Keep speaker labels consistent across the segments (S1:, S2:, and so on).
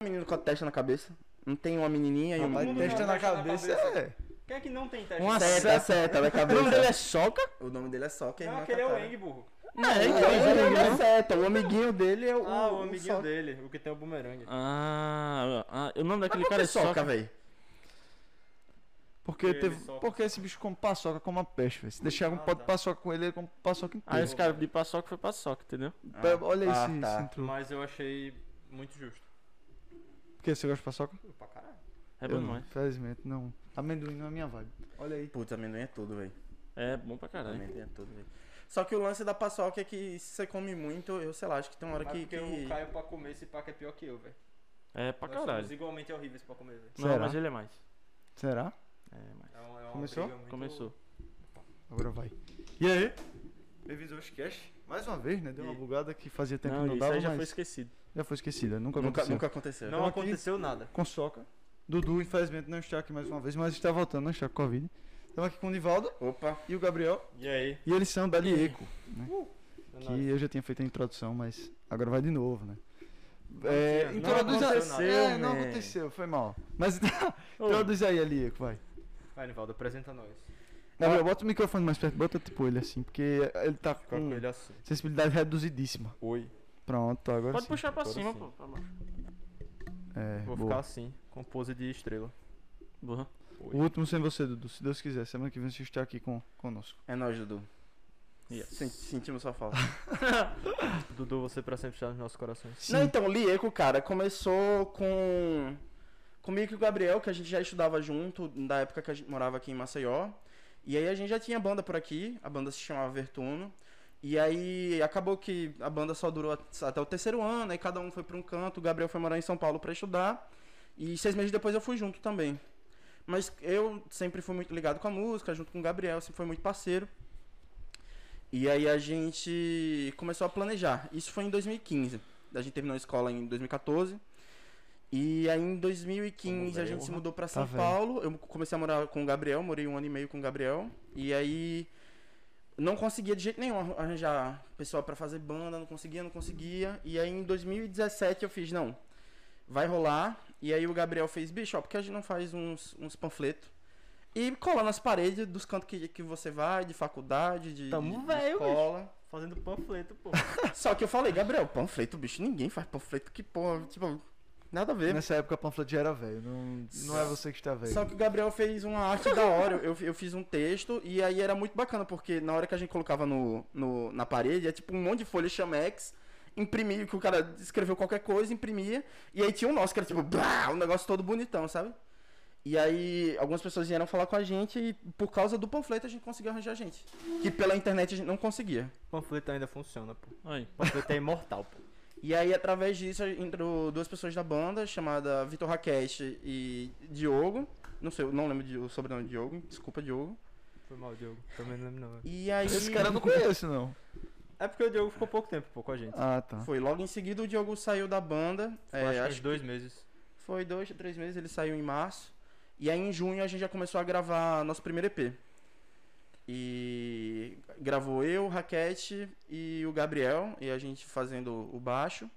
S1: um menino com a testa na cabeça. Não tem uma menininha e um
S2: Rapaz,
S1: menino.
S3: mundo
S2: testa
S3: não
S2: na
S3: testa na
S2: cabeça,
S3: cabeça.
S2: é.
S3: Quem é que não tem teste?
S2: Uma
S3: Não,
S1: Seta, seta na
S2: O nome dele
S1: cabeça.
S2: é Soca?
S1: O nome dele é só quem
S3: não aquele é o Eng, burro.
S1: Não, é,
S2: então, ele é
S1: é,
S2: o
S1: seta. O amiguinho dele é o.
S3: Ah, o amiguinho
S1: Soca.
S3: dele, o que tem o bumerangue.
S4: Ah, ah, o
S1: Mas
S4: nome daquele
S1: por
S4: cara
S1: que
S4: é Soca.
S1: soca, velho?
S2: Porque,
S3: Ele
S2: teve,
S3: soca.
S2: porque esse bicho come paçoca como uma peste, velho. Se deixar um
S3: Ah,
S2: pó de
S3: tá.
S2: paçoca com ele, ele come paçoca inteiro.
S4: Aí Ah, esse cara de paçoca foi paçoca, entendeu?
S2: Olha
S1: Ah,
S2: esse,
S1: tá.
S2: esse intro.
S3: Mas eu achei muito justo.
S2: Por que você gosta de paçoca?
S3: Pra caralho.
S4: É bom
S2: Eu não,
S4: demais.
S2: Infelizmente, não. Amendoim não é minha vibe. Olha aí.
S1: Putz, amendoim é tudo, velho.
S4: É bom pra caralho.
S1: Amendoim é tudo, velho. Só que o lance da paçoca é que se você come muito, eu sei lá, acho que tem uma hora
S3: Mas
S1: que.
S3: porque
S1: que-
S3: o Caio pra comer esse paca é pior que eu, velho.
S4: É pra
S3: Nós somos
S4: caralho.
S3: igualmente horríveis pra comer, velho.
S4: Não,
S2: Será?
S4: mas ele é mais.
S2: Será?
S4: É mais.
S3: É uma- é uma
S2: Começou?
S3: briga muito-
S4: Começou.
S2: Agora vai. E aí? Bem-vindos ao Sketch. Mais uma vez, né? Deu uma
S3: E-
S2: bugada que fazia tempo
S4: Não,
S2: que não
S4: isso
S2: dava,
S4: aí já
S2: mas
S4: foi esquecido.
S2: já foi esquecida. Nunca,
S1: Nunca,
S2: aconteceu.
S1: nunca aconteceu.
S3: Não
S2: Então aqui-
S3: aconteceu nada.
S2: Com soca. Dudu, infelizmente, não está aqui mais uma vez, mas está voltando, não está com Covid. Estamos aqui com o Nivaldo
S1: Opa,
S2: e o Gabriel.
S3: E aí?
S2: E eles são da Lieco,
S3: É
S2: que eu já tinha feito a introdução, mas agora vai de novo, né? É,
S3: tinha, não
S2: introduz a-
S3: aconteceu nada.
S2: É, não
S4: man.
S2: aconteceu, foi mal. Mas
S4: Ô,
S2: introduz aí a Lieco, vai.
S3: Vai, Nivaldo, apresenta nós.
S2: Gabriel, bota o microfone mais perto, bota tipo ele assim, porque ele tá
S3: Com
S2: com
S3: aquele assim.
S2: sensibilidade reduzidíssima.
S3: Oi.
S2: Pronto, agora
S4: Pode
S2: sim.
S4: puxar pra
S3: agora
S4: cima,
S3: sim.
S4: pô. Pra baixo.
S2: É,
S3: Vou
S2: boa.
S3: ficar assim, com pose de estrela.
S4: Boa.
S2: O último sem você, Dudu, se Deus quiser. Semana que vem você está aqui com, conosco.
S1: é nóis, Dudu.
S4: Yes.
S1: Sen- sentimos sua falta.
S3: Dudu, você pra sempre está nos nossos corações.
S1: Não, então, o Lieco, cara, começou com. Comigo e o Gabriel, que a gente já estudava junto, da época que a gente morava aqui em Maceió. E aí a gente já tinha banda por aqui, a banda se chamava Vertuno. E aí acabou que a banda só durou at- até o terceiro ano, aí cada um foi pra um canto, o Gabriel foi morar em São Paulo pra estudar. E seis meses depois eu fui junto também. Mas eu sempre fui muito ligado com a música, junto com o Gabriel, sempre foi muito parceiro. E aí a gente começou a planejar. Isso foi em 2015. A gente terminou a escola em 2014. E aí em 2015 a
S4: Como
S1: gente
S4: velho.
S1: se mudou pra São
S2: velho.
S1: Paulo. Eu comecei a morar com o Gabriel, morei um ano e meio com o Gabriel. E aí não conseguia de jeito nenhum arran- arranjar pessoal pra fazer banda, não conseguia, não conseguia. E aí em 2017 eu fiz, não, vai rolar. E aí o Gabriel fez, bicho, ó, porque a gente não faz uns, uns panfletos. E cola nas paredes dos cantos que, que você vai, de faculdade, de,
S3: Tamo
S1: de
S3: velho,
S1: escola.
S3: Fazendo panfleto, pô.
S1: Só que eu falei, Gabriel, panfleto, bicho, ninguém faz panfleto, que porra, tipo, nada a ver.
S2: Nessa época a panfleto já era velho, não, não é você que está velho.
S1: Só que o Gabriel fez uma arte da hora. Eu, eu fiz um texto e aí era muito bacana, porque na hora que a gente colocava no, no- na parede, é tipo um monte de folha chamex, imprimia, que o cara escreveu qualquer coisa, imprimia, e aí tinha o nosso, que era tipo, blá, um negócio todo bonitão, sabe? E aí algumas pessoas vieram falar com a gente e por causa do panfleto a gente conseguiu arranjar gente. Que pela internet a gente não conseguia.
S3: panfleto ainda funciona, pô.
S4: Aí.
S3: Panfleto é imortal, pô.
S1: E aí, através disso, entrou duas pessoas da banda, chamada Vitor Raquete e Diogo. Não sei, eu não lembro de- o sobrenome de Diogo, desculpa, Diogo.
S3: Foi mal, Diogo. Também não lembro, não. velho.
S1: E aí.
S2: Esse cara eu não conheço, não.
S3: É porque o Diogo ficou pouco tempo, pô, com a gente.
S2: Ah, tá.
S1: Foi logo em seguida o Diogo saiu da banda.
S3: Eu
S1: é,
S3: acho que
S1: acho
S3: uns dois meses.
S1: que foi dois, três meses, ele saiu em março. E aí em junho a gente já começou a gravar nosso primeiro EP. E gravou eu, Raquete e o Gabriel, e a gente fazendo o baixo.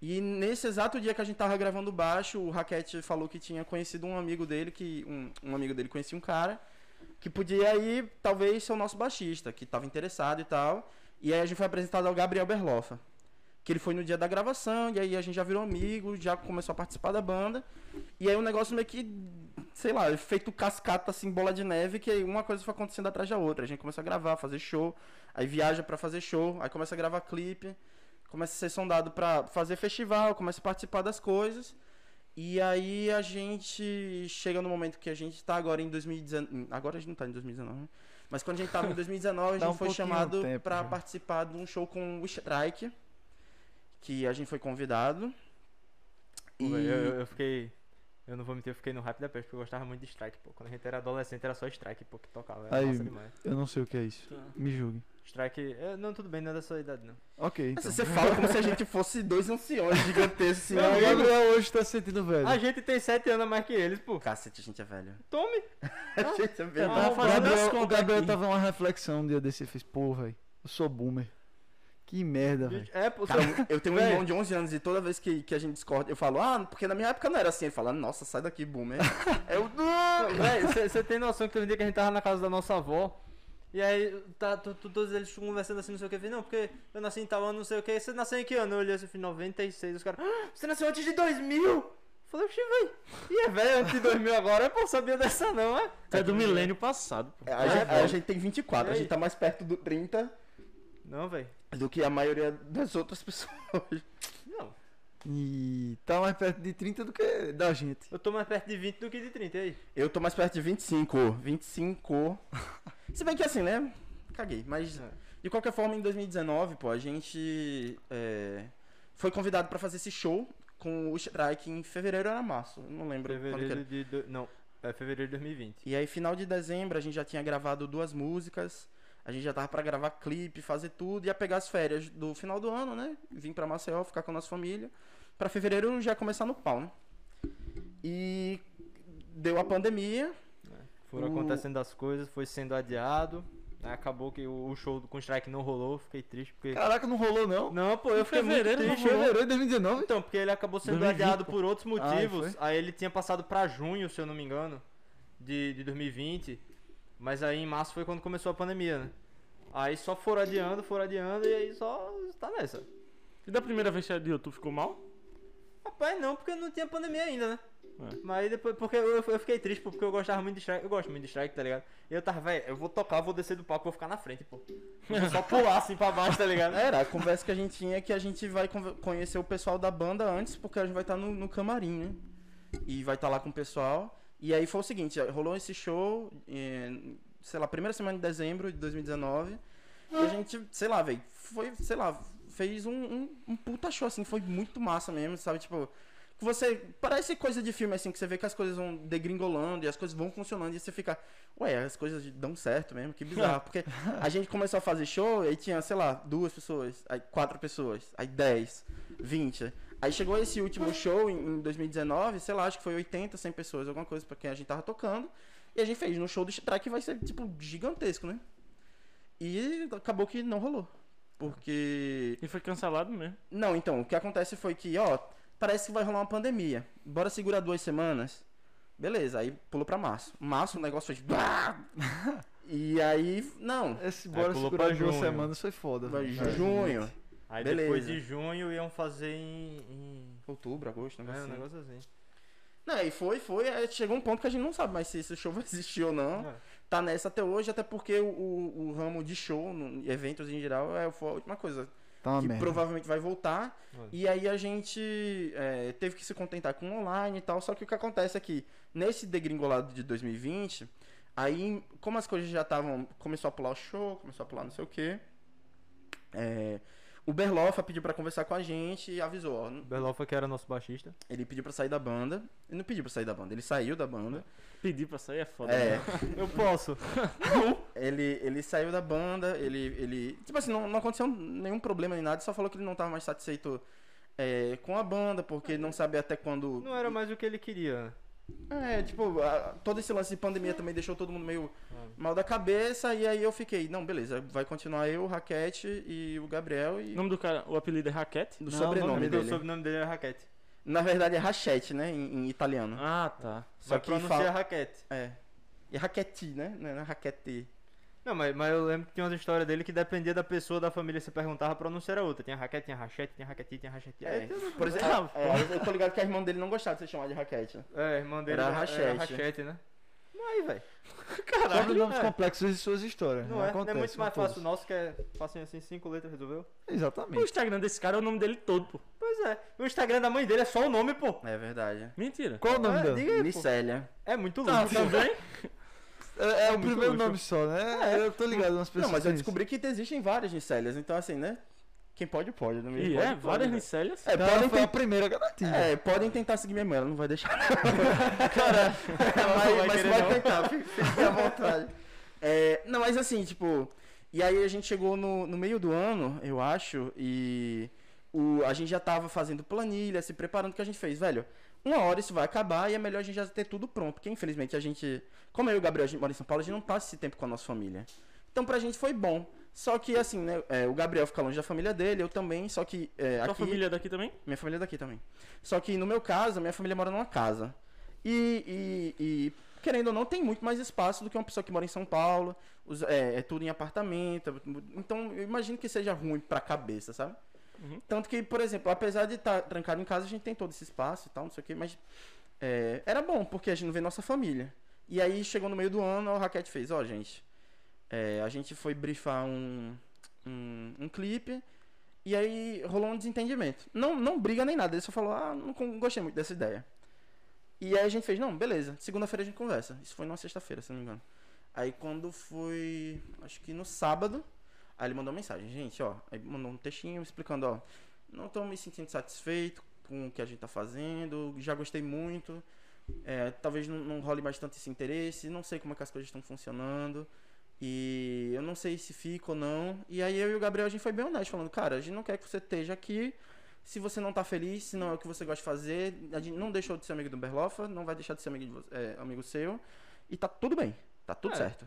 S1: E nesse exato dia que a gente tava gravando o baixo, o Raquete falou que tinha conhecido um amigo dele, que um, um amigo dele conhecia um cara, que podia ir, talvez, ser o nosso baixista, que tava interessado e tal. E aí a gente foi apresentado ao Gabriel Berlofa, que ele foi no dia da gravação, e aí a gente já virou amigo, já começou a participar da banda. E aí o negócio meio que, sei lá, feito cascata, assim, bola de neve, que aí uma coisa foi acontecendo atrás da outra. A gente começa a gravar, fazer show, aí viaja pra fazer show, aí começa a gravar clipe, começa a ser sondado pra fazer festival, começa a participar das coisas. E aí a gente chega no momento que a gente tá agora em 2019. Agora a gente não tá em 2019, né? Mas quando a gente tava em 2019, a
S2: Dá
S1: gente
S2: um
S1: foi
S2: pouquinho
S1: chamado
S2: tempo
S1: pra
S2: já.
S1: participar de um show com o Strike, que a gente foi convidado.
S3: Pô,
S1: E-
S3: velho, eu, eu fiquei. Eu não vou mentir, eu fiquei no hype da peste porque eu gostava muito de strike, pô. Quando a gente era adolescente era só strike, pô, que tocava. Era
S2: Aí.
S3: massa demais.
S2: Eu não sei o que é isso. Me julgue.
S3: Strike. é, não, tudo bem, não é da sua idade, não.
S2: Ok, então.
S1: Você fala como se a gente fosse dois anciões gigantescos. Assim,
S2: Não, o
S1: né?
S2: Gabriel hoje tá se sentindo velho.
S3: A gente tem 7 anos a mais que eles, pô.
S1: Cacete, a gente é velho.
S3: Tome! Ah,
S1: A gente é
S4: Eu
S3: então.
S1: velho.
S4: tava
S2: O
S4: tá fazendo um as
S2: Gabriel, tá o
S4: contas
S2: Gabriel
S4: aqui.
S2: tava numa reflexão um dia desse e fez, pô, velho, eu sou boomer. Que merda, velho.
S3: Gente, É, pô,
S1: Cara,
S3: seu-
S1: eu tenho um
S3: Véi.
S1: irmão de 11 anos e toda vez que, que a gente discorda, eu falo, ah, porque na minha época não era assim. Ele fala, nossa, sai daqui, boomer. eu, não,
S3: Véi, você tem noção que teve um dia que a gente tava na casa da nossa avó. E aí, tá, tu- tu- todos eles conversando assim, não sei o que. Eu falei, não, porque eu nasci em tal ano, não sei o que. Você nasceu em que ano? Eu olhei assim, eu falei, 96. Os caras, "Ah, você nasceu antes de 2000? Eu falei, oxi, véi. E é velho, antes de 2000 agora, pô, sabia dessa não, é?
S4: É do milênio passado, pô.
S1: É, A, gente, a gente tem 24, a
S3: E
S1: gente
S3: aí?
S1: tá mais perto do 30
S3: Não, véi.
S1: do que a maioria das outras pessoas.
S3: Não.
S2: E tá mais perto de 30 do que da gente.
S3: Eu tô mais perto de 20 do que de 30, e aí?
S1: Eu tô mais perto de 25. 25. Se bem que assim, né? Caguei. Mas,
S3: É.
S1: de qualquer forma, em 2019, pô, a gente é, foi convidado pra fazer esse show com o Strike em fevereiro ou era março. Eu não lembro quando que era.
S3: Fevereiro de... do- Não, é fevereiro de 2020.
S1: E aí, final de dezembro, a gente já tinha gravado duas músicas. A gente já tava pra gravar clipe, fazer tudo. Ia pegar as férias do final do ano, né? Vim pra Maceió, ficar com a nossa família. Pra fevereiro já ia começar no pau, né? E deu a pandemia.
S3: Foram
S1: O-
S3: acontecendo as coisas, foi sendo adiado. Aí acabou que o o show com o Strike não rolou, fiquei triste porque.
S2: Caraca, não rolou não.
S3: Não, pô, eu fiquei
S4: é fevereiro
S3: muito
S4: não
S2: Em
S3: triste.
S4: rolou. Ah,
S2: fevereiro de 2019?
S3: Então, porque ele acabou sendo
S4: 2020,
S3: adiado
S4: pô.
S3: por outros motivos.
S2: foi?
S3: aí ele tinha passado pra junho, se eu não me engano, de, de 2020. Mas aí em março foi quando começou a pandemia, né? Aí só foram adiando, foram adiando e aí só tá nessa.
S4: E da primeira vez que adiou, tu ficou mal?
S3: Rapaz, não, porque não tinha pandemia ainda, né?
S4: É.
S3: Mas aí depois, porque eu, eu fiquei triste, pô, porque eu gostava muito de strike, eu gosto muito de strike, tá ligado? E eu tava, velho, eu vou tocar, vou descer do palco, vou ficar na frente, pô. Eu vou só pular assim pra baixo, tá ligado?
S1: Era, a conversa que a gente tinha é que a gente vai conver- conhecer o pessoal da banda antes, porque a gente vai estar no, no camarim, né? E vai estar lá com o pessoal. E aí foi o seguinte, rolou esse show, eh, sei lá, primeira semana de dezembro de 2019. E a gente, sei lá, velho, foi, sei lá, fez um, um, um puta show, assim, foi muito massa mesmo, sabe? Tipo, que você. Parece coisa de filme, assim, que você vê que as coisas vão degringolando e as coisas vão funcionando e você fica. Ué, as coisas dão certo mesmo, que bizarro. Porque a gente começou a fazer show e aí tinha, sei lá, duas pessoas, aí quatro pessoas, aí dez, vinte. Aí chegou esse último show em em 2019, sei lá, acho que foi 80, 100 pessoas, alguma coisa pra quem a gente tava tocando. E a gente fez no show do Strike que vai ser, tipo, gigantesco, né? E acabou que não rolou. Porque
S4: E foi cancelado mesmo.
S1: não, então, o que acontece foi que, ó, parece que vai rolar uma pandemia. Bora segurar duas semanas. Beleza, aí pulou pra março. Março o negócio fez. e aí, não.
S2: Esse
S3: Aí
S2: É, bora
S3: pulou
S2: segurar
S3: pra
S2: duas
S3: junho.
S2: semanas foi foda.
S1: Vai
S2: velho.
S1: junho,
S3: Aí
S1: Beleza.
S3: depois de junho iam fazer em. em-
S1: outubro, agosto,
S3: É,
S1: negócio
S3: um
S1: assim.
S3: negócio assim.
S1: Não, e foi, foi. aí chegou um ponto que a gente não sabe mais se esse show vai existir ou não.
S3: É.
S1: Tá nessa até hoje, até porque o, o- o ramo de show, no- eventos em geral, é, foi a última coisa
S2: Tá uma
S1: que
S2: merda.
S1: provavelmente vai voltar.
S3: Olha.
S1: E aí a gente é, teve que se contentar com online e tal. Só que o que acontece é que nesse degringolado de 2020, aí como as coisas já estavam. Começou a pular o show, começou a pular não sei o quê. é, o Berlofa pediu pra conversar com a gente e avisou, ó,
S3: Berlofa, que era nosso baixista.
S1: ele pediu pra sair da banda. Ele não pediu pra sair da banda, ele saiu da banda.
S4: Pedir pra sair é foda.
S1: É,
S4: né?
S3: Eu posso.
S1: Ele, ele saiu da banda, ele, ele. Tipo assim, não, não aconteceu nenhum problema nem nada, ele só falou que ele não tava mais satisfeito é, com a banda, porque ele não sabia até quando.
S3: Não era mais o que ele queria. né?
S1: É, tipo, a- todo esse lance de pandemia também deixou todo mundo meio
S3: Ah.
S1: mal da cabeça, e aí eu fiquei, não, beleza, vai continuar eu, o Raquete e o Gabriel e.
S4: O nome do cara, o apelido é Raquete?
S1: o
S3: Não,
S1: sobrenome
S3: o nome-
S1: dele.
S3: O sobrenome dele era Raquete.
S1: Na verdade é Rachete, né? Em, em italiano.
S4: Ah, tá.
S1: só
S3: Vai
S1: que fala.
S3: pronunciar Raquete.
S1: É. E Raquete, né? Não era Raquete.
S3: Não, mas, mas eu lembro que tinha uma história dele que dependia da pessoa da família se perguntava, a pronúncia era outra. Tinha raquete, tinha rachete, tinha raquete, tinha rachete.
S1: É.
S3: É,
S1: Por exemplo, é, eu tô ligado que a irmã dele não gostava de ser chamada de Raquete. né?
S3: é, irmã dele
S1: Era
S3: era
S1: rachete.
S3: era rachete, né? Mas, velho.
S2: Sobrenomes
S3: é.
S2: complexos e suas histórias. né?
S3: Não é, não é
S2: Acontece
S3: muito
S2: com
S3: mais
S2: todos.
S3: fácil o nosso, que é facinho assim, cinco letras, resolveu?
S4: O
S2: Exatamente.
S4: Instagram desse cara é o nome dele todo, pô.
S3: Pois é. O Instagram da mãe dele é só o nome, pô.
S1: É verdade.
S4: Mentira.
S2: Qual o nome
S3: É,
S2: dela?
S3: diga aí, pô.
S1: Micélia.
S3: É muito
S4: Tá,
S3: louco.
S4: tá bem?
S2: É, é o
S3: muito
S2: primeiro
S3: luxo.
S2: nome só, né? Eu tô ligado nas pessoas.
S1: Não, mas eu
S2: têm isso.
S1: descobri que existem várias Micélias, então assim, né? Quem pode, pode. Não me
S4: E
S1: pode,
S4: é,
S1: pode,
S4: várias
S1: né?
S4: micélias.
S1: É,
S2: Ela
S1: podem
S2: foi
S1: ter-
S2: a primeira garantia.
S1: É, podem tentar seguir minha mãe, ela não vai deixar.
S3: Ela não vai
S1: mas mas
S3: querer,
S1: pode
S3: não.
S1: tentar, fique- fique à vontade. É, não, mas assim, tipo. E aí a gente chegou no, no meio do ano, eu acho, e o, a gente já tava fazendo planilha, se preparando, o que a gente fez, velho. Uma hora isso vai acabar e é melhor a gente já ter tudo pronto, porque infelizmente a gente. Como eu e o Gabriel, a gente mora em São Paulo, a gente não passa esse tempo com a nossa família. Então pra gente foi bom. Só que assim, né? é, o Gabriel fica longe da família dele, eu também, só que é,
S4: Sua
S1: aqui.
S4: família é daqui também?
S1: Minha família é daqui também. Só que no meu caso, a minha família mora numa casa. E, e- e, querendo ou não, tem muito mais espaço do que uma pessoa que mora em São Paulo. Os- é, é tudo em apartamento. Então, eu imagino que seja ruim pra cabeça, sabe?
S4: Uhum.
S1: Tanto que, por exemplo, apesar de estar trancado em casa, a gente tem todo esse espaço e tal, não sei o quê, mas é, era bom, porque a gente não vê nossa família. E aí, chegou no meio do ano, o Raquete fez, ó, gente, é, a gente foi brifar um, um, um clipe, e aí rolou um desentendimento. Não, não briga nem nada, ele só falou, ah, não con- gostei muito dessa ideia. E aí a gente fez, não, beleza, segunda-feira a gente conversa. Isso foi numa sexta-feira, se não me engano. Aí quando foi, acho que no sábado, aí ele mandou uma mensagem, gente, ó, aí mandou um textinho explicando, ó, não tô me sentindo satisfeito com o que a gente tá fazendo, já gostei muito, é, talvez não, não role mais tanto esse interesse, não sei como é que as coisas estão funcionando, e eu não sei se fica ou não. E aí eu e o Gabriel, a gente foi bem honesto, falando, cara, a gente não quer que você esteja aqui, se você não tá feliz, se não é o que você gosta de fazer, a gente não deixou de ser amigo do Berlofa, não vai deixar de ser amigo, de vo- é, amigo seu, e tá tudo bem, tá tudo
S3: É.
S1: certo.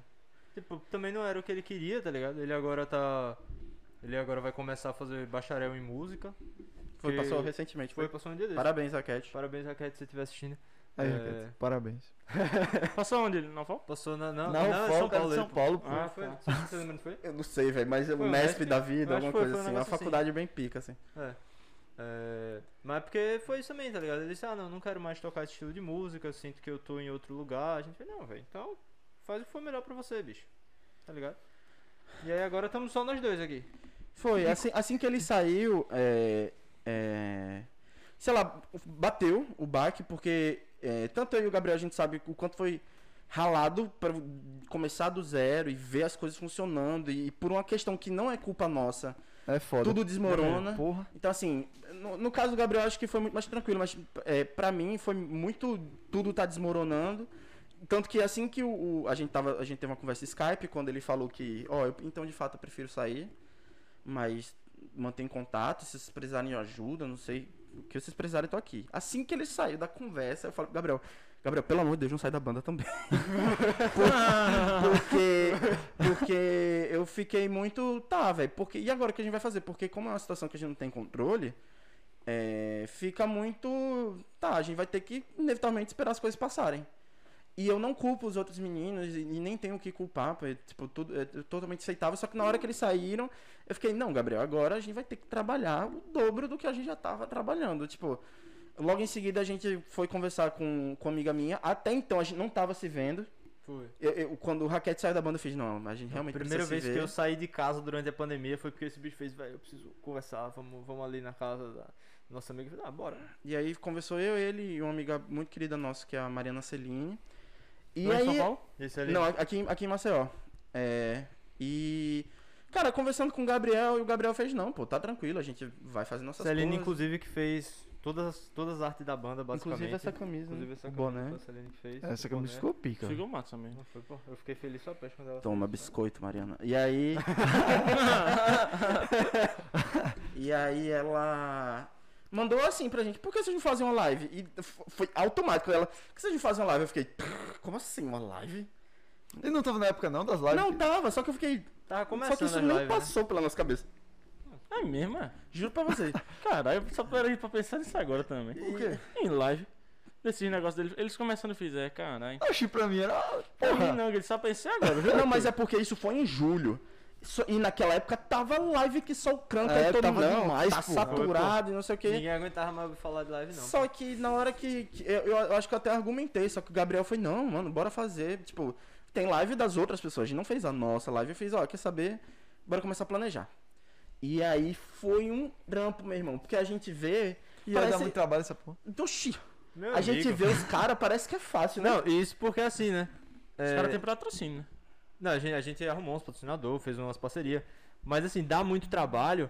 S3: Tipo, também não era o que ele queria, tá ligado? Ele agora tá. Ele agora vai começar a fazer bacharel em música.
S1: Foi,
S3: Que
S1: passou recentemente,
S3: Foi
S1: foi.
S3: passou um dia desse.
S1: Parabéns, Raquete.
S3: Parabéns, Raquete, se você estiver assistindo.
S2: Aí,
S3: É.
S2: Raquete, parabéns.
S4: Passou onde ele? Não foi?
S3: Passou na.
S2: Não,
S3: Não, não, é
S2: foca,
S3: São Paulo.
S2: é de
S3: ele-
S2: São Paulo, pô.
S4: Ah,
S3: foi,
S4: tá.
S3: você lembra, não foi?
S1: Eu não sei, velho, mas é
S3: Foi
S1: o
S3: o
S1: Nesp
S3: Nesp?
S1: da
S3: Eu acho
S1: vida, alguma
S3: que
S1: coisa
S3: foi, foi um
S1: assim. Uma
S3: negócio assim.
S1: faculdade bem pica, assim.
S3: É. É, mas é porque foi isso também, tá ligado? Ele disse, ah, não, não quero mais tocar esse estilo de música, eu sinto que eu tô em outro lugar. A gente falou, não, velho, então faz o que for melhor pra você, bicho. Tá ligado? E aí agora estamos só nós dois aqui.
S1: Foi, assim, assim que ele saiu, é, é, sei lá, bateu o baque, porque é, tanto eu e o Gabriel a gente sabe o quanto foi ralado para começar do zero e ver as coisas funcionando, e por uma questão que não é culpa nossa,
S2: É foda.
S1: tudo desmorona.
S2: Porra.
S1: Então, assim, no, no caso do Gabriel, acho que foi muito mais tranquilo, mas é, para mim foi muito. Tudo tá desmoronando. Tanto que assim que o, o- a, gente tava, a gente teve uma conversa Skype, quando ele falou que, ó, eu- então de fato eu prefiro sair, mas mantém contato, se vocês precisarem de ajuda, não sei o que vocês precisarem, eu tô aqui. Assim que ele saiu da conversa, eu falo pro Gabriel, Gabriel, pelo amor de Deus, não sai da banda também. Por- porque, porque eu fiquei muito, tá, velho, porque, e agora o que a gente vai fazer? Porque como é uma situação que a gente não tem controle, é, fica muito, tá, a gente vai ter que, inevitavelmente, esperar as coisas passarem. E eu não culpo os outros meninos e e nem tenho o que culpar, porque, tipo, tudo, é totalmente aceitável. Só que na hora que eles saíram, eu fiquei, não, Gabriel, agora a gente vai ter que trabalhar o dobro do que a gente já tava trabalhando. Tipo, logo em seguida a gente foi conversar com, com uma amiga minha. Até então a gente não tava se vendo.
S3: Foi.
S1: Eu, eu- quando o Raquete saiu da banda, eu fiz, não, a gente realmente
S3: Primeira
S1: precisa
S3: vez
S1: se
S3: que
S1: ver.
S3: eu saí de casa durante a pandemia foi porque esse bicho fez, velho, eu preciso conversar, vamos, vamos ali na casa da nossa amiga. Eu falei, ah, bora.
S1: E aí conversou eu, ele e uma amiga muito querida nossa, que é a Mariana Celine. E
S4: Lá em
S1: aí...
S4: São Paulo?
S3: Esse é ali.
S1: Não, aqui, aqui em Maceió. É. E. Cara, conversando com o Gabriel, e o Gabriel fez, não, pô, tá tranquilo, a gente vai fazer nossas
S3: Celine,
S1: coisas.
S3: inclusive, que fez todas, as- todas as artes da banda, basicamente.
S1: Inclusive essa camisa,
S3: Inclusive
S1: né?
S3: essa
S1: O
S3: camisa
S1: boné.
S3: foi a Celine que fez.
S2: Essa camisa
S3: o boné.
S2: ficou pica.
S4: Ficou massa mesmo.
S3: Não foi, pô. Eu fiquei feliz só peste quando ela
S1: Toma
S3: fez, sabe?
S1: biscoito, Mariana. E aí. e aí ela. Mandou assim pra gente, por que vocês não fazem uma live? E f- foi automático. Ela, por que vocês não fazem uma live? Eu fiquei, como assim uma live?
S2: E não tava na época não das lives?
S1: Não, tava, só que eu fiquei.
S3: Tava
S1: só
S3: começando
S1: que isso
S3: as
S1: nem
S3: lives, né?
S1: passou pela nossa cabeça.
S4: É mesmo, é?
S1: Juro pra vocês.
S4: Caralho, eu só parei pra pensar nisso agora também.
S1: O quê?
S4: Em live. Desses negócios deles. Eles começando a fizer, caralho.
S2: Oxi, pra mim era... ah,
S4: Pra mim
S2: Porra.
S4: não, eles só pensei agora, viu?
S1: Não, mas é porque isso foi em julho. Isso- e naquela época tava live que só o cranca
S2: É,
S1: e todo
S2: tava
S1: não,
S2: demais,
S1: tá
S2: pô.
S1: saturado e não sei o quê.
S3: Ninguém aguentava mais falar de live, não.
S1: Só que na hora que. que- eu, eu acho que eu até argumentei, só que o Gabriel foi, não, mano, bora fazer. Tipo, tem live das outras pessoas. A gente não fez a nossa live, eu fiz, ó, quer saber? Bora começar a planejar. E aí foi um trampo, meu irmão. Porque a gente vê.
S2: Ia
S1: parece...
S2: dar muito trabalho essa porra.
S1: Oxi,
S3: Meu
S1: a gente
S3: amigo.
S1: vê os caras, parece que é fácil, né?
S3: Não, isso porque é assim, né?
S4: Os
S3: É,
S4: caras têm patrocínio, né?
S3: Não, a gente, a gente arrumou uns patrocinadores, fez umas parcerias. Mas assim, dá muito trabalho.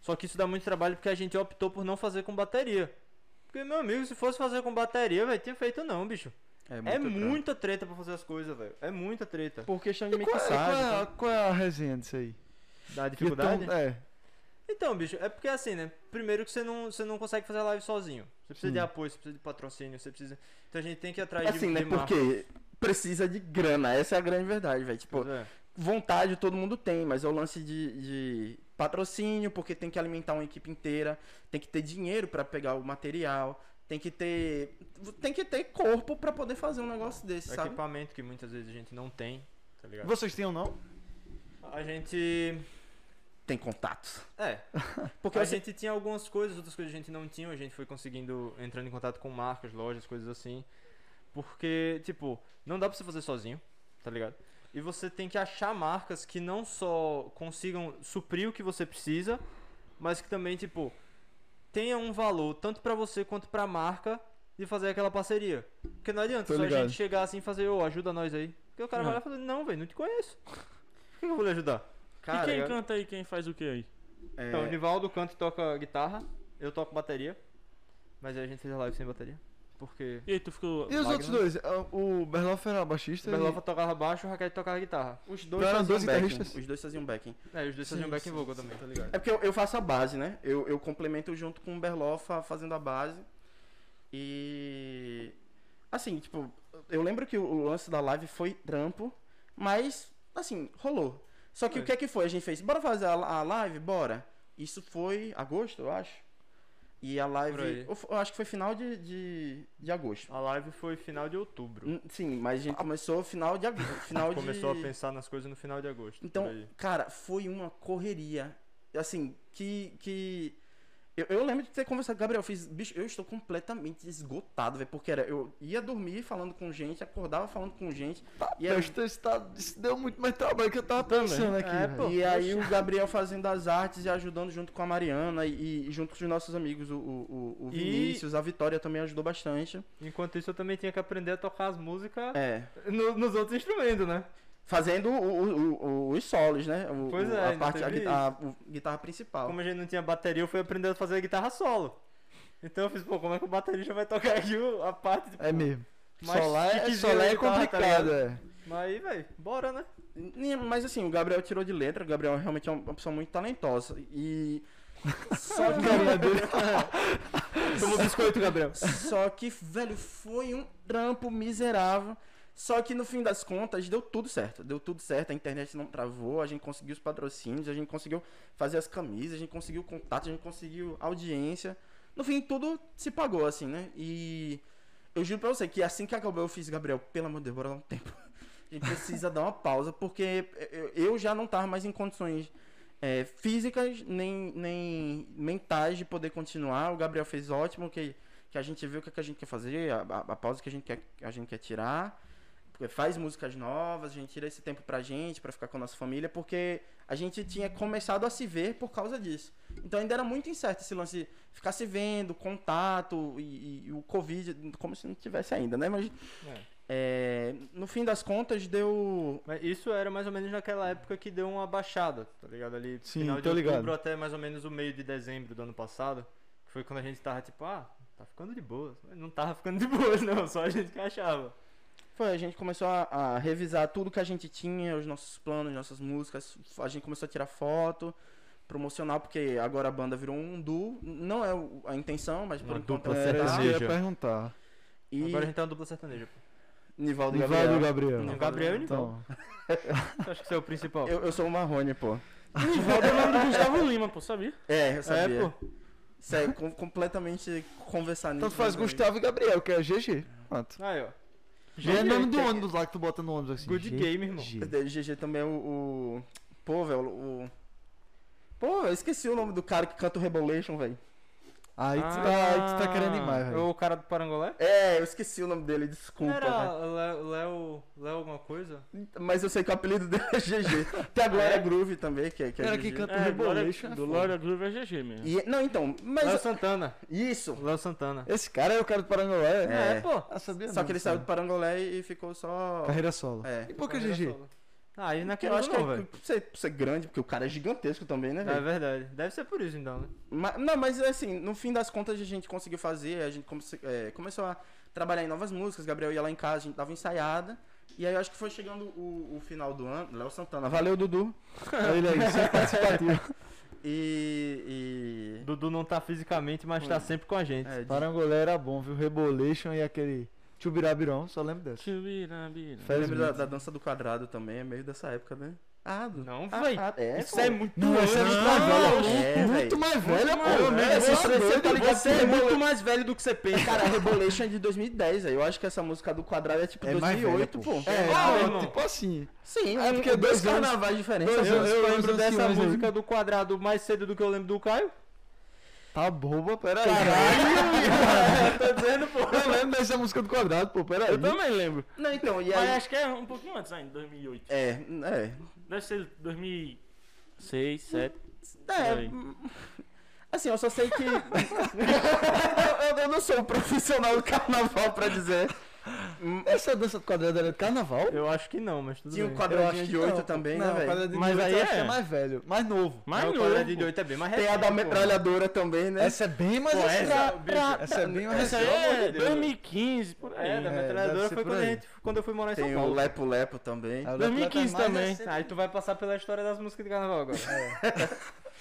S3: Só que isso dá muito trabalho porque a gente optou por não fazer com bateria. Porque, meu amigo, se fosse fazer com bateria, velho, tinha feito não, bicho. é
S1: trampo.
S3: muita treta pra fazer as coisas, velho. É muita treta.
S1: Por questão de
S2: E qual, é- qual
S1: mixagem.
S2: é,
S1: então.
S2: a- qual é a resenha disso aí?
S3: Dá
S2: Que tão-
S3: dificuldade?
S2: é.
S3: Então, bicho, é porque assim, né? Primeiro que você não, você não consegue fazer live sozinho. Você precisa de apoio, você precisa de patrocínio, você precisa. Então a gente tem que ir atrás de
S1: Assim, né?
S3: de marca.
S1: Porque precisa de grana, essa é a grande verdade, velho. Tipo,
S3: Pois é.
S1: vontade todo mundo tem, mas é o lance de, de patrocínio, porque tem que alimentar uma equipe inteira, tem que ter dinheiro pra pegar o material, tem que ter tem que ter corpo pra poder fazer um negócio desse, sabe?
S3: Equipamento É que muitas vezes a gente não tem, tá ligado?
S2: Vocês têm ou não?
S3: A gente.
S1: Tem contatos.
S3: É,
S1: Porque
S3: a
S1: você-
S3: gente tinha algumas coisas, outras coisas a gente não tinha, a gente foi conseguindo entrando em contato com marcas, lojas, coisas assim. Porque, tipo, não dá pra você fazer sozinho, tá ligado? E você tem que achar marcas que não só consigam suprir o que você precisa, mas que também, tipo, tenha um valor tanto pra você quanto pra marca de fazer aquela parceria. Porque não adianta
S2: Tô
S3: só a
S2: ligado.
S3: gente chegar assim e fazer, ô, ajuda nós aí. Porque o cara vai lá e fala, não, velho, não te conheço. Por que eu vou lhe ajudar?
S4: E
S3: tá
S4: quem
S3: ligado?
S4: canta aí? Quem faz o que aí?
S1: É,
S3: Então, o Nivaldo canta e toca guitarra, eu toco bateria, mas aí a gente fez a live sem bateria, porque
S4: E aí, tu ficou.
S2: E os outros dois? Ah, O Berloff era baixista
S3: o Berlofa tocava baixo e o Raquel tocava guitarra.
S1: os dois
S2: Não, eram
S1: faziam
S2: dois
S1: backing,
S2: guitarristas?
S1: Os dois faziam backing.
S3: É, e os dois
S4: Sim,
S3: faziam back
S4: sim,
S3: and vocal
S4: sim,
S3: também.
S4: Tá ligado?
S1: É porque eu, eu faço a base, né? Eu, eu complemento junto com o Berlofa fazendo a base. E. Assim, tipo, eu lembro que o lance da live foi trampo, mas, assim, rolou. Só que o que é que foi? A gente fez, bora fazer a, a live? Bora. Isso foi agosto, eu acho. E a
S3: Por aí.
S1: live. Eu, f- eu acho que foi final de, de, de agosto.
S3: A live foi final de outubro.
S1: Hum, Sim, mas a gente começou final de agosto. Final de...
S3: Começou a pensar nas coisas no final de agosto.
S1: Então,
S3: por aí.
S1: cara, foi uma correria. Assim, que. que... Eu, eu lembro de ter conversado com o Gabriel, eu fiz, bicho, eu estou completamente esgotado, velho. Porque era, eu ia dormir falando com gente, acordava falando com gente. e
S2: E
S1: era-
S2: Esta, está- isso deu muito mais trabalho que eu tava
S4: Também.
S2: pensando aqui.
S3: É,
S2: velho.
S3: pô.
S1: e aí o Gabriel fazendo as artes e ajudando junto com a Mariana e, e junto com os nossos amigos, o, o, o- o
S3: E-
S1: Vinícius, a Vitória também ajudou bastante.
S3: Enquanto isso, eu também tinha que aprender a tocar as músicas
S1: É.
S3: no- nos outros instrumentos, né?
S1: Fazendo o- o- o- os solos, né? O-
S3: Pois
S1: o-
S3: é,
S1: a
S3: ainda
S1: parte, a,
S3: teve
S1: guita- a- o- guitarra principal.
S3: Como a gente não tinha bateria, eu fui aprender a fazer guitarra solo. Então eu fiz, pô, como é que o baterista vai tocar aqui o- a parte de...
S2: É mesmo.
S3: mais
S2: Solar é,
S3: chiquezinha
S2: solar
S3: da
S2: é
S3: guitarra, tá
S2: complicado,
S3: ligado?
S2: é.
S3: Mas aí, velho, bora, né?
S1: Nem- Mas assim, o Gabriel tirou de letra, o Gabriel realmente é uma pessoa muito talentosa. E. Só que,
S3: Tomou biscoito, Gabriel.
S1: só que, velho, foi um trampo miserável. Só que no fim das contas deu tudo certo. Deu tudo certo, a internet não travou, a gente conseguiu os patrocínios, a gente conseguiu fazer as camisas, a gente conseguiu contato, a gente conseguiu audiência. No fim, tudo se pagou, assim, né? E eu juro pra você que assim que acabou, eu fiz, Gabriel, pelo amor de Deus, bora dar um tempo. A gente precisa dar uma pausa, porque eu- eu já não tava mais em condições é, físicas nem, nem mentais de poder continuar. O Gabriel fez ótimo, que, que a gente viu o que, que a gente quer fazer, a, a- a pausa que a gente quer, a gente quer tirar. Porque faz músicas novas, a gente tira esse tempo pra gente, pra ficar com a nossa família, porque a gente tinha começado a se ver por causa disso. Então ainda era muito incerto esse lance de ficar se vendo, contato e, e- e o Covid, como se não tivesse ainda, né? Mas
S3: É.
S1: é, no fim das contas deu.
S3: Mas isso era mais ou menos naquela época que deu uma baixada, tá ligado? Ali,
S2: Sim,
S3: final de
S2: tô
S3: outubro
S2: ligado.
S3: até mais ou menos o meio de dezembro do ano passado, que foi quando a gente tava tipo, ah, tá ficando de boas. Mas Não tava ficando de boas, não, só a gente que achava.
S1: Foi, a gente começou a, a revisar tudo que a gente tinha, os nossos planos, nossas músicas. A gente começou a tirar foto promocional, porque agora a banda virou um duo. Não é o- a intenção, mas por
S3: Uma
S1: enquanto
S3: dupla
S1: é,
S2: Era
S1: tá.
S3: sertaneja.
S2: isso que eu ia perguntar.
S1: E
S3: Agora a gente tá uma dupla sertaneja. pô.
S1: Nivaldo e
S2: Vai
S1: Gabriel.
S2: do Gabriel.
S3: Não, Gabriel e Nivaldo.
S2: Então,
S3: Acho que isso é o principal.
S1: Eu, eu sou o Marrone, pô.
S4: Nivaldo é o nome do Gustavo Lima, pô, sabia?
S1: É, eu sabia.
S3: é, pô. Então
S1: Isso é com- completamente conversar nisso.
S2: tanto faz
S1: né?
S2: Gustavo e Gabriel, que é GG. Pronto.
S3: Aí, ó.
S2: G é nome do ônibus lá que tu bota no ônibus assim.
S3: Good
S2: G,
S3: game, irmão.
S2: G.
S1: O GG também é o, o. Pô, velho, o. Pô, eu esqueci o nome do cara que canta o Rebolation, velho.
S2: Aí tu
S3: Ah.
S2: tá, aí tu tá querendo demais, velho.
S3: Ou o cara do Parangolé?
S1: É, eu esqueci o nome dele, desculpa.
S3: Era
S1: velho.
S3: Léo- Léo Léo alguma coisa?
S1: Mas eu sei que o apelido dele é GG. Tem a Glória Groove também, que é. Que é
S2: Era
S1: GG.
S2: que canta o
S4: É,
S2: Rebolation. é
S4: Glória,
S2: foda.
S4: do Glória Groove é GG mesmo.
S1: E- não, então, mas.
S3: Léo Santana.
S1: Isso!
S3: Léo Santana.
S2: Esse cara é o cara do Parangolé. né?
S1: É.
S3: pô.
S2: Ah, sabia
S1: Só
S2: não,
S1: que ele
S2: sabe.
S1: saiu do Parangolé e ficou só.
S2: Carreira solo.
S1: É.
S2: E por que
S3: Carreira
S2: GG?
S3: solo. Ah, e
S1: Eu
S3: naquela
S1: acho que
S3: não,
S1: é
S3: velho.
S1: por ser, por ser grande, porque o cara é gigantesco também, né,
S3: É
S1: velho?
S3: verdade. Deve ser por isso então, né?
S1: Ma- não, mas assim, no fim das contas a gente conseguiu fazer, a gente come- é, começou a trabalhar em novas músicas, Gabriel ia lá em casa, a gente dava ensaiada. E aí eu acho que foi chegando o, o final do ano, Léo Santana. Valeu, Dudu.
S2: Olha aí, sempre participativo.
S1: E. e...
S3: Dudu não tá fisicamente, mas tá sempre com a gente.
S1: é, de-
S2: Parangolé era bom, viu? Rebolation e aquele Chubirabirão, só lembro dessa.
S4: Tchubirabira.
S1: eu
S2: Faz
S1: lembro da,
S2: muito.
S1: da dança do quadrado também, é meio dessa época, né? errado.
S3: Não, véi.
S1: Ah, é,
S3: Isso
S1: pô.
S3: é muito
S2: Não, essa é muito mais
S1: Não,
S2: velha.
S1: é, velho.
S2: muito mais velha, pô.
S1: mais velha.
S2: É, você
S3: Você,
S2: é
S3: você
S2: doido.
S3: tá ligado? Você é
S1: Você-
S3: muito mais velho do que você pensa.
S1: Cara, Rebolation é de 2010, velho. Eu acho que essa música do quadrado é tipo
S2: É mais
S1: 2008,
S2: velha,
S1: pô.
S2: É,
S3: Ah,
S2: pô,
S3: irmão.
S2: tipo assim.
S1: Sim,
S2: É
S1: um-
S2: porque
S1: dois
S2: dois anos-
S1: carnavais diferentes.
S2: dois
S1: essa
S3: Eu,
S2: anos-
S1: música.
S3: eu
S2: Os
S3: lembro
S2: anciões
S3: dessa
S2: aí.
S3: música do quadrado mais cedo do que eu lembro do Caio.
S2: Tá boba, peraí.
S3: Tá dizendo, pô.
S2: Eu lembro dessa música do quadrado, pô, peraí.
S4: Eu também lembro.
S1: Não, então, e
S4: Mas
S1: aí...
S4: acho que é um pouquinho antes ainda, 2008.
S1: É, é.
S4: Deve ser 2006, 2007.
S1: É.
S4: Peraí.
S1: Assim, eu só sei que. eu, eu não sou um profissional do carnaval pra dizer. Hum, é,
S2: Essa dança do quadrado era de carnaval?
S3: Eu acho que não, mas tudo
S1: Tinha um
S3: bem.
S2: Eu acho
S1: quadradinho
S2: que
S1: de 8
S2: não.
S1: também,
S2: não,
S1: né, velho?
S2: quadrado de
S4: Mas
S2: oito
S4: aí
S2: eu acho que é
S4: é.
S2: mais velho, mais novo.
S4: Mas
S3: Não, o
S4: novo.
S3: quadradinho de 8 é bem mais
S1: Tem a
S3: recente,
S1: da
S3: pô.
S1: metralhadora também, né?
S2: Essa é bem mais
S3: Pô, essa-
S2: extra.
S3: bicho,
S2: Essa é bem mais
S4: Essa aí
S2: extra.
S3: amor de
S4: é
S3: Deus.
S4: 2015, por aí.
S3: É, da
S2: É,
S3: metralhadora
S2: deve ser
S3: foi
S2: por
S3: quando, a
S2: aí.
S3: gente, quando eu fui morar em São
S1: Tem o
S3: Paulo.
S1: Lepo Lepo também.
S2: É o
S4: 2015
S2: Atlético
S4: também.
S2: mais
S3: Aí tu vai passar pela história das músicas de carnaval agora.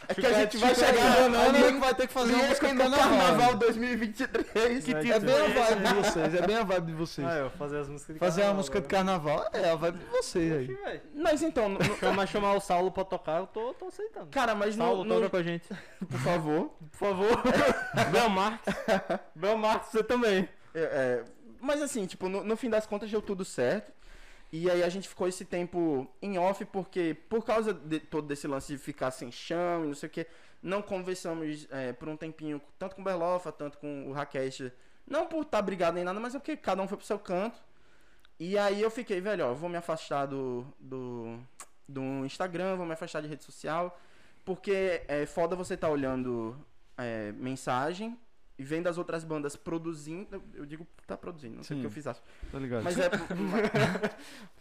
S1: É que a gente vai
S2: recente.
S1: chegar
S2: Aí
S3: né?
S2: o nego vai ter que fazer uma música
S1: Lírico
S2: de
S1: no Carnaval tipo- 2023.
S4: Que
S2: É
S4: título
S2: bem a
S4: é esse?
S2: vibe de vocês, é bem a vibe de vocês.
S3: Ah, eu vou fazer as músicas de
S2: Fazer uma
S3: carnaval
S2: música de
S3: agora.
S2: carnaval é a vibe de vocês aí.
S3: Oxi, véi.
S1: Mas então, no- no-
S3: Chamar, chamar o Saulo pra tocar, eu tô, tô aceitando.
S1: cara, mas
S3: Saulo,
S1: no, no-
S3: toca com a gente.
S1: Por favor.
S3: Por favor.
S4: Belmarx.
S3: Belmarx, você também.
S1: É, é, mas assim, tipo, no, no fim das contas deu tudo certo. E aí a gente ficou esse tempo em off porque, por causa de todo esse lance de ficar sem chão e não sei o que, não conversamos é, por um tempinho, tanto com o Berlofa, tanto com o Rakesh. Não por estar brigado nem nada, mas é porque cada um foi pro seu canto. E aí eu fiquei, velho, ó, vou me afastar do, do, do Instagram, vou me afastar de rede social. Porque é foda você estar olhando é, mensagem e vendo as outras bandas produzindo. eu- Eu digo tá produzindo, não sei o
S2: Sim.
S1: que eu fiz acho.
S2: Tá ligado?
S1: Mas é.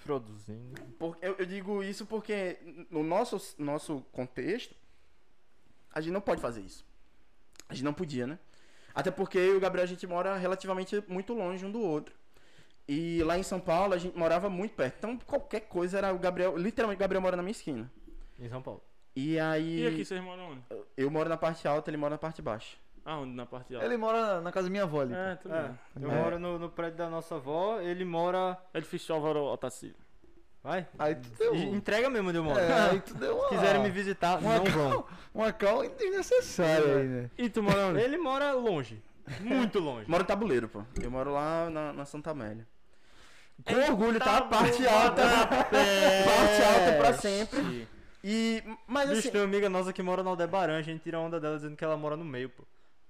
S3: Produzindo.
S1: por- eu, eu digo isso porque no nosso, nosso contexto, a gente não pode fazer isso. A gente não podia, né? Até porque eu e o Gabriel a gente mora relativamente muito longe um do outro. E lá em São Paulo a gente morava muito perto. Então qualquer coisa era o Gabriel. Literalmente o Gabriel mora na minha esquina.
S3: Em São Paulo.
S1: E aí.
S4: E aqui vocês moram onde?
S1: Eu moro na parte alta, ele mora na parte baixa.
S4: Aonde? Na parte alta?
S2: Ele mora na- na casa da minha avó ali. pô.
S4: É, tudo bem.
S3: eu
S1: É.
S3: moro no, no prédio da nossa avó, ele mora.
S4: Ele fez Álvaro Otacílio.
S3: Vai.
S2: Aí tu deu.
S3: E- Entrega mesmo onde eu moro.
S2: É, aí tu deu uma.
S3: Se quiserem me visitar,
S2: uma
S3: não vão.
S2: cal, uma cal desnecessária aí, né?
S4: E tu mora onde?
S3: Ele mora longe. Muito longe.
S1: Moro no tabuleiro, pô. Eu moro lá na, na Santa Amélia. Com
S4: Eita,
S1: orgulho, tá? Parte
S4: boa,
S1: alta. Parte alta pra sempre.
S4: Sim.
S1: É, E. Mas
S3: Bicho,
S1: assim.
S3: tem uma amiga nossa que mora no Aldebaran, a gente tira a onda dela dizendo que ela mora no meio, pô.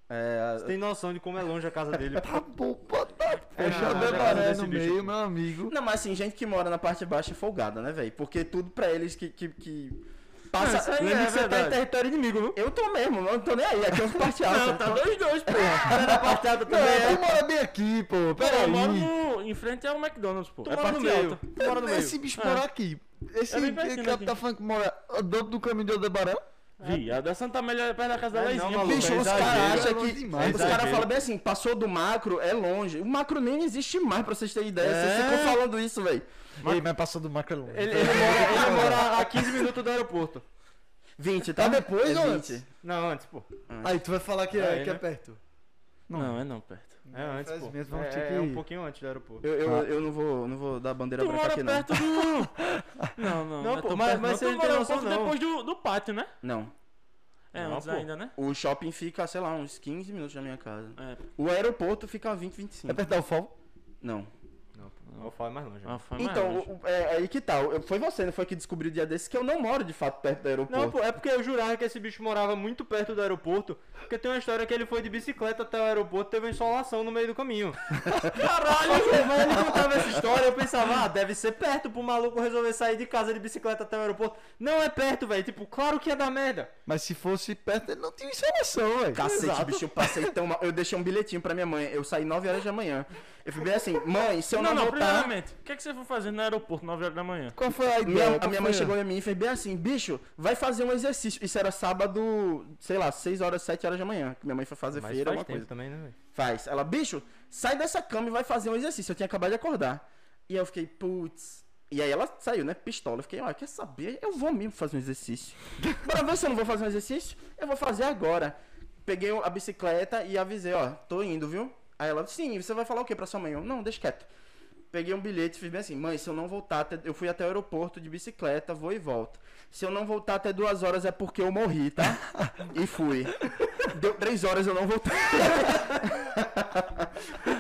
S1: É,
S3: Você tem noção de como é longe a casa dele, pô.
S2: Tá
S1: um
S2: boba, tá. Fechou
S3: não,
S2: o
S3: não,
S2: deparé
S3: Ah, desse
S2: no
S3: bicho
S2: meio,
S3: aqui.
S2: meu amigo.
S1: Não, mas assim, gente que mora na parte baixa é folgada, né, velho? Porque tudo pra eles que. que, que passa.
S4: isso aí
S1: Lembra
S4: é
S1: que você tá em
S4: verdade.
S1: território inimigo, viu? Eu tô mesmo, eu não tô nem aí. Aqui é uns parte alta.
S4: Não, tá dois, dois, porra.
S3: Na parte alta
S2: Não, um
S3: também é.
S2: tu mora bem aqui, pô. Pera
S4: Eu moro
S2: aí.
S4: no... em frente ao McDonald's, pô.
S3: Tu
S4: É
S3: mora no
S4: parte
S3: meio.
S4: alta.
S3: Tu mora no meio. Ah.
S2: Esse bicho
S4: É.
S2: mora aqui. Esse
S4: É bem pertinho
S2: cara tá
S4: daqui.
S2: falando que mora a dobro do caminho de Aldebarão.
S4: Vi, a da Santa Amélia é perto da casa da
S3: É, não,
S4: Leizinha.
S3: maluco,
S1: Bicho,
S3: é
S1: os
S3: exagero,
S1: caras
S2: é
S1: acham
S2: longe
S1: que. os
S2: demais,
S3: é
S1: caras
S3: exagero.
S1: falam bem assim, passou do macro, é longe. O macro nem existe mais, pra vocês terem ideia.
S2: É.
S1: Vocês ficam falando isso, velho.
S2: Ei, mas passou do macro é longe.
S3: Ele, ele
S2: É.
S3: mora, ele mora a 15 minutos do aeroporto.
S1: 20, tá?
S2: Tá depois
S1: é
S2: ou
S1: 20.
S2: antes?
S3: Não, antes, pô.
S2: Aí tu vai falar que é,
S3: Aí,
S2: que é
S3: né?
S2: perto.
S4: Não, é não, perto.
S3: É antes, pô.
S2: Infelizmente, vamos
S3: é,
S2: ter que-
S3: é um pouquinho antes do aeroporto.
S1: Eu, eu,
S2: Ah.
S1: eu não, vou, não vou dar bandeira
S4: Tu
S1: branca
S4: mora
S1: aqui, não.
S4: perto do... Não, não.
S3: Não,
S4: é
S3: pô,
S4: tão
S3: mas-
S4: perto,
S3: mas
S4: não.
S3: você
S4: tu
S3: não
S4: mora
S3: tem
S4: um
S3: noção,
S4: pouco
S3: não.
S4: depois do, do pátio, né?
S1: Não.
S4: É,
S3: Não,
S4: antes
S3: pô.
S4: ainda, né?
S1: O shopping fica, sei lá, uns 15 minutos da minha casa.
S4: É.
S1: O aeroporto fica a 20,
S2: É
S1: 25.
S2: perto da UFOL?
S1: Não.
S3: Não, pô. Eu falo mais longe.
S4: Ah, foi mais
S1: Então,
S4: longe.
S1: o- o- é, aí que tal? foi você, não foi que descobriu o dia desse que eu não moro de fato perto do aeroporto.
S3: Não, pô, é porque eu jurava que esse bicho morava muito perto do aeroporto, porque tem uma história que ele foi de bicicleta até o aeroporto, teve uma insolação no meio do caminho. Caralho! Mas ele contava essa história, eu pensava, ah, deve ser perto pro maluco resolver sair de casa de bicicleta até o aeroporto. Não é perto, velho, tipo, claro que ia dar merda.
S2: Mas se fosse perto, ele não tinha insolação, velho.
S1: Cacete,
S3: Exato.
S1: bicho, eu passei tão mal. Eu deixei um bilhetinho pra minha mãe. Eu saí 9 horas da manhã. Eu fui bem assim, mãe, se eu não,
S4: Não, não,
S1: voltar.
S4: primeiramente. O que, é que você foi fazer no aeroporto 9 horas da manhã?
S2: Qual foi a ideia?
S1: Minha- a
S2: Qual
S1: minha
S2: foi
S1: mãe chegou em mim e fez bem assim, bicho, vai fazer um exercício. Isso era sábado, sei lá, 6 horas, 7 horas da manhã. Que minha mãe foi fazer feira, alguma coisa.
S3: também, né, velho?
S1: Faz. Ela, bicho, sai dessa cama e vai fazer um exercício. Eu tinha acabado de acordar. E aí eu fiquei, putz. E aí ela saiu, né? Pistola. Eu fiquei, ó, quer saber? Eu vou mesmo fazer um exercício. Bora ver se eu não vou fazer um exercício? Eu vou fazer agora. Peguei a bicicleta e avisei, ó, tô indo, viu? Aí ela, sim, você vai falar o quê pra sua mãe? Eu, não, deixa quieto. Pe- Peguei um bilhete e fiz bem assim, mãe, se eu não voltar, até- eu fui até o aeroporto de bicicleta, vou e volto. Se eu não voltar até duas horas é porque eu morri, tá? e fui. Deu três horas eu não voltei.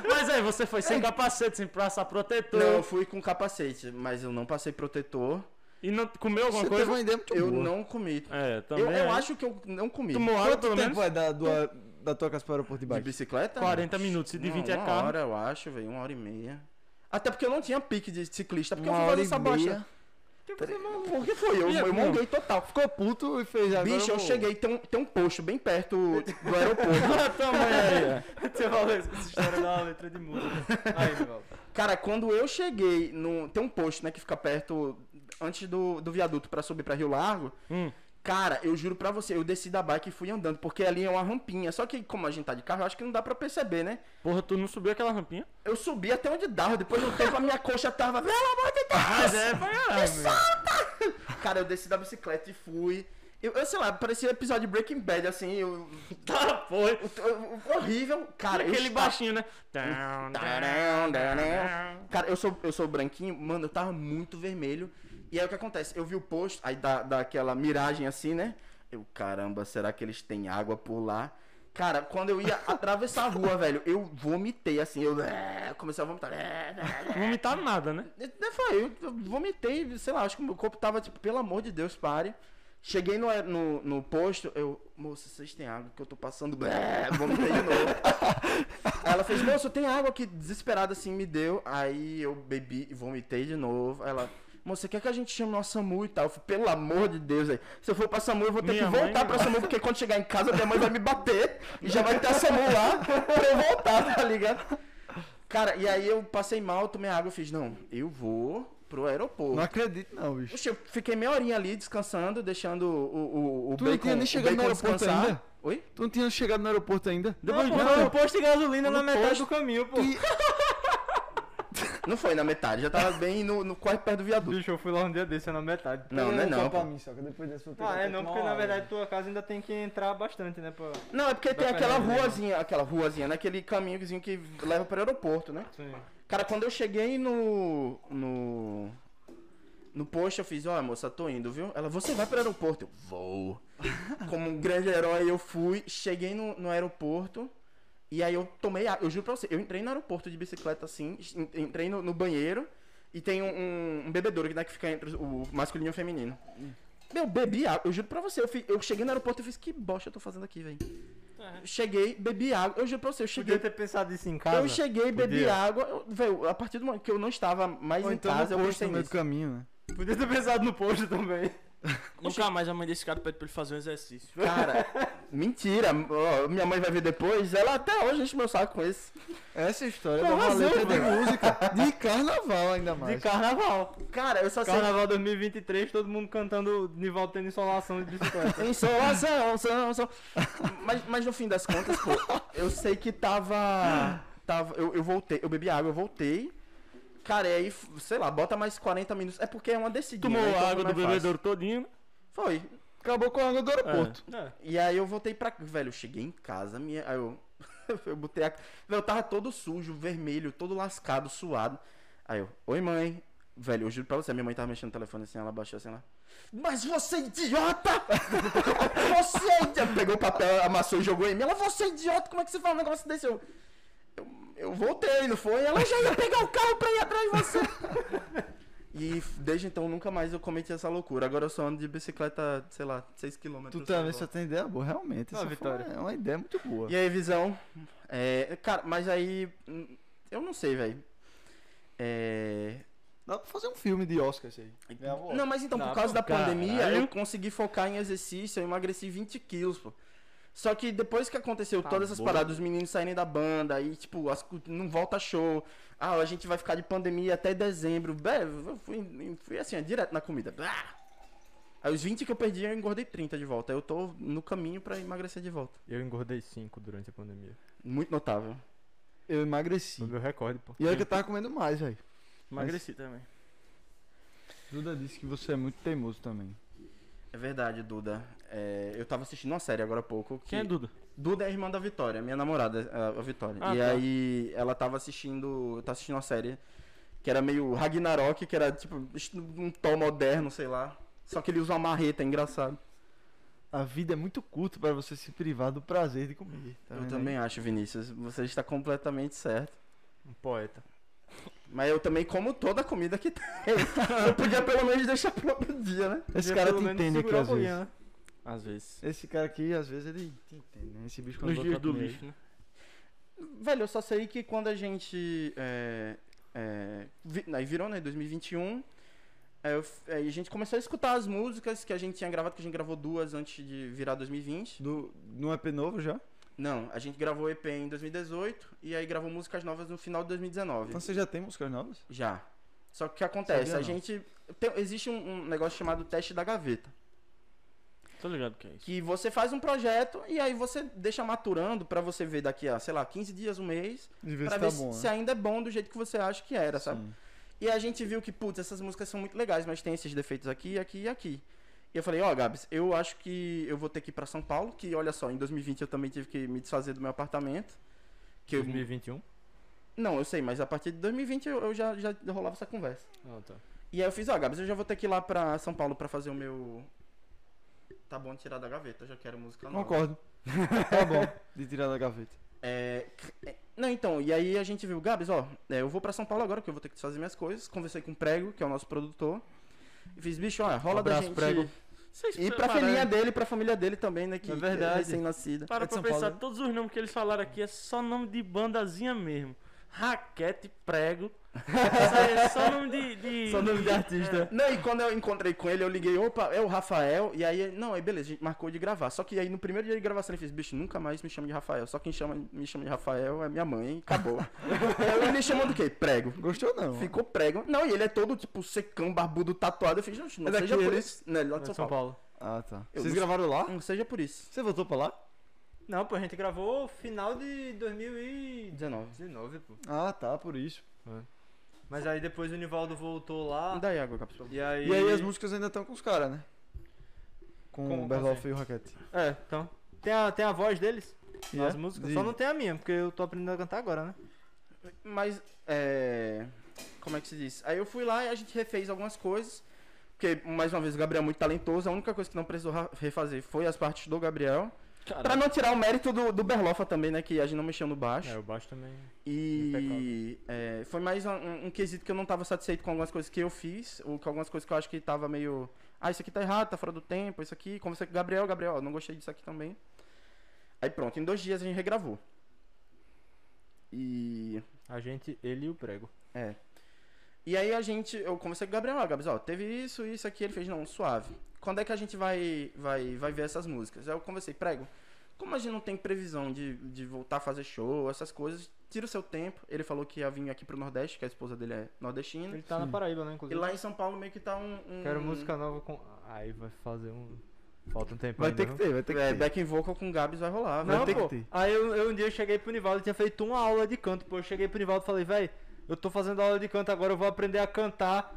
S4: Mas aí, você foi sem capacete, sem praça protetor.
S1: Não, eu fui com capacete, mas eu não passei protetor.
S4: E não comeu alguma
S2: Você
S4: coisa?
S2: teve uma ideia muito
S1: eu
S2: boa.
S1: não comi.
S2: Ah,
S4: É,
S1: Eu,
S4: também.
S1: eu
S4: é.
S1: acho que eu não comi.
S4: Tomou água,
S2: Quanto
S4: pelo
S2: tempo
S4: menos?
S2: é da, do, da tua casa para o aeroporto de
S1: De
S2: bike?
S1: bicicleta?
S4: 40 minutos, e de
S1: Não,
S4: 20 é
S1: uma
S4: carro.
S1: hora, eu acho, velho. Uma hora e meia. Até porque eu não tinha pique de ciclista, porque
S2: Uma
S1: eu fui
S2: hora
S1: fazer
S2: e
S1: essa
S2: meia.
S1: bosta. Porque foi, eu,
S4: E é
S1: eu
S4: bom.
S1: monguei total.
S2: Ficou puto e fez agora.
S1: Bicho, eu
S2: vou-
S1: cheguei, tem um, tem um posto bem perto do aeroporto.
S4: também aí.
S2: é.
S3: Você falou isso, essa história da letra de música. Aí, Rival.
S1: Cara, quando eu cheguei, no, tem um posto, né, que fica perto, antes do, do viaduto pra subir pra Rio Largo.
S4: Hum.
S1: Cara, eu juro pra você, eu desci da bike e fui andando, porque ali é uma rampinha. Só que como a gente tá de carro, eu acho que não dá pra perceber, né?
S4: Porra, tu não subiu aquela rampinha?
S1: Eu subi até onde dava, depois de um tempo a minha coxa tava, pelo amor de Deus!
S4: Mas é pra caralho. meu.
S1: Cara, eu desci da bicicleta e fui. Eu, eu sei lá, parecia episódio de Breaking Bad, assim, eu.
S4: Tá, foi.
S1: eu- eu- horrível, cara. eu
S4: Aquele
S1: estava-
S4: baixinho, né?
S1: Tarão, tarão. Cara, eu sou, eu sou branquinho, mano, eu tava muito vermelho. E aí o que acontece? Eu vi o posto, aí dá, dá aquela miragem assim, né? Eu, caramba, será que eles têm água por lá? Cara, quando eu ia atravessar a rua, velho, eu vomitei assim, eu é, comecei a vomitar. é, é,
S4: Vomitar nada, né?
S1: é. Eu Falei, eu- eu vomitei, sei lá, acho que o meu corpo tava tipo, pelo amor de Deus, pare. Cheguei no, no, no posto, eu, moça, vocês têm água que eu tô passando. É, vomitei de novo. Aí ela fez, moço, tem água que desesperada assim me deu. Aí eu bebi e vomitei de novo. Aí ela, moça, você quer que a gente chame o SAMU e tal? Eu falei, pelo amor de Deus, aí. Se eu for pra SAMU, eu vou ter
S4: Minha
S1: que
S4: mãe
S1: voltar
S4: não
S1: pra SAMU, porque quando chegar em casa, minha mãe vai me bater e já vai ter a SAMU lá pra eu voltar, tá ligado? Cara, e aí eu passei mal, tomei água, eu fiz, não, eu vou pro aeroporto.
S2: Não acredito, não, bicho.
S1: Puxa, eu fiquei meia horinha ali descansando, deixando o, o, o
S2: Tu não
S1: bacon,
S2: tinha nem
S1: o
S2: chegado no
S1: bacon
S2: aeroporto
S1: descansar.
S2: ainda?
S1: Oi?
S2: Tu não Então tinha chegado no aeroporto ainda?
S3: Depois não,
S2: não,
S3: no posto de gasolina na metade
S2: posto.
S3: do caminho, pô.
S2: E-
S1: Não foi na metade, já tava bem no, no quase perto do viaduto.
S3: Bicho, eu fui lá um dia desse, é na metade.
S1: Não,
S2: um
S1: não é não. pô.
S2: mim, só que depois desse eu vou ter
S3: Ah,
S2: que
S3: é
S2: tomar
S3: não, porque
S2: uma
S3: na
S2: água.
S3: verdade tua casa ainda tem que entrar bastante, né, pô?
S1: Não, é porque tem
S3: pra
S1: aquela
S3: gente, né,
S1: ruazinha, aquela ruazinha, né? Aquele caminhozinho que leva para o aeroporto, né?
S3: Sim.
S1: Cara, quando eu cheguei no. no. No posto, eu fiz, ó, moça, tô indo, viu? Ela, você vai pro aeroporto? Eu vou. Como um grande herói, eu fui, cheguei no, no aeroporto, e aí eu tomei água. Eu juro pra você, eu entrei no aeroporto de bicicleta assim, en- entrei no, no banheiro, e tem um, um, um bebedouro né, que fica entre o masculino e o feminino. Meu, bebi água, eu juro pra você, eu, fi- eu cheguei no aeroporto e fiz, que bosta eu tô fazendo aqui, velho. Cheguei, bebi água, eu juro pra você, eu cheguei
S3: Podia ter pensado isso em casa.
S1: eu cheguei, bebi
S3: Podia.
S1: água. eu- Véio, a partir do momento que eu não estava mais
S2: Ou
S1: em
S2: então
S1: casa,
S2: no
S1: eu
S2: posto
S1: pensei
S2: no meio do
S1: nisso.
S2: caminho, né?
S3: Podia ter pensado no posto também.
S4: Nunca mais a mãe desse cara pede pra ele fazer um exercício.
S1: Cara, mentira. ó, minha mãe vai ver depois. Ela até hoje enche meu saco com isso.
S2: Essa história
S1: Com
S2: é uma
S1: razão,
S2: letra de música de carnaval ainda mais.
S3: De carnaval.
S1: Cara, eu só sei.
S3: Carnaval 2023, todo mundo cantando Nival tendo insolação de bicicleta.
S1: Insolação, são, são. Mas, mas no fim das contas, pô, eu sei que tava. tava eu, eu voltei, eu bebi água, eu voltei. Cara, e aí, f- sei lá, bota mais 40 minutos. É porque é uma decidida.
S4: Tomou
S1: né, então
S4: a
S1: foi
S4: água do
S1: mais fácil.
S4: bebedouro todinho. né?
S1: Foi.
S2: Acabou com a água do aeroporto.
S3: É.
S1: E aí eu voltei pra. Velho, eu cheguei em casa, minha. Aí eu. eu botei a. Velho, eu tava todo sujo, vermelho, todo lascado, suado. Aí eu, oi mãe. Velho, eu juro pra você, minha mãe tava mexendo no telefone assim, ela baixou assim lá. Mas você é idiota! você é idiota! Pegou o papel, amassou e jogou em mim. Ela, você é idiota, como é que você fala um negócio desse? Eu. Eu, eu voltei, não foi? Ela já ia pegar o carro pra ir atrás de você. E desde então nunca mais eu cometi essa loucura. Agora eu só ando de bicicleta, sei lá, 6km.
S2: Tu também só tem ideia boa, realmente.
S3: Ah,
S2: Essa
S3: Vitória.
S2: Vitória. É uma ideia muito boa.
S1: E aí, visão? É, cara, mas aí. hum, Eu não sei, velho. É...
S2: Dá pra fazer um filme de Oscar isso aí.
S1: Não, mas então,
S3: Não,
S1: por causa da
S4: caralho.
S1: pandemia, eu consegui focar em exercício, eu emagreci 20 quilos, pô. Só que depois que aconteceu
S4: Tá
S1: todas essas
S4: bom.
S1: paradas, os meninos saírem da banda, aí, tipo, as cu- não volta show. Ah, a gente vai ficar de pandemia até dezembro. Bé, eu fui, fui assim, ó, direto na comida. Blá! Aí os 20 que eu perdi, eu engordei 30 de volta. Aí Eu tô no caminho pra emagrecer de volta.
S3: Eu engordei 5 durante a pandemia.
S1: Muito notável.
S2: Eu emagreci.
S3: Foi meu recorde, pô.
S2: E olha que eu tava comendo mais, velho.
S4: Emagreci também.
S2: Duda disse que você é muito teimoso também.
S1: É verdade, Duda. É, eu tava assistindo uma série agora há pouco. Que
S4: Quem é Duda?
S1: Duda é a irmã da Vitória, minha namorada, a, a Vitória.
S4: Ah,
S1: e
S4: tá.
S1: aí ela tava assistindo. Tá assistindo uma série Que era meio Ragnarok, que era tipo um Thor moderno, sei lá. Só que ele usa uma marreta, é engraçado.
S2: A vida é muito curta pra você se privar do prazer de comer. tá
S1: eu
S2: vendo
S1: também acho, Vinícius. Você está completamente certo.
S3: Um poeta.
S1: Mas eu também como toda a comida que tem. Eu podia pelo menos deixar pro outro dia, né?
S2: aí? Esse
S3: Podia
S2: cara
S3: pelo
S2: te
S3: menos
S2: entende aqui
S3: segurar
S2: às
S3: a bolinha,
S2: vezes.
S3: né?
S4: Às vezes.
S2: Esse cara aqui, às vezes, ele te entende, né? Esse bicho quando
S4: Nos
S2: bota
S4: dias
S2: pra
S4: do
S2: comer.
S4: lixo, né?
S1: Velho, eu só sei que quando a gente. É, é, vi- aí virou, né? 2021. é, eu f- aí a gente começou a escutar as músicas que a gente tinha gravado, que a gente gravou duas antes de virar 2020.
S2: Do, no EP novo já?
S1: Não, a gente gravou EP em 2018 e aí gravou músicas novas no final de 2019.
S2: Então você já tem músicas novas?
S1: Já. Só que o que acontece?
S2: Sabia
S1: a
S2: não.
S1: gente. tem- existe um- um negócio chamado teste da gaveta.
S4: Tô ligado que é isso.
S1: Que você faz um projeto e aí você deixa maturando pra você ver daqui a, sei lá, 15 dias, um mês,
S2: De ver
S1: pra
S2: se
S1: ver
S2: tá
S1: se,
S2: bom,
S1: se
S2: né?
S1: ainda é bom do jeito que você acha que era, sabe?
S2: Sim.
S1: E a gente viu que, putz, essas músicas são muito legais, mas tem esses defeitos aqui, aqui e aqui. E eu falei, ó, Gabs, eu acho que eu vou ter que ir pra São Paulo, que olha só, em 2020 eu também tive que me desfazer do meu apartamento. Que eu,
S3: 2021?
S1: não, eu sei, mas a partir de 2020 eu, eu já, já rolava essa conversa.
S3: Ah, tá.
S1: E aí eu fiz, ó, Gabs, eu já vou ter que ir lá pra São Paulo pra fazer o meu. Tá bom tirar da gaveta, eu já quero música nova.
S2: Concordo. tá bom. De tirar da gaveta.
S1: É, c- é, Não, então, e aí a gente viu, Gabs, ó, é, eu vou pra São Paulo agora, que eu vou ter que fazer minhas coisas. Conversei com o Prego, que é o nosso produtor. E fiz, bicho, ó,
S3: Um
S1: rola da
S2: Abraço,
S1: gente.
S2: Prego.
S4: Vocês
S1: E pra
S4: pararam-
S1: filhinha dele, pra família dele também, né? Que
S3: É verdade.
S1: recém-nascida.
S4: Para
S2: É de
S4: pra
S2: São
S4: pensar,
S2: Paulo, né?
S4: todos os nomes que eles falaram aqui é só nome de bandazinha mesmo. Raquete, prego. Isso aí é só nome de. de-
S3: Só nome de artista.
S1: Não, e quando eu encontrei com ele, eu liguei, opa, é o Rafael. E aí, não, aí beleza, a gente marcou de gravar. Só que aí no primeiro dia de gravação ele fez, bicho, nunca mais me chama de Rafael. Só quem chama, me chama de Rafael é minha mãe, hein? acabou. aí ele chamou do quê? Prego.
S2: É. Gostou não?
S1: Ficou prego. Não, e ele é todo tipo secão, barbudo, tatuado. Eu fiz, gente, não
S2: É
S1: seja
S2: daqui
S1: por
S2: ele?
S1: isso. Não, ele lá de São, Paulo.
S2: Ah, tá.
S1: Eu
S2: Vocês
S1: não-
S2: gravaram lá?
S1: Não seja por isso.
S2: Você voltou pra lá?
S3: Não, pô, a gente gravou final de 2019,
S1: 19.
S3: pô.
S2: Ah, tá, por isso.
S3: Mas aí depois o Nivaldo voltou lá.
S1: Me dá aí água, Caps.
S3: E aí.
S2: E aí as músicas ainda estão com os caras, né? Com
S3: Como
S2: o Berloff e o Raquete.
S3: É, então. Tem a, tem a voz deles?
S2: E
S3: Nas
S2: é?
S3: músicas?
S2: De-
S3: Só não tem a minha, porque eu tô aprendendo a cantar agora, né?
S1: Mas, é. Como é que se diz? Aí eu fui lá e a gente refez algumas coisas. Porque, mais uma vez, o Gabriel é muito talentoso. A única coisa que não precisou ra- refazer foi as partes do Gabriel. Pra não tirar o mérito do, do Berlofa também, né? Que a gente não mexeu no baixo.
S3: É, o baixo também.
S1: E é, foi mais um- um, um quesito que eu não tava satisfeito com algumas coisas que eu fiz, ou com algumas coisas que eu acho que tava meio. Ah, isso aqui tá errado, tá fora do tempo, isso aqui. Conversei com o Gabriel, Gabriel, ó, não gostei disso aqui também. Aí pronto, em dois dias a gente regravou. E.
S3: A gente, ele e o prego.
S1: É. E aí a gente. Eu conversei com o Gabriel, ó, Gabs, ó, teve isso, isso aqui, ele fez, não, suave. Quando é que a gente vai, vai, vai ver essas músicas? Aí eu conversei, prego. Como a gente não tem previsão de, de voltar a fazer show, essas coisas, tira o seu tempo. Ele falou que ia vir aqui pro Nordeste, que a esposa dele é nordestina.
S3: Ele tá na
S2: Sim.
S3: Paraíba, né,
S1: E
S3: inclusive.
S1: lá em São Paulo meio que tá um. um-
S3: Quero música nova com. Aí vai fazer um. Falta um tempo
S2: Vai
S3: ainda,
S2: ter que
S3: viu?
S2: ter, vai ter que
S1: É,
S2: ter.
S1: back in vocal com o Gabs vai rolar,
S3: Não,
S1: velho.
S2: ter que
S3: pô.
S2: ter.
S3: Aí eu, eu um dia cheguei pro Nivaldo, tinha feito uma aula de canto, pô. Eu cheguei pro Nivaldo e falei, véi, eu tô fazendo aula de canto agora, eu vou aprender a cantar.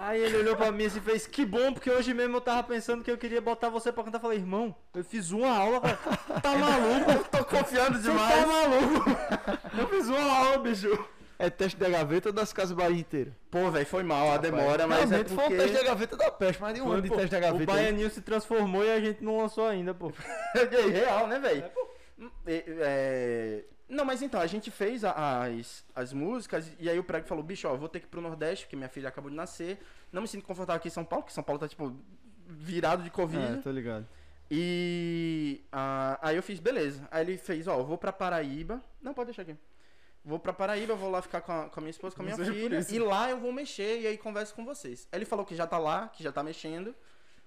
S3: Aí ele olhou pra mim assim e fez, que bom, porque hoje mesmo eu tava pensando que eu queria botar você pra cantar. Eu falei, irmão, eu fiz uma aula, cara. Tá maluco?
S1: Tô confiando
S3: Você tá maluco? Eu fiz uma aula, bicho.
S2: É teste da gaveta ou das Casas Bahia inteira?
S1: Pô, velho, foi mal a demora, mas é
S2: Realmente foi um teste da
S1: porque...
S2: gaveta da peste, mas de um
S3: Foi,
S2: ano de
S3: pô.
S2: teste da
S3: O
S2: gaveta. aí.
S3: Baianinho se transformou e a gente não lançou ainda, pô.
S1: É real, né, velho? É, é, Não, mas então, a gente fez a- as, as músicas e aí o prego falou, bicho, ó, eu vou ter que ir pro Nordeste, porque minha filha acabou de nascer. Não me sinto confortável aqui em São Paulo, porque São Paulo tá, tipo, virado de Covid.
S2: É, tô ligado.
S1: E ah, aí eu fiz, beleza. Aí ele fez, ó, eu vou pra Paraíba. Não, pode deixar aqui. Vou pra Paraíba, vou lá ficar com a, com a minha esposa, com a minha
S2: Não sei por
S1: filha.
S2: isso.
S1: E lá eu vou mexer e aí converso com vocês. Aí ele falou que já tá lá, que já tá mexendo,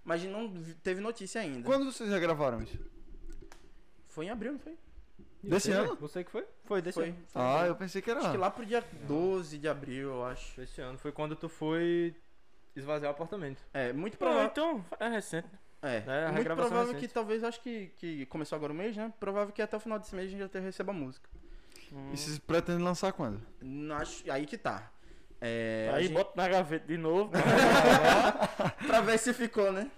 S1: mas não teve notícia ainda.
S2: Quando vocês já gravaram isso?
S1: Foi em abril, não foi?
S2: Desse
S3: Você,
S2: ano?
S3: né? Você que foi? Foi, desse
S1: Foi.
S3: ano.
S1: Foi em
S2: Ah,
S1: abril.
S2: eu pensei que era.
S1: Acho que lá pro dia 12 de abril, eu acho.
S3: Desse ano. Foi quando tu foi esvaziar o apartamento.
S1: É, muito
S4: Pô,
S1: provável.
S4: então, é recente.
S1: É,
S3: É, a
S1: muito
S3: regravação
S1: provável
S3: recente.
S1: que talvez, acho que, que começou agora o mês, né? Provável que até o final desse mês a gente já te- receba a música.
S4: Hum.
S2: E vocês pretendem lançar quando?
S1: Não acho- aí que tá. É, a
S4: aí
S1: gente-
S4: bota na gaveta de novo. né?
S1: pra ver se ficou, né?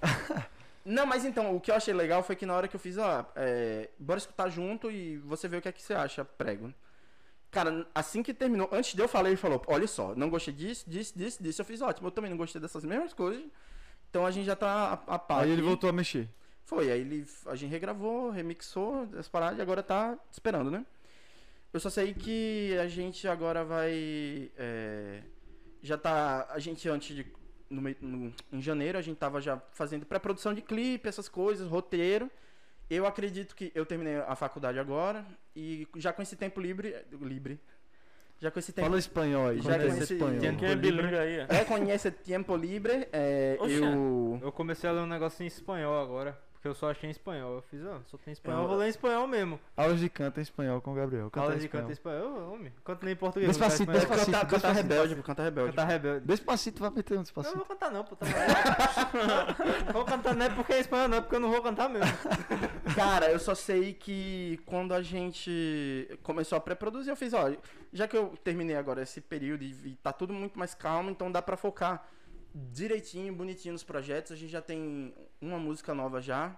S1: Não, mas então, o que eu achei legal foi que na hora que eu fiz, ó, é, bora escutar junto e você vê o que é que você acha, prego. Cara, assim que terminou, antes de eu falar, ele falou: Olha só, não gostei disso, disso, disso, disso. Eu fiz ótimo, eu também não gostei dessas mesmas coisas. Então a gente já tá a, a par.
S2: Aí ele
S1: aqui."
S2: voltou a mexer.
S1: Foi, aí ele, a gente regravou, remixou as paradas e agora tá esperando, né? Eu só sei que a gente agora vai. é, já tá. A gente antes de. no mei- no- em janeiro a gente tava já fazendo pré-produção de clipe, essas coisas, roteiro. Eu acredito que. Eu terminei a faculdade agora e já com esse tempo livre. Livre. Já com esse tempo.
S2: Fala espanhol aí.
S1: Já
S2: Já
S1: conheci-
S2: espanhol.
S4: Quem é bilingue aí? ó.
S1: É, conhece tempo livre. é,
S4: Oxa.
S1: eu.
S3: Eu comecei a ler um negócio em espanhol agora. Porque eu só achei em espanhol. Eu fiz, ó, só tem espanhol.
S1: Eu-
S3: Eu vou ler em espanhol mesmo.
S2: Aulas de canto em espanhol com o Gabriel. Cantar
S3: Aula
S2: em
S3: de canto em
S2: espanhol.
S3: espanhol. Homem, canto nem em português. vou
S2: Despacito,
S3: cantar em espanhol.
S2: despacito.
S1: Cantar, cantar
S2: Despacito.
S1: rebelde, pô, cantar rebelde.
S3: Cantar rebelde.
S2: Despacito, vai meter um
S3: Eu não
S2: despacito.
S3: vou cantar não, pô. Tá maluco? Não vou cantar não é porque é espanhol, não, é porque eu não vou cantar mesmo.
S1: Cara, eu só sei que quando a gente começou a pré-produzir, eu fiz, ó, já que eu terminei agora esse período e e tá tudo muito mais calmo, então dá pra focar direitinho, bonitinho nos projetos. A gente já tem uma música nova já,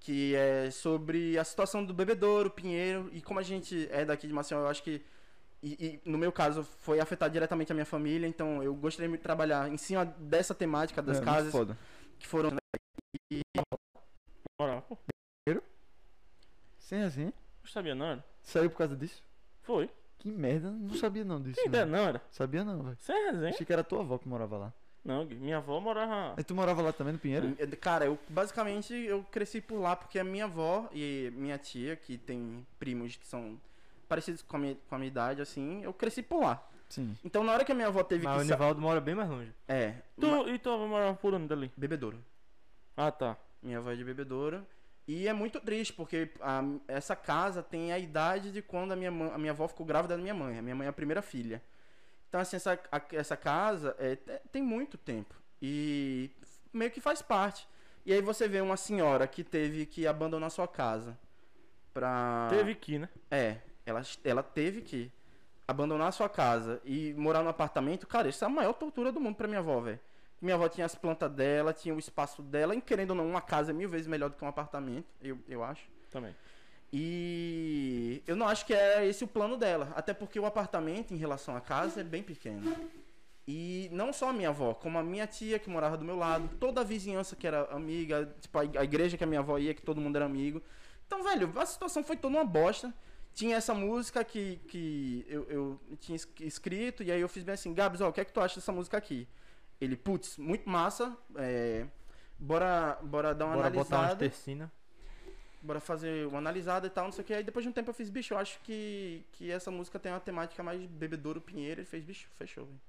S1: que é sobre a situação do bebedouro, Pinheiro, e como a gente é daqui de Maceió, eu acho que e, e no meu caso foi afetar diretamente a minha família, então eu gostaria muito de trabalhar em cima dessa temática das
S2: É, muito
S1: casas
S2: Foda.
S1: que foram
S4: Moral, pô,
S2: Sem
S1: é assim?
S2: resenha?
S4: não sabia não, era?
S2: Saiu por causa disso?
S4: Foi.
S2: Que merda, não sabia não disso.
S4: Tem ideia
S2: velho.
S4: não, era?
S2: Sabia não, velho.
S4: Sem resenha.
S2: Achei que era tua avó que morava lá.
S4: Não, Gui, minha avó morava...
S2: Aí tu morava lá também no Pinheiro?
S1: Eu- É, Cara, eu basicamente eu cresci por lá porque a minha avó e minha tia, que tem primos que são parecidos com a minha, com a minha idade, assim, eu cresci por lá.
S2: Sim.
S1: Então na hora que a minha avó teve
S3: Mas o
S1: que. Sa...
S3: Nivaldo mora bem mais longe.
S1: É. ma-
S4: Tu, e tua avó morava por onde ali?
S1: Bebedouro.
S4: Ah, tá.
S1: Minha avó é de bebedouro. E é muito triste, porque a- essa casa tem a idade de quando a minha, mã- a minha avó ficou grávida da minha mãe. A minha mãe é a primeira filha. Então, assim, essa, a- essa casa é, te- tem muito tempo. E meio que faz parte. E aí você vê uma senhora que teve que abandonar sua casa
S2: Ah.
S1: pra...
S4: Teve que, né?
S1: É, ela, ela teve que abandonar sua casa e morar num apartamento. Cara, isso é a maior tortura do mundo pra minha avó, velho. Minha avó tinha as plantas dela, tinha o espaço dela, e querendo ou não, uma casa é mil vezes melhor do que um apartamento, eu, eu acho.
S4: Também.
S1: E eu não acho que é esse o plano dela. Até porque o apartamento, em relação à casa, é bem pequeno. E não só a minha avó, como a minha tia que morava do meu lado, toda a vizinhança que era amiga, tipo, a a igreja que a minha avó ia, que todo mundo era amigo. Então, velho, a situação foi toda uma bosta. Tinha essa música que, que eu, eu tinha es- escrito, e aí eu fiz bem assim, Gabs, ó, o que é que tu acha dessa música aqui? Ele, putz, muito massa, é, bora, bora dar uma
S3: Bora botar umas
S1: analisada
S3: tercinas.
S1: bora fazer uma analisada e tal, não sei o que. Aí depois de um tempo eu fiz, bicho, eu acho que, que essa música tem uma temática mais bebedouro pinheiro. Ele fez, bicho, fechou, velho.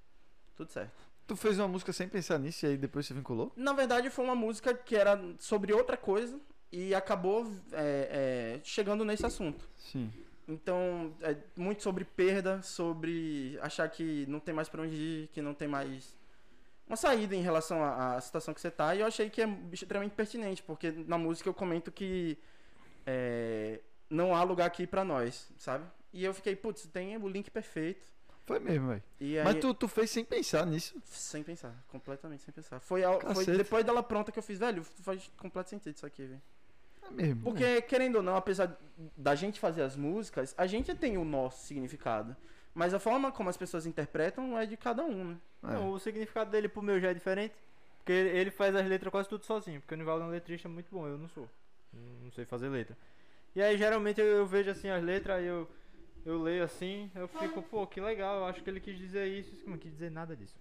S1: Tudo certo.
S2: Tu fez uma música sem pensar nisso e aí depois se vinculou?
S1: Na verdade, foi uma música que era sobre outra coisa e acabou é, é, chegando nesse assunto.
S2: Sim.
S1: Então, é muito sobre perda, sobre achar que não tem mais pra onde ir, que não tem mais uma saída em relação à, à situação que você tá. E eu achei que é extremamente pertinente, porque na música eu comento que é, não há lugar aqui pra nós, sabe? E eu fiquei, putz, tem o link perfeito.
S2: Foi mesmo, velho.
S1: E aí,
S2: Mas tu, tu fez sem pensar nisso.
S1: sem pensar, completamente sem pensar. Foi, ao- foi
S2: Cacete.
S1: depois dela pronta que eu fiz, velho, faz completo sentido isso aqui, velho.
S2: É mesmo.
S1: Porque, querendo ou não, apesar da gente fazer as músicas, a gente tem o nosso significado. Mas a forma como as pessoas interpretam é de cada um, né?
S2: É.
S3: Não, o significado dele pro meu já é diferente. Porque ele ele faz as letras quase tudo sozinho. Porque o Nivaldo é um letrista muito bom, eu não sou. Não não sei fazer letra. E aí geralmente eu, eu vejo assim as letras e eu, eu leio assim, eu fico, pô, que legal, eu acho que ele quis dizer isso. isso que Não quis dizer nada disso.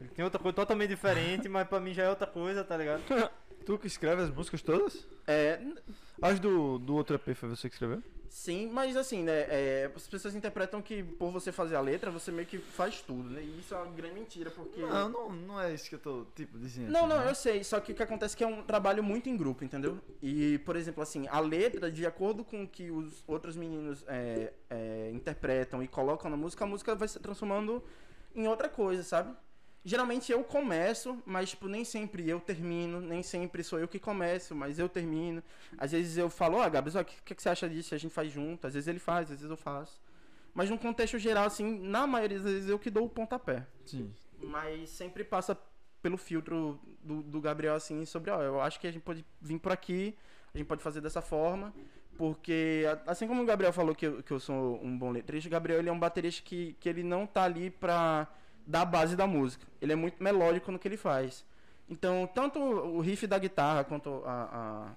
S3: Ele tem outra coisa totalmente diferente, mas pra mim já é outra coisa, tá ligado?
S2: É. Tu que escreve as músicas todas?
S1: É, n-
S2: As do, do outro EP foi você que escreveu?
S1: sim, mas assim, né? é, as pessoas interpretam que por você fazer a letra, você meio que faz tudo, né? E isso é uma grande mentira, porque.
S2: Não, não, não é isso que eu tô, tipo, dizendo.
S1: Não, não, eu sei. Só que o que acontece é que é um trabalho muito em grupo, entendeu? E, por exemplo, assim, a letra, de acordo com o que os outros meninos é, é, interpretam e colocam na música, a música vai se transformando em outra coisa, sabe? Geralmente eu começo, mas tipo, nem sempre eu termino, nem sempre sou eu que começo, mas eu termino. Às vezes eu falo, ó, Gabs, o que, que, que você acha disso? A gente faz junto, às vezes ele faz, às vezes eu faço. Mas num contexto geral, assim, na maioria das vezes eu que dou o pontapé
S2: Sim.
S1: mas sempre passa pelo filtro do, do Gabriel, assim, sobre, ó, eu acho que a gente pode vir por aqui, a gente pode fazer dessa forma, Porque, a- assim como o Gabriel falou que eu, que eu sou um bom letrista, o Gabriel ele é um baterista que, que ele não tá ali pra dar a base da música. Ele é muito melódico no que ele faz. Então, tanto o riff da guitarra quanto a,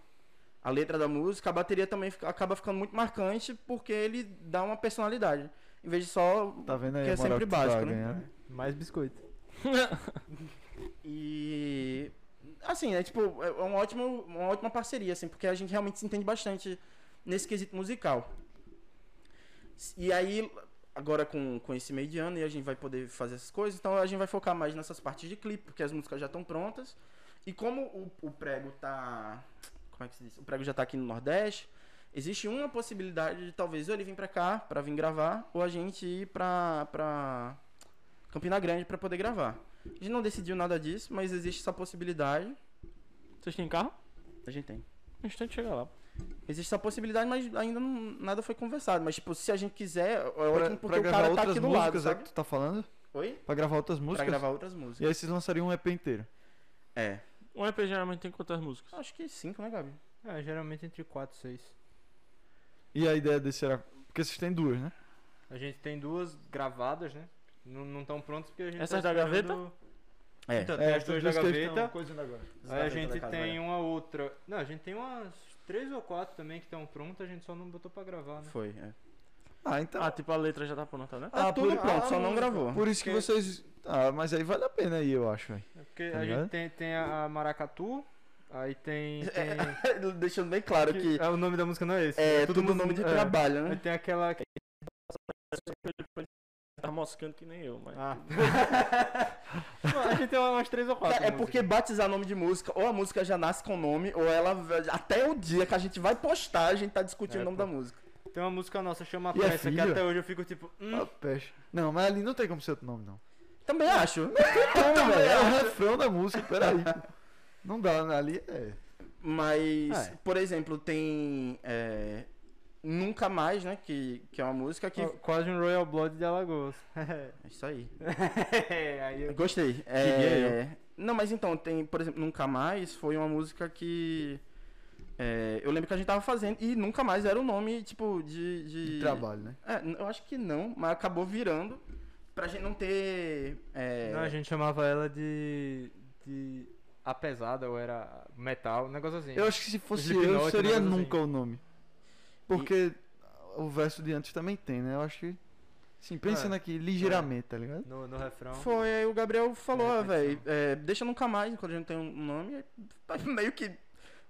S1: a, a letra da música, a bateria também fica- acaba ficando muito marcante porque ele dá uma personalidade. Em vez de só.
S2: Tá vendo aí?
S1: Que é
S2: a moral
S1: sempre
S2: tu tá
S1: básico, né?
S2: ganhando?
S3: Mais biscoito.
S1: E. Assim, é tipo, é um ótimo, uma ótima parceria, assim, porque a gente realmente se entende bastante nesse quesito musical. E aí, agora com, com esse meio de ano, e a gente vai poder fazer essas coisas, então a gente vai focar mais nessas partes de clipe, porque as músicas já estão prontas. E como o, o prego tá. Como é que se diz? O prego já tá aqui no Nordeste, existe uma possibilidade de talvez ou ele vir pra cá pra vir gravar, ou a gente ir pra, pra Campina Grande pra poder gravar. A gente não decidiu nada disso, mas existe essa possibilidade.
S4: Vocês têm carro?
S1: A gente tem.
S4: Um instante chega lá.
S1: Existe essa possibilidade, mas ainda não- nada foi conversado. Mas, tipo, se a gente quiser, é
S2: Pra,
S1: ótimo porque
S2: pra
S1: o
S2: gravar
S1: cara tá
S2: outras
S1: aqui do lado,
S2: músicas, é
S1: sabe?
S2: que tu tá falando?
S1: Oi?
S2: Pra gravar outras
S1: Pra
S2: músicas?
S1: gravar outras
S2: E
S1: músicas.
S2: aí vocês lançariam um EP inteiro.
S1: É.
S4: Um EP geralmente tem quantas músicas?
S1: Acho que cinco, né, Gabi?
S3: É, geralmente entre 4 e 6.
S2: E a ideia desse era. Porque vocês têm duas, né?
S3: A gente tem duas gravadas, né? Não- Não estão prontas porque a gente.
S4: Essas
S3: tá
S4: da gaveta?
S3: esperando-
S1: É. Tá,
S3: Então, tem as
S2: tem
S3: duas da
S2: que eles tão
S3: gaveta.
S2: coisando agora.
S3: Aí a gente tem uma outra. Não, a gente tem umas três ou quatro também que estão prontas, a gente só não botou pra gravar, né?
S1: Foi, é.
S2: Ah, então.
S4: Ah, tipo a letra já tá pronta, né?
S1: Tá
S2: Ah,
S1: tudo
S2: por-
S1: pronto,
S2: ah,
S1: só não
S2: não-
S1: gravou.
S2: Por isso que
S3: Porque-
S2: vocês. Ah, mas aí vale a pena aí, eu acho, velho.
S3: É Porque
S2: Tá
S3: a
S2: ligado?
S3: gente tem, tem a Maracatu, aí tem.
S1: É,
S3: tem-
S1: Deixando bem claro que
S3: Ah, o nome da música não é esse.
S1: é
S3: todo
S1: tudo no nome de trabalho, né?
S3: Tem aquela. que-
S4: Tá moscando que nem eu,
S2: É.
S4: mas.
S3: Ah. Não, a gente tem umas três ou quatro.
S1: É, é porque
S3: músicas.
S1: batizar nome de música, ou a música já nasce com o nome, ou ela. Até o dia que a gente vai postar, a gente tá discutindo
S3: É,
S1: o nome
S3: pô.
S1: da música.
S3: Tem uma música nossa, chama
S2: E é
S3: Pressa, que
S2: filho?
S3: até hoje eu fico tipo. Hum,
S2: Ah, peste. Não, mas ali não tem como ser outro nome, não.
S1: Também acho.
S2: Não, velho, é o refrão da música, peraí. pô. Não dá, né? ali é.
S1: Mas,
S2: Ah, é.
S1: por exemplo, tem. é, Nunca Mais, né? Que, que é uma música
S2: Ah.
S1: que.
S3: qu- Quase um Royal Blood de Alagoas.
S1: É isso aí.
S3: aí eu...
S1: Gostei. É... Não, mas então, tem, por exemplo, Nunca Mais foi uma música que. é, eu lembro que a gente tava fazendo e nunca mais era o nome, tipo, de. de...
S2: De trabalho, né?
S1: É, n- eu acho que não, mas acabou virando pra gente não ter. é,
S3: Não, a gente chamava ela de. de. A pesada, ou era metal, um negócio assim.
S2: Eu acho que se fosse eu,
S3: Slipknot,
S2: seria
S3: um negócio
S2: nunca o nome. Porque o verso de antes também tem, né? Eu acho que. Sim,
S3: É.
S2: pensando aqui ligeiramente, tá ligado?
S3: No, no refrão.
S1: Foi, aí o Gabriel falou,
S3: É,
S1: ah, velho, é, deixa nunca mais, quando a gente tem um nome, aí meio que.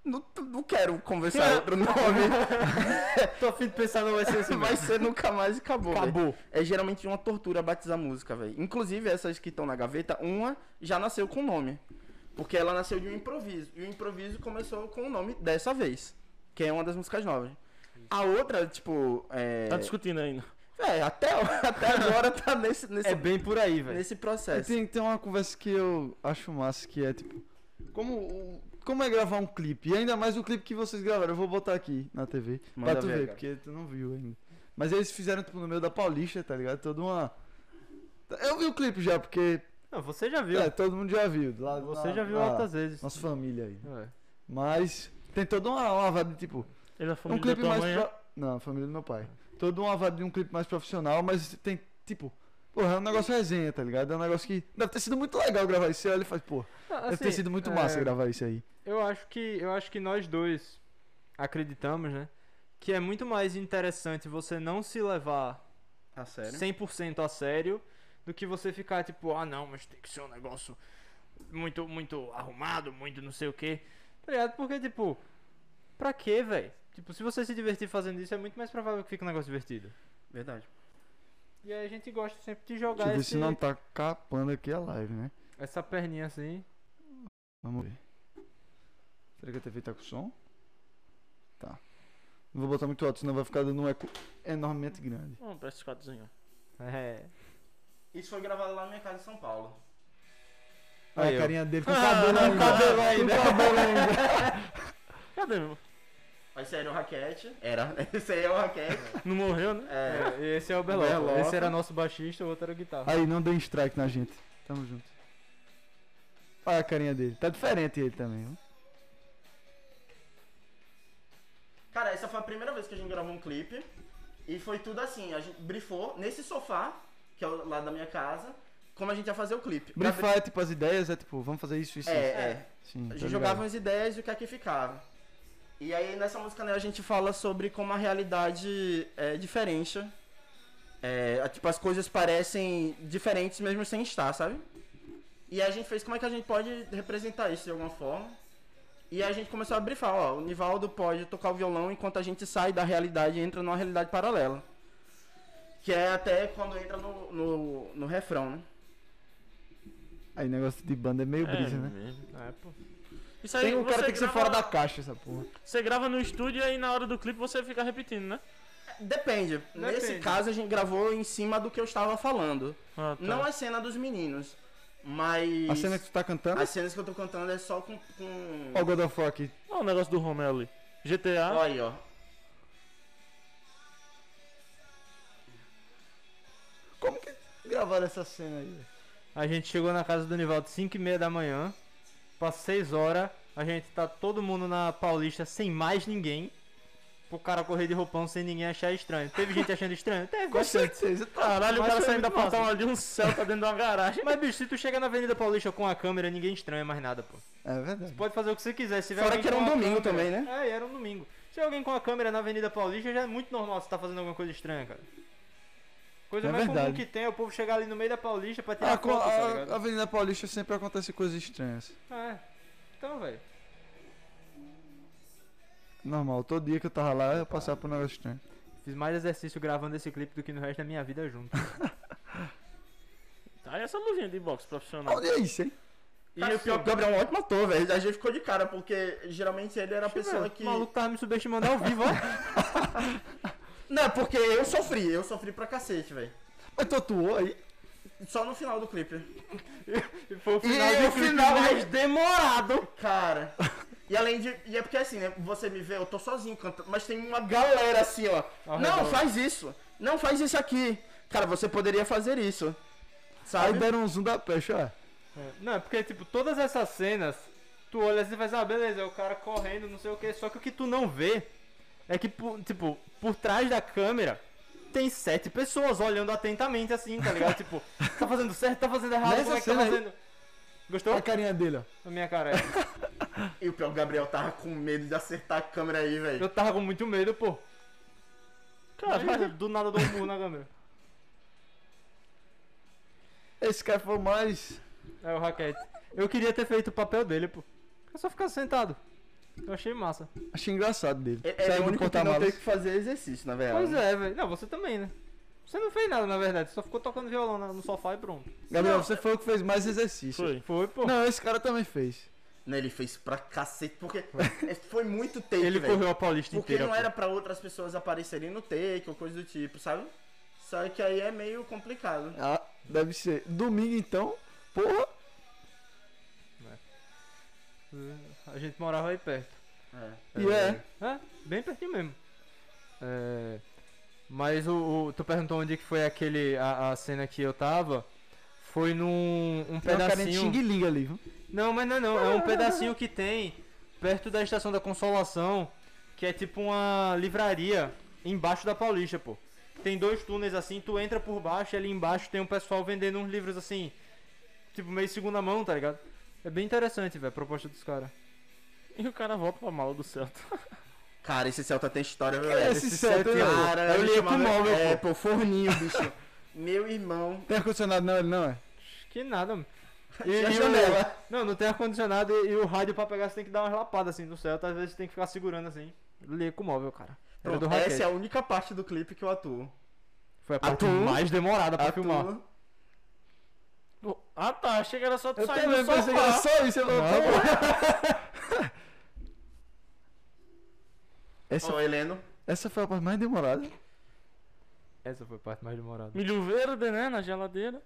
S1: Não, não quero conversar outro nome.
S3: Tô afim de pensar, não vai ser assim.
S1: Vai ser nunca mais e acabou. véi. É geralmente uma tortura batizar música, velho. Inclusive, essas que estão na gaveta, uma já nasceu com o nome. Porque ela nasceu de um improviso. E o improviso começou com o nome dessa vez. Que é uma das músicas novas. A outra, tipo. É,
S4: Tá discutindo ainda.
S1: é, até, até agora tá nesse, nesse,
S3: É bem por aí, velho.
S1: nesse
S2: E
S1: processo.
S2: tem, tem uma conversa que eu acho massa, que é tipo. Como, o- como é gravar um clipe? E ainda mais o clipe que vocês gravaram. Eu vou botar aqui na TV
S1: Manda
S2: pra tu
S1: ver,
S2: ver,
S1: cara.
S2: porque tu não viu ainda. Mas eles fizeram tipo no meio da Paulista, tá ligado? Toda uma. Eu vi o clipe já, porque.
S3: Não, você já viu.
S2: É, todo mundo já viu. Lá,
S3: você
S2: na-
S3: já viu
S2: na-
S3: altas vezes.
S2: Nossa família aí. né?
S3: É.
S2: Mas tem toda uma, uma vibe de tipo.
S4: Ele é
S2: É um
S4: família
S2: clipe
S4: da tua
S2: mais.
S4: mãe, é?
S2: Pro... Não, a família do meu pai. Todo uma vibe de um clipe mais profissional, mas tem, tipo. Porra, é um negócio resenha, tá ligado? É um negócio que. Deve ter sido muito legal gravar isso. Você olha e faz, pô,
S3: Não,
S2: deve ter
S3: assim,
S2: sido muito
S3: é,
S2: massa gravar isso aí.
S3: Eu acho que eu acho que nós dois acreditamos, né? Que é muito mais interessante você não se levar
S1: Ah, sério?
S3: 100% a sério do que você ficar tipo, ah não, mas tem que ser um negócio muito muito arrumado, muito não sei o quê. Tá ligado? Porque tipo, pra quê, velho? Tipo, se você se divertir fazendo isso, é muito mais provável que fique um negócio divertido.
S1: Verdade.
S3: E aí a gente gosta sempre de
S2: Deixa
S3: jogar
S2: eu ver
S3: esse-
S2: se não tá capando aqui a live, né?
S3: essa perninha assim.
S2: Vamos ver. Será que a TV tá com som? Tá. Não vou botar muito alto, senão vai ficar dando um eco enormemente grande.
S4: Vamos pra esses quadrozinhos.
S3: É.
S1: Isso foi gravado lá na minha casa em São Paulo.
S2: Olha
S3: Aí,
S2: a
S3: ó.
S2: carinha dele com o cabelo ainda.
S3: cabelo ainda.
S2: Com o cabelo ainda.
S4: Cadê, meu?
S1: Mas sério, o raquete. Era. Esse aí é o raquete.
S4: Não morreu, né?
S1: É.
S3: É, esse é o Belofa.
S1: Belofa.
S3: Esse era nosso baixista, o outro era o guitarra.
S2: Aí, não deem strike na gente. Tamo junto. Olha a Tá carinha dele. Tá diferente ele também, viu?
S1: Cara, essa foi a primeira vez que a gente gravou um clipe. E foi tudo assim, a gente brifou nesse sofá, que é o lado da minha casa, como a gente ia fazer o clipe.
S2: Brifar é tipo as ideias, é tipo, vamos fazer isso, isso,
S1: É,
S2: isso.
S1: é. A
S2: Sim, tá
S1: gente
S2: ligado.
S1: jogava umas ideias e o que é que ficava. E aí nessa música né, a gente fala sobre como a realidade é diferente. É, a- tipo, as coisas parecem diferentes mesmo sem estar, sabe? E a gente fez como é que a gente pode representar isso de alguma forma. E a gente começou a brifar, ó, o Nivaldo pode tocar o violão enquanto a gente sai da realidade e entra numa realidade paralela. Que é até quando entra no, no, no refrão, né?
S2: Aí negócio de banda é meio brisa, né?
S4: mesmo.
S3: É, pô.
S4: Isso aí,
S2: Tem, o cara
S4: você
S2: tem que ser
S4: grava-
S2: fora da caixa, essa porra.
S4: Você grava no estúdio e aí na hora do clipe você fica repetindo, né?
S1: Depende. Nesse
S3: Depende.
S1: caso a gente gravou em cima do que eu estava falando.
S4: Ah, tá.
S1: Não a cena dos meninos, mas.
S2: A cena que tu tá cantando,
S1: As cenas que eu tô cantando é só com. com...
S2: ó o God of War aqui.
S4: Olha o negócio do Romeu ali. GTA.
S1: Olha aí, ó.
S2: Como que gravaram essa cena aí? velho?
S3: A gente chegou na casa do Nivaldo 5 e meia da manhã, para 6 horas, a gente tá todo mundo na Paulista sem mais ninguém, pro cara correr de roupão sem ninguém achar estranho. Teve gente achando estranho? Teve
S2: Com
S3: bastante.
S2: certeza, tá.
S3: Mas
S4: Caralho, o cara
S3: foi
S4: saindo da
S3: muito massa.
S4: portal de um Celta dentro de uma garagem.
S3: Mas bicho, se tu chega na Avenida Paulista com a câmera, ninguém estranha mais nada, pô.
S2: É verdade.
S3: Pode fazer o que você quiser. Se tiver
S1: Fora
S3: alguém
S1: que era
S3: com
S1: um
S3: a
S1: domingo
S3: câmera-
S1: também, né?
S3: É, e era um domingo. Se tiver alguém com a câmera na Avenida Paulista, já é muito normal você tá fazendo alguma coisa estranha, cara. Coisa
S2: É
S3: mais
S2: verdade.
S3: comum que tem é o povo chegar ali no meio da Paulista pra tirar
S2: Ah, com
S3: foto, tá
S2: a,
S3: ligado?
S2: a Avenida Paulista sempre acontece coisas estranhas.
S3: É. Então, velho.
S2: Normal, todo dia que eu tava lá eu passava por um negócio estranho.
S3: Fiz mais exercício gravando esse clipe do que no resto da minha vida junto.
S4: Aí Tá, essa luvinha de boxe profissional.
S2: Onde é isso, hein?
S1: E
S3: Assim,
S4: Cara,
S1: o
S3: é tipo,
S1: pior que o Gabriel Watt matou, velho. A gente ficou de cara, porque geralmente ele era a pessoa que.
S3: O maluco tava me subestimando ao vivo, ó.
S1: Não, porque eu sofri, eu sofri pra cacete, velho.
S2: Mas tu atuou aí?
S1: Só no final do clipe.
S3: E foi o
S1: final do clipe mais
S3: demorado.
S1: Cara. E além de. E é porque assim, né? Você me vê, eu tô sozinho cantando, mas tem uma galera assim, ó.
S3: Ao
S1: Não,
S3: redor.
S1: faz isso. Não faz isso aqui. Cara, você poderia fazer isso.
S2: Aí
S1: Sabe?
S2: deram um zoom da peste, ó.
S3: Não, é porque, tipo, todas essas cenas, tu olha assim e faz, ah, beleza, é o cara correndo, não sei o que. Só que o que tu não vê é que, por- tipo, por trás da câmera. Tem sete pessoas olhando atentamente assim, tá ligado? tipo, tá fazendo certo, tá fazendo errado,
S2: Nessa
S3: como é que tá
S2: cena aí-
S3: fazendo? Gostou?
S2: Olha a carinha dele, ó.
S3: A minha cara é.
S1: E o pior, é o Gabriel tava com medo de acertar a câmera aí, velho.
S3: Eu tava com muito medo, pô. Imagina,
S4: Caralho.
S3: do nada eu dou um burro na câmera.
S2: Esse cara foi o mais.
S3: É o Raquete. Eu queria ter feito o papel dele, pô. Eu só ficar sentado. Eu achei massa.
S2: Achei engraçado dele.
S1: É, é
S2: Saiu
S1: o
S2: do
S1: único que não
S2: porta-malas.
S1: teve que fazer exercício, na verdade.
S3: Pois é, velho. Não, você também, né? Você não fez nada, na verdade. Só ficou tocando violão na- no sofá e pronto.
S2: Gabriel,
S1: Não,
S2: você foi o que fez mais exercício.
S4: Foi.
S3: Foi, pô.
S2: Não, esse cara também fez.
S1: Né, ele fez pra cacete, porque é, foi muito take,
S3: Ele
S1: velho.
S3: correu a Paulista
S1: Porque
S3: inteira.
S1: não
S3: pô.
S1: era pra outras pessoas aparecerem no take ou coisa do tipo, sabe? Só que aí é meio complicado.
S2: Ah, deve ser. Domingo então, porra.
S3: A gente morava aí perto.
S1: É.
S2: E é.
S3: É, bem pertinho mesmo. É, mas o, o- Tu perguntou onde que foi aquele. A, a cena que eu tava. Foi num um
S2: Tem uma carinha de
S3: pedacinho.
S2: xing-ling ali, viu?
S3: Não, mas não, não. É um pedacinho que tem perto da Estação da Consolação, que é tipo uma livraria embaixo da Paulista, pô. Tem dois túneis assim, tu entra por baixo e ali embaixo tem um pessoal vendendo uns livros assim, tipo meio segunda mão, tá ligado? É bem interessante, velho, a proposta dos caras.
S4: E o cara volta pra mala do Celta.
S1: Cara, esse Celta tem história, velho.
S2: é esse Celta,
S1: Celta,
S2: hein, pô?
S1: cara,
S2: Eu
S1: ele
S2: olhei pro
S1: chamava-
S2: móvel,
S1: É, pô, forninho, bicho. Meu irmão.
S2: Tem ar-condicionado não, ele não é?
S3: Que nada, mano. E,
S1: Tinha
S3: e o-
S1: janela.
S3: Não, não tem ar-condicionado e, e o rádio pra pegar você tem que dar umas lapadas assim no céu, às vezes você tem que ficar segurando assim. Lê com o móvel, cara. Era
S1: Pronto,
S3: do
S1: essa é
S3: raquete.
S1: a única parte do clipe que eu atuo.
S3: Foi a parte
S2: Atuo.
S3: mais demorada pra filmar.
S1: Atuo.
S4: Ah tá, achei que era só tu
S2: Eu
S4: sair
S2: também
S4: do sofá.
S2: pensei que era só isso, eu não,
S3: Não,
S2: essa,
S1: Ó, Heleno.
S2: essa foi a parte mais demorada.
S3: Essa foi a parte mais demorada.
S4: Milho verde, né? Na geladeira.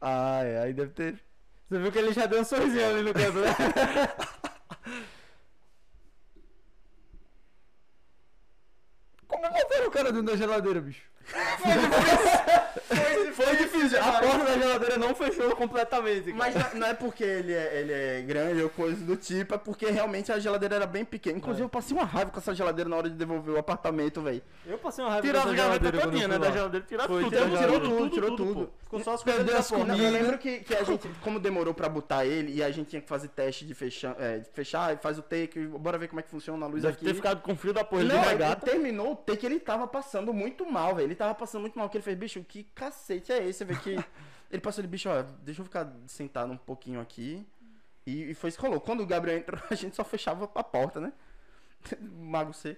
S2: Ah, é, aí deve ter.
S3: Você viu que ele já deu um sorrisinho ali no canto, né?
S2: Como botaram o cara dentro da geladeira, bicho?
S3: Foi,
S1: Foi difícil.
S3: A
S1: A
S3: porta da geladeira não fechou completamente.
S1: Mas não- não é porque ele é, ele é grande ou coisa do tipo, é porque realmente a geladeira era bem pequena. Inclusive, eu passei uma raiva com essa geladeira na hora de devolver o apartamento, velho.
S3: Eu passei uma raiva
S4: Tiraram a geladeira
S3: quando eu
S4: todinha, né?
S3: fui
S4: Da
S3: lá.
S4: geladeira. Tiraram
S3: Foi,
S4: tudo.
S3: tirou
S4: tudo,
S1: tirou tudo, tirou tudo.
S4: pô.
S3: Ficou só as coisas
S1: Perdeu
S3: da
S1: as
S3: porta.
S1: comidas. Eu lembro que, que a gente, como demorou pra botar ele, e a gente tinha que fazer teste de fechar, é, de fechar faz o take, bora ver como é que funciona a luz
S4: Deve
S1: aqui.
S4: ter ficado com frio da porra. Ele
S1: Não,
S4: deu
S1: ele
S4: regata.
S1: terminou o take, ele tava passando muito mal, velho. Ele tava passando muito mal, que ele fez, bicho, que cacete é esse? Você vê que... ele passou ele, bicho, ó, deixa eu ficar sentado um pouquinho aqui. E, e foi isso que rolou. Quando o Gabriel entrou, a gente só fechava a porta, né? Mago C.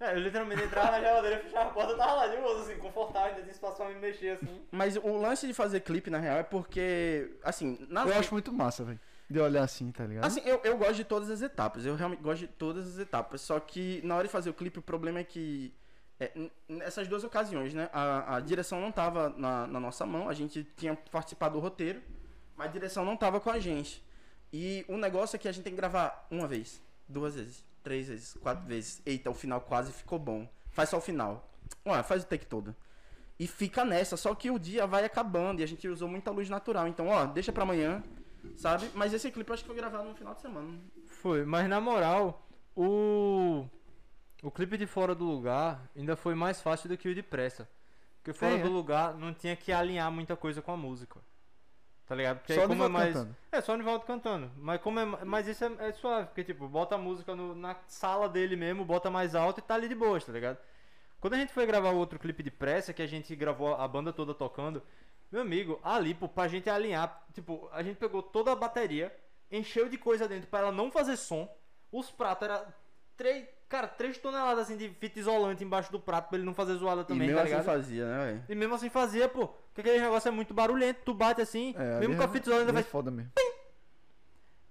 S3: É, eu literalmente entrava na geladeira, fechava a porta, eu tava lá de boa, assim, confortável, ainda tinha espaço pra me mexer, assim.
S1: Mas o lance de fazer clipe, na real, é porque, assim... nas-
S2: Eu acho muito massa, velho. De olhar assim, tá ligado?
S1: Assim, eu, eu gosto de todas as etapas. Eu realmente gosto de todas as etapas. Só que na hora de fazer o clipe, o problema é que. é, n- nessas duas ocasiões, né? A, a direção não tava na, na nossa mão. A gente tinha participado do roteiro, mas a direção não tava com a gente. E o negócio é que a gente tem que gravar uma vez, duas vezes, três vezes, quatro vezes. Eita, o final quase ficou bom. Faz só o final. Ué, faz o take todo. E fica nessa, só que o dia vai acabando e a gente usou muita luz natural. Então, ó, deixa pra amanhã, sabe? Mas esse clipe eu acho que foi gravado no final de semana.
S3: Foi, mas na moral, o. O clipe de Fora do Lugar ainda foi mais fácil do que o de Pressa. Porque o Fora
S2: É,
S3: do
S2: é.
S3: Lugar não tinha que alinhar muita coisa com a música. Tá ligado? Porque
S2: Só
S3: aí,
S2: de
S3: como é
S2: volta
S3: mais.
S2: cantando.
S3: É, só o Nivaldo cantando. Mas, como é, ma- mas isso é, é suave, porque, tipo, bota a música no- na sala dele mesmo, bota mais alto e tá ali de boa, tá ligado? Quando a gente foi gravar o outro clipe de pressa, que a gente gravou a banda toda tocando, meu amigo, ali, pô, pra gente alinhar, tipo, a gente pegou toda a bateria, encheu de coisa dentro pra ela não fazer som, os pratos eram três, cara, três toneladas, assim, de fita isolante embaixo do prato pra ele não fazer zoada
S1: e
S3: também,
S1: meu
S3: tá
S1: assim
S3: ligado?
S1: fazia, né, velho?
S3: E mesmo assim fazia, pô, porque aquele negócio é muito barulhento, tu bate assim,
S1: É,
S2: É,
S3: mesmo com a fita isolante,
S2: ainda
S3: ainda faz
S2: foda mesmo.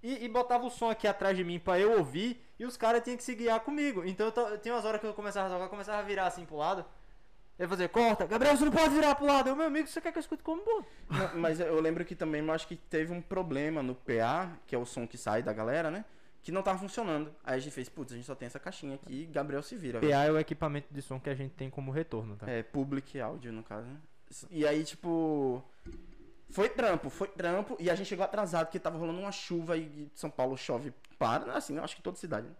S3: e, e botava o som aqui atrás de mim pra eu ouvir, e os caras tinham que se guiar comigo. Então eu, ta- eu tinha umas horas que eu começava a tocar, eu começava a virar assim pro lado. Ele fazia, corta, Gabriel, você não pode virar pro lado. Eu, meu amigo, você quer que eu escute como bom?
S1: Não, Mas eu lembro que também, eu acho que teve um problema no PA, que é o som que sai da galera, né? Que não tava funcionando. Aí a gente fez, putz, a gente só tem essa caixinha aqui, Gabriel se vira. velho.
S3: é o equipamento de som que a gente tem como retorno, tá?
S1: É, public áudio, no caso, né? E aí, tipo. Foi trampo, foi trampo, e a gente chegou atrasado, porque tava rolando uma chuva e São Paulo chove para, assim, eu acho que toda cidade, né?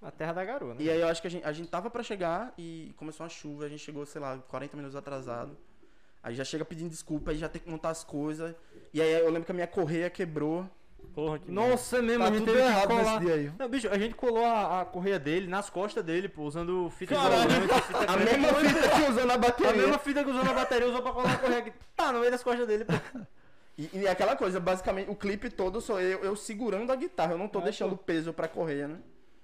S3: A terra da garoa, né?
S1: E aí eu acho que a gente, a gente tava pra chegar e começou uma chuva, a gente chegou, sei lá, 40 minutos atrasado. Aí já chega pedindo desculpa, aí já tem que montar as coisas. E aí eu lembro que a minha correia quebrou.
S4: Porra, que merda.
S3: Nossa, mesmo,
S2: Tá
S3: a gente
S2: tudo
S3: teve que
S2: errado nesse
S3: colar.
S2: dia aí.
S3: Não, bicho, a gente colou a, a correia dele nas costas dele, pô, usando fita
S4: Caralho.
S3: isolante, fita
S1: A
S3: crepe.
S1: mesma fita que usou na
S3: A
S1: bateria.
S3: mesma fita que usou na bateria, usou pra colar a correia que tá no meio das costas dele, pô.
S1: E, e é aquela coisa, basicamente, o clipe todo sou eu, eu segurando a guitarra, eu não tô
S3: É,
S1: deixando peso pra correia, né?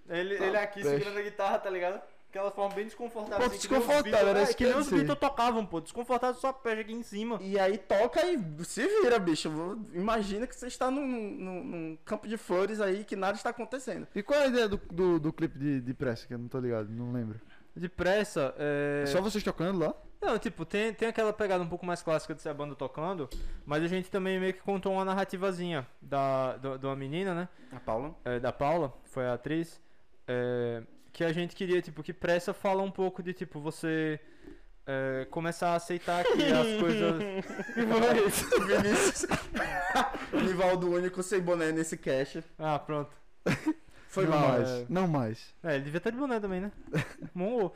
S3: Ele, ele é aqui
S2: Tá peste.
S3: segurando a guitarra, tá ligado? Aquela forma bem desconfortável.
S2: Pô,
S3: que nem os
S2: desconfortável,
S3: Beatles-
S2: era
S3: é,
S2: isso que
S3: que
S2: eu
S3: nem os
S2: ia dizer.
S3: Beatles tocavam, pô. Desconfortável, só peste aqui em cima.
S1: E aí toca e se vira, bicho. Vo- Imagina que você está num, num- num campo de flores aí que nada está acontecendo.
S2: E qual é a ideia do, do, do clipe de, de pressa? Que eu não tô ligado, não lembro.
S3: Depressa, é...
S2: É só vocês tocando lá?
S3: Não, tipo, tem, tem aquela pegada um pouco mais clássica de ser a banda tocando, mas a gente também meio que contou uma narrativazinha da, do- de uma menina, né?
S1: A Paula.
S3: é, da Paula, foi a atriz, é, que a gente queria, tipo, que pressa fala um pouco de, tipo, você é, começar a aceitar que as coisas...
S1: Vinícius. Nivaldo único sem boné nesse cash.
S3: Ah, pronto.
S1: Foi
S2: não
S1: mal.
S2: mais.
S3: é.
S2: Não mais.
S3: É, ele devia estar de boné também, né? Mongo.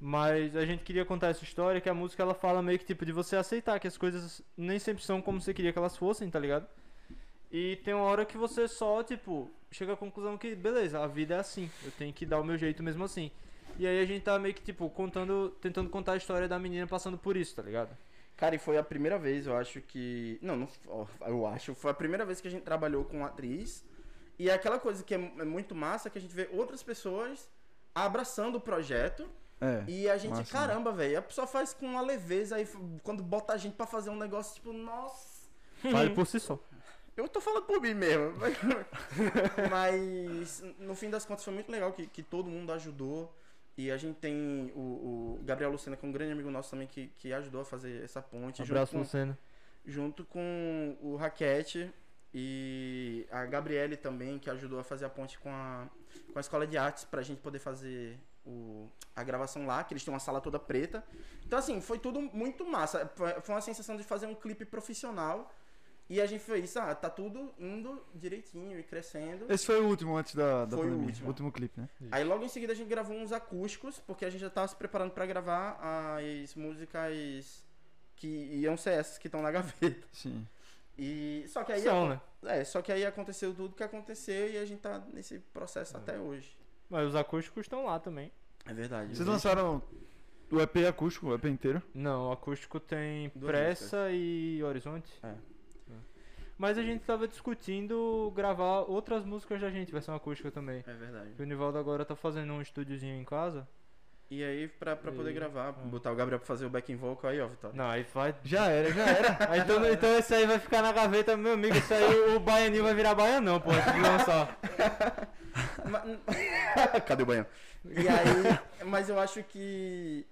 S3: Mas a gente queria contar essa história que a música ela fala meio que tipo de você aceitar que as coisas nem sempre são como você queria que elas fossem, tá ligado? E tem uma hora que você só, tipo, chega à conclusão que, beleza, a vida é assim, eu tenho que dar o meu jeito mesmo assim. E aí a gente tá meio que, tipo, contando, tentando contar a história da menina passando por isso, tá ligado?
S1: Cara, e foi a primeira vez, eu acho que. Não, não ó, eu acho. Foi a primeira vez que a gente trabalhou com atriz. E é aquela coisa que é mu- é muito massa que a gente vê outras pessoas abraçando o projeto.
S2: É.
S1: E a gente,
S2: massa, né?
S1: caramba, velho, a pessoa faz com uma leveza aí f- quando bota a gente pra fazer um negócio, tipo, nossa.
S3: Fale por si só.
S1: Eu tô falando por mim mesmo. Mas no fim das contas foi muito legal que, que todo mundo ajudou. E a gente tem o, o Gabriel Lucena, que é um grande amigo nosso também, que, que ajudou a fazer essa ponte. junto
S3: Abraço,
S1: com-
S3: Lucena.
S1: junto com o Raquete e a Gabriele também, que ajudou a fazer a ponte com a, com a escola de artes pra gente poder fazer o- a gravação lá, que eles têm uma sala toda preta. Então, assim, foi tudo muito massa. Foi foi uma sensação de fazer um clipe profissional. E a gente fez, ah, tá tudo indo direitinho e crescendo.
S2: Esse foi o último antes da, da
S1: Foi o
S2: pandemia.
S1: último.
S2: clipe, né?
S1: Aí logo em seguida a gente gravou uns acústicos, porque a gente já tava se preparando pra gravar as músicas que é iam ser essas que estão na gaveta.
S2: Sim.
S1: E só que aí
S3: São, né?
S1: é, só que aí aconteceu tudo que aconteceu e a gente tá nesse
S2: É.
S1: processo até hoje.
S3: Mas os acústicos estão lá também.
S1: É verdade.
S2: Vocês lançaram o EP acústico, o EP inteiro.
S3: Não, o acústico tem
S1: Duas
S3: Pressa e Horizonte.
S1: É.
S3: Mas a gente tava discutindo gravar outras músicas da gente, versão acústica também.
S1: É verdade.
S3: O Nivaldo agora tá fazendo um estúdiozinho em casa.
S1: E aí, pra, pra poder
S3: E-
S2: Ah.
S1: gravar,
S3: é.
S1: botar o Gabriel pra fazer o backing vocal aí, ó, Vitória.
S3: Não, aí vai.
S2: Já era, já era.
S3: Ah, então, então esse aí vai ficar na gaveta, meu amigo. Isso aí o baianinho vai virar baianão, pô, antes de lançar.
S1: Ma- Cadê o banho? E aí, mas eu acho que.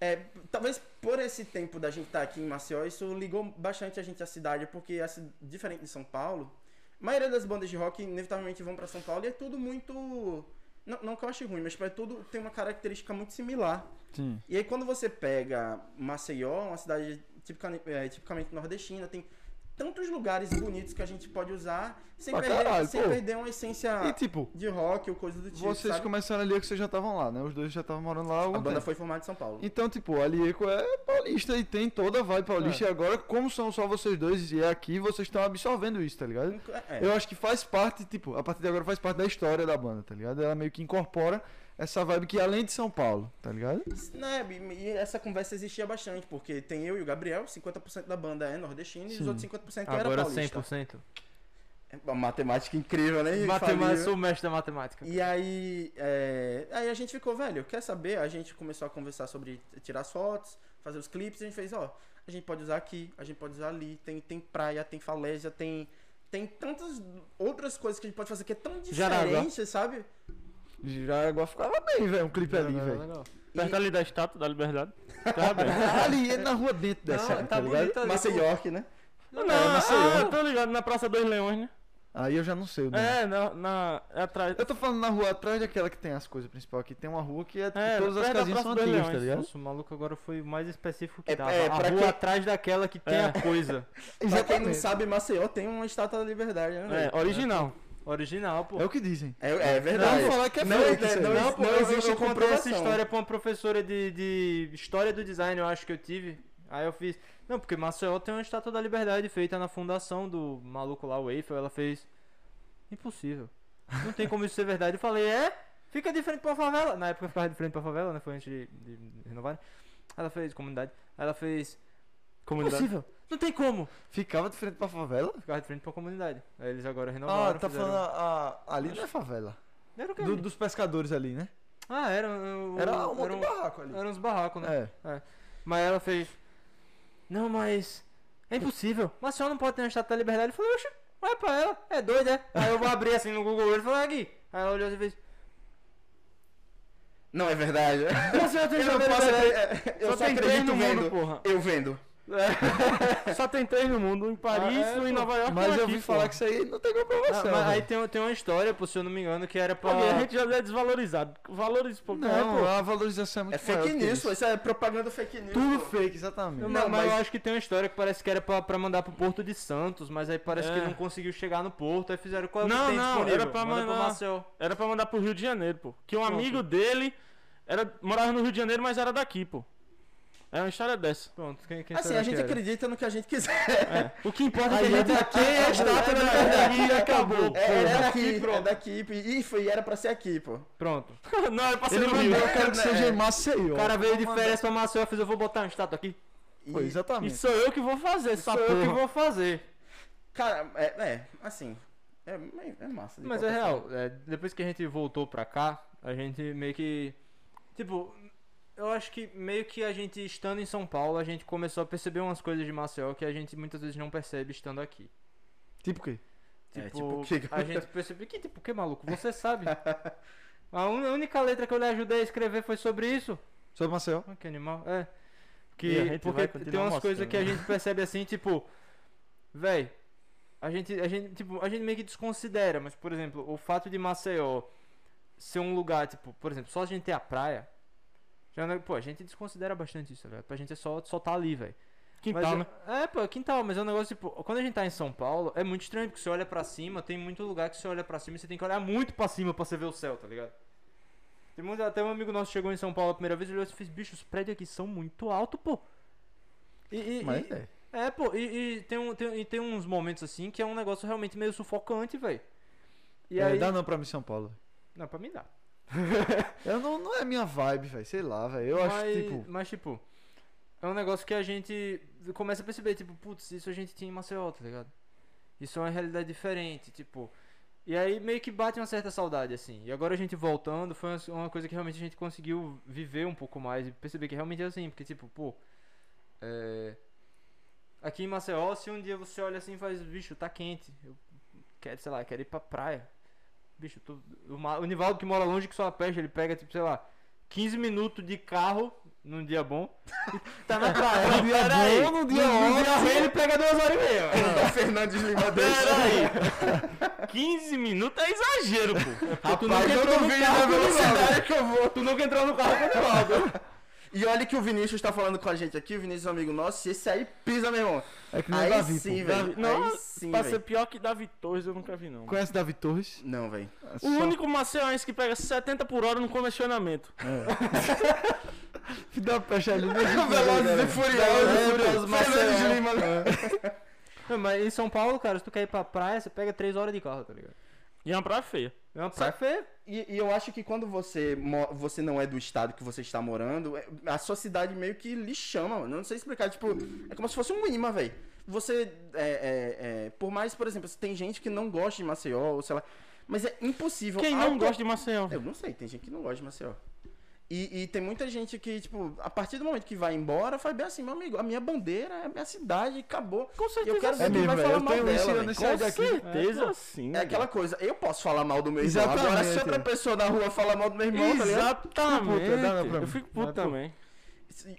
S1: é, talvez por esse tempo da gente estar aqui em Maceió, isso ligou bastante a gente à cidade, porque assim, diferente de São Paulo, a maioria das bandas de rock inevitavelmente vão pra São Paulo e é tudo muito. Não, não que eu ache ruim, mas tipo, é tudo tem uma característica muito similar.
S2: Sim.
S1: E aí quando você pega Maceió, uma cidade tipicamente, tipicamente nordestina, tem tantos lugares bonitos que a gente pode usar sem,
S2: Pra
S1: perder,
S2: caralho,
S1: sem
S2: pô.
S1: perder uma essência
S2: E tipo,
S1: de rock ou coisa do tipo,
S2: vocês
S1: Ah, sabe?
S2: começaram ali que vocês já estavam lá, né? Os dois já estavam morando lá. há algum
S1: A banda
S2: tempo.
S1: foi formada em São Paulo.
S2: Então, tipo, a Lieco é paulista e tem toda a vibe paulista. E agora, como são só vocês dois e é aqui, vocês estão absorvendo isso, tá ligado?
S1: É,
S2: Eu acho que faz parte, tipo, a partir de agora faz parte da história da banda, tá ligado? Ela meio que incorpora essa vibe que é além de São Paulo, tá ligado?
S1: né, e e essa conversa existia bastante, porque tem eu e o Gabriel, 50% da banda é nordestina e
S2: Sim.
S1: os outros 50% era
S3: Agora
S1: paulista.
S3: 100%.
S1: É uma matemática incrível, né?
S3: Matemática,
S1: Infalível.
S3: sou o mestre da matemática.
S1: E aí, é, aí a gente ficou, velho, quer saber? A gente começou a conversar sobre tirar as fotos, fazer os clipes, a gente fez, ó, a gente pode usar aqui, a gente pode usar ali, tem, tem praia, tem falésia, tem, tem tantas outras coisas que a gente pode fazer que é tão
S3: Jaraguá.
S1: diferente, sabe?
S2: Jaraguá ficava bem, velho, um clipe ali, velho.
S4: Perto
S1: é
S4: Tá ali da estátua da liberdade. Tá bem.
S2: Ali, é na rua dentro dessa,
S3: Não,
S2: tá, ligado?
S3: bonito ali, pô.
S1: Maceió, né?
S4: Não,
S2: não sei,
S4: ah,
S2: eu-
S4: tô ligado, na Praça dos Leões, né?
S2: Aí eu já não sei o nome.
S4: É, na, na- é atrás.
S2: Eu tô falando na rua atrás daquela que tem as coisas principais aqui. Tem uma rua que é,
S4: É,
S2: todas as
S4: perto da
S2: casinhas
S4: Praça
S2: são
S4: dos
S2: antigas, tá
S4: Leões.
S2: ligado?
S3: Nossa, o maluco agora foi o mais específico que
S1: É-
S3: dava.
S1: é,
S3: a
S1: pra
S3: rua
S1: quem-
S3: atrás daquela que tem
S4: É.
S3: a coisa.
S1: Pra quem não
S2: Exatamente.
S1: sabe, Maceió tem uma estátua da liberdade, né? velho?
S4: É, original.
S3: Original, pô.
S2: É o que dizem.
S1: É, é
S2: Não,
S1: verdade.
S2: vou falar que é
S1: Não,
S2: fake,
S1: é,
S2: isso aí.
S1: não,
S3: né? Não, pô, eu-
S1: existe
S3: eu, eu contei essa
S1: comprovação.
S3: história pra uma professora de, de história do design, eu acho que eu tive. Aí eu fiz. Não, porque Maceió tem uma estátua da liberdade feita na fundação do maluco lá, o Eiffel. Ela fez. Impossível. Não tem como isso ser verdade. Eu falei, é? Fica de frente pra favela. Na época eu ficava de frente pra favela, né? Foi antes de, de renovar. né? Ela fez, comunidade. Ela fez.
S4: Comunidade.
S3: Impossível. Não tem como.
S2: Ficava de frente pra favela?
S3: Ficava de frente pra comunidade. Aí eles agora renovaram.
S2: Ah, tá
S3: Então fizeram-
S2: falando a, a- ali não é favela.
S3: Era o quê?
S2: Do- dos pescadores ali, né?
S3: Ah, era. um-
S2: Era um monte
S3: era
S2: de
S3: um-
S2: barraco ali.
S3: Eram uns barracos, né?
S2: É.
S3: Mas ela fez. Não, mas. É impossível. Mas a senhora não pode ter uma estátua da liberdade. Eu falei, oxe, vai pra ela. É doida, é? Aí eu abri assim no Google e falei, aqui. Aí ela olhou e fez.
S1: Não, é verdade.
S3: Não, a senhora tem
S1: Eu
S3: estátua
S1: não
S3: da
S1: posso.
S3: liberdade.
S1: acre- é, Eu
S4: Só
S1: só
S4: tem três
S1: acredito
S4: no mundo,
S1: vendo.
S4: porra.
S1: Eu vendo.
S4: Só tem três no mundo. Um em Paris,
S3: Ah, é,
S4: um em
S3: pô.
S4: Nova York
S2: Mas
S4: um
S2: eu
S4: aqui,
S2: ouvi falar
S4: porra.
S2: que isso aí não tem
S3: Ah,
S2: comprovação.
S3: mas aí
S2: velho.
S3: tem, tem uma história, pô, se eu não me engano, que era pra.
S4: Pô, A gente já é desvalorizado. Valoriza um pouco.
S2: Não, a valorização é muito
S1: É fake news, isso é propaganda fake news.
S2: Tudo
S1: pô.
S2: fake, exatamente.
S3: Não,
S1: Não,
S3: mas, eu
S1: mas-
S3: acho que tem uma história que parece que era pra, pra mandar pro Porto de Santos, mas aí parece que
S4: É.
S3: não conseguiu chegar no Porto, aí fizeram qual é o que
S4: Não,
S3: tem
S4: não,
S3: disponível?
S4: era pra
S3: Manda pro
S4: mandar-
S3: Marcel.
S4: Era pra mandar pro Rio de Janeiro, pô. Que um
S3: Pronto.
S4: amigo dele era, morava no Rio de Janeiro, mas era daqui, pô. É uma história dessa.
S3: Pronto, quem, quem
S1: Assim,
S3: será
S1: a gente
S3: que era?
S1: acredita no que a gente quiser.
S4: O que importa é que
S1: Aí
S4: a gente
S1: é
S4: aqui é a estátua da liberdade e acabou.
S1: É, é
S4: porra.
S1: daqui, é daqui. E foi, e era pra ser aqui, pô.
S3: Pronto.
S4: Não, era pra ser
S2: Ele
S4: no Rio.
S2: mandou, eu quero que
S1: né?
S2: seja em Maceió.
S3: O cara veio de
S2: Vou
S3: férias pra Maceió e fez, eu vou botar uma estátua aqui.
S1: E,
S2: Pô, exatamente.
S4: E sou eu que vou fazer essa
S3: Sou
S4: porra.
S3: eu que vou fazer.
S1: Cara, é, é, assim. É, é massa. de
S3: Mas é
S1: qualquer forma.
S3: real, é, depois que a gente voltou pra cá, a gente meio que. Tipo, eu acho que meio que a gente estando em São Paulo, a gente começou a perceber umas coisas de Maceió que a gente muitas vezes não percebe estando aqui.
S2: Tipo o quê?
S3: Tipo,
S1: É, tipo o quê,
S3: a
S1: cara?
S3: gente percebeu que, tipo, que maluco, você sabe. A un- a única letra que eu lhe ajudei a escrever foi sobre isso.
S2: Sobre Maceió?
S3: Ah, Que animal, é.
S4: E a
S3: Que,
S4: gente
S3: porque
S4: vai
S3: tem
S4: continuar
S3: umas coisas
S4: mostrando. né?
S3: que a gente percebe assim, tipo, véi, a gente, a gente, tipo, a gente meio que desconsidera, mas por exemplo, o fato de Maceió ser um lugar, tipo, por exemplo, só a gente ter a praia. já é um neg- pô, a gente desconsidera bastante isso, tá ligado? Pra gente é só, só tá ali, velho.
S4: Quintal,
S3: mas,
S4: né?
S3: É, pô, quintal, mas é um negócio, tipo, quando a gente tá em São Paulo, é muito estranho, porque você olha pra cima, tem muito lugar que você olha pra cima e você tem que olhar muito pra cima pra você ver o céu, tá ligado? Tem muito, até um amigo nosso chegou em São Paulo a primeira vez, ele olhou assim e fez, bicho, os prédios aqui são muito altos, pô. E, e-
S2: Mas
S3: e-
S2: é.
S3: é, pô, e, e tem, um, tem, e tem uns momentos assim que é um negócio realmente meio sufocante, velho. E
S2: É,
S3: aí.
S2: Dá não pra mim São Paulo.
S3: Não, pra mim dá.
S2: Eu não, não é minha vibe, velho. Sei lá, velho. Eu acho,
S3: mas,
S2: tipo.
S3: Mas, tipo, é um negócio que a gente começa a perceber, tipo, putz, isso a gente tinha em Maceió, tá ligado? Isso é uma realidade diferente, tipo. E aí meio que bate uma certa saudade, assim. E agora a gente voltando, foi uma- uma coisa que realmente a gente conseguiu viver um pouco mais e perceber que realmente é assim, porque, tipo, pô. É... Aqui em Maceió, se um dia você olha assim e faz, bicho, tá quente. Eu quero, sei lá, quero ir pra praia. Bicho, tu- o, Ma- o Nivaldo que mora longe que só peste, ele pega, tipo, sei lá, 15 minutos de carro num dia bom. E tá na praia.
S2: Num dia
S3: Peraí,
S2: bom, num dia ótimo.
S3: ruim, ele pega duas horas e meia. velho.
S1: Fernandes Lima
S4: Peraí. 15 minutos é exagero, pô.
S3: Rapaz, tu nunca entrou no carro com o Nivaldo.
S1: que eu vou.
S3: Tu nunca entrou no carro com o Nivaldo.
S1: E olha que o Vinícius tá falando com a gente aqui, o Vinícius é um amigo nosso, e esse aí pisa, meu irmão.
S2: É que não é
S1: Aí
S2: Davi,
S1: sim,
S2: pô.
S1: velho.
S4: Não,
S1: Aí sim,
S4: pra ser
S1: velho.
S4: pior que Davi Torres, eu nunca vi, não.
S2: Conhece Davi Torres?
S1: Não, velho.
S2: É
S4: O
S2: só-
S4: único maceioense que pega 70 por hora no congestionamento.
S2: Filho da peste ali. né?
S1: Velozes e
S2: Velozes e
S1: Furiosos, Fernandes
S2: Furiosos, Marcelo.
S1: Lima.
S3: Não, mas em São Paulo, cara, se tu quer ir pra praia, você pega 3 horas de carro, tá ligado?
S4: E é uma praia feia.
S3: É uma praia feia.
S1: E, e eu acho que quando você, mo- você não é do estado que você está morando, é- a sua cidade meio que lhe chama, mano. Eu Não sei explicar, tipo, é como se fosse um imã, velho. Você, é, é, é, por mais, por exemplo, tem gente que não gosta de Maceió, ou sei lá, mas é impossível.
S4: Quem não
S1: auto-
S4: gosta de Maceió?
S1: Eu não sei, tem gente que não gosta de Maceió. E, e tem muita gente que, tipo, a partir do momento que vai embora, faz bem assim, meu amigo, a minha bandeira é a minha cidade, acabou.
S4: Com certeza
S1: quero
S4: sim.
S2: É
S1: Quem vai
S2: mesmo, velho.
S1: falar
S2: Eu
S1: mal
S2: tenho
S1: dela,
S2: isso e eu
S1: velho?
S2: nem
S4: Com
S2: saio daqui.
S4: certeza sim.
S1: É aquela coisa, eu posso falar mal do meu irmão. Agora, se
S2: Exatamente.
S1: outra pessoa da rua falar mal do meu irmão, tá ligado?
S2: Fico
S4: Exatamente.
S2: puto, dá não pra
S4: eu
S2: mim.
S4: fico puto
S2: Dá
S4: também.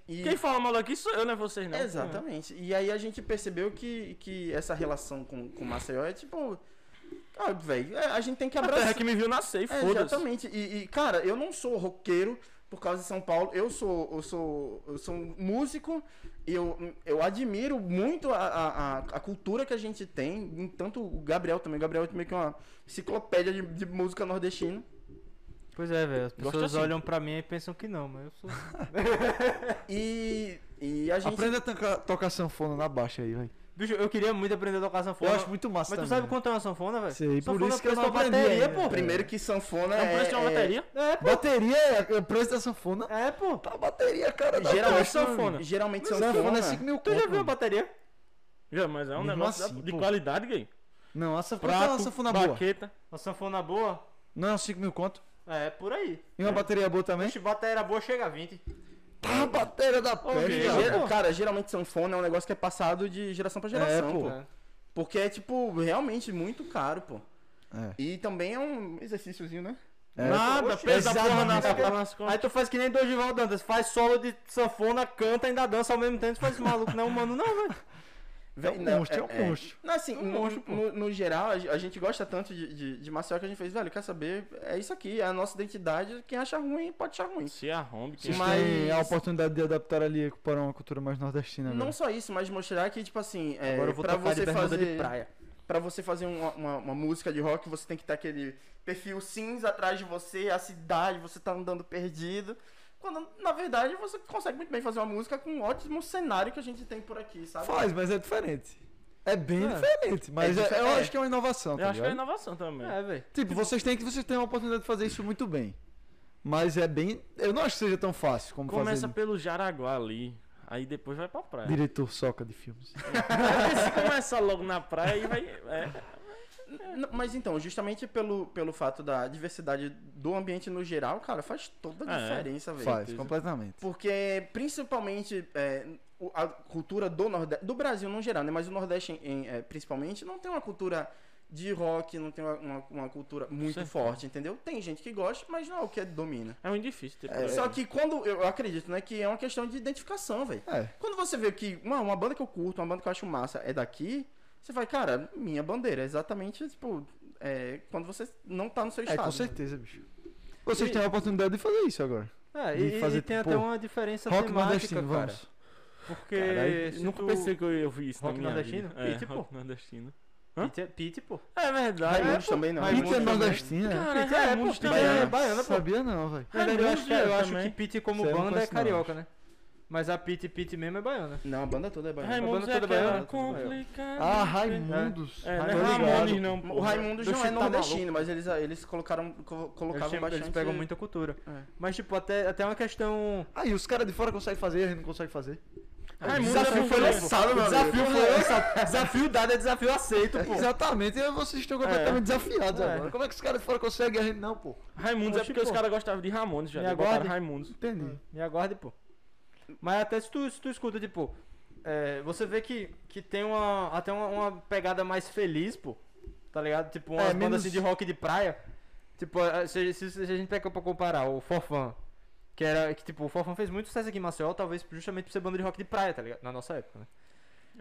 S1: E-
S4: Quem fala mal aqui sou eu, não é vocês não.
S1: Exatamente. E aí a gente percebeu que, que essa relação com, com Maceió é tipo. Ah, velho, é, a gente tem que
S4: A terra
S1: abraçar.
S4: que me viu nascer, e
S1: É,
S4: foda-se.
S1: exatamente. E, e, cara, eu não sou roqueiro por causa de São Paulo. Eu sou, eu sou, eu sou um músico. Eu, eu admiro muito a, a, a- a cultura que a gente tem. em Tanto o Gabriel também. O Gabriel é meio que uma enciclopédia de, de música nordestina.
S3: Pois é, velho. As
S4: Gosto
S3: pessoas
S4: assim.
S3: olham pra mim e pensam que não, mas eu sou.
S1: E, e a gente.
S2: Aprenda a tocar, tocar sanfona na baixa aí, velho.
S3: Bicho, eu queria muito aprender a tocar sanfona.
S2: Eu acho muito massa
S3: Mas tu
S2: também,
S3: sabe
S2: velho.
S3: quanto é uma sanfona, velho?
S2: Sei, por
S3: sanfona
S2: isso que eu
S3: custa
S2: não
S3: uma
S2: aprendi
S3: bateria,
S2: ainda.
S3: pô.
S1: Primeiro que sanfona
S4: É um preço de uma
S1: é-
S4: bateria?
S3: É, pô.
S2: Bateria é o preço da sanfona.
S3: É, pô.
S2: Tá a bateria, cara. da
S1: Geralmente
S4: Não, é sanfona.
S1: Geralmente sanfona.
S2: Sanfona é 5 mil
S3: Tu já
S2: conto,
S3: viu a
S2: mano.
S3: bateria?
S4: Já, mas é um
S2: Mesmo
S4: negócio
S2: assim,
S4: da- de
S2: pô.
S4: qualidade, gay.
S2: Não, a sanfona, é uma
S4: Prato,
S2: sanfona boa.
S4: baqueta.
S3: Uma sanfona boa?
S2: Não é 5 mil conto.
S3: É, por aí.
S2: E uma bateria boa também?
S3: Bicho, bateria boa chega a 20.
S2: Tá a bateria da
S4: ok.
S2: peste.
S1: Gera-
S4: Legal, pô.
S1: né? cara, geralmente sanfona é um negócio que é passado de geração pra geração,
S2: É,
S1: pô.
S2: pô.
S3: É.
S1: Porque é, tipo, realmente muito caro, pô.
S2: É.
S1: E também é um exercíciozinho, né?
S2: É.
S4: Nada,
S3: Oxe,
S4: peso da porra nas,
S3: exatamente.
S4: nas
S3: Aí
S4: costas.
S3: tu faz que nem Dorival Dantas, faz solo de sanfona, canta, ainda dança ao mesmo tempo, tu faz esse maluco, não, mano, não, velho.
S2: É um
S1: Não,
S2: monstro, é um monstro.
S1: Não, assim, no,
S4: monstro, pô.
S1: no- no geral, a ge- a gente gosta tanto de, de, de Maceió que a gente fez, velho, quer saber, é isso aqui, é a nossa identidade, quem acha ruim pode achar ruim.
S4: Se arrombe, que
S1: Sim.
S2: Vocês
S1: Mas-
S2: têm a oportunidade de adaptar ali para uma cultura mais nordestina.
S1: Não
S2: velho.
S1: só isso, mas mostrar que, tipo assim, é,
S3: Agora eu vou
S1: pra
S3: tocar de
S1: você
S3: bermuda
S1: fazer...
S3: de praia.
S1: Pra você fazer uma, uma- uma música de rock, você tem que ter aquele perfil cinza atrás de você, a cidade, você tá andando perdido. Quando, na verdade, você consegue muito bem fazer uma música com um ótimo cenário que a gente tem por aqui, sabe?
S2: Faz, mas é diferente. É bem
S3: É.
S2: diferente, mas
S1: É
S2: é-
S1: difer-
S2: eu
S1: é.
S2: acho que é uma inovação, tá
S4: Eu acho que é
S2: ligado?
S4: inovação também.
S3: É, velho.
S2: Tipo, vocês têm que vocês têm uma oportunidade de fazer isso muito bem. Mas é bem, eu não acho que seja tão fácil como
S4: Começa
S2: fazer
S4: pelo Jaraguá ali, aí depois vai pra praia.
S2: diretor soca de filmes.
S4: Porque se começa logo na praia e vai. É,
S1: N- Mas então, justamente pelo, pelo fato da diversidade do ambiente no geral, cara, faz toda a
S4: Ah, é?
S1: diferença, velho.
S2: Faz,
S4: certeza.
S2: completamente.
S1: Porque, principalmente, é, o- a cultura do Nordeste, do Brasil no geral, né? Mas o Nordeste, em- em, é, principalmente, não tem uma cultura de rock, não tem uma, uma- uma cultura muito
S4: Certo.
S1: forte, entendeu? Tem gente que gosta, mas não é o que domina.
S4: é muito difícil. Ter
S1: Só que quando, eu acredito, né, que é uma questão de identificação, velho.
S2: É,
S1: Quando você vê que uma, uma banda que eu curto, uma banda que eu acho massa é daqui, você vai, cara, minha bandeira. é Exatamente, tipo, é, quando você não tá no seu
S2: é
S1: estado.
S2: com certeza, bicho. Vocês
S3: né? E-
S2: têm a oportunidade de fazer isso agora.
S3: É,
S2: De
S3: e, e
S2: fazer,
S3: tem até
S2: pô,
S3: uma diferença
S2: Rock
S3: temática,
S2: nordestino,
S3: cara.
S2: vamos.
S3: Porque
S4: Caralho,
S3: se
S4: nunca
S3: tu-
S4: pensei que eu ia ouvir isso na
S3: Rock
S4: minha
S3: nordestino?
S4: vida. É,
S3: Ih, tipo-
S4: rock nordestino. Hã?
S3: Pete, Pete, pô.
S4: É verdade.
S1: Raimundos também não.
S3: Mas
S2: Pizza
S1: Raimundos
S2: é
S3: muito também.
S2: nordestina?
S4: Cara,
S3: Pete é,
S4: Raimundos
S3: pô,
S4: também.
S3: Pete
S1: é
S3: é baiana, pô.
S2: Sabia não, velho.
S3: Na verdade, Ah, eu acho, que- é, eu acho
S4: também.
S3: que Pete como
S2: Isso aí eu não
S3: banda é
S2: conheço não,
S3: carioca, né? Mas a Pete, Pete mesmo é baiana.
S1: Não, a banda toda é baiana.
S4: Raimundos
S3: banda
S4: é
S3: toda
S4: aquela
S3: baiana,
S1: tudo baiano.
S4: complicada.
S2: Ah, Raimundos.
S4: É, não
S3: né?
S4: é
S2: Tô ligado.
S4: Ramones não. pô.
S1: O Raimundos
S3: Deixa
S1: não é
S3: eu tá maluco.
S1: nordestino, mas eles, ah, eles colocaram, co-
S3: Eles,
S1: colocavam
S3: têm-
S1: bastante...
S3: eles pegam muita cultura.
S1: É.
S3: Mas, tipo, até, até uma questão.
S2: Aí, os caras de fora conseguem fazer, a gente não consegue fazer.
S4: Raimundos é
S3: desafio foi
S4: brasileiro.
S3: lançado,
S1: meu
S3: meu
S1: amigo.
S3: Desafio foi lançado. Desafio dado é desafio aceito, pô.
S2: Exatamente, e vocês estão completamente desafiados
S3: É.
S2: agora. Como é que os caras de fora conseguem e a gente não, pô?
S4: Raimundos é
S3: Oxe,
S4: porque os
S3: pô.
S4: caras gostavam de Ramones já.
S3: Me
S4: daí botaram
S3: aguarde.
S4: Raimundos.
S2: Entendi.
S3: Me aguarde, pô. Mas até se tu, se tu escuta, tipo, é, você vê que, que tem uma, até uma, uma pegada mais feliz, pô. Tá ligado? Tipo, umas
S2: É,
S3: bandas
S2: menos-
S3: assim de rock de praia. Tipo, a- se, se- se a gente pega pra comparar, o Forfã. Que era, que tipo, o Forfã fez muito sucesso aqui em Maceió, talvez justamente por ser banda de rock de praia, tá ligado? Na nossa época, né?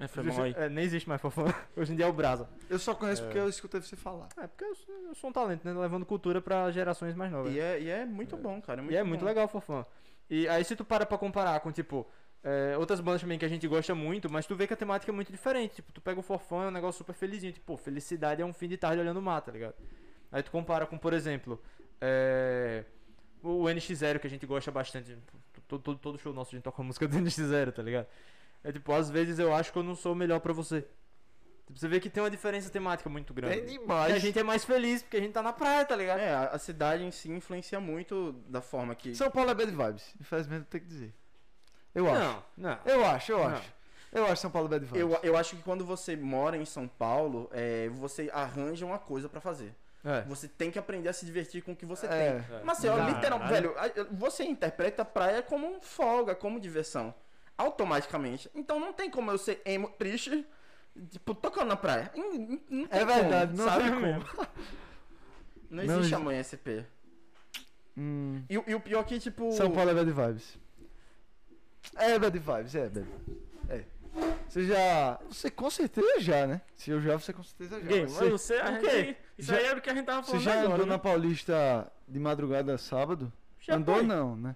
S4: É, foi mal aí.
S3: É, nem existe mais Forfã. Hoje em dia é o Brasa.
S2: Eu só conheço porque eu escutei você falar.
S3: É, porque eu sou, eu sou um talento, né? Levando cultura pra gerações mais novas.
S1: E é, e é muito bom, cara.
S3: E é muito
S1: bom.
S3: legal, fofão. E aí se tu para pra comparar com, tipo, é, outras bandas também que a gente gosta muito, mas tu vê que a temática é muito diferente. Tipo, tu pega o forfã, é um negócio super felizinho. Tipo, pô, felicidade é um fim de tarde olhando o mar, tá ligado? Aí tu compara com, por exemplo, é, o NX0, que a gente gosta bastante. Tipo, Todo, todo, todo show nosso a gente toca a música do NX0, tá ligado? É tipo, às vezes eu acho que eu não sou o melhor pra você. Tipo, você vê que tem uma diferença temática muito grande.
S2: Tem
S3: E
S2: demais.
S3: a gente é mais feliz, porque a gente tá na praia, tá ligado?
S1: É, a, a cidade em si influencia muito da forma que...
S2: São Paulo é bad vibes, infelizmente eu tenho que dizer. Eu acho.
S3: Não, não.
S2: Eu acho, eu
S3: Não.
S2: acho. Eu acho São Paulo bad
S3: é
S2: vibes.
S1: Eu, eu acho que quando você mora em São Paulo, é, você arranja uma coisa pra fazer.
S3: É.
S1: Você tem que aprender a se divertir com o que você tem.
S2: é.
S1: Mas assim, ó,
S4: Caralho.
S1: literal, velho, a- você interpreta a praia como um folga, como diversão. Automaticamente. Então não tem como eu ser emo triste, tipo, tocando na praia. Hum, hum, Não tem
S2: É verdade, não
S4: Sabe
S2: tem como.
S4: mesmo?
S1: como. Não
S2: Não
S1: existe
S2: existe.
S1: amanhã SP.
S2: Hum,
S1: E, o- e o pior que, tipo.
S2: São Paulo é bad vibes. É bad vibes, é bad vibes. É. Você já. Você com certeza já, né? Se eu já, você com certeza já.
S4: Game,
S2: Mas
S4: mas
S2: Você,
S4: você, a
S3: O quê?
S4: gente, isso
S2: Já-
S4: aí era o que a gente tava
S2: você
S4: falando
S2: já
S4: agora,
S2: andou
S4: né?
S2: na Paulista de madrugada sábado?
S3: Já
S2: andou
S3: foi.
S2: não, né?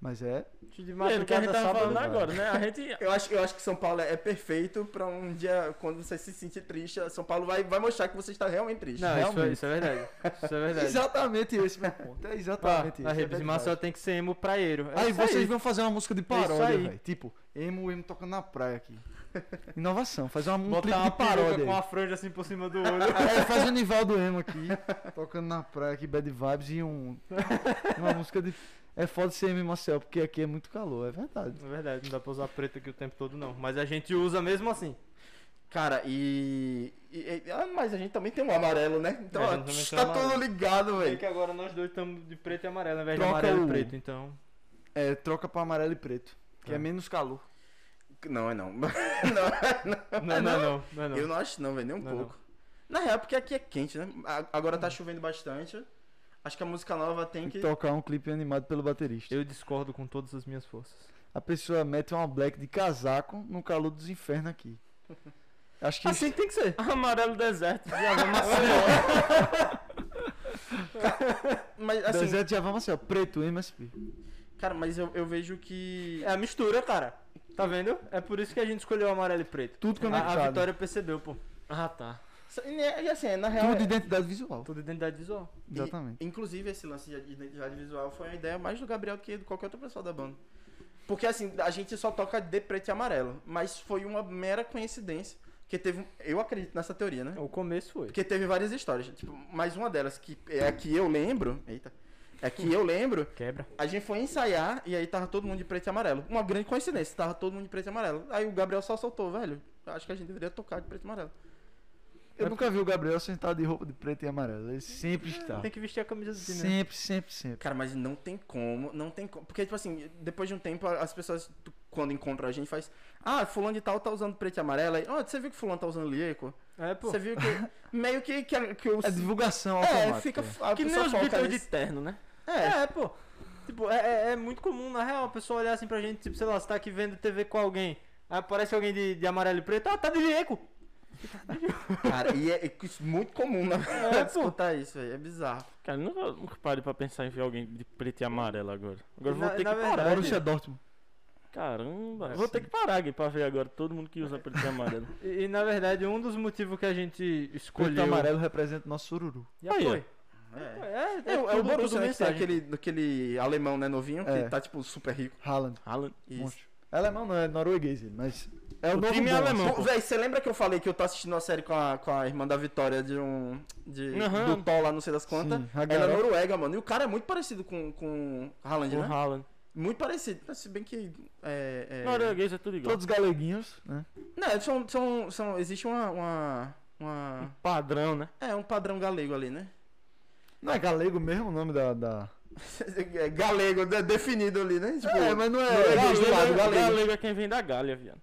S2: Mas é.
S3: De
S4: É, o que a gente
S3: madrugada,
S4: tava
S3: sábado,
S4: falando
S2: vai.
S4: agora, né? A gente...
S1: Eu acho, eu acho que São Paulo é perfeito pra um dia, quando você se sentir triste, São Paulo vai, vai mostrar que você está realmente triste.
S3: Não, isso é,
S2: Realmente.
S3: isso é verdade. Isso é verdade.
S2: Exatamente esse meu ponto. É exatamente
S3: Ah,
S2: isso. é
S3: a Rebs
S2: bad
S3: Marcel
S2: vibes.
S3: tem que ser emo praieiro. É
S2: Aí É
S3: isso
S2: vocês vão fazer uma música de
S3: isso
S2: paródia,
S3: aí.
S2: velho. Tipo, emo, emo tocando na praia aqui. Inovação, fazer uma, um clipe
S3: botar
S2: de
S3: uma
S2: paródia.
S3: paródia
S2: aí.
S3: com a franja assim por cima do olho.
S2: É, faz o Nivaldo Emo aqui, tocando na praia aqui, Bad Vibes e um, uma música de. É foda ser M Marcel, porque aqui é muito calor, é verdade.
S3: É verdade, não dá pra usar preto aqui o tempo todo não. Mas a gente usa mesmo assim.
S1: Cara, e. e- e- ah, mas a gente também tem um amarelo, né? Então,
S3: É,
S1: ó,
S3: a gente também tem um
S1: tá
S3: amarelo.
S1: tudo ligado,
S3: É
S1: velho.
S3: que agora nós dois estamos de preto e amarelo, ao invés de
S2: Troca um.
S3: amarelo e
S2: o-
S3: preto, então.
S2: É, troca pra amarelo e preto, que é,
S3: Tá.
S2: menos calor.
S1: Não, é não.
S3: Não, é não, não, não, não.
S1: Eu não acho não, velho, nem um
S3: Não é
S1: pouco. Na real, porque aqui é quente, né? A- Agora tá chovendo bastante. Acho que a música nova tem
S2: Tem
S1: que.
S3: Então,
S2: que tocar um clipe animado pelo baterista.
S3: Eu discordo com todas as minhas forças.
S2: A pessoa mete uma black de casaco no calor dos infernos aqui. Acho que
S3: Assim que tem que ser.
S4: Amarelo deserto. Já vamos
S1: Mas
S2: assim,
S1: assim,
S3: é-
S2: deserto já vamos assim, ó, preto MSP.
S1: cara, mas eu, eu vejo que.
S3: É a mistura, cara. Tá vendo? É por isso que a gente escolheu amarelo e preto.
S2: Tudo
S3: A, a
S2: conectado.
S3: Vitória percebeu, pô.
S4: Ah, tá.
S1: E assim, na real.
S2: É. Tudo identidade visual.
S3: Tudo identidade visual.
S1: e-
S2: Exatamente.
S1: Inclusive, esse lance de identidade visual foi uma ideia mais do Gabriel do que de qualquer outro pessoal da banda. Porque assim, a gente só toca de preto e amarelo. Mas foi uma mera coincidência. Porque teve. um- Eu acredito nessa teoria, né?
S3: O começo foi.
S1: Porque teve várias histórias. Tipo, mas uma delas, que é a que eu lembro. Eita. É a que eu lembro.
S3: Quebra.
S1: A gente foi ensaiar e aí tava todo mundo de preto e amarelo. Uma grande coincidência, tava todo mundo de preto e amarelo. Aí o Gabriel só soltou, velho. Acho que a gente deveria tocar de preto e amarelo.
S2: Eu nunca vi o Gabriel sentado de roupa de preto e amarelo. Ele sempre está.
S3: Tem que vestir a camisa do time. né?
S2: Sempre, sempre, sempre.
S1: Cara, mas não tem como, não tem como. Porque, tipo assim, depois de um tempo, as pessoas, tu- quando encontram a gente, faz Ah, fulano de tal tá usando preto e amarelo. Aí, ó, você viu que fulano tá usando lieco?
S2: né?
S3: É, pô.
S1: Você viu que. meio que, que, que o.
S2: É divulgação
S1: É,
S2: automática.
S1: fica. A
S4: Que nem
S1: pessoa
S4: os
S1: foca
S4: Beatles de
S1: nisso.
S4: terno, né?
S1: É,
S3: É, pô. Tipo, é, é- é muito comum, na real, a pessoa olhar assim pra gente, tipo, sei lá, você tá aqui vendo TV com alguém. Aí aparece alguém de, de amarelo e preto, ah, tá de lieco.
S1: Cara, e é, é muito comum, né?
S3: É, pô.
S1: escutar isso, velho. É bizarro.
S4: Cara, eu nunca, nunca parei pra pensar em ver alguém de preto e amarelo agora. Agora eu vou
S3: Na-
S4: ter
S3: na
S4: que parar.
S3: verdade-
S2: Borussia Dortmund.
S4: Caramba, vou ter que parar aqui pra ver agora todo mundo que usa preto e amarelo.
S3: E, e, na verdade, um dos motivos que a gente
S2: Preto e
S3: escolheu.
S2: amarelo representa o nosso sururu.
S3: Já
S4: Aí, ó.
S3: foi.
S1: É.
S3: É,
S1: É, o- é o
S3: tudo-
S1: Borussia,
S3: tudo
S1: né? Que tá
S3: mensagem.
S1: aquele, daquele alemão, né? Novinho, que
S2: É.
S1: tá, tipo, super rico.
S2: Haaland.
S4: Haaland.
S1: Isso.
S2: monstro. É alemão não, é norueguês ele, mas... É o,
S4: O
S2: novo
S4: time é
S2: Bonas.
S4: alemão.
S1: Pô, Véi, você lembra que eu falei que eu tô assistindo uma série com a, com a irmã da Vitória de um. De,
S4: Aham.
S1: Do Thor lá, não sei das quantas?
S2: Sim,
S1: Ela é
S2: Ragnarok.
S1: noruega, mano. E o cara é muito parecido com, com Haaland,
S4: O
S1: né?
S4: Haaland.
S1: Muito parecido. Se bem que. É, é...
S4: Norueguês é tudo igual.
S2: Todos galeguinhos, né?
S1: Não, são, são, são. Existe uma. uma, uma-
S4: Padrão, né?
S1: É, um padrão galego ali, né?
S2: Não é galego mesmo o nome da... da...
S1: É galego, de- definido ali, né? Tipo,
S2: é, mas não é...
S1: norueguês
S2: galego.
S1: do lado,
S4: Galego,
S1: galego.
S4: galego é quem vem da Galha, viado.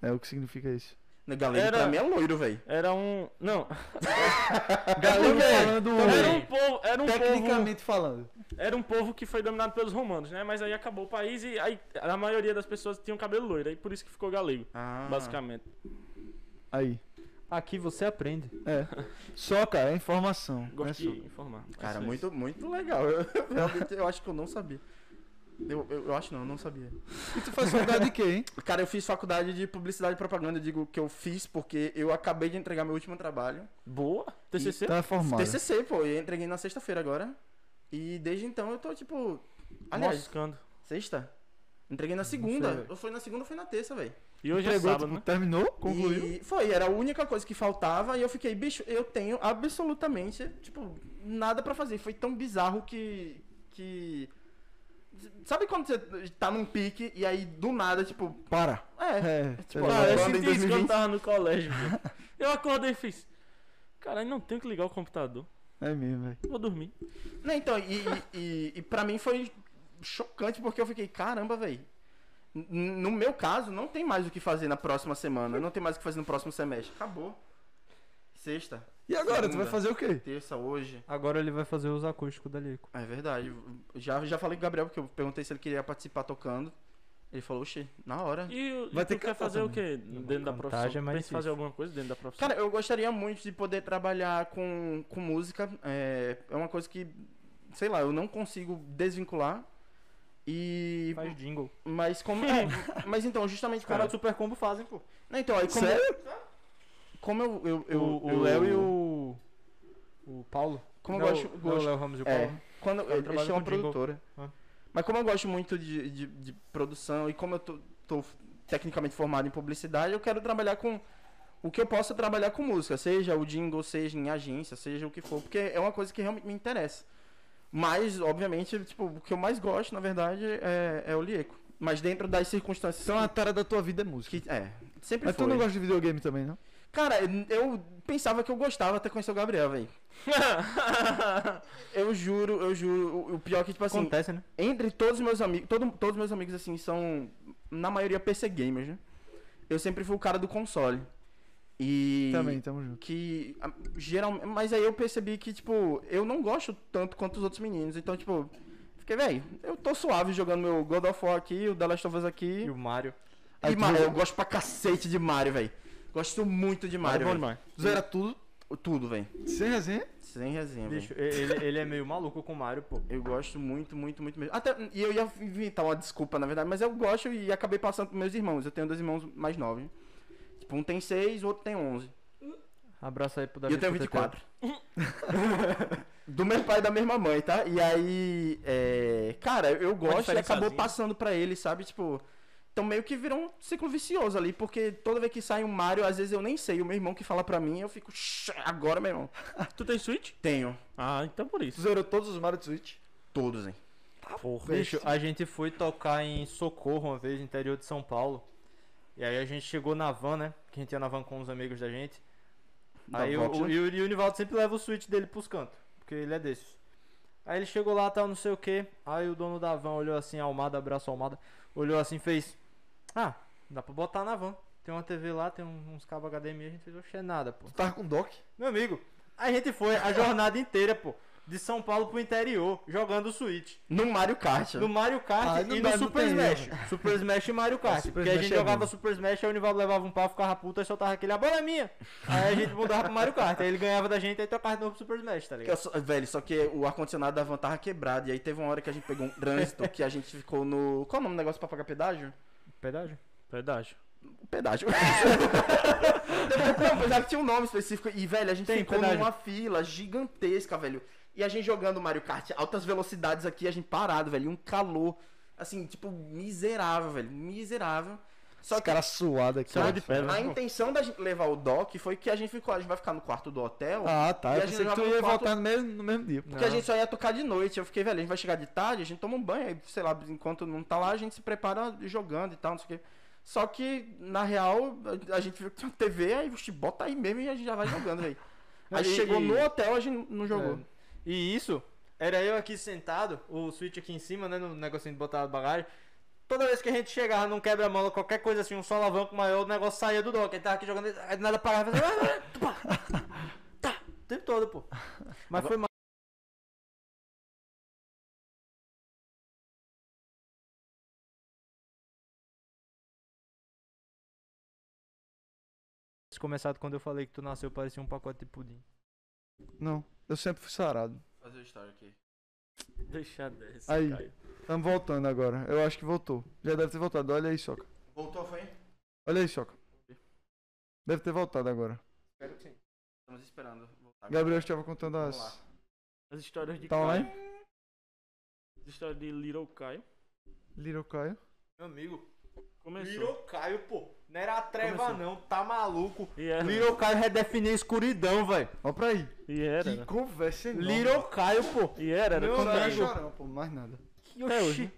S2: É o que significa isso.
S1: Galego
S4: Era-
S1: pra mim é loiro, velho.
S4: Era um. Não,
S2: É, Galego falando...
S4: era um povo. Era um povo.
S2: Tecnicamente falando.
S4: Era um povo que foi dominado pelos romanos, né? Mas aí acabou o país e aí a maioria das pessoas tinha um cabelo loiro. Aí por isso que ficou galego,
S1: Ah,
S4: basicamente.
S2: Aí.
S3: Aqui você aprende.
S2: É. Só, cara, é informação. né,
S4: Gosto
S2: só.
S4: de informar.
S1: Cara,
S4: Isso,
S1: muito, muito legal. Eu, realmente, eu acho que eu não sabia. Eu, eu, eu acho não, eu não sabia.
S2: E tu faz faculdade de quê, hein?
S1: Cara, eu fiz faculdade de publicidade e propaganda. Eu digo que eu fiz porque eu acabei de entregar meu último trabalho.
S4: isso. Boa. TCC?
S2: Tá formado.
S1: TCC, pô. Eu entreguei na sexta-feira agora. E desde então eu tô, tipo... Aliás,
S4: Moscando.
S1: sexta? Entreguei na
S2: sei,
S1: segunda.
S2: véi.
S1: Ou foi na segunda ou foi na terça, velho.
S4: E hoje é
S2: Entregou,
S4: sábado,
S2: tipo,
S4: né?
S2: Terminou? Concluiu?
S1: E foi, era a única coisa que faltava e eu fiquei, bicho, eu tenho absolutamente, tipo, nada pra fazer. Foi tão bizarro que que Sabe quando você tá num pique e aí do nada, tipo,
S2: Para.
S1: é,
S2: É,
S1: tipo,
S2: sei lá.
S4: Cara, eu
S1: Quando em
S4: senti isso quando
S1: 2020?
S4: eu tava no colégio, viu? Eu acordei e fiz. Caralho, não tenho que ligar o computador.
S2: é mesmo, velho.
S4: Vou dormir.
S1: né, então, e, e, e, e pra mim foi chocante porque eu fiquei, caramba, velho. No meu caso, não tem mais o que fazer na próxima semana, não tem mais o que fazer no próximo semestre. Acabou. Sexta,
S2: E agora, tu vai
S1: Segunda.
S2: fazer o quê?
S1: terça, hoje.
S3: Agora ele vai fazer os acústicos dali.
S1: É verdade. Já, já falei com o Gabriel, porque eu perguntei se ele queria participar tocando. Ele falou, oxi, na hora.
S4: E, o-
S2: Vai
S4: e
S2: ter
S4: tu
S2: que
S4: quer
S2: cantar
S4: fazer o quê
S3: também.
S4: dentro da
S3: Vantagem
S4: profissão?
S3: é
S4: Tu
S3: mais
S4: Pensa em fazer
S3: difícil.
S4: alguma coisa dentro da profissão?
S1: Cara, eu gostaria muito de poder trabalhar com, com música. É, é uma coisa que, sei lá, eu não consigo desvincular. E.
S3: Faz jingle.
S1: Mas como. é, mas então, justamente
S3: Os caras
S1: cara.
S3: do Super Combo fazem, pô.
S1: Então, aí como.
S2: Sério?
S1: Como eu. eu, eu
S3: o o
S1: eu-
S3: Léo e o. O Paulo.
S1: Como
S3: Não,
S1: eu gosto.
S3: não,
S1: gosto-
S3: o Léo Ramos e o
S1: É,
S3: Paulo.
S1: quando
S3: Ela
S1: eu, eu
S3: trabalha
S1: tinha uma
S3: com jingle.
S1: produtora.
S3: Ah.
S1: Mas como eu gosto muito de, de, de produção e como eu tô, tô tecnicamente formado em publicidade, eu quero trabalhar com o que eu possa trabalhar com música, seja o jingle, seja em agência, seja o que for, porque é uma coisa que realmente me interessa. Mas, obviamente, tipo, o que eu mais gosto, na verdade, é, é o Lieco. Mas dentro das circunstâncias
S2: Então a tara da tua vida é música.
S1: que, que- é, sempre
S2: Mas
S1: foi.
S2: tu não gosta de videogame também, não?
S1: Cara, eu pensava que eu gostava até conhecer o Gabriel, velho. Eu juro, eu juro. O- O pior é que, tipo assim,
S3: Acontece, né?
S1: entre todos os meus amigos, todo, todos meus amigos assim são na maioria PC gamers, né? Eu sempre fui o cara do console. E
S2: Também, tamo junto.
S1: que ah, geral, mas aí eu percebi que tipo, eu não gosto tanto quanto os outros meninos, então tipo, fiquei, velho, eu tô suave jogando meu God of War aqui, o The Last of Us
S3: E
S1: aqui.
S3: o Mario.
S1: E,
S2: Aí tu
S1: Mario,
S2: jogou-
S1: eu gosto pra cacete de Mario, velho. Gosto muito de Mario.
S4: bom
S1: velho.
S4: demais.
S2: Zera tudo,
S1: Tudo, velho.
S2: sem resenha.
S1: Sem resenha, velho.
S3: Bicho, e- ele, ele é meio maluco com o Mario, pô.
S1: Eu gosto muito, muito, muito mesmo. Até, e eu ia inventar uma desculpa, na verdade, mas eu gosto e acabei passando pros meus irmãos. Eu tenho dois irmãos mais novos. Tipo, um tem seis, o outro tem onze.
S3: Abraço aí pro
S1: e
S3: Davi.
S1: eu tenho
S3: Coteteu.
S1: 24. Do meu pai e da mesma mãe, tá? E aí, é, cara, eu gosto e acabou
S4: diferençazinha.
S1: passando pra ele, sabe? Tipo, então meio que virou um ciclo vicioso ali, porque toda vez que sai um Mario, às vezes eu nem sei. O meu irmão que fala pra mim, eu fico, "Shh, agora, meu irmão.
S4: Tu tem Switch?
S1: Tenho
S4: Ah, então por
S2: Tu
S4: isso.
S2: zerou todos os Mario de Switch.
S1: todos, hein?
S4: Porra.
S3: Bicho, a gente foi tocar em Socorro uma vez, no interior de São Paulo. E aí a gente chegou na van, né? Que a gente ia na van com os amigos da gente.
S1: Da
S3: Aí o,
S1: Vox,
S3: o,
S1: né?
S3: e o, e o Nivaldo sempre leva o switch dele pros cantos, porque ele é desses. Aí ele chegou lá, tal, não sei o que. Aí o dono da van olhou assim, Almada, abraço Almada. Olhou assim e fez: Ah, dá pra botar na van. Tem uma TV lá, tem um- uns cabos HDMI. A gente fez: Oxe, é nada, pô.
S2: Tu tava com dock.
S3: Meu amigo, a gente foi a jornada inteira, pô. de São Paulo pro interior jogando o Switch.
S1: No Mario Kart.
S3: No Mario Kart
S2: Ah, não
S3: e
S2: dá,
S3: no
S2: não
S3: Super
S2: tem
S3: Smash.
S2: erro.
S3: Super Smash e Mario
S2: Ah,
S3: Kart.
S2: Super
S3: porque a
S2: Smash
S3: gente
S2: é
S3: jogava
S2: bom.
S3: Super Smash, aí o Nivaldo levava um pau, ficava puto, aí soltava aquele, a bola é minha. Aí a gente mudava pro Mario Kart. Aí ele ganhava da gente, aí trocava de novo pro Super Smash, tá
S1: Que eu
S3: ligado?
S1: só- velho, só que o ar-condicionado da van tava quebrado. E aí teve uma hora que a gente pegou um trânsito que a gente ficou no. Qual é o nome do negócio pra pagar pedágio?
S3: Pedágio?
S4: Pedágio.
S1: Pedágio. Não, já que tinha um nome específico. E, velho, a gente
S3: Tem
S1: ficou
S3: pedágio.
S1: numa fila gigantesca, velho. E a gente jogando Mario Kart, altas velocidades aqui, a gente parado, velho. E um calor, assim, tipo, miserável, velho. Miserável. Só
S2: Os
S1: que
S2: caras suados aqui.
S4: Saiu de pedra.
S2: né?
S1: a intenção da gente levar o dock foi que a gente ficou, a gente vai ficar no quarto do hotel.
S2: Ah, tá.
S1: E
S2: Eu
S1: a gente
S2: pensei que tu
S1: jogava
S2: ia
S1: quatro-
S2: voltar no mesmo, no mesmo dia.
S1: Porque a gente só ia tocar de noite. Eu fiquei, velho, a gente vai chegar de tarde, a gente toma um banho, aí, sei lá, enquanto não tá lá, a gente se prepara jogando e tal, não sei o quê. Só que, na real, a a gente viu que tinha uma TV, aí oxe, bota aí mesmo e a gente já vai jogando, velho. Aí
S3: E-
S1: chegou
S3: e-
S1: no hotel, a gente não jogou.
S3: É. E isso, era eu aqui sentado, o Switch aqui em cima, né, no negocinho de botar a bagagem. Toda vez que a gente chegava num quebra-mola, qualquer coisa assim, um solavanco maior, o negócio saía do dock. Ele tava aqui jogando, aí do nada parava e fazia... "Ah, Tá, o tempo todo, pô. Mas foi mal. Começado quando eu falei que tu nasceu, parecia um pacote de pudim.
S2: Não, eu sempre fui sarado.
S1: Fazer história aqui.
S4: Deixa dessa.
S2: Aí.
S4: Caio.
S2: Tamo voltando agora. Eu acho que voltou. Já deve ter voltado. Olha aí, Soca.
S1: Voltou, foi?
S2: Olha aí, Soca. Deve ter voltado agora.
S1: Espero que sim. Estamos esperando. Voltar.
S2: Gabriel estava contando
S1: Vamos
S2: as.
S4: As histórias de
S2: Tá
S4: Caio.
S2: online?
S4: As histórias de Little Caio.
S2: Little Caio.
S3: Meu amigo,
S4: Começou.
S3: Little Caio, pô. Não era a treva,
S4: Começou.
S3: não. Tá maluco.
S4: E era.
S3: Little Caio redefiniu a escuridão, velho.
S2: Ó pra aí.
S4: E era. né?
S2: Que conversa enorme.
S3: Little Caio, pô.
S4: E era, era
S3: Meu
S4: como
S2: Não,
S3: amigo.
S2: chorão, pô, mais nada.
S4: Até hoje,
S3: Oxi.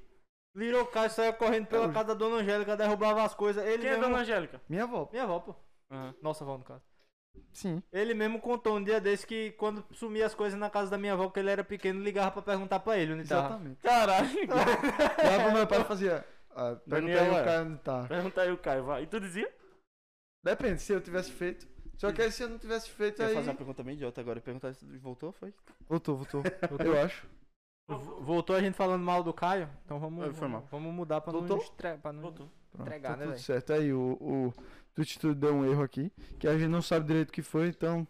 S3: Little Caio saia correndo pela
S2: hoje.
S3: casa da Dona Angélica, derrubava as coisas. Ele
S4: Quem é
S3: mesmo...
S4: Dona Angélica?
S2: Minha avó.
S3: Minha avó, pô.
S4: Aham.
S3: Nossa avó, no caso.
S2: Sim.
S3: Ele mesmo contou um dia desse que quando sumia as coisas na casa da minha avó, porque ele era pequeno, ligava pra perguntar pra ele onde tava.
S2: Exatamente.
S4: Caralho.
S2: Lá pro meu pai fazia. Ah, perguntei
S4: Daniel,
S2: o
S4: é.
S2: cara onde tá.
S4: Pergunta aí o Caio, vai. E tu dizia?
S2: Depende, se eu tivesse feito. Só que aí se eu não tivesse feito,
S1: Quer
S2: aí.
S1: fazer uma pergunta bem idiota agora? Perguntar se voltou, foi?
S2: Voltou, voltou. eu acho.
S3: V- Voltou a gente falando mal do Caio, então
S1: Ah,
S3: vamos,
S1: foi mal.
S3: vamos mudar pra não,
S2: Voltou?
S3: estre... pra não
S4: Voltou.
S2: Pronto,
S3: Entregar,
S2: tá
S3: né,
S2: tudo
S3: véi?
S2: certo. Aí o, o Twitch Studio deu um erro aqui, que a gente não sabe direito o que foi, então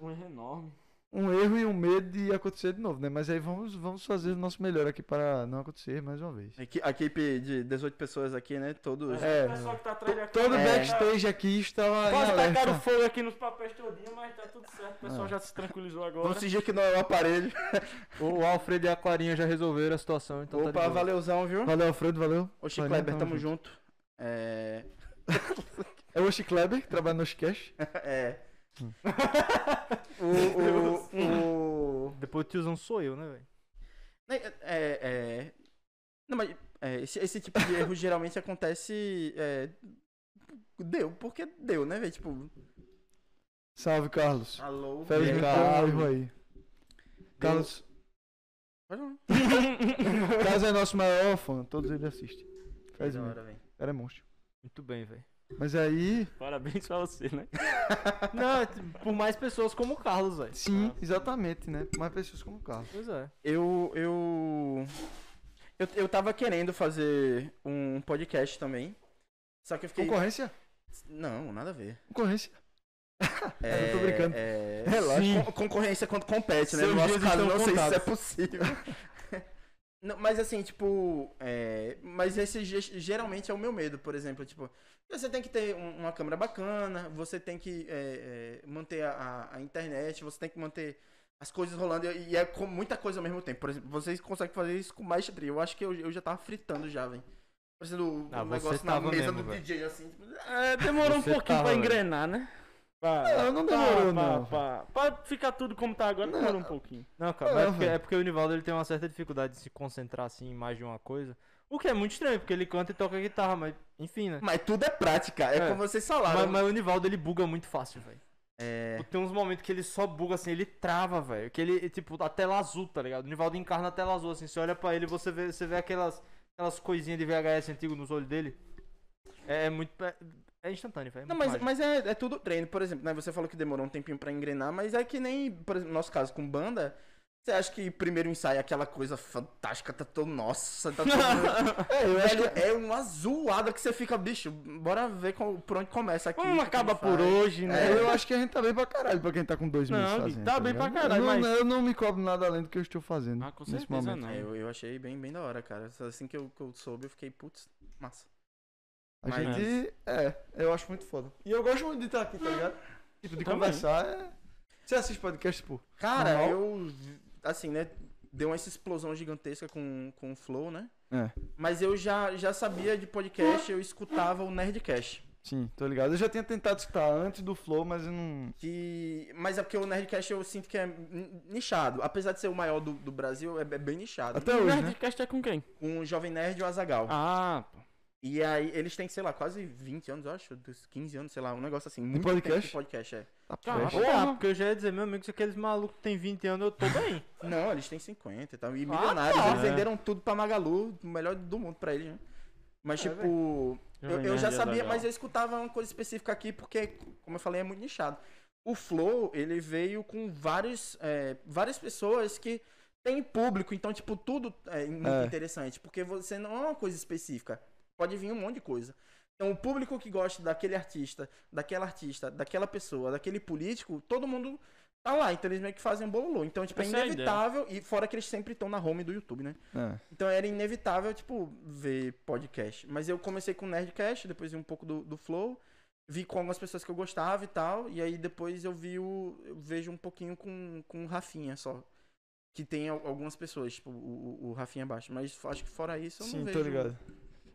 S4: Um erro enorme.
S2: um erro e um medo de acontecer de novo, né? Mas aí vamos, vamos fazer o nosso melhor aqui para não acontecer mais uma vez.
S1: Equi- A equipe de 18 pessoas aqui, né? Todos.
S2: É.
S4: o pessoal que tá atrás da
S2: Todo
S4: câmera tá-
S2: backstage aqui estava em
S4: Quase
S2: alerta.
S4: tacaram fogo aqui nos papéis todinho, mas tá tudo certo. O pessoal já se tranquilizou agora.
S1: Vamos fingir que não é o aparelho.
S3: O o Alfredo e a Clarinha já resolveram a situação, então tá de
S1: Opa,
S3: boa.
S1: valeuzão, viu?
S2: Valeu, Alfredo, valeu.
S1: Oxi,
S2: Valeu,
S1: Kleber,
S2: tamo
S1: né? tamo junto. É.
S2: É o Oxi Kleber, que trabalha no Oshcash.
S1: É. o. o, o...
S3: Depois o tiozão sou eu, né, velho?
S1: É, é, é- Não, mas é, esse, esse tipo de erro geralmente acontece. é, Deu, porque deu, né, velho? Tipo.
S2: Salve, Carlos.
S1: Alô,
S2: Felizmente deu um erro aí. Carlos, Carlos é nosso maior fã, todos ele assiste. Felizmente, o cara é monstro.
S3: Muito bem, velho.
S2: Mas aí,
S4: Parabéns pra você, né?
S3: Não, t- por mais pessoas como o Carlos, velho.
S2: sim, exatamente, né? Mais pessoas como o Carlos.
S3: Pois é.
S1: Eu, eu. Eu, eu tava querendo fazer um podcast também. Só que eu fiquei.
S2: Concorrência?
S1: Não, nada a ver.
S2: Concorrência.
S1: É,
S2: eu tô brincando.
S1: é,
S2: Relaxa.
S1: sim, con- concorrência quando compete, né?
S2: Seus
S1: no nosso
S2: dias
S1: caso,
S2: estão
S1: não sei se isso é
S2: contados.
S1: possível. Não, mas assim, tipo. é, mas esse ge- geralmente é o meu medo, por exemplo. Tipo, você tem que ter um- uma câmera bacana, você tem que é, é, manter a, a- a internet, você tem que manter as coisas rolando e, e é com muita coisa ao mesmo tempo. Por exemplo, vocês conseguem fazer isso com maestria. Eu acho que eu, eu já tava fritando já, velho. Parecendo um
S3: Ah, você
S1: negócio na
S3: tava
S1: mesa
S3: mesmo,
S1: do
S3: velho.
S1: DJ, assim. Tipo,
S4: É, demorou um
S3: Você
S4: pouquinho
S3: tava,
S4: pra
S3: velho.
S4: engrenar, né?
S2: Não, não demorou,
S4: pra,
S2: não.
S4: Pra, pra ficar tudo como tá agora, demorou um pouquinho.
S3: Não, cara,
S2: Ah,
S3: mas é, porque,
S2: velho.
S3: é porque o Nivaldo ele tem uma certa dificuldade de se concentrar assim em mais de uma coisa. O que é muito estranho, porque ele canta e toca guitarra, mas enfim, né?
S1: Mas tudo é prática, é,
S3: É.
S1: como vocês falaram.
S3: Mas, mas o Nivaldo ele buga muito fácil, velho.
S1: É.
S3: Tem uns momentos que ele só buga assim, ele trava, velho. Que ele, tipo, a tela azul, tá ligado? O Nivaldo encarna a tela azul, assim, você olha pra ele você vê, você vê aquelas, aquelas coisinhas de VHS antigo nos olhos dele. É, é muito. É, é instantâneo, velho. é
S1: Não,
S3: muito
S1: mas,
S3: mágico.
S1: mas é, é tudo treino, por exemplo, né? Você falou que demorou um tempinho pra engrenar, mas é que nem, por exemplo, no nosso caso com banda, Você acha que primeiro ensaio é aquela coisa fantástica, tá todo. Nossa, tá todo.
S2: É, eu acho
S1: Velho,
S2: que.
S1: é uma zoada que você fica, bicho, bora ver qual, por onde começa aqui.
S4: Vamos acabar Um por
S1: hoje.
S4: hoje, né?
S2: é, eu acho que a gente tá bem pra caralho pra quem tá com dois
S4: Não,
S2: meses
S4: Gui,
S2: fazendo.
S4: tá bem pra
S2: ligado?
S4: caralho,
S2: Não,
S4: mas-
S2: não, eu não me cobro nada além do que eu estou fazendo.
S4: Ah, com
S2: nesse
S4: certeza
S2: momento.
S4: não.
S1: É, eu, eu achei bem, bem da hora, cara. Assim que eu, que eu soube, eu fiquei, putz, massa.
S2: A
S1: Mas-
S2: gente. É, eu acho muito foda. E eu gosto muito de estar aqui, tá ligado? Tipo, de
S4: Também.
S2: conversar é. Você assiste podcast, pô?
S1: Cara,
S2: Normal.
S1: eu. Assim, né? Deu essa explosão gigantesca com, com o Flow, né?
S2: É.
S1: Mas eu já, já sabia de podcast, eu escutava o Nerdcast.
S2: Sim, tô ligado. Eu já tinha tentado escutar antes do Flow, mas eu não.
S1: Que... Mas é porque o Nerdcast eu sinto que é n- nichado. Apesar de ser o maior do, do Brasil, é, é bem nichado.
S2: Até hoje, né?
S4: Nerdcast é com quem?
S1: Com o Jovem Nerd e o Azagal.
S4: Ah, pô.
S1: E aí, eles têm, sei lá, quase 20 anos, eu acho, dos 15 anos, sei lá, um negócio assim. Muito
S2: podcast?
S1: tempo de podcast, é.
S2: Tá
S4: Caraca.
S2: fecha.
S3: Porra, porque eu já ia dizer, meu amigo, se aqueles malucos tem 20 anos, eu tô bem.
S1: Não, eles têm 50 e tal. E
S3: Ah,
S1: milionários,
S4: tá.
S1: eles
S4: É.
S1: venderam tudo pra Magalu, o melhor do mundo pra eles, né? Mas,
S2: É,
S1: tipo, eu, eu já
S4: Jovem Nerd é
S1: sabia,
S4: legal.
S1: mas eu escutava uma coisa específica aqui, porque, como eu falei, é muito nichado. O Flow, ele veio com vários, é, várias pessoas que têm público, então, tipo, tudo é muito
S2: É.
S1: interessante, porque você não é uma coisa específica. Pode vir um monte de coisa. Então, o público que gosta daquele artista, daquela artista, daquela pessoa, daquele político, todo mundo tá lá. Então, eles meio que fazem um bololô. Então, tipo,
S4: Essa é
S1: é
S4: a ideia.
S1: inevitável, e fora que eles sempre estão na home do YouTube, né?
S2: É.
S1: Então era inevitável, tipo, ver podcast. Mas eu comecei com Nerdcast, depois vi um pouco do, do Flow, vi com algumas pessoas que eu gostava e tal, e aí depois eu vi o. Eu vejo um pouquinho com, com o Rafinha só. Que tem al- algumas pessoas, tipo, o, o- o Rafinha Baixo. Mas f- acho que fora isso eu não
S2: Sim,
S1: vejo.
S2: tô ligado.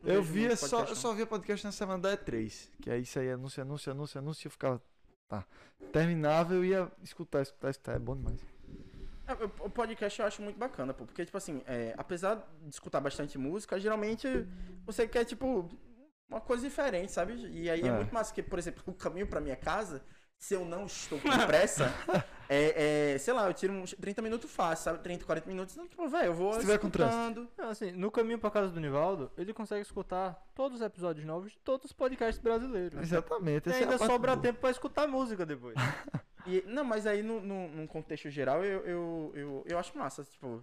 S1: não
S2: eu
S1: vejo
S2: via
S1: muito
S2: só,
S1: podcast,
S2: eu só via podcast na semana da E3. Que aí saía anúncio, anúncio, anúncio, anúncio, eu ficava. Tá. Terminava, eu ia escutar, escutar, escutar. É bom demais.
S1: É, o- O podcast eu acho muito bacana, pô. Porque, tipo assim, é, apesar de escutar bastante música, geralmente você quer, tipo, uma coisa diferente, sabe? E aí é,
S2: É.
S1: muito massa, porque, por exemplo, o caminho pra minha casa, se eu não estou com pressa, é, é, sei lá, eu tiro uns 30 minutos fácil, sabe? 30, 40 minutos, então, tipo, velho, eu vou
S2: Se tiver com trânsito.
S1: escutando.
S3: Não, assim, no caminho pra casa do Nivaldo, ele consegue escutar todos os episódios novos de todos os podcasts brasileiros.
S2: Exatamente.
S3: E
S2: essa é a
S3: ainda
S2: parte
S3: sobra
S2: boa.
S3: tempo pra escutar música depois.
S1: E- não, mas aí no, no- num contexto geral eu, eu, eu, eu acho massa, tipo.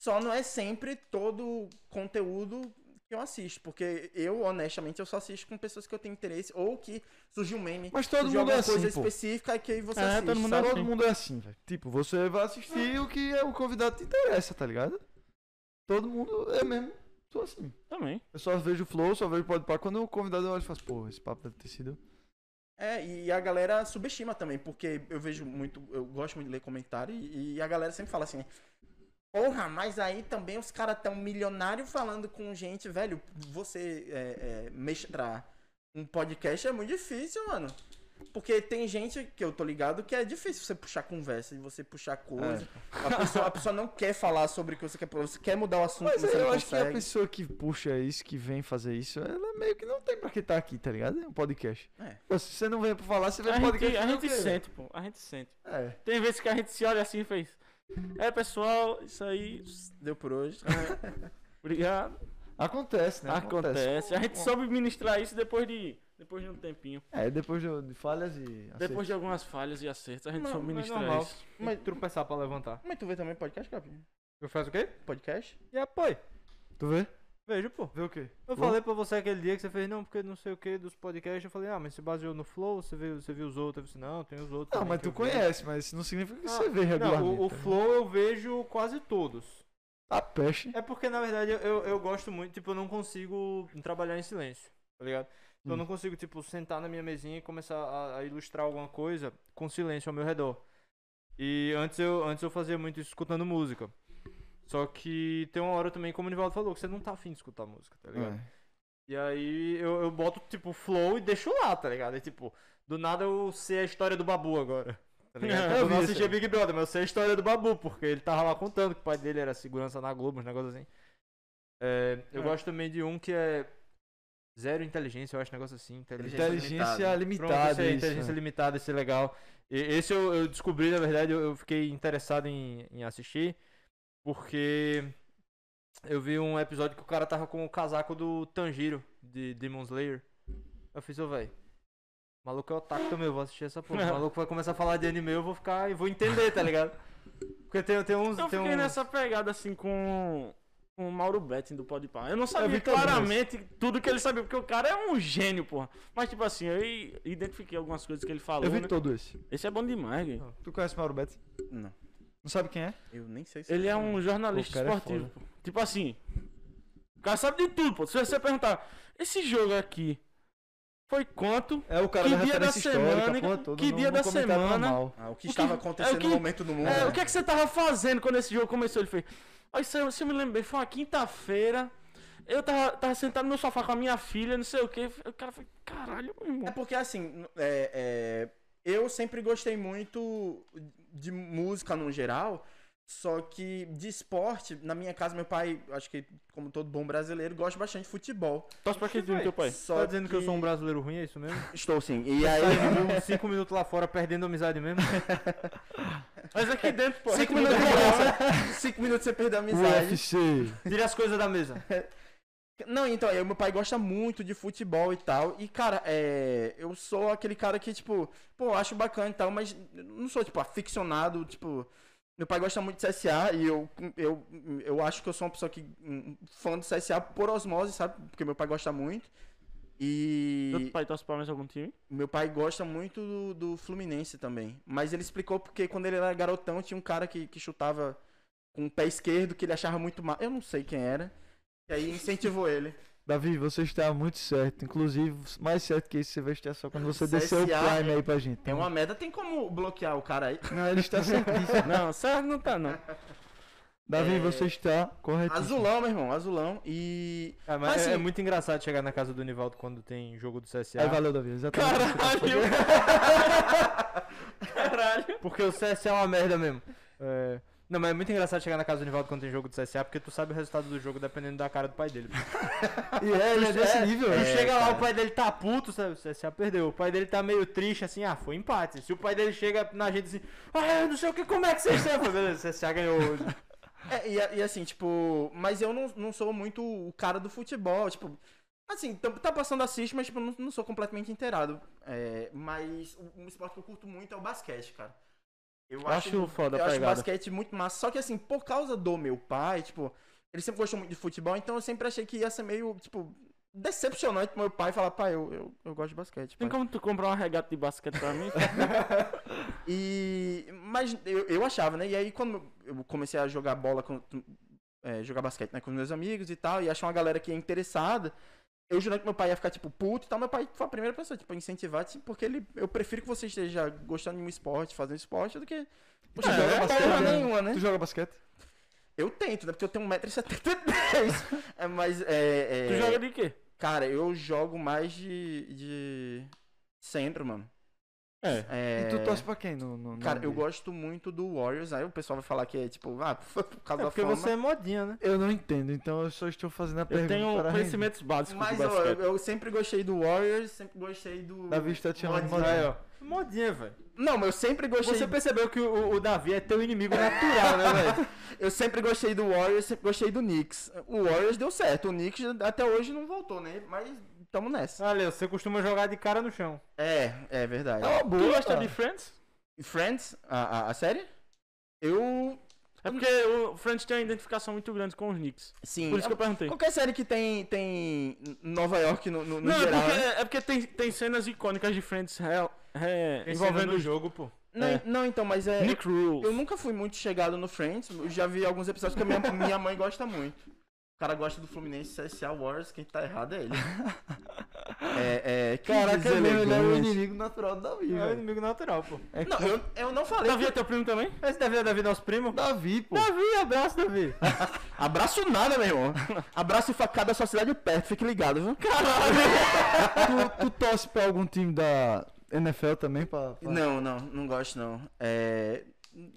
S1: Só não é sempre todo conteúdo que eu assisto, porque eu, honestamente, eu só assisto com pessoas que eu tenho interesse, ou que surgiu um meme,
S2: Mas todo
S1: surgiu
S2: mundo é
S1: alguma
S2: assim,
S1: coisa
S2: pô.
S1: específica que aí você
S4: É,
S1: assiste.
S4: todo mundo é
S1: sabe?
S2: Todo
S4: assim.
S2: mundo é assim, velho. Tipo, você vai assistir o que é o convidado te interessa, tá ligado? Todo mundo é mesmo. Sou assim.
S4: Também.
S2: Eu só vejo o flow, só vejo o podpar. Quando o convidado olha e fala, pô, esse papo deve ter sido.
S1: É, e a galera subestima também, porque eu vejo muito, eu gosto muito de ler comentário e, e a galera sempre fala assim, porra, mas aí também os caras tão milionário falando com gente, velho, você é, é, mestrar um podcast é muito difícil, mano. Porque tem gente que eu tô ligado que é difícil você puxar conversa e você puxar coisa. A, pessoa, a pessoa não quer falar sobre o que você quer, você quer mudar o assunto,
S2: Mas
S1: você
S2: é, eu
S1: não
S2: acho que a
S1: consegue.
S2: pessoa que puxa isso, que vem fazer isso, ela meio que não tem pra que tá aqui, tá ligado? É um podcast.
S1: É.
S2: Pô, se você não vem pra falar, você vem
S4: A
S2: pro podcast.
S4: gente, a
S2: fazer o
S4: gente
S2: quê, velho?
S4: sente, pô. A gente sente.
S2: É.
S4: Tem vezes que a gente se olha assim e fez. É, pessoal, isso aí.
S1: Deu por hoje.
S4: Obrigado.
S2: Acontece, né?
S4: Acontece. A gente soube ministrar isso depois de, depois de um tempinho.
S2: É, depois de, de falhas e.
S4: Depois de algumas falhas e acertos, a gente
S1: Não,
S4: soube
S2: é
S1: mas
S4: ministrar
S3: é normal.
S4: isso.
S3: Mas tropeçar pra levantar.
S1: Mas é tu vê também podcast, Gabi?
S3: Eu faço o quê?
S1: Podcast?
S3: E apoio.
S2: acertos. Tu vê?
S3: Vejo, pô.
S2: Vê o quê?
S3: Eu falei pra você aquele dia que você fez, não, porque não sei o que dos podcasts. Eu falei, ah, mas se baseou no Flow, você viu, você viu os outros? Eu falei, não, tem os outros.
S2: Não,
S4: é
S3: também
S2: mas
S3: que
S2: tu
S3: eu vejo.
S2: conhece, mas isso não significa que
S3: Ah,
S2: você vê
S3: Não,
S2: regularmente.
S3: o, o
S2: tá ligado?
S3: Flow eu vejo quase todos.
S2: A peste.
S3: É porque, na verdade, eu- eu, eu gosto muito, tipo, eu não consigo trabalhar em silêncio, tá ligado? Então eu
S2: Hum.
S3: não consigo, tipo, sentar na minha mesinha e começar a, a ilustrar alguma coisa com silêncio ao meu redor. E antes eu, antes eu fazia muito isso escutando música. Só que tem uma hora também, como o Nivaldo falou, que você não tá afim de escutar música, tá ligado?
S2: É.
S3: E aí eu, eu boto, tipo, flow e deixo lá, tá ligado? E tipo, do nada eu sei a história do Babu agora. Tá ligado?
S2: Eu
S3: eu não
S2: vi
S3: assistia
S2: isso
S3: Big Brother, mas eu sei a história do Babu, porque ele tava lá contando que o pai dele era segurança na Globo, uns negócios assim. É, eu
S1: É.
S3: gosto também de um que é zero inteligência, eu acho um negócio assim. Inteligência,
S2: Inteligência
S3: Pronto,
S2: limitada.
S3: esse aí,
S2: isso,
S3: inteligência
S4: né?
S2: é.
S3: limitada, esse é legal. E- esse eu, eu descobri, na verdade, eu, eu fiquei interessado em, em assistir, porque eu vi um episódio que o cara tava com o casaco do Tanjiro, de Demon Slayer. Eu fiz, ô véi, o maluco é otaku também, eu vou assistir essa porra. O maluco vai começar a falar de anime, eu vou ficar e vou entender, tá ligado? Porque Porque tem, tem uns.
S4: Eu
S3: tem
S4: fiquei
S2: um-
S3: uns...
S4: nessa pegada assim com, com o Mauro Betting do Podpah. Eu não sabia
S2: vi também
S4: claramente tudo que ele sabia, porque o cara é um gênio, porra. Mas tipo assim, eu i- identifiquei algumas coisas que ele falou,
S2: Eu vi
S4: né?
S2: todo esse.
S4: Esse é bom demais, Gui.
S2: Tu conhece Mauro Betts?
S1: Não.
S2: Não sabe quem é?
S1: Eu nem sei se.
S4: Ele é um jornalista
S2: Pô, o cara é
S4: esportivo. pô. tipo assim, o cara sabe de tudo, pô. Se você perguntar, esse jogo aqui foi quanto?
S2: É o cara
S4: Que
S2: da
S4: dia da
S2: referência histórica,
S4: semana,
S2: porra toda.
S4: que
S2: no-
S4: dia
S2: no
S4: da
S2: comentário
S4: semana.
S2: normal.
S1: Ah, o que
S4: O que-
S1: estava
S4: é,
S1: acontecendo
S4: o que-
S1: no momento do mundo.
S4: É,
S1: né?
S4: o que é que você tava fazendo quando esse jogo começou? Ele fez. Aí se eu, se eu me lembrei, foi uma quinta-feira. Eu tava, tava sentado no meu sofá com a minha filha, não sei o que. O cara foi, caralho, meu
S1: É
S4: irmão.
S1: porque assim, é- é, eu sempre gostei muito de música no geral, só que de esporte, na minha casa, meu pai, acho que como todo bom brasileiro, gosta bastante de futebol.
S4: Tosse pra que
S3: Oxi,
S4: time teu pai?
S1: Só
S3: Tá dizendo que eu sou um brasileiro ruim, é isso mesmo?
S1: Estou sim. E aí.
S3: Aí, cinco minutos lá fora perdendo amizade mesmo.
S4: Mas aqui dentro, pô.
S1: Cinco minutos,
S3: é
S1: cinco minutos você perdeu a amizade.
S2: UFC.
S3: Tira as coisas da mesa.
S1: Não, então, aí meu pai gosta muito de futebol e tal. E, cara, é, eu sou aquele cara que, tipo, pô, acho bacana e tal, mas não sou, tipo, aficionado, tipo. Meu pai gosta muito de CSA e eu, eu, eu acho que eu sou uma pessoa que. um fã do CSA por osmose, sabe? Porque meu pai gosta muito. E.
S4: Teu pai torce pra mais algum time?
S1: Meu pai gosta muito do, do Fluminense também. Mas ele explicou porque quando ele era garotão tinha um cara que, que chutava com o pé esquerdo que ele achava muito mal. Eu não sei quem era. E aí incentivou ele.
S2: Davi, você está muito certo. Inclusive, mais certo que isso você vai estar só quando você
S1: CSA
S2: descer o Prime
S1: é-
S2: aí pra gente.
S1: É uma meta, tem como bloquear o cara aí?
S2: Não, ele está certíssimo.
S4: Não, certo não tá, não.
S2: Davi,
S1: É.
S2: você está corretíssimo.
S1: Azulão, meu irmão, azulão. E.
S3: Ah,
S1: Mas,
S3: mas é-
S1: assim,
S3: é, muito engraçado chegar na casa do Nivaldo quando tem jogo do CSA.
S2: Aí valeu, Davi. Exatamente.
S4: Caralho! Caralho!
S3: Porque o CSA é uma merda mesmo. É, Não, mas é muito engraçado chegar na casa do Nivaldo quando tem jogo do CSA, porque tu sabe o resultado do jogo dependendo da cara do pai dele.
S2: E é, ele é desse nível.
S3: Tu
S2: é.
S3: chega lá, o pai dele tá puto, sabe? O CSA perdeu. O pai dele tá meio triste, assim, ah, foi empate. Se o pai dele chega na gente assim, ah, eu não sei o que, como é que vocês estão? Eu falei, Beleza, o CSA ganhou hoje.
S1: É, e, a- e assim, tipo, mas eu não, não sou muito o cara do futebol, tipo. Assim, tá, tá passando assiste, mas tipo, não, não sou completamente inteirado. É, mas o- um esporte que eu curto muito é o basquete, cara. Eu
S4: Eu acho foda
S1: eu
S4: a
S1: acho
S4: pegada.
S1: basquete muito massa. Só que assim, por causa do meu pai, tipo, ele sempre gostou muito de futebol, então eu sempre achei que ia ser meio, tipo, decepcionante pro meu pai falar, pai, eu, eu, eu gosto de basquete.
S4: Tem
S1: pai."
S4: como tu comprar uma regata de basquete pra mim?
S1: E. Mas eu, eu achava, né? E aí quando eu comecei a jogar bola com. é, jogar basquete, né? Com meus amigos e tal, e achar uma galera que é interessada. Eu jurando que meu pai ia ficar, tipo, puto e tal. Meu pai foi a primeira pessoa, tipo, a incentivar, tipo, porque ele. Eu prefiro que você esteja gostando de um esporte, fazendo esporte, do que. Você
S2: É,
S1: joga
S2: basquete,
S1: porra
S2: né?
S1: nenhuma, né?
S2: Tu joga basquete?
S1: Eu tento, né? Porque eu tenho 1,73m. é, mas é. é,
S4: Tu joga de quê?
S1: Cara, eu jogo mais de. de. centro, mano.
S4: É.
S1: É...
S2: E tu torce pra quem? No, no, no
S1: Cara, eu
S2: NBA?
S1: gosto muito do Warriors. Aí o pessoal vai falar que é tipo, ah, por causa
S3: É
S1: da
S3: porque
S1: fama.
S3: você é modinha, né?
S2: Eu não entendo, então eu só estou fazendo a
S4: Eu
S2: pergunta.
S4: tenho
S2: para
S4: conhecimentos básicos
S1: Mas
S4: de
S1: ó,
S4: basquete.
S1: eu, eu sempre gostei do Warriors, sempre gostei do.
S2: Remy. Davi está te chamando de
S1: Modinha.
S2: modinha.
S3: Modinha, velho.
S1: Não, mas eu sempre gostei.
S3: Você percebeu que o, o Davi é teu inimigo natural, né, velho?
S1: Eu sempre gostei do Warriors, sempre gostei do Knicks. O Warriors deu certo, o Knicks até hoje não voltou, né? Mas tamo nessa.
S3: Olha, você costuma jogar de cara no chão.
S1: É, é verdade.
S2: É uma boa.
S4: Tu gosta
S2: cara.
S4: de Friends?
S1: E Friends, a, a, a série? Eu.
S4: É porque o Friends tem uma identificação muito grande com os Knicks.
S1: Sim.
S4: Por isso que eu perguntei.
S1: Qualquer série que tem, tem Nova York no, no, no
S4: Não, é
S1: geral.
S4: porque,
S1: né?
S4: é porque tem, tem cenas icônicas de Friends real, é,
S3: Envolvendo
S4: envolvendo
S3: o jogo, pô.
S1: Não,
S4: é.
S1: não, então, mas é.
S4: Nick Rules.
S1: Eu nunca fui muito chegado no Friends, eu já vi alguns episódios que a minha, minha mãe gosta muito. O cara gosta do Fluminense, CSA, Warriors, quem tá errado é ele. É, é, que
S2: Caraca, ele é- ele é o
S1: deselegante.
S2: inimigo natural do Davi,
S3: É o
S2: velho.
S3: inimigo natural, pô.
S2: É
S1: Não, eu, eu não falei.
S4: Davi é teu primo também?
S3: Esse Davi é Davi nosso primo?
S2: Davi, pô.
S3: Davi, abraço, Davi.
S1: Abraço nada, meu irmão. Abraço e facada da sua cidade perto, fique ligado, viu?
S2: tu, tu torce pra algum time da NFL também? Pra, pra...
S1: Não, não, não gosto não. É.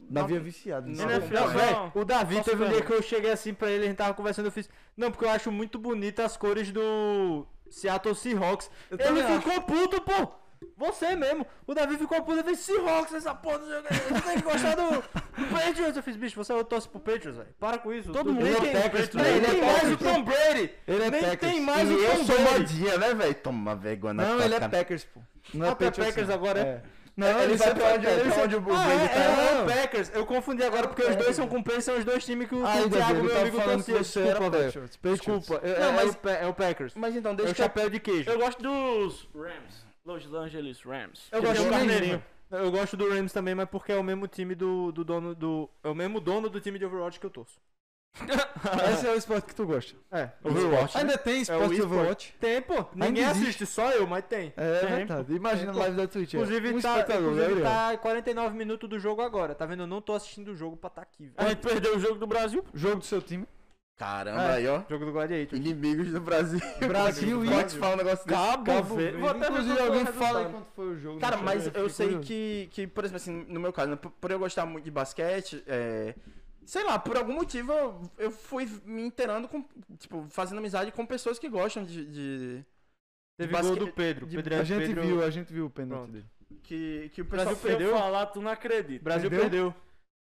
S2: Davi é viciado. nisso.
S1: Não,
S4: NFL.
S3: Não, velho, o Davi
S4: Nossa,
S3: teve um
S4: velho.
S3: dia que eu cheguei assim pra ele, a gente tava conversando, eu fiz. Não, porque eu acho muito bonita as cores do Seattle Seahawks.
S2: Eu
S3: ele
S2: também acho.
S3: ficou puto, pô! Você mesmo! O Davi ficou puto, eu fiz Seahawks, essa porra, não sei o que, você tem que gostar do, do Patriots. Eu fiz, bicho, você eu torce pro Patriots, velho. Para com isso.
S4: Todo
S3: Tu-
S4: mundo
S3: nem
S4: é
S3: tem,
S4: Patriots,
S3: nem
S4: né? Ele é
S3: tem mais o
S2: Patriots.
S3: Tom Brady!
S2: Ele é
S3: nem
S2: Packers.
S3: tem mais
S1: E
S3: o
S1: eu
S3: Tom
S1: sou
S3: Brady!
S1: modinha, né, velho? Toma vergonha na
S2: Não,
S1: tua
S2: ele é
S1: cara.
S2: Packers, pô. Não
S3: Ah, tu é
S2: Patriots,
S3: Packers
S2: não.
S3: agora, é?
S2: Não,
S3: Ele vai
S2: sempre-
S3: pra onde-
S2: ele
S3: pra
S2: sempre-
S3: onde o
S2: Ah,
S3: Brady
S2: é,
S3: tá.
S2: é,
S3: É
S2: não.
S3: o Packers. Eu confundi agora porque os dois são cumpridos, são os dois times que o,
S2: Ai,
S3: que o
S2: Davi,
S3: Thiago,
S2: eu
S3: meu
S2: tava
S3: amigo,
S2: falando que
S3: torcia.
S2: você era
S3: Desculpa, velho.
S2: Patriots.
S3: Desculpa.
S2: Patriots.
S3: É,
S1: Não,
S3: é
S1: mas-
S3: o Pa- é o Packers.
S1: Mas então,
S3: É
S1: deixa
S3: o chapéu de queijo.
S4: Eu gosto dos Rams. Los Angeles Rams.
S3: Eu
S4: Que
S3: gosto
S4: tem
S3: do
S4: um
S3: Carneirinho. Eu gosto do Rams também, mas porque é o mesmo time do, do dono do. É o mesmo dono do time de Overwatch que eu torço.
S2: Esse é o esporte que tu gosta.
S3: É.
S4: Overwatch,
S1: né?
S2: Ainda tem esporte de
S3: esporte.
S2: Overwatch?
S3: Tem, pô. Ninguém
S2: existe.
S3: assiste, só eu, mas tem.
S2: É
S4: Tem,
S2: verdade. Imagina a live da Twitch. é.
S3: Inclusive,
S2: um
S3: tá,
S2: espectador, né,
S3: inclusive
S2: Gabriel?
S3: tá 49 minutos do jogo agora. Tá vendo? Eu não tô assistindo o jogo pra tá aqui,
S4: A
S3: velho.
S4: gente perdeu o jogo do Brasil.
S2: Jogo do seu time.
S1: Caramba,
S3: É.
S1: aí, ó.
S3: Jogo do Gladiator.
S1: Inimigos do Brasil.
S2: Brasil e-
S1: Como é que se fala um negócio desse?
S2: Cabo
S4: Verde.
S2: Verde.
S4: Vou até ver
S2: Inclusive,
S4: qual foi o
S2: alguém fala aí
S4: resultado.
S2: quanto foi o jogo.
S1: Cara,
S2: deixa
S1: mas
S2: ver,
S1: né? eu
S2: fiquei
S1: sei
S2: curioso.
S1: que, que, por exemplo, assim, no meu caso, né, por, por eu gostar muito de basquete, é, sei lá, por algum motivo eu, eu fui me inteirando com, tipo, fazendo amizade com pessoas que gostam de, de-
S3: Teve
S1: basque-
S3: gol do Pedro.
S1: de-
S3: Pedro é
S2: A gente
S3: Pedro-
S2: viu, a gente viu o pênalti
S3: Pronto.
S2: dele.
S1: que, que o pessoal...
S4: Brasil
S3: Brasil
S4: Se eu
S3: perdeu?
S4: falar, tu não acredita.
S3: Brasil
S2: Perdeu?
S3: perdeu.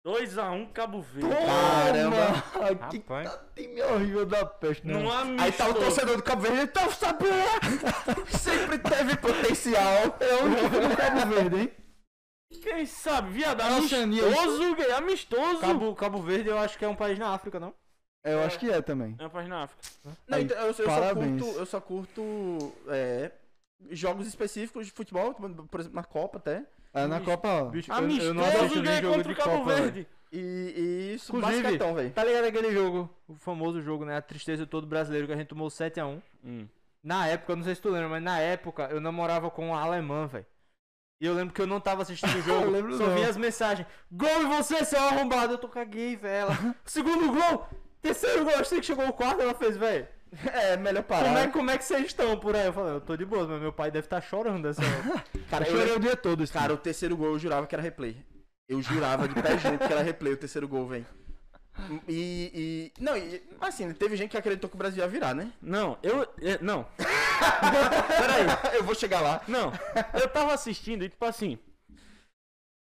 S4: 2x1 Cabo Verde.
S2: Caramba! Que
S3: Rapaz.
S2: tá- time horrível da peste, né?
S4: Não é há
S1: Aí tá o torcedor do Cabo Verde, então sabe, sempre teve potencial.
S2: É o único que do Cabo Verde, hein?
S4: Quem sabe, viado,
S2: Nossa,
S4: amistoso, gay, amistoso.
S3: Cabo, Cabo Verde eu acho que é um país na África, não?
S2: É, eu acho que é também.
S4: É uma página África.
S1: Não,
S2: Aí,
S1: então, eu, eu só
S2: parabéns.
S1: curto, eu só curto é, jogos específicos de futebol, tipo, por exemplo, na Copa até.
S2: É na
S4: Bicho,
S2: Copa, ó.
S3: Bicho, eu não assisto
S4: Amistoso,
S3: nem
S4: gay
S3: jogo
S4: contra o
S3: de
S4: Cabo
S3: Copa, né? velho.
S4: Verde.
S1: E, e isso,
S3: Inclusive,
S1: basquetão, velho.
S3: Tá ligado aquele jogo, o famoso jogo, né? A tristeza de todo brasileiro que a gente tomou 7x1. Na época, eu não sei se tu lembra, mas na época eu namorava com um alemã, velho. E eu lembro que eu não tava assistindo o jogo,
S2: Eu lembro
S3: só
S2: não.
S3: vi as mensagens. Gol e você, seu arrombado! Eu tô caguei, velho. Ela, Segundo gol! Terceiro gol, achei que chegou o quarto, ela fez, velho.
S1: É, melhor parar.
S3: Como é, como é que vocês estão por aí? Eu falei, eu tô de boa, mas meu pai deve estar chorando essa hora.
S1: Cara,
S2: Eu
S1: eu,
S2: chorei o dia todo assim. esse
S1: Cara, o terceiro gol eu jurava que era replay. Eu jurava de pé junto que era replay o terceiro gol, velho. E, e- Não, e, assim, teve gente que acreditou que o Brasil ia virar, né?
S4: Não, eu. é, Não,
S1: eu vou chegar lá.
S4: não. Eu tava assistindo e, tipo assim.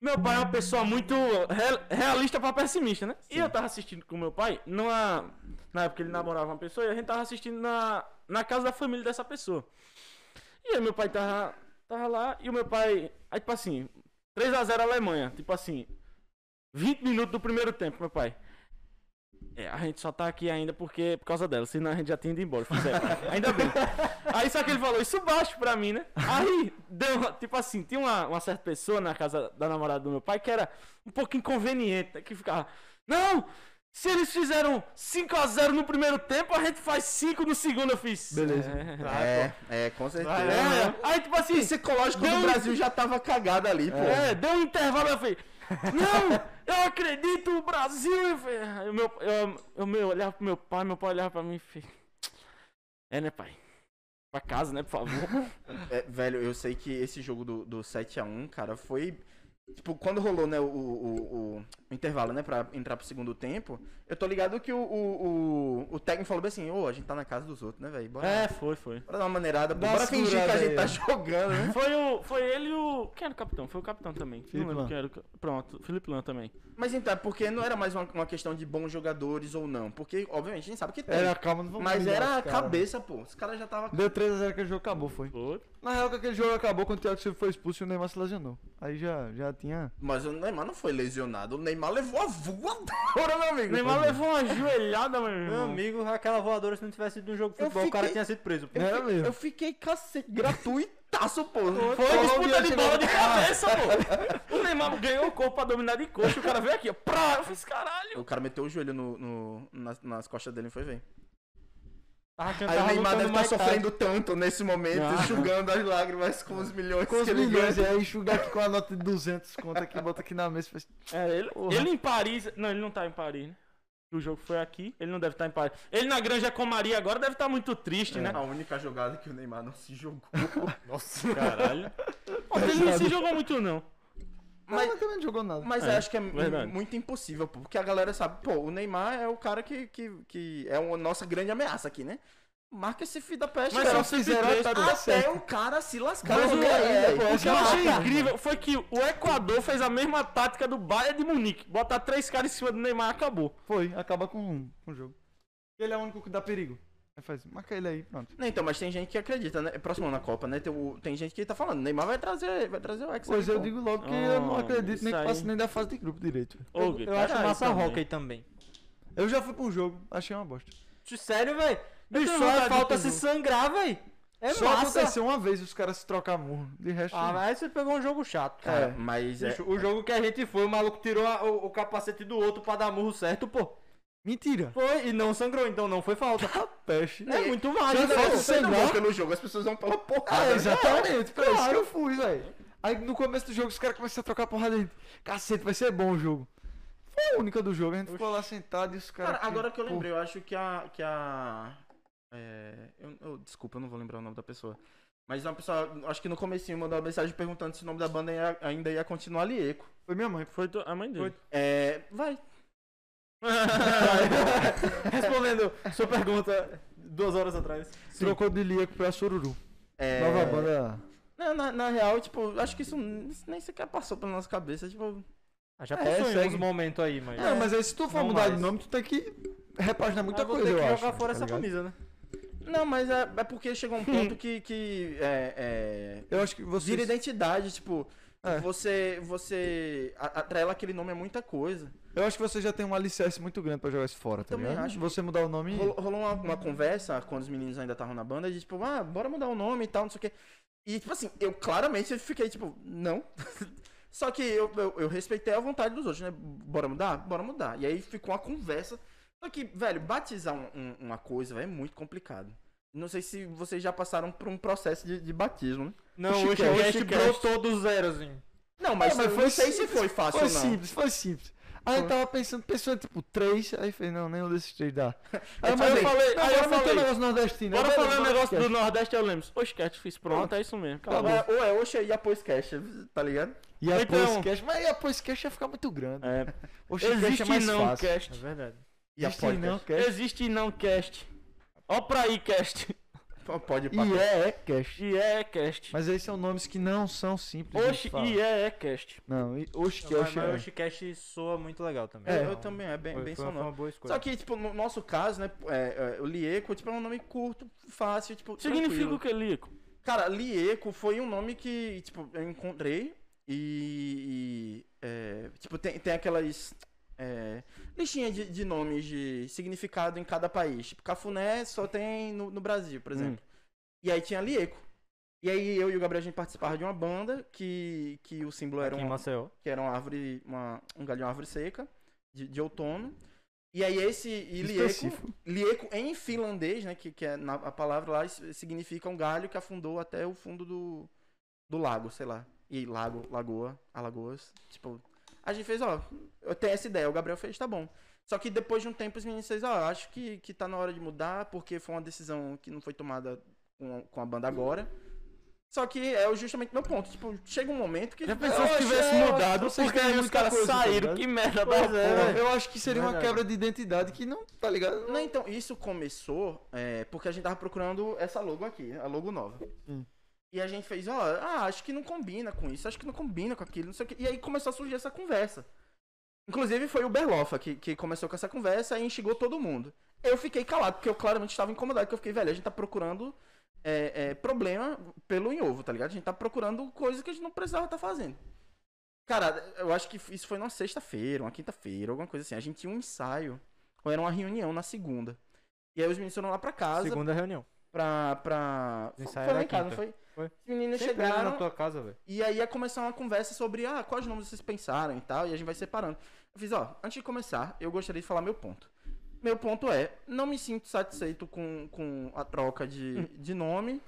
S4: Meu pai é uma pessoa muito real- realista pra pessimista, né? E eu tava assistindo com meu pai numa. Na época ele namorava uma pessoa e a gente tava assistindo na, na casa da família dessa pessoa. E aí meu pai tava, tava lá e o meu pai. Aí, tipo assim, 3x0 Alemanha. Tipo assim, 20 minutos do primeiro tempo, meu pai. É, a gente só tá aqui ainda porque por causa dela, senão a gente já tinha ido embora. Eu falei, "É, pai, ainda bem. Aí só que ele falou isso baixo pra mim, né? Aí, deu, uma- tipo assim, tinha uma, uma certa pessoa na casa da namorada do meu pai que era um pouco inconveniente, né? que ficava, não! Se eles fizeram 5x0 no primeiro tempo, a gente faz 5 no segundo, eu fiz.
S2: Beleza.
S4: É,
S1: É, é, com certeza.
S3: Vai,
S1: É,
S4: é, aí tipo assim,
S1: psicológico
S4: Deu-
S1: do Brasil já tava cagado ali, pô.
S4: é, deu um intervalo, eu falei, não, eu acredito, o Brasil, eu falei, ah, eu, meu, eu, eu, meu, olhava pro meu pai, meu pai olhava pra mim e falei, é né pai, pra casa né, por favor.
S1: É, velho, eu sei que esse jogo do, do 7x1, cara, foi. Tipo, quando rolou, né, o, o, o- o intervalo, né, pra entrar pro segundo tempo, eu tô ligado que o, o, o, o técnico falou bem assim, ô, a gente tá na casa dos outros, né, velho? Bora,
S4: é, foi, foi.
S1: bora dar uma maneirada, pô,
S2: Dá uma
S1: bora fingir que a
S2: segurada
S1: gente
S2: aí,
S1: tá
S2: ó.
S1: jogando, né?
S4: Foi, o, foi ele e o. Quem era o capitão? Foi o capitão também.
S2: Felipe
S4: não lembro
S2: Lan.
S4: quem era. o ca- Pronto, Felipe Lan também.
S1: Mas então, é porque não era mais uma, uma questão de bons jogadores ou não. Porque, obviamente, a gente sabe que tem.
S2: Era calma, não vamos
S1: mas
S2: brigar,
S1: era a
S2: cara.
S1: cabeça, pô. Os caras já tava.
S2: Deu 3x0 que o jogo acabou, foi.
S4: Foi.
S2: Na real que aquele jogo acabou quando o Thiago Silva foi expulso e o Neymar se lesionou. Aí já, já tinha...
S1: Mas o Neymar não foi lesionado. O Neymar levou a voadora, meu amigo.
S4: Neymar levou uma joelhada, meu
S3: Meu
S4: irmão.
S3: amigo, aquela voadora, se não tivesse ido no jogo de
S1: Eu
S3: futebol, o cara
S1: fiquei-
S3: tinha sido preso. pô.
S1: Eu,
S2: Era
S1: fi-
S2: mesmo.
S1: eu fiquei cacete, gratuitaço, pô.
S4: Foi
S2: Paulo
S4: disputa
S2: Dias
S4: de
S2: chegou-
S4: bola de cabeça, pô. O Neymar ganhou o corpo pra dominar de coxa. O cara veio aqui, ó. Prá, eu fiz caralho.
S1: O cara meteu o joelho no, no- nas, nas costas dele e foi ver.
S3: Tava cantando,
S1: Aí o
S3: tava
S1: Neymar deve
S3: lutando
S1: estar
S3: Muay Thai.
S1: sofrendo tanto nesse momento,
S4: Ah.
S1: enxugando as lágrimas com os milhões
S2: Com os
S1: que ele
S2: milhões, é,
S1: ganha.
S2: e aí enxugar aqui com a nota de 200 conta aqui, bota aqui na mesa e faz...
S4: É, ele,
S2: Porra.
S4: ele em Paris. Não, ele não tá em Paris, né? O jogo foi aqui, ele não deve estar em Paris. Ele na Granja Comaria agora deve estar muito triste, né?
S1: A única jogada que o Neymar não se jogou.
S3: Nossa,
S4: Caralho. Pô, ele não se jogou muito, não.
S2: Mas ela também não jogou nada.
S1: Mas
S4: É,
S1: eu acho que é mu-
S4: verdade.
S1: muito impossível, pô, porque a galera sabe, pô, o Neymar é o cara que, que, que é uma nossa grande ameaça aqui, né? Marca esse filho da peste,
S4: Mas
S1: cara. é um
S4: só fizeram
S1: até,
S4: tá certo.
S1: o cara se lascar.
S2: Mas o-
S1: jogar aí,
S2: é,
S1: velho.
S2: pô,
S4: O que eu
S2: Caraca.
S4: achei incrível foi que o Equador fez a mesma tática do Bayern de Munique. Botar três caras em cima do Neymar acabou.
S2: um, Foi, acaba com com o jogo. Ele é o único que dá perigo. Aí faz, marca ele aí, pronto.
S1: Não, então, mas tem gente que acredita, né? Próximo ano na Copa, né? Tem, o- tem gente que tá falando, Neymar vai trazer, vai trazer o Hexa.
S2: Pois
S1: é de Oh,
S2: eu
S1: novo.
S2: digo logo que eu não
S4: Ah,
S2: acredito nem
S4: isso
S2: que passe
S4: aí.
S2: nem da fase de grupo direito.
S4: Ô,
S3: Eu,
S4: Gui,
S3: eu acho
S4: caralho,
S3: massa
S4: também.
S3: hockey tá também.
S2: Eu já fui pra um jogo, achei uma bosta.
S3: Sério, velho?
S2: Eu
S3: Bicho,
S2: tenho
S3: só
S2: vontade
S3: falta
S2: de
S3: se
S2: ter
S3: sangrar, velho. É
S2: Só
S3: massa.
S2: aconteceu uma vez os caras se trocar murro. De resto.
S3: Ah, mas aí você pegou um jogo chato.
S1: Cara,
S2: É.
S1: mas é,
S3: Bicho, o jogo que a gente foi, o maluco tirou a- o, o capacete do outro pra dar murro certo, pô.
S2: Mentira.
S3: Foi, e não sangrou, então não foi falta.
S2: Peste.
S3: é muito
S1: Se
S2: tá
S3: mágico,
S1: eu
S3: velho.
S1: fosse sangrar
S2: sangrar-
S1: pelo jogo, as pessoas vão pela porrada.
S2: É, exatamente. Pra isso que
S3: claro.
S2: eu fui, velho. Aí no começo do jogo os caras começaram a trocar porrada. aí. Cacete, vai ser bom o jogo. Foi a única do jogo. A gente ficou lá sentado e os caras.
S1: Cara, agora que eu
S2: Pô,
S1: lembrei, eu acho que a. Que a é, eu, eu- desculpa, eu não vou lembrar o nome da pessoa. Mas uma pessoa, acho que no comecinho mandou uma mensagem perguntando se o nome da banda ia- ainda ia continuar Lieco.
S2: Foi minha mãe.
S4: Foi tu- a mãe dele.
S1: É. Vai.
S3: Respondendo sua pergunta duas horas atrás.
S2: Trocou de Lieco pra Sururu.
S1: É,
S2: Nova banda.
S1: Na, na, na real, tipo, acho que isso n- isso nem sequer passou pela nossa cabeça. Tipo,
S3: Ah, já
S2: É,
S3: passou em uns
S2: segue.
S3: momentos aí, mas.
S2: É, mas aí se tu for
S3: Não
S2: mudar
S3: mais.
S2: de nome, tu tem que repaginar muita
S3: Ah, vou
S2: coisa,
S3: ter
S2: eu
S3: que
S2: acho.
S3: jogar fora
S2: tá ligado?
S3: essa
S2: Hum.
S3: camisa, né?
S1: não, mas é, é porque chegou um ponto que. que é, é,
S2: Eu acho que você.
S1: vira identidade, tipo.
S2: É.
S1: Você. Você. a- Atrela aquele nome a muita coisa.
S2: Eu acho que você já tem um alicerce muito grande pra jogar isso fora, tá
S1: Também
S2: ligado?
S1: acho.
S2: Você mudar o nome.
S1: Rolou, rolou uma, uma conversa quando os meninos ainda estavam na banda, de tipo, ah, bora mudar o nome e tal, não sei o quê. E, tipo assim, eu claramente eu fiquei, tipo, não. Só que eu, eu, eu respeitei a vontade dos outros, né? Bora mudar? Bora mudar. E aí ficou uma conversa. Só que, velho, batizar um- um- uma coisa velho, é muito complicado. Não sei se vocês já passaram por um processo de, de batismo, né?
S3: Não,
S2: O
S3: hoje
S2: Chicast.
S3: o Chicast brotou do zero, assim.
S1: Não, mas,
S2: Ah, mas
S1: eu
S2: foi
S1: não sei se
S2: simples,
S1: foi fácil
S2: Foi
S1: ou não.
S2: simples, foi simples. Aí eu tava pensando, pensando tipo três, aí falei, não, nenhum desses três dá. Aí, mas
S4: também.
S2: eu falei,
S4: É, tipo Não,
S2: aí eu
S4: bora
S2: falei
S4: meter
S2: um
S4: um
S2: negócio nordestino.
S4: Bora falar um negócio do Nordeste, eu lembro. Oxe, Cat, fiz pronto, é isso mesmo.
S2: tá
S1: Ou
S4: Acabou.
S1: é, ou é Oxa e a Poiscast, tá ligado?
S2: E a
S4: Então-
S2: podcast, mas a podcast ia ficar muito grande.
S4: É.
S2: O podcast é
S4: Existe
S2: mais
S4: não
S2: fácil.
S3: É
S4: cast.
S3: verdade.
S1: E a
S2: Existe não
S1: podcast.
S2: cast.
S4: Existe não cast. Ó pra aí, cast.
S1: Pode ir pra
S2: E é, é cast.
S4: E é cast.
S2: Mas aí são nomes que não são simples.
S4: Oxe,
S2: de falar.
S4: e é, é
S3: tipo,
S4: cast.
S2: Não, e oxe, que
S3: Mas,
S2: oxe
S3: mas o
S2: é.
S3: Chicast soa muito legal também.
S1: É,
S2: É.
S1: eu também, é bem,
S3: Foi-
S1: bem
S3: foi, foi
S1: sonoro.
S3: uma boa escolha.
S1: Só que, tipo, no nosso caso, né, é, é, o Lieco, tipo, é um nome curto, fácil, tipo,
S4: Significa
S1: tranquilo.
S4: o que, Lico?
S1: Cara, Lieco foi um nome que, tipo, eu encontrei e... e, é, tipo, tem, tem aquelas... É, listinha de, de nomes de significado em cada país. Tipo, Cafuné só tem no, no Brasil, por exemplo.
S3: Hum.
S1: E aí tinha Lieco. E aí eu e o Gabriel, a gente participava de uma banda que, que o símbolo era
S3: Aqui em
S1: um,
S3: Maceió.
S1: que era uma árvore, uma, um galho de uma árvore seca, de, de outono. E aí esse e
S4: é
S1: lieco,
S2: Específico.
S1: lieco em finlandês, né, que, que é na- a palavra lá, isso significa um galho que afundou até o fundo do, do lago, sei lá. E lago, lagoa, alagoas, tipo... A gente fez, ó, eu tenho essa ideia, o Gabriel fez, tá bom. Só que depois de um tempo os meninos fez, ó, acho que, que tá na hora de mudar, porque foi uma decisão que não foi tomada com, com a banda agora. Só que é justamente meu ponto. Tipo, chega um momento que.
S4: Já pensou se
S2: acho-
S4: tivesse
S2: é, eu
S4: mudado?
S2: acho que vocês
S4: Porque
S2: têm
S4: aí os
S2: muita
S4: caras
S2: coisa, tá
S4: saíram.
S2: ligado?
S4: Que merda, da
S2: Pois é,
S4: porra.
S2: velho. eu acho que seria uma
S3: Verdade.
S2: quebra de identidade que não, tá ligado?
S1: Não, então, isso começou é, porque a gente tava procurando essa logo aqui, a logo nova.
S2: Sim.
S1: E a gente fez, ó, ah, acho que não combina com isso, acho que não combina com aquilo, não sei o quê. E aí começou a surgir essa conversa. Inclusive foi o Berlofa que, que começou com essa conversa e instigou todo mundo. Eu fiquei calado, porque eu claramente estava incomodado, porque eu fiquei, velho, a gente tá procurando é, é, problema pelo em ovo, tá ligado? A gente tá procurando coisa que a gente não precisava estar fazendo. Cara, eu acho que isso foi numa sexta-feira, uma quinta-feira, alguma coisa assim. A gente tinha um ensaio, ou era uma reunião na segunda. E aí os meninos foram lá pra casa,
S3: Segunda reunião.
S1: pra. pra...
S3: O ensaio
S1: Foi lá
S3: era
S1: em casa, não
S3: quinta.
S1: foi?
S3: Foi.
S1: Os meninos
S3: Sempre era
S1: chegaram
S3: na tua casa, velho.
S1: e aí ia começar uma conversa sobre ah, quais nomes vocês pensaram e tal, e a gente vai separando. Eu fiz, ó, antes de começar, eu gostaria de falar meu ponto. Meu ponto é, não me sinto satisfeito com, com a troca de, de nome.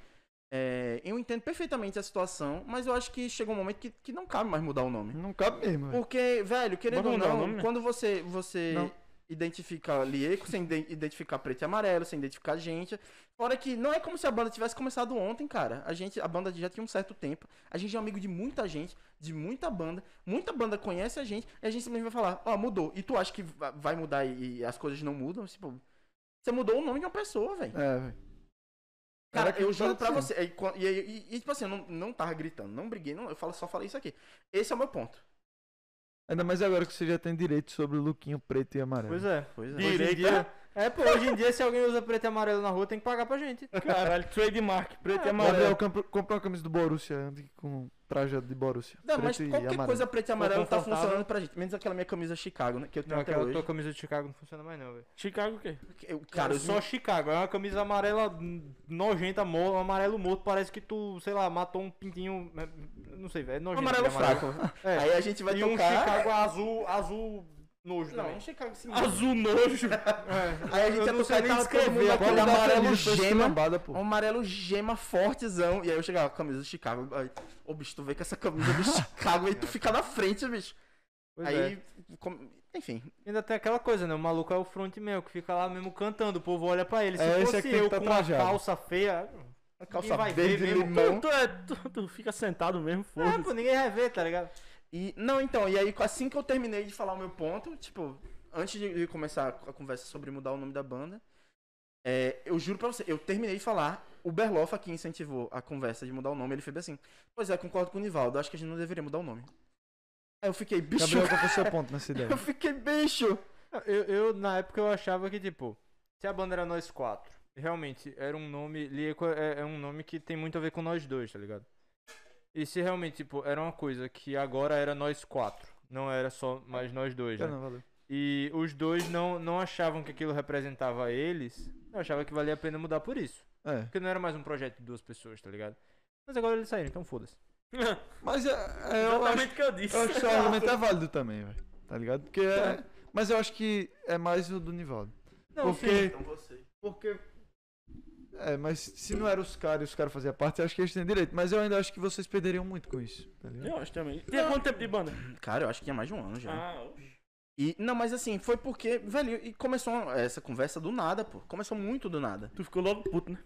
S1: É, eu entendo perfeitamente a situação, mas eu acho que chegou um momento que, que não cabe mais mudar o nome.
S2: Não cabe mesmo. velho.
S1: Porque, velho, querendo
S4: Bora
S1: ou
S4: mudar o
S1: não,
S4: nome, né?
S1: quando você, você
S2: Não.
S1: identifica Lieco, sem iden- identificar preto e amarelo, sem identificar gente. Fora que não é como se a banda tivesse começado ontem, cara. A gente, a banda já tinha um certo tempo. A gente é amigo de muita gente, de muita banda. Muita banda conhece a gente e a gente simplesmente vai falar, ó, mudou. E tu acha que va- vai mudar e, e as coisas não mudam? Tipo, você mudou o nome de uma pessoa, velho.
S2: É, velho.
S1: Cara,
S2: Era que
S1: eu
S2: eu
S1: juro
S2: tava
S1: pra
S2: dizendo.
S1: você. E, quan- e, e- e, tipo assim, eu não, não tava gritando, não briguei, não, eu falo, só falei isso aqui. Esse é o meu ponto.
S2: Ainda mais agora que você já tem direito sobre o lookinho preto e amarelo.
S3: Pois é.
S1: Pois é.
S3: Hoje em
S4: Direita.
S3: dia, É, pô, hoje em dia, se alguém usa preto e amarelo na rua, tem que pagar pra gente.
S4: Caralho, trademark, preto e
S2: Gabriel
S4: amarelo.
S2: compra- comprou uma camisa do Borussia ande com um traje de Borussia.
S1: Não, mas
S2: preto e
S1: qualquer
S2: amarelo.
S1: coisa preto e amarelo tá
S3: confortável.
S1: funcionando pra gente. Menos aquela minha camisa Chicago, né? Que eu tenho
S3: um Não,
S1: até
S3: aquela
S1: hoje.
S3: tua camisa de Chicago não funciona mais não, velho.
S4: Chicago o quê?
S1: Eu- cara,
S3: Cara,
S1: eu
S3: só
S1: só...
S3: Chicago. É uma camisa amarela hum, nojenta, mo- amarelo morto. Parece que tu, sei lá, matou um pintinho. né, Não sei, velho. É nojento.
S1: Amarelo
S3: aquele amarelo.
S1: fraco.
S3: É.
S1: Aí a gente vai
S3: e um
S1: tocar...
S3: Chicago azul, azul nojo
S1: Não,
S3: também.
S1: um Chicago sim.
S4: Azul nojo.
S1: Aí a gente
S3: eu
S1: ia
S3: não
S1: tocar
S3: sei
S1: e
S3: nem
S1: tava todo
S3: descrever
S1: mundo
S3: a
S1: aquele
S2: Quando dá
S1: amarelo
S2: feliz, foi
S1: gema.
S2: esculhambada, pô.
S1: Um amarelo gema fortezão. E aí eu chegava, camisa do Chicago. Aí, ô bicho, tu vem com essa camisa do Chicago e tu fica na frente, bicho.
S3: É. Pois é.
S1: aí, com- enfim.
S3: Ainda tem aquela coisa, né? O maluco é o frontman, o que fica lá mesmo cantando. O povo olha pra ele. Se
S2: É, esse é que
S3: fosse
S2: tem que
S3: eu
S2: tá
S3: com
S2: trajado.
S3: uma calça feia.
S1: A
S3: Ninguém
S1: calça
S3: vai
S1: verde
S3: ver
S1: de
S3: mesmo.
S1: limão.
S4: Tu, é, tu, tu fica sentado mesmo,
S3: É,
S4: foda-se.
S3: pô, ninguém vai ver, tá ligado?
S1: E, não, então, e aí assim que eu terminei de falar o meu ponto, tipo, antes de de começar a conversa sobre mudar o nome da banda, é, eu juro pra você, eu terminei de falar, o Berloff aqui incentivou a conversa de mudar o nome, ele fez assim, pois é, concordo com o Nivaldo, acho que a gente não deveria mudar o nome. Aí eu fiquei, bicho,
S2: Gabriel, qual foi o seu ponto nessa ideia?
S1: eu fiquei, bicho.
S3: Eu, eu, na época, eu achava que, tipo, se a banda era nós quatro, realmente era um nome. Lieco é, é um nome que tem muito a ver com nós dois, tá ligado? E se realmente, tipo, era uma coisa que agora era nós quatro, não era só mais nós dois,
S2: Ah,
S3: né?
S2: não, valeu.
S3: E os dois não, não achavam que aquilo representava eles, eu achava que valia a pena mudar por isso.
S2: É.
S3: Porque não era mais um projeto de duas pessoas, tá ligado? Mas agora eles saíram, então foda-se.
S2: Mas é, é, eu acho
S4: Exatamente o que eu disse.
S2: Eu acho que seu argumento é válido também, velho. Tá ligado? Porque é... Mas eu acho que é mais o do Nivaldo.
S3: Não,
S2: Porque-
S3: sim.
S2: Porque. É, mas se não eram os caras e os caras faziam parte, eu acho que eles têm direito. Mas eu ainda acho que vocês perderiam muito com isso, tá ligado?
S4: Eu acho também. Tem quanto tempo de banda?
S1: Cara, eu acho que tinha mais de um ano já.
S4: Ah,
S1: E, não, mas assim, foi porque, velho, e começou essa conversa do nada, pô. Começou muito do nada.
S4: tu ficou logo puto, né?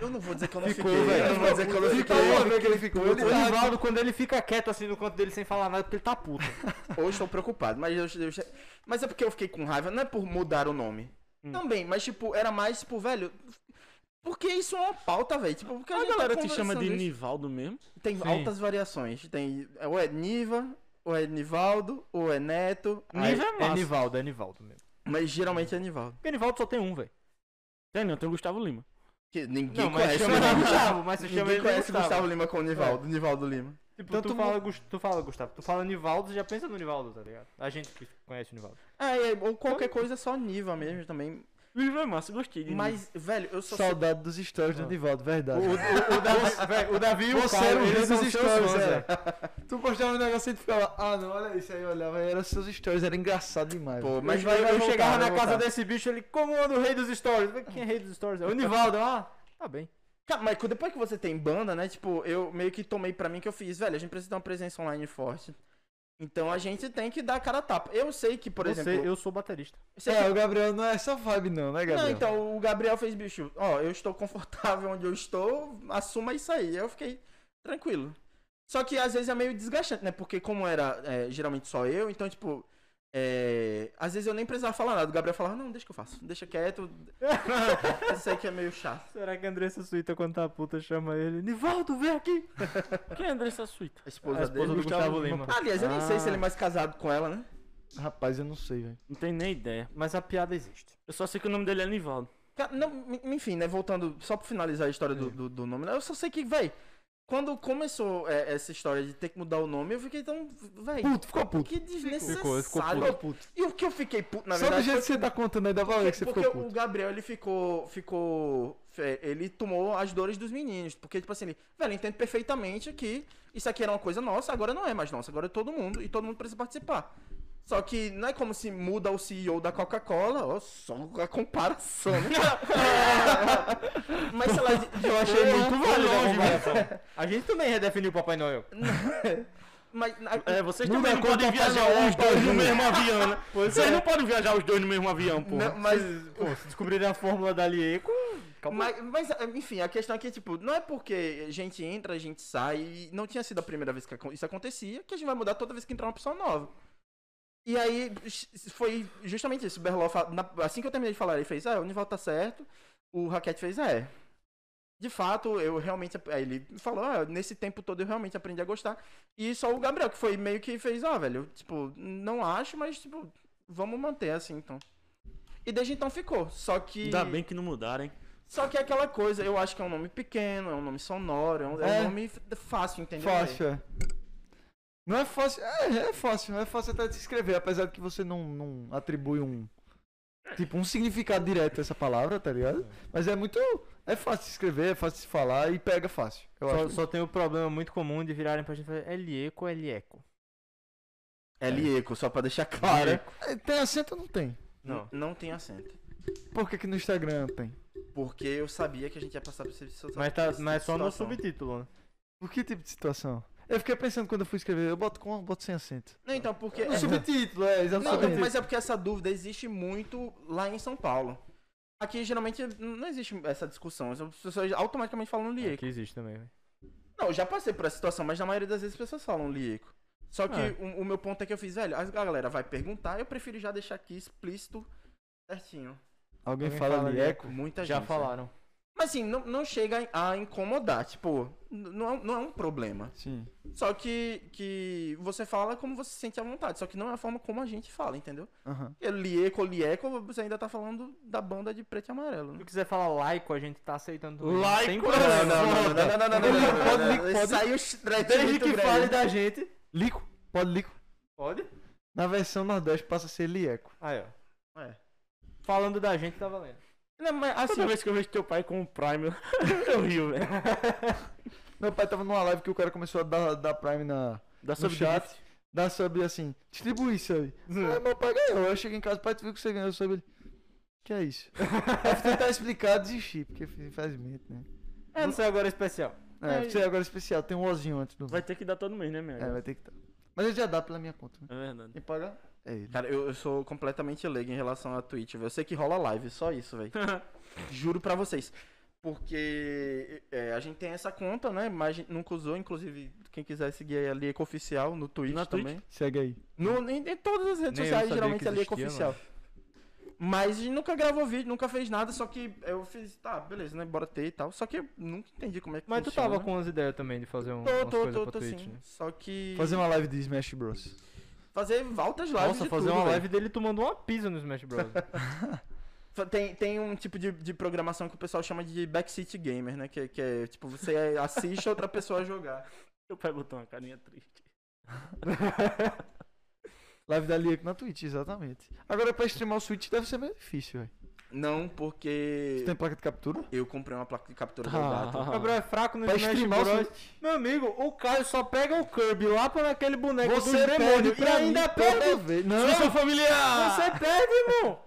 S1: Eu não vou dizer que eu não
S2: Ficou,
S1: fiquei.
S2: velho.
S1: Eu não vou dizer que tá né? eu não
S2: Ficou,
S1: fiquei.
S2: eu vi que ele ficou.
S3: O
S2: Ele
S1: tá
S2: tava-
S3: Nivaldo, quando ele fica quieto assim no canto dele sem falar nada, porque ele tá puto.
S1: Ou estou preocupado, mas eu, eu- mas é porque eu fiquei com raiva, não é por mudar o nome.
S4: Hum.
S1: Também, mas tipo, era mais tipo, velho, porque isso é uma pauta, velho. Tipo, porque a,
S4: A,
S1: gente tá
S4: galera te chama de
S1: conversando isso.
S4: Nivaldo mesmo.
S1: Tem
S3: Sim.
S1: altas variações. Tem ou é Niva, ou é Nivaldo, ou é Neto.
S4: Niva
S1: Aí-
S4: é massa.
S3: Nivaldo, é Nivaldo mesmo.
S1: mas geralmente é Nivaldo.
S3: Porque Nivaldo só tem um, velho.
S4: Tem não, tem o Gustavo Lima.
S1: Que ninguém
S3: Não, mas
S1: conhece o
S3: chama de
S1: Nivaldo.
S3: Gustavo, mas você chama
S1: Ninguém
S3: ele de
S1: conhece Gustavo.
S3: Gustavo.
S1: Lima com o Nivaldo, Nivaldo Lima.
S3: Tipo,
S2: Tanto
S3: tu,
S2: mu-
S3: fala, Gus- tu fala Gustavo, tu fala Nivaldo, você já pensa no Nivaldo, tá ligado? A gente que conhece o Nivaldo.
S1: É, é, ou qualquer coisa só Niva mesmo também.
S4: Lima é massa, gostei. de Niva.
S1: Mas, velho, eu só
S2: Saudade dos stories do
S3: Ah.
S2: Nivaldo, verdade.
S3: o, Davi, véi, o Davi e o
S2: Você
S3: Caio,
S2: era o rei
S3: eles
S2: dos
S3: são seus
S2: stories,
S3: fãs,
S2: é.
S3: velho.
S2: Tu postava um negócio e tu ficava, ah não, olha isso aí, eu olhava, era seus stories, era engraçado demais. velho.
S1: Pô, mas
S3: eu,
S1: vai, vai
S3: eu
S1: voltar,
S3: chegava
S1: vai
S3: na casa
S1: voltar.
S3: desse bicho, ele, como anda o rei dos stories? Véi, Quem é rei dos stories? É o Nivaldo, ah, tá bem.
S1: Cara, mas depois que você tem banda, né? Tipo, eu meio que tomei pra mim que eu fiz, velho, a gente precisa ter uma presença online forte. Então a gente tem que dar a cara a tapa. Eu sei que, por
S3: Você,
S1: exemplo.
S3: eu sou baterista.
S1: eu sei
S2: É,
S1: que-
S2: o Gabriel não é essa vibe não, né, Gabriel?
S1: Não, então, o Gabriel fez, bicho, ó, eu estou confortável onde eu estou, assuma isso aí. Eu fiquei tranquilo. Só que às vezes é meio desgastante, né? Porque como era é, geralmente só eu, então, tipo. é, às vezes eu nem precisava falar nada. O Gabriel falava, não, deixa que eu faço, deixa quieto. eu sei que é meio chato.
S3: Será que a Andressa Suíta, quando tá puta, chama ele? Nivaldo, vem aqui!
S4: Quem é Andressa Suíta?
S1: A esposa,
S3: a esposa
S1: dele.
S3: do Gustavo
S2: Lima,
S3: Lima.
S1: Aliás, eu nem sei
S4: Ah.
S1: se ele é mais casado com ela, né?
S2: Rapaz, eu não sei, velho.
S4: Não tenho nem ideia.
S3: Mas a piada existe.
S4: Eu só sei que o nome dele é Nivaldo.
S1: Ca- Não, en- enfim, né? Voltando, só pra finalizar a história do, do, do nome, né, eu só sei que, véi, quando começou é, essa história de ter que mudar o nome, eu fiquei tão. Véi.
S2: Puto, ficou puto.
S1: Que desnecessário.
S3: ficou
S2: Ficou puto.
S1: E o que eu fiquei puto, na
S2: Só do
S1: verdade.
S2: jeito
S1: foi
S2: que você tá contando aí, dá pra ver que você
S1: porque
S2: ficou
S1: o
S2: puto.
S1: Gabriel, ele ficou. Ficou. é, Ele tomou as dores dos meninos. Porque, tipo assim, ele, velho, eu entendo perfeitamente que isso aqui era uma coisa nossa, agora não é mais nossa, agora é todo mundo e todo mundo precisa participar. Só que não é como se muda o CEO da Coca-Cola, ó, só a comparação, né? Mas sei lá, de- de-
S3: Eu achei
S1: Porra,
S3: muito
S1: foi
S3: longe,
S1: longe,
S3: velho. A gente também redefiniu o Papai Noel.
S1: Mas na-
S4: É, vocês
S2: Muda
S4: também
S2: a
S4: não
S2: cor do
S4: podem
S1: tá
S2: Papai
S4: viajar
S2: Noel,
S4: os dois no
S2: Paulinho.
S4: mesmo avião, né? Vocês não podem viajar os dois no mesmo avião, pô.
S1: não, mas,
S3: Pô, se descobrirem a fórmula da Lieco, calma.
S1: mas, mas, enfim, a questão é que, tipo, não é porque a gente entra, a gente sai, e não tinha sido a primeira vez que acon- isso acontecia, que a gente vai mudar toda vez que entrar uma pessoa nova. E aí, s- foi justamente isso. O Berloff, na- assim que eu terminei de falar, ele fez, ah, o Nival tá certo. O Raquete fez, ah, é. De fato, eu realmente. ap- Aí ele falou, ah, nesse tempo todo eu realmente aprendi a gostar. E só o Gabriel, que foi meio que fez, ah, velho, tipo, não acho, mas, tipo, vamos manter assim, então. E desde então ficou. Só que.
S4: Ainda bem que não mudaram, hein?
S1: Só que é aquela coisa, eu acho que é um nome pequeno, é um nome sonoro, é um, é um
S2: É.
S1: nome f- fácil, entendeu?
S2: Fácil, é. Não é fácil. É, é fácil, é fácil até de se escrever, apesar de que você não, não atribui um. Tipo, um significado direto a essa palavra, tá ligado? Mas é muito. É fácil de escrever, é fácil de se falar e pega fácil. Eu
S3: Só,
S2: acho.
S3: só tem o problema muito comum de virarem pra gente e falar é Elieco, Elieco.
S1: É Lieco, só pra deixar claro.
S2: É, Tem acento ou não tem?
S1: Não. não tem acento.
S2: Por que, que no Instagram tem?
S1: Porque eu sabia que a gente ia passar por esse situa-
S3: Mas, tá,
S1: esse
S3: mas só no
S1: situação.
S3: subtítulo, né?
S2: Por que tipo de situação? Eu fiquei pensando quando eu fui escrever, eu boto com ou boto sem acento?
S1: Não, então, porque.
S2: No
S1: é-
S2: subtítulo, é,
S1: Não,
S2: exatamente.
S1: então, mas é porque essa dúvida existe muito lá em São Paulo. Aqui geralmente não existe essa discussão. As pessoas automaticamente falam
S3: É,
S1: Lieco.
S3: que existe também, velho.
S1: Não, eu já passei por essa situação, mas na maioria das vezes as pessoas falam Lieco. Só que
S3: É.
S1: o, o meu ponto é que eu fiz, velho, a galera vai perguntar, eu prefiro já deixar aqui explícito certinho.
S2: Alguém,
S3: Alguém
S2: fala
S3: fala
S2: ali,
S3: ali,
S2: eco?
S1: Muita
S3: Já
S1: gente. né?
S3: falaram.
S1: Mas assim, não, não chega a incomodar, tipo, n- não é, um- não é um problema.
S2: Sim.
S1: Só que, que você fala como você se sente à vontade, só que não é a forma como a gente fala, entendeu?
S2: Aham.
S1: Porque Lieco, Lieco, você ainda tá falando da banda de preto e amarelo,
S3: Se
S1: né?
S3: tu quiser falar laico, a gente tá aceitando tudo.
S4: Laico
S3: Sem
S4: é
S3: problema.
S4: não,
S1: não, não,
S4: não,
S1: não, não,
S3: Ele
S1: não, não,
S3: né? pode-
S1: não, não,
S3: ele pode-
S1: Saiu estranho,
S3: Desde
S1: um muito
S3: que
S1: grande.
S3: fale da gente.
S2: Lico? Pode lico?
S3: Pode?
S2: Na versão Nordeste passa a ser Lieco.
S3: Aí, ó.
S1: É.
S3: Falando da gente, tá valendo.
S1: Não, mas assim,
S4: Toda vez que eu vejo teu pai com um Prime, eu- eu rio, velho.
S2: Meu pai tava numa live que o cara começou a dar, dar Prime na.
S4: Dá
S2: No chat. Dar sub assim, distribuir sub. Ah, meu pai ganhou. Eu cheguei em casa, pai, tu viu que você ganhou sub? Ele, Que é isso? Aí eu fui tentar explicar, desistir, porque infelizmente, né?
S3: É, não sei agora especial.
S2: É, você é agora especial, tem um ozinho antes do.
S4: Vai ter que dar todo mês, né, minha?
S2: É, vai ter que dar. Mas ele já dá pela minha conta, né?
S4: É verdade.
S2: Quem paga é ele.
S1: Cara, eu, eu sou completamente leigo em relação à Twitch, velho. Eu sei que rola live, só isso, velho. Juro pra vocês. Porque é, a gente tem essa conta, né? Mas a gente nunca usou, inclusive, quem quiser seguir aí a Lieco Oficial no Twitch
S4: Na Twitch?
S1: também.
S2: Segue aí.
S1: No, em, em todas as redes
S3: Nem
S1: sociais,
S3: eu sabia
S1: geralmente
S3: que
S1: é Lieco
S3: existia,
S1: Oficial. Mas a gente nunca gravou vídeo, nunca fez nada, só que eu fiz, tá, beleza, né? Bora ter e tal. Só que eu nunca entendi como é que
S3: Mas tu
S1: funciona.
S3: tava com umas ideias também de fazer um.
S1: Tô,
S3: umas
S1: tô,
S3: coisas
S1: tô,
S3: pra
S1: tô
S3: Twitch,
S1: sim.
S3: né?
S1: Só que.
S2: Fazer uma live de Smash Bros.
S1: Fazer altas lives.
S3: Nossa,
S1: de
S3: fazer
S1: tudo,
S3: uma
S1: velho.
S3: live dele tomando uma pizza no Smash Bros. Tá
S1: Fa- Tem, tem um tipo de, de programação que o pessoal chama de backseat gamer, né? Que, que é tipo, você assiste outra pessoa jogar.
S4: Teu pai botou uma carinha triste.
S2: Live da Lieco na Twitch, exatamente. Agora pra streamar o Switch deve ser meio difícil, velho.
S1: Não, porque
S2: Você tem placa de captura?
S1: eu comprei uma placa de captura do gato.
S4: Ah.
S3: O Gabriel é fraco no
S2: Pra
S3: Smash
S2: streamar o
S3: Bros. Meu amigo, o Caio só pega o Kirby lá pra aquele boneco do
S2: Você
S3: demônio
S2: perde
S3: e ainda
S2: toda
S3: perde.
S2: vez. Não,
S4: Discussão familiar!
S3: Você perde, irmão.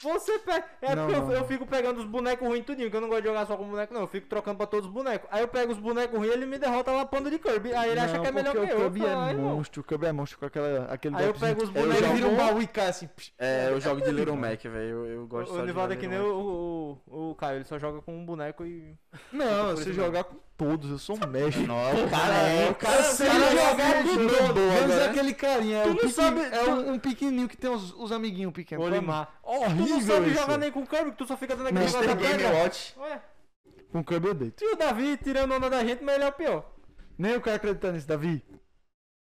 S3: Você perde. É
S2: Não,
S3: porque eu-
S2: não,
S3: eu,
S2: não.
S3: fico pegando os bonecos ruins tudinho, que eu não gosto de jogar só com boneco, não. Eu fico trocando pra todos os bonecos. Aí eu pego os bonecos ruins e ele me derrota lá pando de Kirby. Aí ele acha
S2: Não,
S3: que é melhor que
S2: porque
S3: eu.
S2: O Kirby
S3: eu falo, "Ah,
S2: é
S3: irmão,
S2: monstro, o Kirby é monstro com aquela, aquele
S3: Aí eu
S2: golpezinho.
S3: pego os
S2: Ele
S1: bonecos
S2: vira um
S3: bom.
S2: baú e cai assim. psh.
S1: É, eu jogo de Little Mac, velho. Eu, eu
S3: O,
S1: gosto
S3: o
S1: só de
S3: Nivaldo é
S1: jogar
S3: que nem
S1: Little Mac.
S3: o, o, o Caio, ele só joga com um boneco e.
S2: Não, se jogar com Tipo, todos, eu sou um mestre.
S1: Não, o cara é. O cara
S2: se
S1: cara é
S2: jogar
S1: mestre,
S2: com
S1: né?
S2: todos,
S1: Boa,
S2: menos
S1: agora.
S2: aquele carinha. É,
S3: Tu
S2: um,
S3: não
S2: pequen-
S3: sabe-
S2: é
S3: tu-
S2: um, um pequenininho que tem os, os amiguinhos pequenos.
S3: Olimar. Tu
S2: Horrível
S3: não sabe
S2: esse.
S3: jogar nem com o Kirby, que tu só fica dando aquele
S2: Mr.
S3: negócio da
S1: Game
S3: pega.
S1: Watch.
S3: Ué,
S2: Com o Kirby eu deito.
S3: tio Davi tirando onda da gente, mas ele é o pior.
S2: Nem o cara acredita nisso, Davi.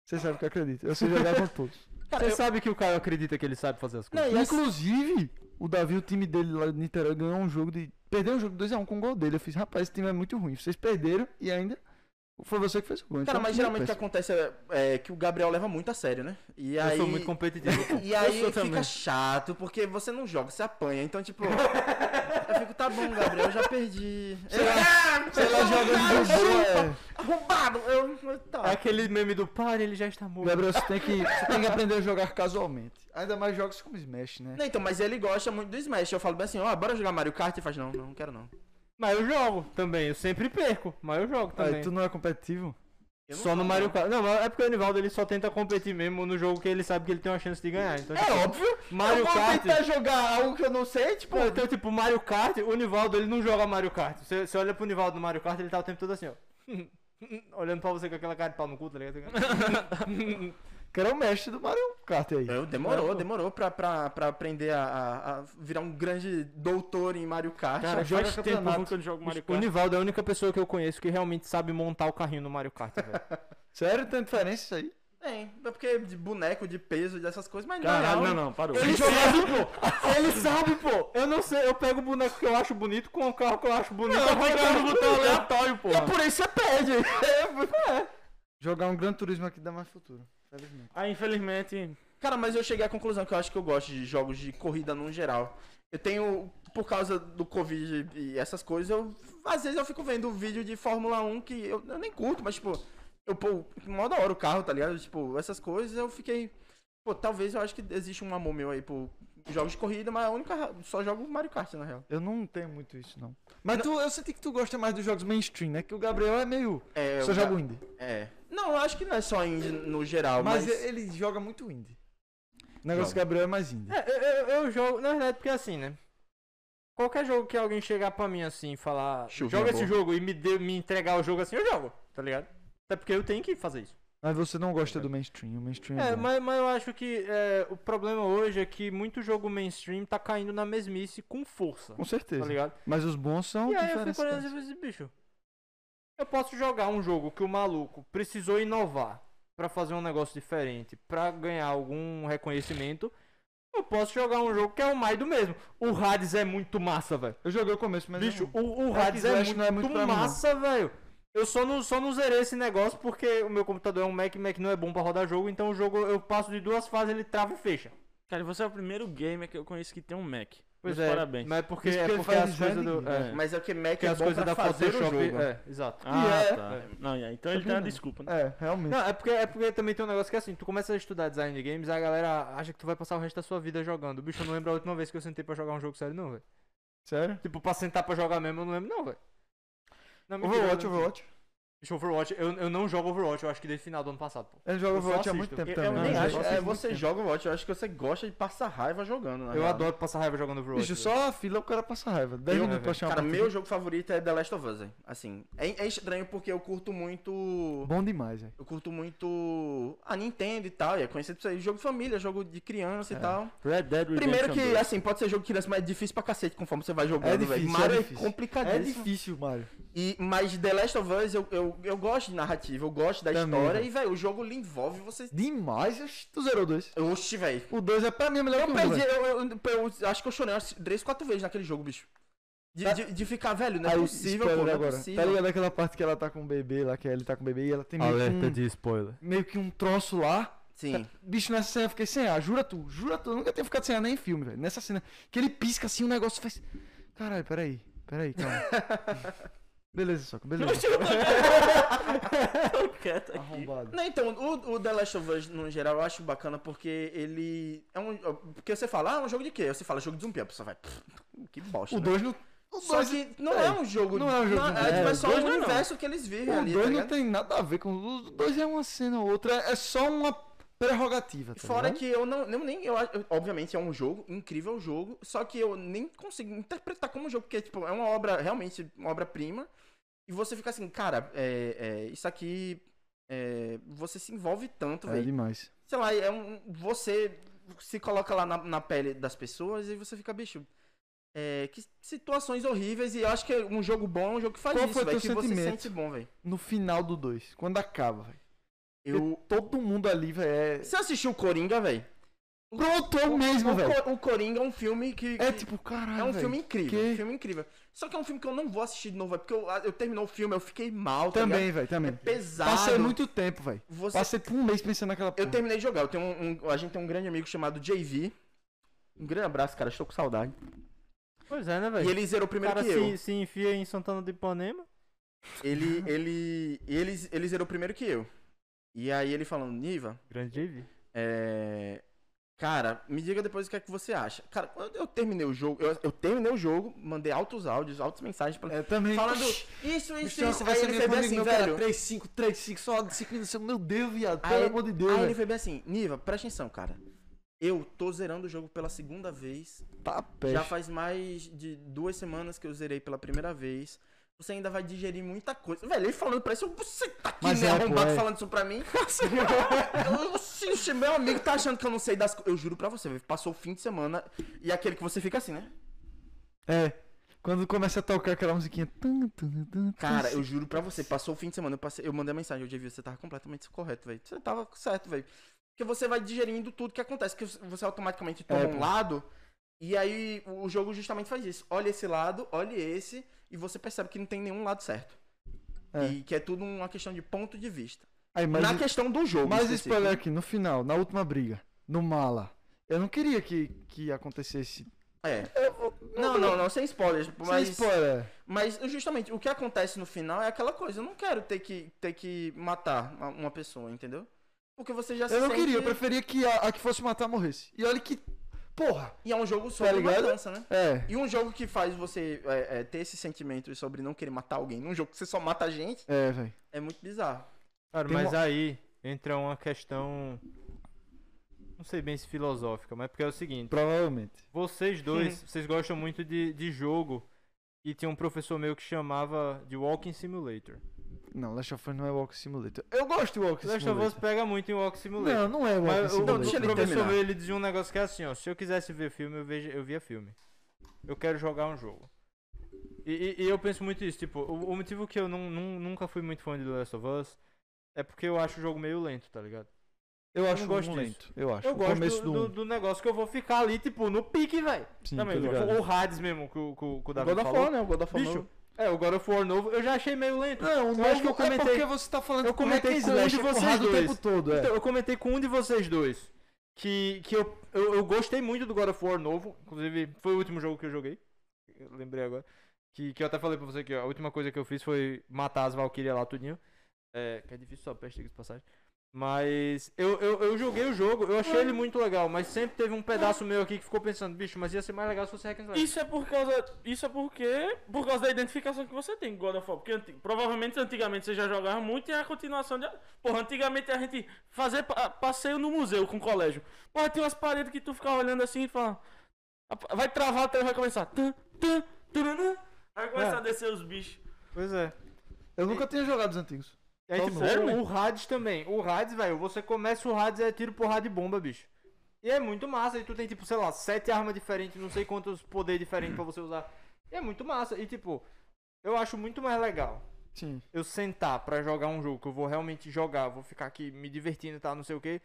S2: Você sabe que eu acredito. Eu sei jogar com todos.
S3: Você sabe que o Caio acredita que ele sabe fazer as
S1: Não,
S2: É,
S3: coisas.
S1: e assim-
S2: Inclusive, o Davi, o time dele lá de Niterói, ganhou um jogo de. Perdeu um jogo 2x1 com o gol dele. Eu fiz, rapaz, esse time é muito ruim. Vocês perderam e ainda. Foi você que fez o gol.
S1: Cara,
S2: Então,
S1: mas
S2: não
S1: geralmente o que
S2: peço.
S1: acontece é, é que o Gabriel leva muito a sério, né? E
S3: eu
S1: aí.
S3: sou muito competitivo. pô.
S1: E aí
S4: sou
S1: fica
S4: também.
S1: chato, porque você não joga, você apanha. Então, tipo, eu fico, tá bom, Gabriel, eu já perdi.
S2: Sei lá, sei lá, joga de boa. é.
S1: Roubado! Eu. eu- Tá.
S3: É Aquele meme do pare, ele já está
S2: é.
S3: morto.
S2: Gabriel, você tem, que, você tem que aprender a jogar casualmente. Ainda mais jogos como Smash, né?
S1: Não, então, mas ele gosta muito do Smash. Eu falo bem assim, ó, bora jogar Mario Kart e faz, não, não, não quero não.
S3: Mas eu jogo também, eu sempre perco, mas eu jogo
S2: Aí,
S3: também.
S2: tu não é competitivo?
S1: Eu não
S3: Só
S1: jogo,
S3: no
S1: né?
S3: Mario
S1: não.
S3: Kart. Não, mas é porque o Anivaldo ele só tenta competir mesmo no jogo que ele sabe que ele tem uma chance de ganhar. Então, tipo,
S2: É óbvio.
S3: Mario
S2: eu vou
S3: Kart.
S2: tentar jogar algo que eu não sei, tipo.
S3: Não, então, tipo, Mario Kart, o Nivaldo ele não joga Mario Kart. Você, você olha pro Nivaldo no Mario Kart, ele tá o tempo todo assim, ó. Olhando pra você com aquela cara de pau no cu, tá ligado?
S2: Que era o mestre do Mario Kart aí.
S1: Eu, demorou, demorou pra, pra, pra aprender a, a- a virar um grande doutor em Mario Kart.
S4: Cara,
S2: joga
S4: faz tempo
S2: campeonato.
S4: que eu não jogo Mario
S3: O
S4: Kart.
S3: Nivaldo é a única pessoa que eu conheço que realmente sabe montar o carrinho no Mario Kart, velho.
S2: Sério, tem diferença isso aí?
S1: Tem. É porque de boneco, de peso, dessas coisas, mas
S4: Caralho,
S1: na
S4: não,
S1: real,
S4: não, parou.
S3: Ele sabe, pô! Ele sabe, pô! Eu não sei, eu pego o boneco que eu acho bonito com o carro que eu acho bonito.
S4: Não,
S3: eu vou
S4: clicar no
S3: aleatório.
S4: botão é um aleatório, pô.
S2: Por isso você perde. Jogar um Gran Turismo aqui dá mais futuro. Felizmente.
S4: Aí, Ah, infelizmente.
S1: Cara, mas eu cheguei à conclusão que eu acho que eu gosto de jogos de corrida no geral. Eu tenho, por causa do Covid e essas coisas, eu às vezes eu fico vendo vídeo de Fórmula 1 que eu, eu nem curto, mas tipo, eu pô, mó da hora o carro, tá ligado? Tipo, essas coisas eu fiquei. Pô, talvez eu acho que existe um amor meu aí por jogos de corrida, mas a única. ra- Só jogo Mario Kart, na real.
S2: Eu não tenho muito isso, não. Mas tu, eu senti que tu gosta mais dos jogos mainstream, né? Que o Gabriel é meio.
S1: É,
S2: só
S1: eu-
S2: joga indie.
S1: É. Não, eu acho que não é só indie no geral,
S2: Mas,
S1: ah, mas.
S2: ele joga muito indie. O negócio
S1: Joga.
S2: do Gabriel é mais indie.
S3: É, eu, eu- eu jogo, na verdade, porque assim, né? Qualquer jogo que alguém chegar pra mim assim e falar,
S1: Chuvinha
S3: joga esse
S1: boa."
S3: jogo e me, dê, me entregar o jogo assim, eu jogo, tá ligado? Até porque eu tenho que fazer isso.
S2: Mas você não gosta do mainstream. O mainstream é,
S3: É,
S2: bom.
S3: mas, mas eu acho que é, o problema hoje é que muito jogo mainstream tá caindo na mesmice com força,
S2: Com
S3: tá
S2: certeza.
S3: ligado?
S2: mas os bons são
S3: e aí eu fico olhando
S2: diferenciados.
S3: assim, esse bicho. Eu posso jogar um jogo que o maluco precisou inovar pra fazer um negócio diferente, pra ganhar algum reconhecimento. Eu posso jogar um jogo que é o mais do mesmo. O Hades é muito massa, velho.
S2: Eu joguei o começo, mas.
S3: Bicho,
S2: eu
S3: o, o
S2: Hack
S3: Hades é
S2: Slash
S3: muito,
S2: não é muito pra mim, não.
S3: massa, velho. Eu só não, só não zerei esse negócio porque o meu computador é um Mac, Mac não é bom pra rodar jogo, então o jogo eu passo de duas fases, ele trava e fecha.
S4: Cara, você é o primeiro gamer que eu conheço que tem um Mac.
S3: Pois
S4: Meus
S3: é,
S4: Parabéns.
S3: mas porque,
S2: Isso
S3: é
S2: porque ele
S3: porque
S2: faz
S3: as coisas
S2: design
S3: do...
S2: indie,
S3: É,
S2: né?
S1: Mas é porque Mac
S3: porque
S1: é
S3: as
S1: bom
S3: coisas
S1: pra
S3: da
S1: fazer o
S3: Photoshop,
S1: jogo.
S3: é, exato.
S4: Ah,
S2: é-
S4: tá. Não, e aí, então ele tem uma desculpa, né?
S2: não- É, realmente.
S3: Não, é porque, é porque também tem um negócio que é assim, tu começa a estudar design de games, a galera acha que tu vai passar o resto da sua vida jogando. Bicho, eu não lembro a última vez que eu sentei pra jogar um jogo sério, não, velho.
S2: Sério?
S3: Tipo, pra sentar pra jogar mesmo, eu não lembro, não, velho. Não, mentira, eu
S2: Overwatch,
S3: lembro.
S2: Overwatch.
S3: Bicho, Overwatch, eu, eu não jogo Overwatch, eu acho que desde final do ano passado, pô.
S2: Ele joga
S3: Eu só
S2: Overwatch há muito
S3: assisto.
S2: tempo
S1: Eu,
S2: também.
S1: eu nem
S2: né?
S1: acho.
S2: Ele
S1: É,
S2: assiste muito
S1: você
S2: tempo.
S1: joga o Watch, eu acho que você gosta de passar raiva jogando, na
S3: Eu
S1: real.
S3: adoro passar raiva jogando Overwatch.
S2: Bicho, só a fila o cara passa raiva. 10
S1: Eu-
S2: minutos pra chamar.
S1: Cara, meu jogo favorito é The Last of Us, velho. assim. É, é estranho porque eu curto muito.
S2: Bom demais, velho.
S1: Eu curto muito a Nintendo e tal, e é conhecido por ser jogo de família, jogo de criança
S2: É.
S1: e tal.
S4: Red É, Dead Redemption
S1: Primeiro que,
S4: 2.
S1: assim, pode ser jogo de criança, mas é difícil pra cacete conforme você vai jogando,
S2: É
S1: velho.
S2: difícil, é
S1: Mario é,
S2: difícil. É
S1: complicadíssimo.
S2: difícil, Mario.
S1: E, mas The Last of Us, eu, eu, eu gosto de narrativa, eu gosto da
S2: Também,
S1: história,
S2: velho.
S1: e, velho, o jogo lhe envolve você.
S2: Demais, oxe, tu zerou dois.
S1: Oxi, velho.
S2: O 2 é pra mim é melhor que
S1: Eu
S2: o
S1: perdi,
S2: perdi.
S1: eu, eu- eu- eu acho que eu chorei umas 3, 4 vezes naquele jogo, bicho. De, de- de ficar, velho, não é possível, pô, não é
S2: né? Tá
S1: possível.
S2: ligado aquela parte que ela tá com o bebê lá, que ele tá com o bebê e ela tem meio, que um,
S3: de spoiler.
S2: meio que um troço lá.
S1: Sim.
S2: Bicho, nessa cena eu fiquei sem ar, jura tu, jura tu. Eu nunca tinha ficado sem ar nem em filme, velho. Nessa cena, que ele pisca assim, o negócio faz... Caralho, peraí, peraí, calma. beleza, Soco, beleza.
S4: Tô quieto aqui.
S2: Arrombado.
S1: Não, então, o, o The Last of Us, no geral, eu acho bacana porque ele. É um. Porque você fala, ah, é um jogo de quê? Aí Você fala jogo de zumbi, a pessoa vai. "Pff, Que bosta.
S2: O
S1: né?"
S2: 2 não... O
S1: Só
S2: 2
S1: que não é, um jogo.
S2: não é um jogo de
S1: é,
S2: zumbi.
S1: tipo, é
S2: É,
S1: só
S2: o
S1: o
S2: dois não é, não.
S1: universo que eles vivem
S2: O
S1: ali.
S2: 2
S1: tá
S2: não
S1: ligado?
S2: tem nada a ver com. O 2 é uma cena ou outra, é só uma prerrogativa. Tá
S1: Fora
S2: ligado?
S1: que eu não. eu nem, eu, acho- eu- obviamente é um jogo, incrível jogo, só que eu nem consigo interpretar como jogo, porque tipo, é uma obra, realmente, uma obra-prima. E você fica assim, cara, é, é, isso aqui. é, você se envolve tanto,
S2: É
S1: velho.
S2: demais.
S1: Sei lá, é um. Você se coloca lá na, na pele das pessoas e você fica, bicho. é, que situações horríveis, e eu acho que um jogo bom é um jogo que faz
S2: Qual
S1: isso,
S2: foi
S1: velho.
S2: teu
S1: Que você
S2: sentimento?
S1: sente bom, velho.
S2: No final do 2, quando acaba, velho.
S1: Eu.
S2: Todo mundo ali, velho, é.
S1: Você assistiu Coringa, velho?
S2: Pronto, é o
S1: O,
S2: mesmo, velho.
S1: Co- o Coringa é um filme que.
S2: É
S1: que-
S2: tipo, caralho.
S1: É um
S2: velho.
S1: filme incrível, é um
S2: que-
S1: filme incrível. Só que é um filme que eu não vou assistir de novo, é porque eu, eu terminou o filme, eu fiquei mal, tá ligado?
S2: Também, velho, também.
S1: pesado.
S2: Passei muito tempo, velho.
S1: Você-
S2: Passei por um mês pensando naquela
S1: Eu
S2: porra.
S1: terminei de jogar, eu tenho um, um- a gente tem um grande amigo chamado JV. Um grande abraço, cara, estou com saudade.
S3: Pois é, né,
S1: E
S3: velho?
S1: ele zerou
S3: O
S1: primeiro
S3: cara
S1: que
S3: se,
S1: eu.
S3: se enfia em Santana de Ipanema.
S1: Ele, ele, ele, ele zerou primeiro que eu. E aí ele falando, Niva,
S3: Grande JV.
S1: É. Cara, me diga depois o que é que você acha. Cara, quando eu terminei o jogo, eu, eu terminei o jogo, mandei altos áudios, altas mensagens pra
S2: É, também.
S1: Falando
S2: Oxi,
S1: isso, isso,
S2: tinha uma
S1: isso. Aí
S2: conversa
S1: ele
S2: minha
S1: foi bem
S2: com um
S1: assim,
S2: amigo meu, cara,
S1: velho.
S2: 3, 5, 3, 5, só 5 minutos. Meu Deus, viado.
S1: Aí-
S2: Pelo amor de Deus,
S1: Aí ele
S2: velho.
S1: foi bem assim, Niva, presta atenção, cara. Eu tô zerando o jogo pela segunda vez.
S2: Tá
S1: Já
S2: peste.
S1: faz mais de duas semanas que eu zerei pela primeira vez. Você ainda vai digerir muita coisa. Velho, ele falando pra isso, eu, você tá aqui
S2: Mas
S1: né,
S2: é, pô,
S1: arrombado
S2: é.
S1: falando isso pra mim? Eu- Oxi, oxi, meu amigo tá achando que eu não sei das coisas. Eu juro pra você, velho, passou o fim de semana e é aquele que você fica assim, né?
S2: É. Quando começa a tocar aquela musiquinha. tum, tum, tum,
S1: Cara,
S2: tum,
S1: eu juro pra você, passou o fim de semana, eu, passei, eu mandei mensagem, eu devia, você tava completamente correto, velho. Você tava certo, velho. Porque você vai digerindo tudo que acontece, que você automaticamente toma
S2: É,
S1: um
S2: pô.
S1: lado, e aí o jogo justamente faz isso. Olha esse lado, olha esse, e você percebe que não tem nenhum lado certo.
S2: É.
S1: E que é tudo uma questão de ponto de vista.
S2: Aí, mas
S1: Na questão do jogo.
S2: Mas
S1: específico.
S2: spoiler aqui, no final, na última briga, no mala. Eu não queria que, que acontecesse.
S1: É.
S2: Eu vou-
S1: Não, não, não, sem spoilers. Mas,
S2: Sem spoiler.
S1: mas justamente o que acontece no final é aquela coisa. Eu não quero ter que, ter que matar uma- uma pessoa, entendeu? Porque você já se
S2: Eu não
S1: sente-
S2: queria, eu preferia que a, a que fosse matar morresse. E olha que. Porra!
S1: E é um
S3: Tá
S1: jogo sobre
S2: ligado?
S1: matança, né?
S2: É.
S1: E um jogo que faz você é, é, ter esses sentimentos sobre não querer matar alguém, num jogo que você só mata a gente,
S2: É, velho.
S1: é muito bizarro.
S3: Cara,
S2: Tem
S3: mas
S2: uma-
S3: aí entra uma questão. Não sei bem se filosófica, mas porque é o seguinte:
S2: Provavelmente.
S3: vocês dois, vocês gostam muito de, de jogo. E tinha um professor meu que chamava de Walking Simulator.
S2: Não, Last of Us não é Walk Simulator. Eu gosto de Walk
S3: Last
S2: Simulator.
S3: of Us pega muito em Walking Simulator.
S2: Não, não é Walk
S3: Mas o,
S2: Simulator.
S3: o
S1: deixa ele
S3: professor
S1: terminar.
S3: meu, ele dizia um negócio que é assim, ó. Se eu quisesse ver filme, eu, veja, eu via filme. Eu quero jogar um jogo. E, e- e eu penso muito isso, tipo, o, o motivo que eu nun- nun- nunca fui muito fã de The Last of Us é porque eu acho o jogo meio lento, tá ligado?
S2: eu acho
S3: não gosto
S2: um lento. Eu acho.
S3: Eu
S2: o
S3: gosto
S2: começo do,
S3: do,
S2: um.
S3: do, do negócio que eu vou ficar ali, tipo, no pique, velho.
S2: Sim,
S3: Também,
S2: tô ligado.
S3: gosto. ou Hades mesmo, que o, que o, que o David
S1: God of
S3: falou.
S1: War, né? O God
S2: tá
S1: of War
S3: Bicho,
S1: novo.
S3: é, o God of War novo, eu já achei meio lento.
S2: Não,
S3: Eu acho que eu comentei-
S2: É porque você tá falando
S3: Eu
S2: com o
S3: comentei
S2: Hack and
S3: com um
S2: Slash,
S3: de
S2: é porrada
S3: vocês
S2: o
S3: dois.
S2: tempo todo, é.
S3: Então, eu comentei com um de vocês dois que, que eu, eu, eu gostei muito do God of War novo. Inclusive, foi o último jogo que eu joguei. Eu lembrei agora. Que, que eu até falei pra você que a última coisa que eu fiz foi matar as Valkyrias lá tudinho. É, que é difícil só peste de passagem. Mas eu, eu, eu joguei o jogo, eu achei ele muito legal, mas sempre teve um pedaço meu aqui que ficou pensando, bicho, mas ia ser mais legal se fosse Hack and Slash.
S4: Isso é por causa. Isso é porque. Por causa da identificação que você tem com God of War. Porque anti- provavelmente antigamente você já jogava muito e a continuação de. Porra, antigamente a gente fazer pa- passeio no museu com o colégio. Porra, tinha umas paredes que tu ficava olhando assim e falava. "Apa- Vai travar até vai começar. Tan, tan, taranã. Vai começar
S3: É.
S4: a descer os bichos.
S3: Pois é.
S2: Eu nunca tinha jogado os antigos.
S3: E aí,
S2: Tá
S3: tipo,
S4: sério,
S3: o,
S4: mano?
S3: o Hades também. O Hades, velho, você começa o Hades é tiro, porrada e bomba, bicho. E é muito massa. E tu tem, tipo, sei lá, sete armas diferentes, não sei quantos poderes diferentes pra você usar. E é muito massa. E, tipo, eu acho muito mais legal
S2: Sim.
S3: eu sentar pra jogar um jogo que eu vou realmente jogar, vou ficar aqui me divertindo e tal, não sei o quê.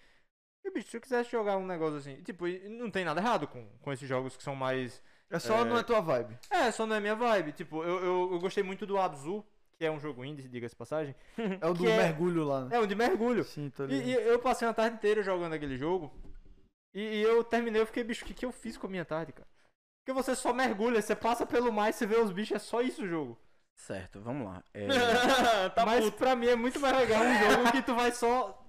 S3: E, bicho, se eu quisesse jogar um negócio assim, tipo, e não tem nada errado com, com esses jogos que são mais
S2: É só
S3: É.
S2: não é tua vibe.
S3: é, só não é minha vibe. Tipo, eu, eu, eu gostei muito do Abzu, que é um jogo indie, diga-se de passagem.
S2: É o do
S3: Que é-
S2: mergulho lá, né?
S3: É um de mergulho.
S2: Sim, tô
S3: E,
S2: ligado.
S3: e eu passei uma tarde inteira jogando aquele jogo. E, e eu terminei, eu fiquei, bicho, o que, que eu fiz com a minha tarde, cara? Porque você só mergulha, você passa pelo mar e você vê os bichos, é só isso o jogo.
S1: Certo, vamos lá. É,
S4: tá
S3: Mas
S4: puto.
S3: pra mim é muito mais legal um jogo que tu vai só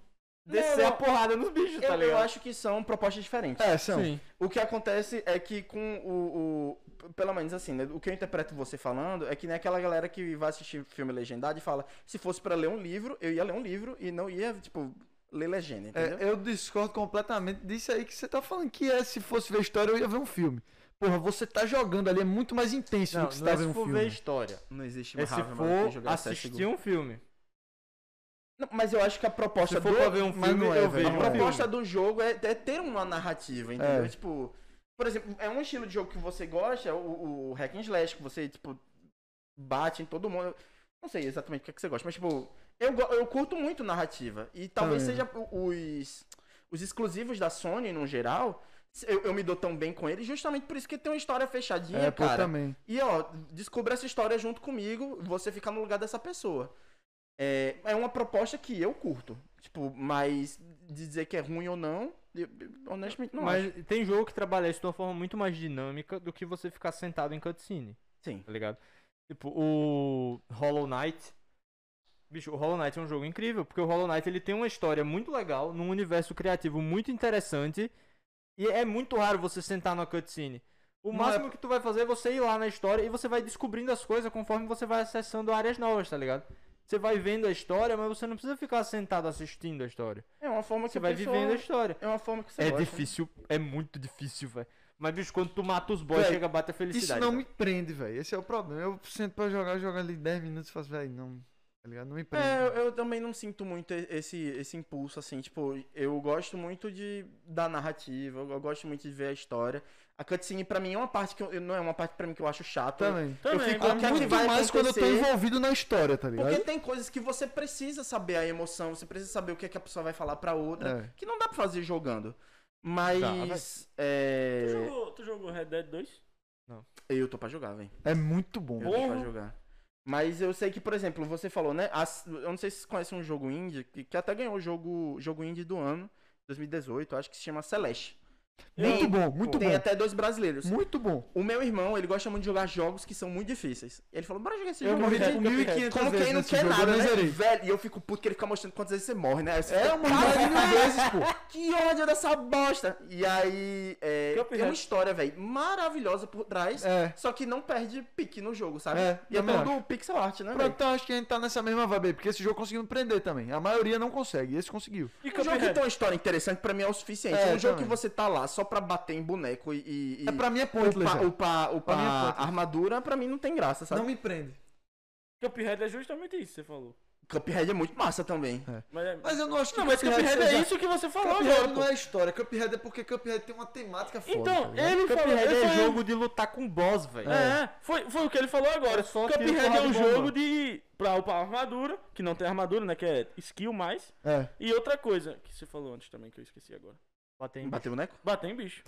S3: descer
S1: não.
S3: a porrada nos bichos, tá
S1: eu, eu
S3: ligado?
S1: acho que são propostas diferentes.
S2: É, são.
S4: Sim.
S1: O que acontece é que com o, o- p- Pelo menos assim, né? O que eu interpreto você falando é que nem aquela galera que vai assistir filme legendado e fala: se fosse pra ler um livro, eu ia ler um livro e não ia, tipo, ler legenda,
S2: É,
S1: entendeu?
S2: eu discordo completamente disso aí que você tá falando, que é se fosse ver história eu ia ver um filme. Porra, você tá jogando ali, é muito mais intenso do
S3: Não,
S2: que você
S3: não é
S2: tá
S3: se
S2: vendo um
S3: for
S2: filme.
S3: ver história.
S1: Não existe
S3: É
S1: mais
S3: se for assistir um filme.
S1: Não, mas eu acho que a proposta
S3: Se for
S1: do
S3: pra ver um
S2: mas
S3: filme,
S2: não é,
S3: eu
S2: velho,
S3: vejo
S1: a
S3: um
S2: não é.
S3: filme.
S1: proposta do jogo é, é ter uma narrativa, entendeu?
S2: É.
S1: Tipo, por exemplo, é um estilo de jogo que você gosta, o, o hack and slash, que você, tipo, bate em todo mundo. Não sei exatamente o que, é que você gosta, mas, tipo, eu, go- eu curto muito narrativa. E talvez
S2: Também.
S1: seja o- os, os exclusivos da Sony, no geral, se- eu, eu me dou tão bem com eles, justamente por isso que tem uma história fechadinha,
S2: É, pô,
S1: cara.
S2: também.
S1: E ó, descubra essa história junto comigo, você fica no lugar dessa pessoa. É, é uma proposta que eu curto. Tipo, mas dizer que é ruim ou não, eu- eu honestamente não acho.
S3: Mas tem jogo que trabalha isso de uma forma muito mais dinâmica do que você ficar sentado em cutscene.
S1: Sim.
S3: tá ligado? Tipo, o Hollow Knight. Bicho, o Hollow Knight é um jogo incrível, porque o Hollow Knight ele tem uma história muito legal, num universo criativo muito interessante, e é muito raro você sentar numa cutscene. O
S2: Não
S3: máximo que tu vai fazer é você ir lá na história e você vai descobrindo as coisas conforme você vai acessando áreas novas, tá ligado? Você vai vendo a história, mas você não precisa ficar sentado assistindo a história.
S1: É uma forma que
S3: Você vai
S1: pessoa-
S3: vivendo a história.
S1: É uma forma que você
S3: É
S1: gosta.
S3: difícil, é muito difícil, velho. Mas, bicho, quando tu mata os boys,
S2: Véi,
S3: chega, bate a felicidade.
S2: Isso não
S3: velho.
S2: me prende, velho. Esse é o problema. Eu sento pra jogar, jogo ali 10 minutos e faço, velho, não. Tá ligado? Não me prende.
S1: É, eu, eu também não sinto muito e- esse, esse impulso, assim, tipo, eu gosto muito de, da narrativa, eu, eu gosto muito de ver a história. A cutscene, pra mim, é uma parte que eu, não é uma parte pra mim que eu acho chata.
S2: Também.
S1: Eu
S4: Também,
S1: fico
S4: pra
S1: o que é que
S2: Muito
S1: vai
S2: mais quando eu tô
S1: acontecer?
S2: envolvido na história, tá ligado?
S1: Porque tem coisas que você precisa saber a emoção, você precisa saber o que, é que a pessoa vai falar pra outra,
S2: É.
S1: que não dá pra fazer jogando.
S2: Dá, véi.
S1: Mas. é,
S4: Tu jogou, tu jogou Red Dead 2?
S1: Eu tô pra jogar, velho.
S2: É muito bom.
S1: Eu tô pra
S4: Porra.
S1: jogar. Mas eu sei que, por exemplo, você falou, né? as- eu não sei se vocês conhecem um jogo indie, que, que até ganhou o jogo, jogo indie do ano, 2018, acho que se chama Celeste.
S2: Muito bom, muito
S1: Tem
S2: bom.
S1: até dois brasileiros.
S2: Muito bom.
S1: O meu irmão, ele gosta muito de jogar jogos que são muito difíceis. Ele falou, bora jogar esse
S2: Eu
S1: jogo.
S2: morri
S1: aí."
S2: tipo 1.500
S1: Como
S2: vezes
S1: quem não
S2: nesse
S1: quer
S2: jogo, eu
S1: nada,
S2: nem
S1: né?
S2: zerei.
S1: Velho, e eu fico puto que ele fica mostrando quantas vezes você morre, né? Aí você
S2: É,
S1: fica,
S2: mano,
S1: "Caralho,
S2: várias vezes, pô.
S1: que ódio dessa bosta! E aí, é,
S4: Cuphead.
S1: tem uma história, velho, maravilhosa por trás,
S2: É.
S1: só que não perde pique no jogo, sabe?
S2: É,
S1: e é
S2: também
S1: todo pixel art, né,
S2: Pronto,
S1: velho?
S2: então acho que a gente tá nessa mesma vibe aí, porque esse jogo conseguiu me prender também. A maioria não consegue, esse conseguiu.
S4: E
S1: Um jogo que
S4: Cuphead?
S1: tem uma história interessante pra mim é o suficiente.
S2: É,
S1: É um jogo
S2: também.
S1: que você tá lá só pra bater em boneco e. e- e
S2: É, pra mim é pointless.
S1: upar,
S2: é.
S1: upar, upar
S2: Pra mim é pointless.
S1: armadura, pra mim não tem graça, sabe?
S2: me prende.
S4: Cuphead é justamente isso que você falou.
S1: Cuphead é muito massa também.
S4: Mas, é-
S2: Mas eu não acho que
S4: não, mas Cuphead, é
S2: seja-
S4: isso que você falou
S2: Cuphead
S4: agora, pô.
S2: não é história, Cuphead é porque Cuphead tem uma temática foda.
S4: Então,
S2: tá ligado?
S4: ele falou.
S3: é
S4: eu sou-
S3: de lutar com boss, velho.
S4: É, é, foi, foi o que ele falou agora.
S3: É só tiro,
S4: Cuphead é
S3: porrada
S4: um
S3: e bomba.
S4: jogo de. pra upar armadura, que não tem armadura, né? Que é skill mais.
S2: É.
S4: E outra coisa que você falou antes também, que eu esqueci agora.
S3: Bater em
S1: Bater boneco?
S4: Bater em bicho.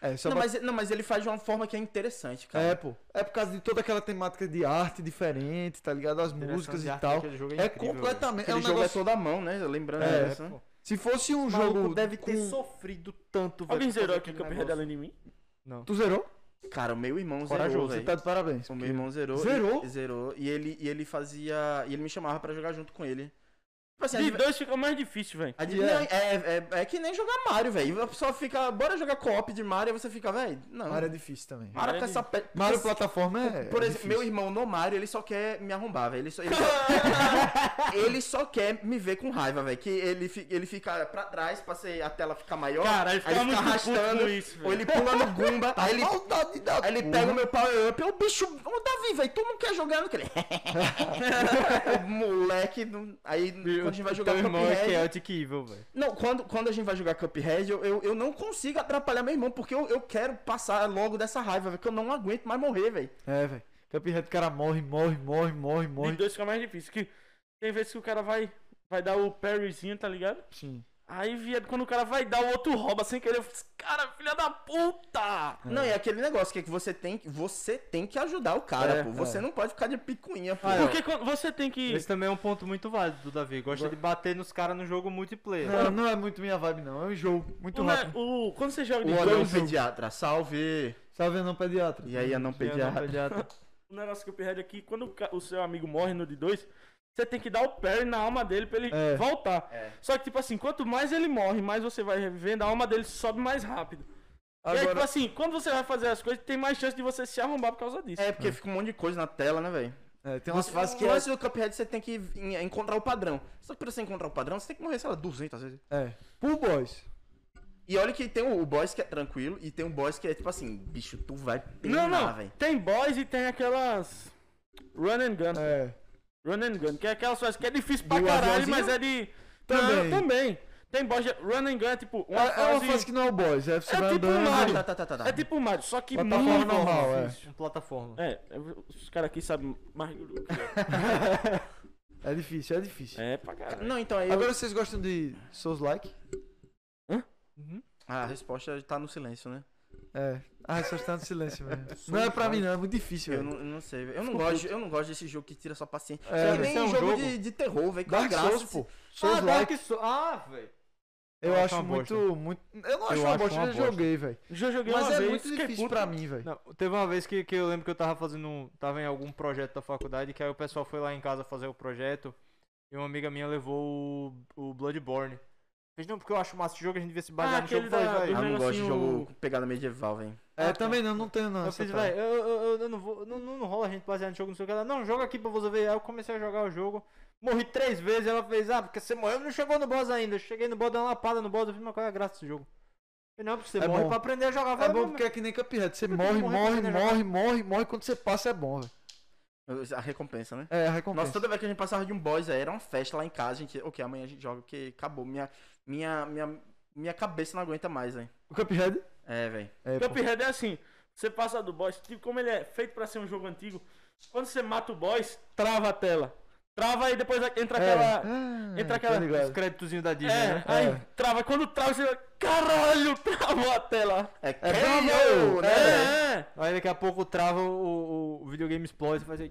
S2: É, só
S1: não,
S2: pra-
S1: mas, não, mas ele faz de uma forma que é interessante, cara.
S2: É, pô. É por causa de toda aquela temática de arte diferente, tá ligado? As
S3: direção
S2: músicas
S3: de
S2: e
S3: arte
S2: tal.
S3: daquele jogo é
S2: É
S3: incrível,
S2: completamente. É
S1: Aquele
S2: um
S1: jogo
S2: negócio.
S1: é toda a mão, né? Lembrando
S2: É,
S1: disso. né?
S2: Se fosse um
S3: O
S2: jogo.
S3: jogo deve ter
S2: com-
S3: sofrido tanto, velho.
S4: Alguém
S3: pra
S4: zerou
S3: fazer
S4: aqui
S3: aquele
S4: Cuphead
S3: negócio.
S4: além de mim?
S2: Tu zerou?
S1: Cara, o meu irmão zerou,
S2: Corajoso. Você
S1: velho.
S2: tá de parabéns.
S1: O meu irmão zerou.
S2: Zerou?
S1: E, zerou. E ele, e ele fazia. E ele me chamava pra jogar junto com ele. Tipo assim,
S4: De
S1: a-
S4: dois fica mais difícil, velho.
S1: a-
S2: Yeah.
S1: não, é, é, é que nem jogar Mario, velho. A pessoa fica. Bora jogar co-op de Mario, aí você fica, velho. Não.
S2: Mario é difícil também.
S1: para
S4: Mario é
S1: com essa pe...
S2: Mario plataforma é.
S1: Por
S2: é
S1: exemplo, meu
S2: difícil.
S1: irmão no Mario, ele só quer me arrombar, velho. Ele só, ele, só, ele só quer me ver com raiva, velho. Que ele, fi- ele fica pra trás, pra ser, a tela ficar maior.
S4: Caralho,
S1: aí
S4: ficava
S1: ele fica
S4: muito puto
S1: arrastando.
S4: com isso,
S1: ou
S4: velho.
S1: ele pula no Goomba,
S2: Tá
S1: aí ele
S2: Maldade da
S1: Aí ele
S2: porra.
S1: pega o meu power up, eu, bicho, ô Davi, velho, tu não quer jogar no aquele. Moleque, não- aí quando a gente vai jogar
S3: Teu irmão é
S1: Cuphead.
S3: Chaotic Evil, velho.
S1: Não, quando, quando a gente vai jogar Cuphead, eu, eu, eu não consigo atrapalhar meu irmão, porque eu, eu quero passar logo dessa raiva, velho, que eu não aguento mais morrer, velho.
S2: É, velho. Cuphead, o cara morre, morre, morre, morre,
S4: De
S2: morre.
S4: dois fica mais difícil. Que tem vezes que o cara vai. Vai dar o parryzinho, tá ligado?
S2: Sim.
S4: Aí, viado, quando o cara vai dar, o outro rouba sem querer. eu fico, Cara, filha da puta!
S1: Não, é aquele negócio que é que você tem que, você tem que ajudar o cara,
S2: É,
S1: pô. Você
S2: é.
S1: não pode ficar de picuinha, pô.
S3: Ah, é.
S4: Porque quando você tem que.
S3: Esse também é um ponto muito válido do Davi. Gosta de bater nos caras no jogo multiplayer.
S2: Não, não é muito minha vibe, não. É um jogo muito
S4: o, ne-
S2: rápido.
S4: o- quando você joga de
S1: o anão
S4: dois, o
S1: um pediatra, salve!
S2: Salve, não pediatra.
S1: E aí, anão pediatra.
S4: o um negócio que eu perdi aqui, quando o ca- o seu amigo morre no de dois, você tem que dar o parry na alma dele pra ele
S2: É.
S4: voltar.
S1: É.
S4: Só que, tipo assim, quanto mais ele morre, mais você vai revivendo, a alma dele sobe mais rápido. E aí, tipo
S2: Agora,
S4: assim, quando você vai fazer as coisas, tem mais chance de você se arrombar por causa disso.
S1: É, porque fica um monte de coisa na tela, né, velho?
S2: é, tem umas
S1: Você faz
S2: fases
S1: que
S2: que
S1: o
S2: é,
S1: lance do Cuphead você tem que en- encontrar o padrão. Só que pra você encontrar o padrão, você tem que morrer, sei lá, 200 vezes.
S2: é. Pool boys.
S1: E olha que tem o, o boss que é tranquilo e tem um boss que é tipo assim, bicho, tu vai
S4: não, não.
S1: penar, velho.
S4: Tem boss e tem aquelas. Run and gun.
S2: É.
S4: Run and gun, que é aquelas coisas que é difícil pra
S2: Do
S4: caralho,
S2: aviãozinho?
S4: mas é de.
S2: Também.
S4: Não, também. Tem boss. de- Run and gun é tipo.
S2: É,
S4: Uma
S2: é uma fase que não é o boys, é você
S4: É
S2: vai
S4: tipo
S2: andando.
S4: Mario.
S1: Tá, tá, tá, tá, tá.
S4: É tipo Mario, só que muito
S2: Plataforma normal, é.
S4: difícil.
S3: Uma plataforma.
S4: É, eu- os caras aqui sabem mais do que eu.
S2: É difícil, é difícil.
S4: É, pra caralho.
S1: Não, então aí. eu-
S2: Agora vocês gostam de Souls Like?
S4: Uhum.
S1: Ah, a resposta tá no silêncio, né?
S2: É. Ah, só está no silêncio mesmo. não é pra mim, não, é muito difícil.
S1: Eu
S2: velho.
S1: não, eu não sei, velho. Eu não gosto, eu não gosto desse jogo que tira sua paciência.
S2: É,
S1: É,
S2: velho.
S1: nem
S3: Esse é um
S1: jogo,
S3: jogo.
S1: De, de terror, velho.
S2: Dark Souls,
S1: graça.
S2: pô.
S3: Ah,
S2: Souls Like,
S3: Dark Souls. Ah, velho.
S2: eu,
S3: Eu acho
S2: acho
S3: uma
S2: muito, muito. Eu não acho
S3: Eu
S2: uma
S3: acho
S2: bosta,
S3: uma
S2: eu já
S3: bosta.
S2: joguei, velho.
S4: Já joguei
S2: Mas
S4: uma
S2: é
S4: vez,
S2: muito
S4: fiquei
S2: difícil
S4: puto.
S2: pra mim, velho.
S3: Não, teve uma vez que, que eu lembro que eu tava fazendo. um- Tava em algum projeto da faculdade, que aí o pessoal foi lá em casa fazer o projeto. E uma amiga minha levou o, o Bloodborne. Fez, não, porque eu acho massa esse jogo, a gente devia se basear
S4: Ah,
S3: no jogo.
S4: aquele da-
S1: Ah,
S3: Falei,
S1: eu
S3: vai.
S1: não
S4: Primeiro,
S1: gosto de
S4: assim,
S1: jogo
S4: o-
S1: com pegada medieval, velho.
S2: É,
S3: Ah, tá.
S2: também não, não tenho não.
S3: Eu
S2: essa
S3: fiz,
S2: parada.
S3: velho, eu, eu, eu não vou. Não, não, não rola a gente basear no jogo, não sei o que. Ela, não, joga aqui pra você ver. Aí eu comecei a jogar o jogo. Morri três vezes, ela fez, ah, porque você morreu, não chegou no boss ainda. Eu cheguei no boss, dei uma lapada no boss, eu fiz, mas qual é a graça desse jogo? Eu, não, porque você
S2: É
S3: morre
S2: bom.
S3: pra aprender a jogar.
S2: É
S3: Vai,
S2: bom
S3: meu-
S2: porque é que nem Cuphead. Você
S3: Porque
S2: morre,
S3: morre,
S2: morre,
S3: morre,
S2: morre, morre, morre. Quando você passa é bom, velho.
S1: A recompensa, né?
S2: É, a recompensa.
S1: Nossa, toda vez que a gente passava de um boys, aí era uma festa lá em casa, a gente, ok, amanhã a gente joga, porque acabou. Minha, minha, minha, minha cabeça não aguenta mais, velho.
S2: O Cuphead?
S1: É, velho.
S2: É, pô.
S4: Cuphead é assim. Você passa do boss, tipo, como ele é feito pra ser um jogo antigo, quando você mata o boss, trava a tela. Trava e depois entra aquela.
S2: Ah,
S4: entra
S2: tô
S4: aquela-
S2: ligado.
S3: Os créditozinhos da Disney,
S4: É,
S3: né?
S4: aí
S2: É.
S4: trava. Quando trava, você vai. Caralho, travou a tela.
S1: É,
S2: bravo,
S1: KO, né? velho?
S4: É, é.
S3: Aí daqui a pouco trava o, o- o videogame explode, você faz aí.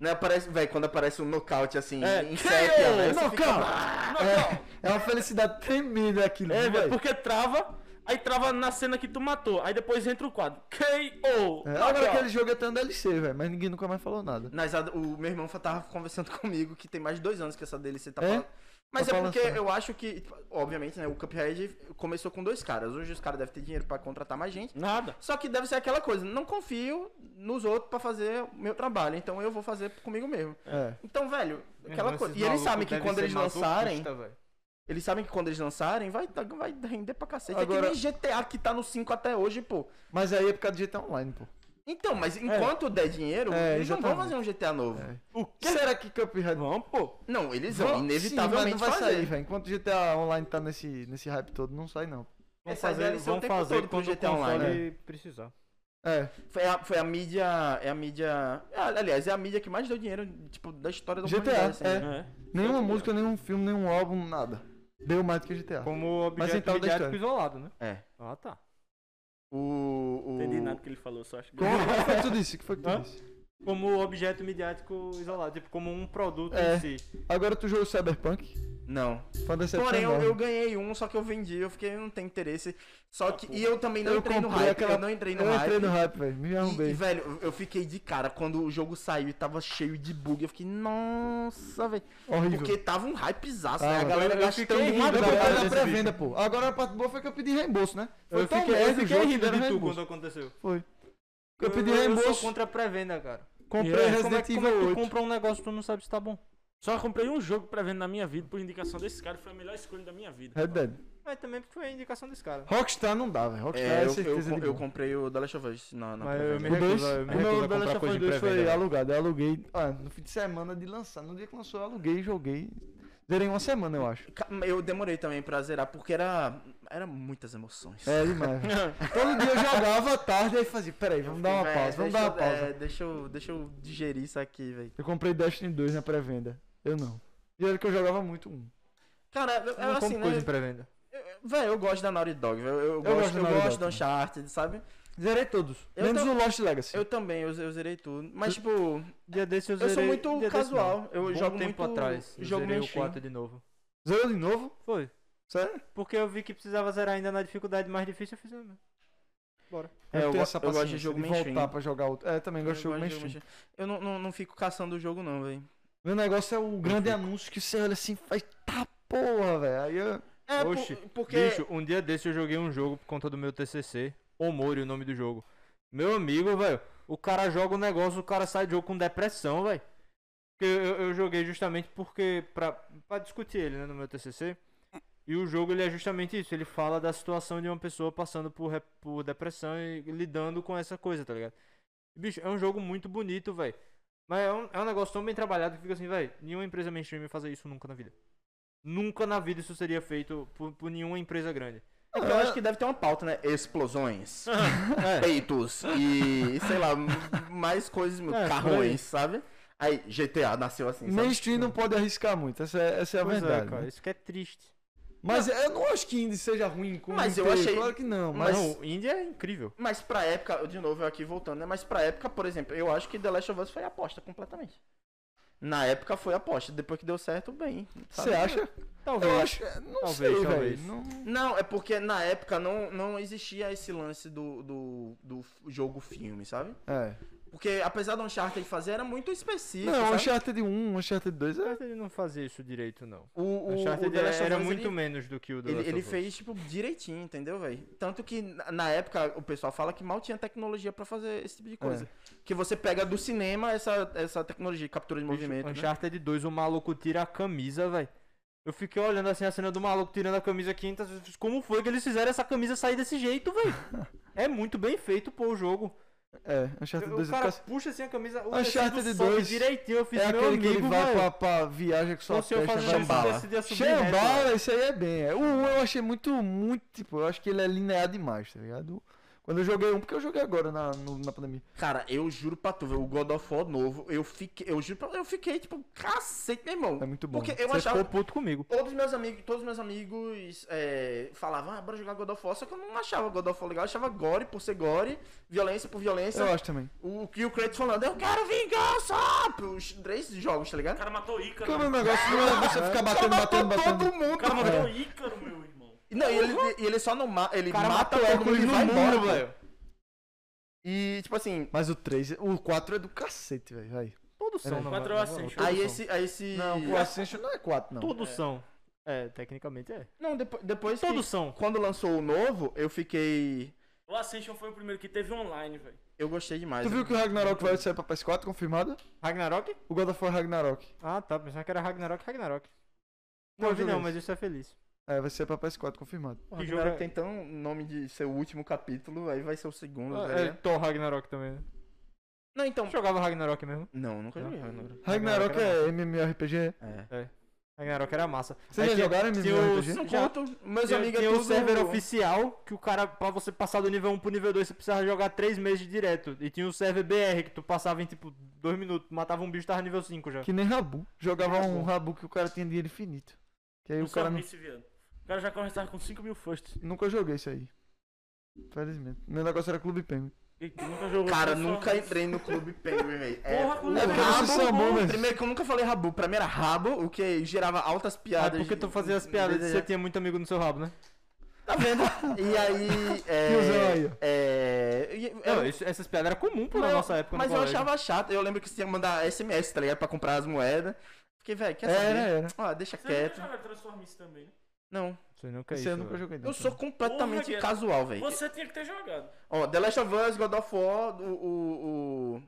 S1: Né, aparece, velho, quando aparece um nocaute assim,
S4: É,
S1: em
S4: KO,
S1: sépia, velho. você fica-
S2: knockout.
S4: Não, não.
S2: É, é uma felicidade tremenda aquilo.
S4: É,
S2: viu,
S4: velho,
S2: velho?
S4: porque trava, aí trava na cena que tu matou, aí depois entra o quadro. Tá KO!
S2: É,
S4: Knockout.
S2: agora aquele jogo é até um DLC, velho, mas ninguém nunca mais falou nada.
S1: Mas a- o meu irmão fa- tava conversando comigo que tem mais de dois anos que essa DLC tá
S2: É?
S1: falando. Mas
S2: Tá
S1: é porque
S2: balançando.
S1: eu acho que, obviamente, né? O Cuphead começou com dois caras. Hoje os caras devem ter dinheiro pra contratar mais gente.
S4: Nada.
S1: Só que deve ser aquela coisa, não confio nos outros pra fazer o meu trabalho, então eu vou fazer comigo mesmo.
S2: É.
S1: Então, velho, aquela
S3: Esses
S1: coisa. E eles
S3: malucos
S1: sabem que
S3: devem
S1: quando
S3: ser
S1: eles lançarem,
S3: masoquista, velho.
S1: eles sabem que quando eles lançarem, vai, vai render pra cacete.
S2: Agora-
S1: É que nem GTA que tá no 5 até hoje, pô.
S2: Mas aí é por causa do GTA Online, pô.
S1: Então, mas enquanto der dinheiro,
S2: É,
S1: eles não vão
S2: exatamente.
S1: fazer um GTA novo.
S2: É.
S4: O
S2: Será que Cuphead
S4: Vamos, pô.
S1: Não, eles vão,
S2: Sim,
S1: inevitavelmente
S2: mas não vai
S1: fazer.
S2: sair, velho. Enquanto GTA Online tá nesse, nesse hype todo, não sai não.
S3: Vão
S1: Essa
S3: fazer,
S1: DLC o
S3: vão
S1: tempo
S3: fazer
S1: todo pro
S3: quando o
S1: GTA Online,
S3: console precisar.
S2: É,
S1: Foi a, foi a mídia. É a mídia. é, aliás, é a mídia que mais deu dinheiro, tipo, da história da
S2: GTA,
S1: humanidade. assim,
S2: é.
S1: né?
S2: Nenhuma música, nenhum filme, nenhum álbum, nada. Deu mais do que GTA.
S3: Como objeto
S2: então, deixa
S3: midiático
S2: eu-
S3: isolado, né?
S1: É.
S3: Ah, tá.
S1: O. o...
S4: Entendi né? nada que ele falou, só acho que.
S2: Como? O que foi que tu disse? O que foi que tu
S3: Hã?
S2: disse?
S3: Como objeto midiático isolado, tipo, como um produto
S2: É.
S3: em si.
S2: Agora tu jogou Cyberpunk?
S1: Não.
S2: Foi uma decepção
S1: Porém, eu,
S2: enorme.
S1: eu ganhei um, só que eu vendi, eu fiquei, não tem interesse. Só que. E eu também não
S2: Eu
S1: entrei no
S2: comprei
S1: hype.
S2: aquela-
S1: Eu não entrei no
S2: eu
S1: hype.
S2: entrei no hype, velho. Me
S1: E, e,
S2: arrumei.
S1: velho, eu fiquei de cara quando o jogo saiu e tava cheio de bug. Eu fiquei, nossa, velho.
S2: Horrível.
S1: Porque tava um hypezaço,
S2: Ah,
S1: né? A
S2: eu- né?
S1: galera
S3: eu
S1: gastando
S3: fiquei
S1: uma
S3: rindo,
S2: Eu
S1: grana.
S2: comprei
S3: Agora
S2: na
S3: desse
S2: pré-venda, pô. Agora a parte boa foi que eu pedi reembolso, né? Foi
S3: eu
S2: tão
S3: fiquei, eu
S2: merda o
S3: fiquei
S2: jogo que
S3: rindo
S2: deram
S3: de tu
S2: né, reembolso.
S3: quando aconteceu.
S2: Foi. Eu pedi
S3: Eu
S2: reembolso,
S3: sou contra a pré-venda, cara.
S2: comprei
S4: Yeah.
S3: Como é,
S2: Resident
S3: que- como é que
S2: Evil
S3: tu
S2: 8.
S3: compra um negócio e tu não sabe se tá bom?
S4: Só comprei um jogo pra vender na minha vida por indicação desse cara, foi a melhor escolha da minha vida.
S2: Red Dead.
S3: Mas também porque foi a indicação desse cara.
S2: Rockstar não dá, velho. Rockstar
S1: É,
S2: é,
S1: eu, eu,
S2: certeza
S1: eu,
S2: de bom.
S1: comprei o The Last of Us na, na
S3: Mas eu
S1: pré-venda.
S3: me
S2: O dois,
S3: recuso,
S2: o
S3: eu me recuso
S2: meu
S3: a
S2: The Last
S3: comprar
S2: of
S3: coisa
S2: Us
S3: em
S2: 2 foi
S3: pré-venda.
S2: alugado. Eu aluguei ah, no fim de semana de lançar. No dia que lançou, eu aluguei, joguei. Zerei uma semana, eu acho.
S1: Ca- Eu demorei também pra zerar, porque era. Era muitas emoções.
S2: É demais. Todo dia eu jogava à tarde e fazia, peraí, vamos dar uma
S1: Véi,
S2: pausa, vamos
S1: deixa
S2: dar uma
S1: eu- é,
S2: pausa.
S1: deixa, eu, deixa eu digerir isso aqui, velho.
S2: Eu comprei Destiny 2 na pré-venda. Eu não. E olha que eu jogava muito um.
S1: Cara, eu,
S3: Eu
S1: eu,
S3: não
S1: assim,
S3: compro
S1: né?
S3: coisa em pré-venda.
S1: Velho, eu gosto da Naughty Dog. Eu, eu
S2: gosto
S1: gosto,
S2: da
S1: eu
S2: Naughty Dog
S1: gosto do
S2: também.
S1: Uncharted, sabe?
S2: Zerei todos.
S1: Eu
S2: menos
S1: tam-
S2: o Lost Legacy.
S1: Eu também, eu, eu zerei tudo. Mas, tipo,
S3: Dia desse eu
S1: eu
S3: zerei. um
S1: sou muito
S3: dia desse
S1: casual.
S3: não.
S1: eu
S3: Bom
S1: jogo
S3: tempo
S1: muito.
S3: atrás. Eu
S1: jogo
S3: zerei o
S1: mainstream.
S3: 4 de novo.
S2: Zerou de novo?
S3: Foi.
S2: Sério?
S3: Porque eu vi que precisava zerar ainda na dificuldade mais difícil, eu fiz. ah, meu.
S1: É, eu
S2: tenho
S1: go-
S2: essa
S1: eu gosto de
S2: paciência
S1: jogo
S2: de
S1: mainstream.
S2: voltar pra jogar outro. É, também
S1: Eu
S2: gosto de jogo
S1: gosto de jogo
S2: mainstream.
S1: mainstream. Eu não, não, não fico caçando o jogo, não, velho.
S2: Meu negócio é o grande anúncio que você olha assim e faz, tá porra, velho. Aí eu...
S1: É,
S3: por- Oxi,
S1: porque.
S3: Bicho, um dia desse eu joguei um jogo por conta do meu TCC. Omori, o nome do jogo. Meu amigo, velho. O cara joga um negócio, o cara sai do jogo com depressão, velho. Porque eu, eu joguei justamente porque. Pra, pra discutir ele, né, no meu TCC. E o jogo, ele é justamente isso. Ele fala da situação de uma pessoa passando por, re- por depressão e lidando com essa coisa, tá ligado? Bicho, é um jogo muito bonito, velho. Mas é um, é um negócio tão bem trabalhado que fica assim, velho. Nenhuma empresa mainstream ia fazer isso nunca na vida. Nunca na vida isso seria feito por, por nenhuma empresa grande.
S1: É porque eu acho que deve ter uma pauta, né? Explosões,
S3: É.
S1: peitos e, sei lá, mais coisas,
S3: É, por aí.
S1: carrões, sabe? Aí, GTA nasceu assim, sabe?
S2: Mainstream não pode arriscar muito, essa é, essa é a
S3: pois
S2: verdade.
S3: é, cara,
S2: né?
S3: isso que é triste.
S2: Mas eu não acho que indie seja ruim como
S1: Mas eu
S2: inteiro,
S1: achei-
S2: Claro que não,
S1: Mas-
S2: mas...
S3: Não, o Índia é incrível.
S1: Mas pra época, eu, de novo, eu aqui voltando, né? Mas pra época, por exemplo, eu acho que The Last of Us foi aposta completamente. Na época foi aposta, depois que deu certo, bem. sabe?
S2: Você acha?
S3: Talvez.
S2: Eu acho... é, Não
S3: Talvez,
S2: sei,
S3: talvez.
S2: velho. Não...
S1: Não, é porque na época não, não existia esse lance do, do, do jogo-filme, sabe?
S2: É.
S1: Porque apesar do Uncharted fazer, era muito específico.
S2: não,
S1: sabe?
S2: Uncharted 1, Uncharted 2 é...
S3: Mas ele não fazia isso direito, não.
S1: O, o,
S3: O, Uncharted
S1: o The Last of
S3: era
S1: Us,
S3: muito
S1: ele-
S3: menos do que o do
S1: Ele, ele fez, tipo, direitinho, entendeu, velho? Tanto que, na na época, o pessoal fala que mal tinha tecnologia pra fazer esse
S2: É.
S1: tipo de coisa. Que você pega do cinema essa, essa tecnologia de captura de movimento,
S3: movimento.
S1: né?
S3: Uncharted 2, o maluco tira a camisa, velho. Eu fiquei olhando assim a cena do maluco tirando a camisa 500 vezes. Como foi que eles fizeram essa camisa sair desse jeito, velho? é muito bem feito, pô, o jogo.
S2: É, Uncharted 2
S3: O
S2: é do
S3: cara
S2: cacete.
S3: puxa assim a camisa, o
S2: Uncharted
S3: tecido sobe
S2: 2
S3: direitinho, eu fiz
S2: É
S3: meu
S2: aquele que
S3: amigo,
S2: ele vai
S3: velho.
S2: pra, pra viagem com sua
S3: Ou se eu
S2: flecha,
S3: fazer
S2: vai
S3: isso,
S2: bala.
S3: eu decidi assumir
S2: Shambhala,
S3: reto.
S2: isso aí é bem. é. O 1 eu achei muito, muito, tipo, eu acho que ele é linear demais, tá ligado? Quando eu joguei um, porque eu joguei agora na, no- na pandemia.
S1: Cara, eu juro pra tu, velho, o God of War novo, eu fiquei, eu juro pra, eu fiquei tipo, cacete, meu irmão.
S2: É muito bom.
S1: Porque eu
S4: Você
S1: achava,
S4: ficou puto comigo.
S1: todos meus amigos, todos meus amigos é, falavam, ah, bora jogar God of War, só que eu não achava God of War legal, eu achava gore por ser gore, violência por violência.
S2: Eu acho também.
S1: O que o Kratos falando, eu quero vingança! Os três jogos, tá
S4: O
S1: ligado?
S4: cara matou Ícaro.
S2: Porque o meu negócio não é você ficar batendo,
S1: matou
S2: batendo, batendo.
S1: todo mundo,
S4: O cara
S1: velho.
S4: matou
S2: É.
S4: Ícaro, meu irmão.
S1: Não, e ele, e ele só não mata, ele
S2: O cara
S1: mata
S2: matou
S1: todo mundo
S2: Hércules
S1: e
S2: no
S1: vai
S2: muro,
S1: embora, pô.
S2: velho.
S1: E, tipo assim,
S2: Mas o 3, o 4 é do cacete, velho. Vai.
S3: Todos
S2: Era
S3: são,
S2: não,
S3: na
S4: Quatro
S3: verdade.
S4: horas sem
S1: aí esse, aí esse...
S3: Não,
S2: O Ascension não é 4, não.
S3: Todos são. É, tecnicamente é.
S1: Não, depois, depois que-
S3: Todos são.
S1: quando lançou o novo, eu fiquei...
S4: O Ascension foi o primeiro que teve online, velho.
S1: Eu gostei demais.
S2: Tu viu que o Ragnarok vai sair pra PS4, confirmado?
S3: Ragnarok?
S2: O God of War Ragnarok.
S3: Ah, tá. Pensava que era Ragnarok, Ragnarok. Não,
S2: Qual
S3: vi
S2: jogo é
S3: não,
S2: esse?
S3: mas isso é feliz.
S2: É, vai ser pra PS4, confirmado.
S1: o
S3: que
S1: Ragnarok
S3: jogo é-
S1: tem tão nome de ser o último capítulo, aí vai ser o segundo,
S3: Ah,
S1: velho.
S3: É, Thor Ragnarok também. né?
S1: Não, então...
S3: Eu jogava Ragnarok mesmo.
S1: Não, nunca
S3: Não.
S1: joguei Ragnarok.
S2: Ragnarok
S3: era
S2: é MMORPG.
S1: É.
S3: Ragnarok era massa.
S2: Vocês
S3: É
S2: já
S3: que
S2: jogaram
S3: tinha o-
S2: MMORPG?
S1: Não
S3: Já-
S1: conto, meus
S3: Tinha-
S1: amigos
S3: tinha um
S1: tudo-
S3: server oficial que o cara, pra você passar do nível 1 pro nível 2, você precisava jogar 3 meses direto. E tinha o server BR que tu passava em tipo 2 minutos, matava um bicho tava nível 5 já.
S2: Que nem Rabu. Jogava um Rabu que o cara tinha dinheiro infinito. Que aí
S4: Eu
S2: o cara não...
S4: sabia esse viado. O cara já começava com 5 mil firsts.
S2: Nunca joguei isso aí. Felizmente. Meu negócio era Clube Penguin.
S4: E tu nunca jogou
S1: Cara,
S4: isso,
S1: nunca
S4: só-
S1: entrei no Clube Penguin, velho.
S4: Porra, Clube
S2: É porque você
S1: Rabo,
S2: samou, velho.
S1: Primeiro que eu nunca falei rabo, pra mim era rabo, o que gerava altas
S3: Ah,
S1: piadas.
S3: porque tu fazia as piadas e você tinha muito amigo no seu rabo, né?
S1: Tá vendo? E aí. É,
S2: Tiozão aí, ó.
S1: é, e-
S3: Não,
S1: eu-
S3: isso- essas piadas eram comum pô, na
S1: mas eu-
S3: nossa época. no
S1: Mas eu
S3: colégio.
S1: achava chato. Eu lembro que você tinha que mandar SMS, tá ligado? Pra comprar as moedas. Fiquei, velho, quer saber?
S2: Era, era.
S1: Ah, deixa
S4: Você nunca
S1: quieto.
S4: jogou Transformice também, né?
S1: Não.
S3: Você nunca
S2: Esse
S3: isso,
S2: eu nunca
S3: velho.
S2: joguei. não.
S1: Eu sou completamente
S4: Guedes.
S1: casual, velho.
S4: Você tinha que ter jogado.
S1: Ó, The Last of Us, God of War, o. o,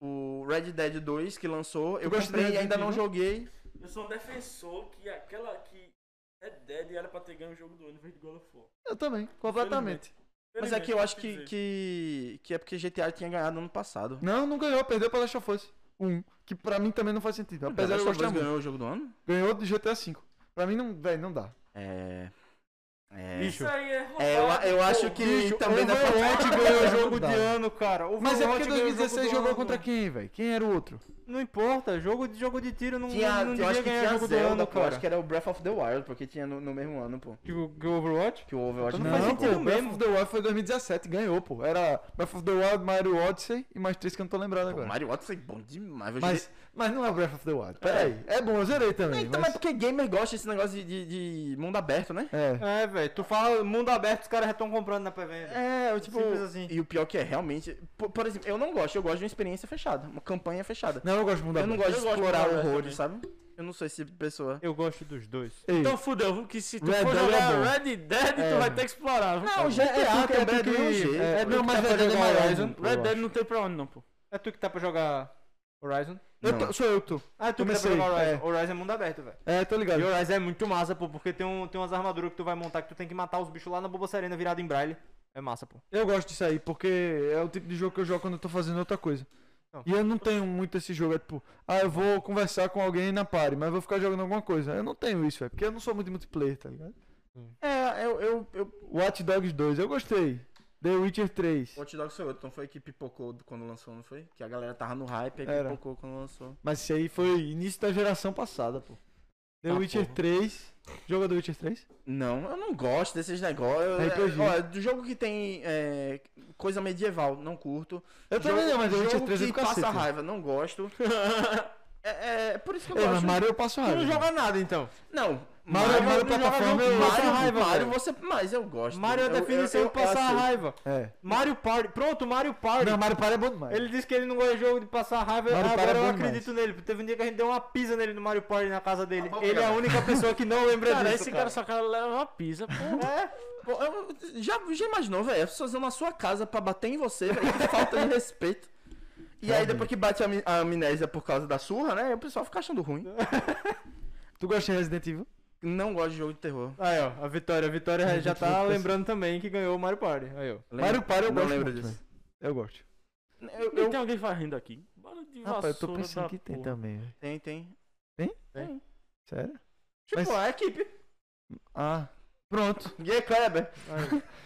S1: o... o Red Dead 2 que lançou, eu
S2: gosta de
S1: comprei e
S2: Resident
S1: ainda não
S2: Evil?
S1: joguei.
S4: Eu sou um defensor que aquela que é Dead era pra ter ganho o jogo do ano em vez de God of War. né,
S2: Eu também, completamente.
S1: Mas é que eu acho que,
S4: Infelizmente,
S1: que, que é porque GTA tinha ganhado ano passado.
S2: Não, não ganhou, perdeu pra Last of Us. Um. Que pra mim também não faz sentido. Apesar de eu
S1: Last of
S2: gostar
S1: Us
S2: muito.
S1: ganhou o jogo do ano?
S2: Ganhou do GTA V. Pra mim não, velho, não dá.
S1: É. É.
S4: Isso aí é roubado.
S1: É, eu, eu acho
S4: pô.
S1: que
S2: bicho,
S1: também não
S2: Overwatch ganhou o jogo de ano.
S3: cara.
S2: Mas é porque
S3: Overwatch ganhou o jogo
S2: 2016
S3: do né?
S2: jogou
S3: ano.
S2: contra quem, velho? Quem era o outro?
S3: Não importa, jogo de, jogo de tiro não,
S1: Tinha,
S3: não
S1: eu acho
S3: devia
S1: que
S3: ganhar
S1: tinha
S3: jogo
S1: Zelda,
S3: do ano,
S1: pô, eu
S3: cara.
S1: acho que era o Breath of the Wild, porque tinha no, no mesmo ano, pô.
S3: Que o que o Overwatch?
S1: Que o Overwatch
S3: Então
S2: Não,
S3: não faz sentido
S2: pô, Breath
S3: mesmo.
S2: of the Wild foi 2017, ganhou, pô. Era Breath of the Wild, Mario Odyssey e mais três que eu não tô lembrado
S1: Pô,
S2: agora.
S1: Mario Odyssey é bom demais. Eu
S2: Mas,
S1: joguei-
S2: mas não é Breath of the Wild. Peraí. É bom, eu zerei também.
S1: Então, mas
S2: mas...
S1: porque gamer gosta desse negócio de, de- de mundo aberto, né?
S2: É.
S3: É, velho, tu fala mundo aberto, os caras já estão comprando na pré-venda.
S1: É, eu, tipo...
S3: Simples assim.
S1: E o pior que é, realmente... Por, por exemplo, eu não gosto. Eu gosto de uma experiência fechada. Uma campanha fechada.
S2: Não, eu gosto de mudar. né?
S1: eu não
S2: muito.
S1: gosto de
S4: Eu gosto de
S1: explorar
S4: mundo aberto
S1: horrores, sabe? Eu não sou esse tipo de pessoa.
S3: Eu gosto dos dois.
S2: Ei,
S4: Então fudeu, que se tu
S2: Red
S4: for
S2: Dead
S4: jogar
S2: é bom.
S4: Red Dead,
S2: É.
S4: tu vai ter que explorar. viu?
S1: Não, GTA também Então, é do mesmo jeito.
S2: é,
S1: É
S2: não,
S1: do
S2: mas
S1: que tá
S2: Red Dead
S1: fazendo
S2: é
S1: Horizon.
S2: Horizon.
S4: Red Dead não tem pra onde não, pô.
S3: É tu que tá pra jogar Horizon?
S2: Eu
S1: Não.
S2: tô, sou eu que tô.
S3: Ah, é tu
S2: Comecei,
S3: que tá pra jogar
S2: é.
S3: Horizon. Horizon é mundo aberto, velho.
S2: É, tô ligado.
S3: E Horizon é muito massa, pô, porque tem, um, tem umas armaduras que tu vai montar que tu tem que matar os bichos lá na Boba Serena virado em braille. É massa, pô.
S2: Eu gosto disso aí, porque é o tipo de jogo que eu jogo quando eu tô fazendo outra coisa.
S3: Não.
S2: E eu não tenho muito esse jogo, é tipo, ah, eu vou conversar com alguém na party, mas vou ficar jogando alguma coisa. Eu não tenho isso, velho, porque eu não sou muito de multiplayer, tá ligado?
S1: É, eu... eu, eu...
S2: Watch Dogs 2, eu gostei. The Witcher 3.
S1: Watch Dogs foi outro, não foi que pipocou quando lançou, não foi? Que a galera tava no hype, aí
S2: Era.
S1: pipocou quando lançou.
S2: Mas isso aí foi início da geração passada, pô. The
S3: Ah,
S2: Witcher
S3: porra.
S2: 3. Joga The Witcher 3?
S1: Não, eu não gosto desses negócios.
S2: RPG.
S1: É, ó, do jogo que tem é, coisa medieval, não curto.
S2: Eu também
S1: Jogo-
S2: não, mas The Witcher
S1: jogo
S2: 3 é
S1: que
S2: do
S1: passa
S2: cacete.
S1: raiva, não gosto. É, é por isso que eu
S2: É, mas
S1: gosto.
S2: Mario eu passo
S3: Tu
S2: raiva.
S3: não joga nada, então.
S1: Não,
S2: Mario é Mario
S3: não joga
S2: plataforma,
S3: jogo
S2: eu
S3: que passa
S2: passo
S1: Mario,
S2: raiva.
S1: Mario
S2: velho.
S1: você. Mas eu gosto.
S3: Mario é a
S1: Eu- eu-
S3: definição
S1: eu-
S3: de
S1: eu
S3: passar
S1: aceito.
S3: raiva.
S2: É.
S3: Mario Party. Pronto, Mario Party.
S2: Não, Mario Party é bom demais.
S3: Ele disse que ele não gosta de jogo de passar raiva,
S2: Mario Party
S3: agora
S2: é
S3: eu
S2: bom
S3: acredito nele. Teve um dia que a gente deu uma pisa nele no Mario Party na casa dele.
S1: Tá bom,
S3: ele é a
S1: cara.
S3: única pessoa que não lembra
S4: Cara,
S3: disso.
S4: esse cara só cara leva uma pizza, pô.
S1: É. Pô, eu- já, já imaginou, velho? As pessoas vão na sua casa pra bater em você, velho. Que falta de respeito. E aí,
S2: Realmente.
S1: depois que bate a ami- a amnésia por causa da surra, né? O pessoal fica achando ruim.
S2: Tu gosta de Resident Evil?
S1: Não gosto de jogo de terror.
S3: Aí, ó, a Vitória. A Vitória já tá lembrando também que ganhou o Mario Party. Aí, ó.
S1: Lembra-
S2: Mario Party eu
S1: não
S2: gosto
S1: lembro
S2: muito,
S1: disso.
S2: velho. Eu gosto.
S1: Eu,
S4: Não
S1: eu-
S4: tem alguém varrendo aqui. Bora de
S2: Rapaz, eu tô
S4: vassoura
S2: pensando
S4: da
S2: que tem
S4: porra.
S2: também, velho.
S1: Tem, tem.
S2: Sério?
S4: Tipo,
S2: Mas-
S4: a equipe.
S2: Ah, pronto.
S1: E aí, Kleber?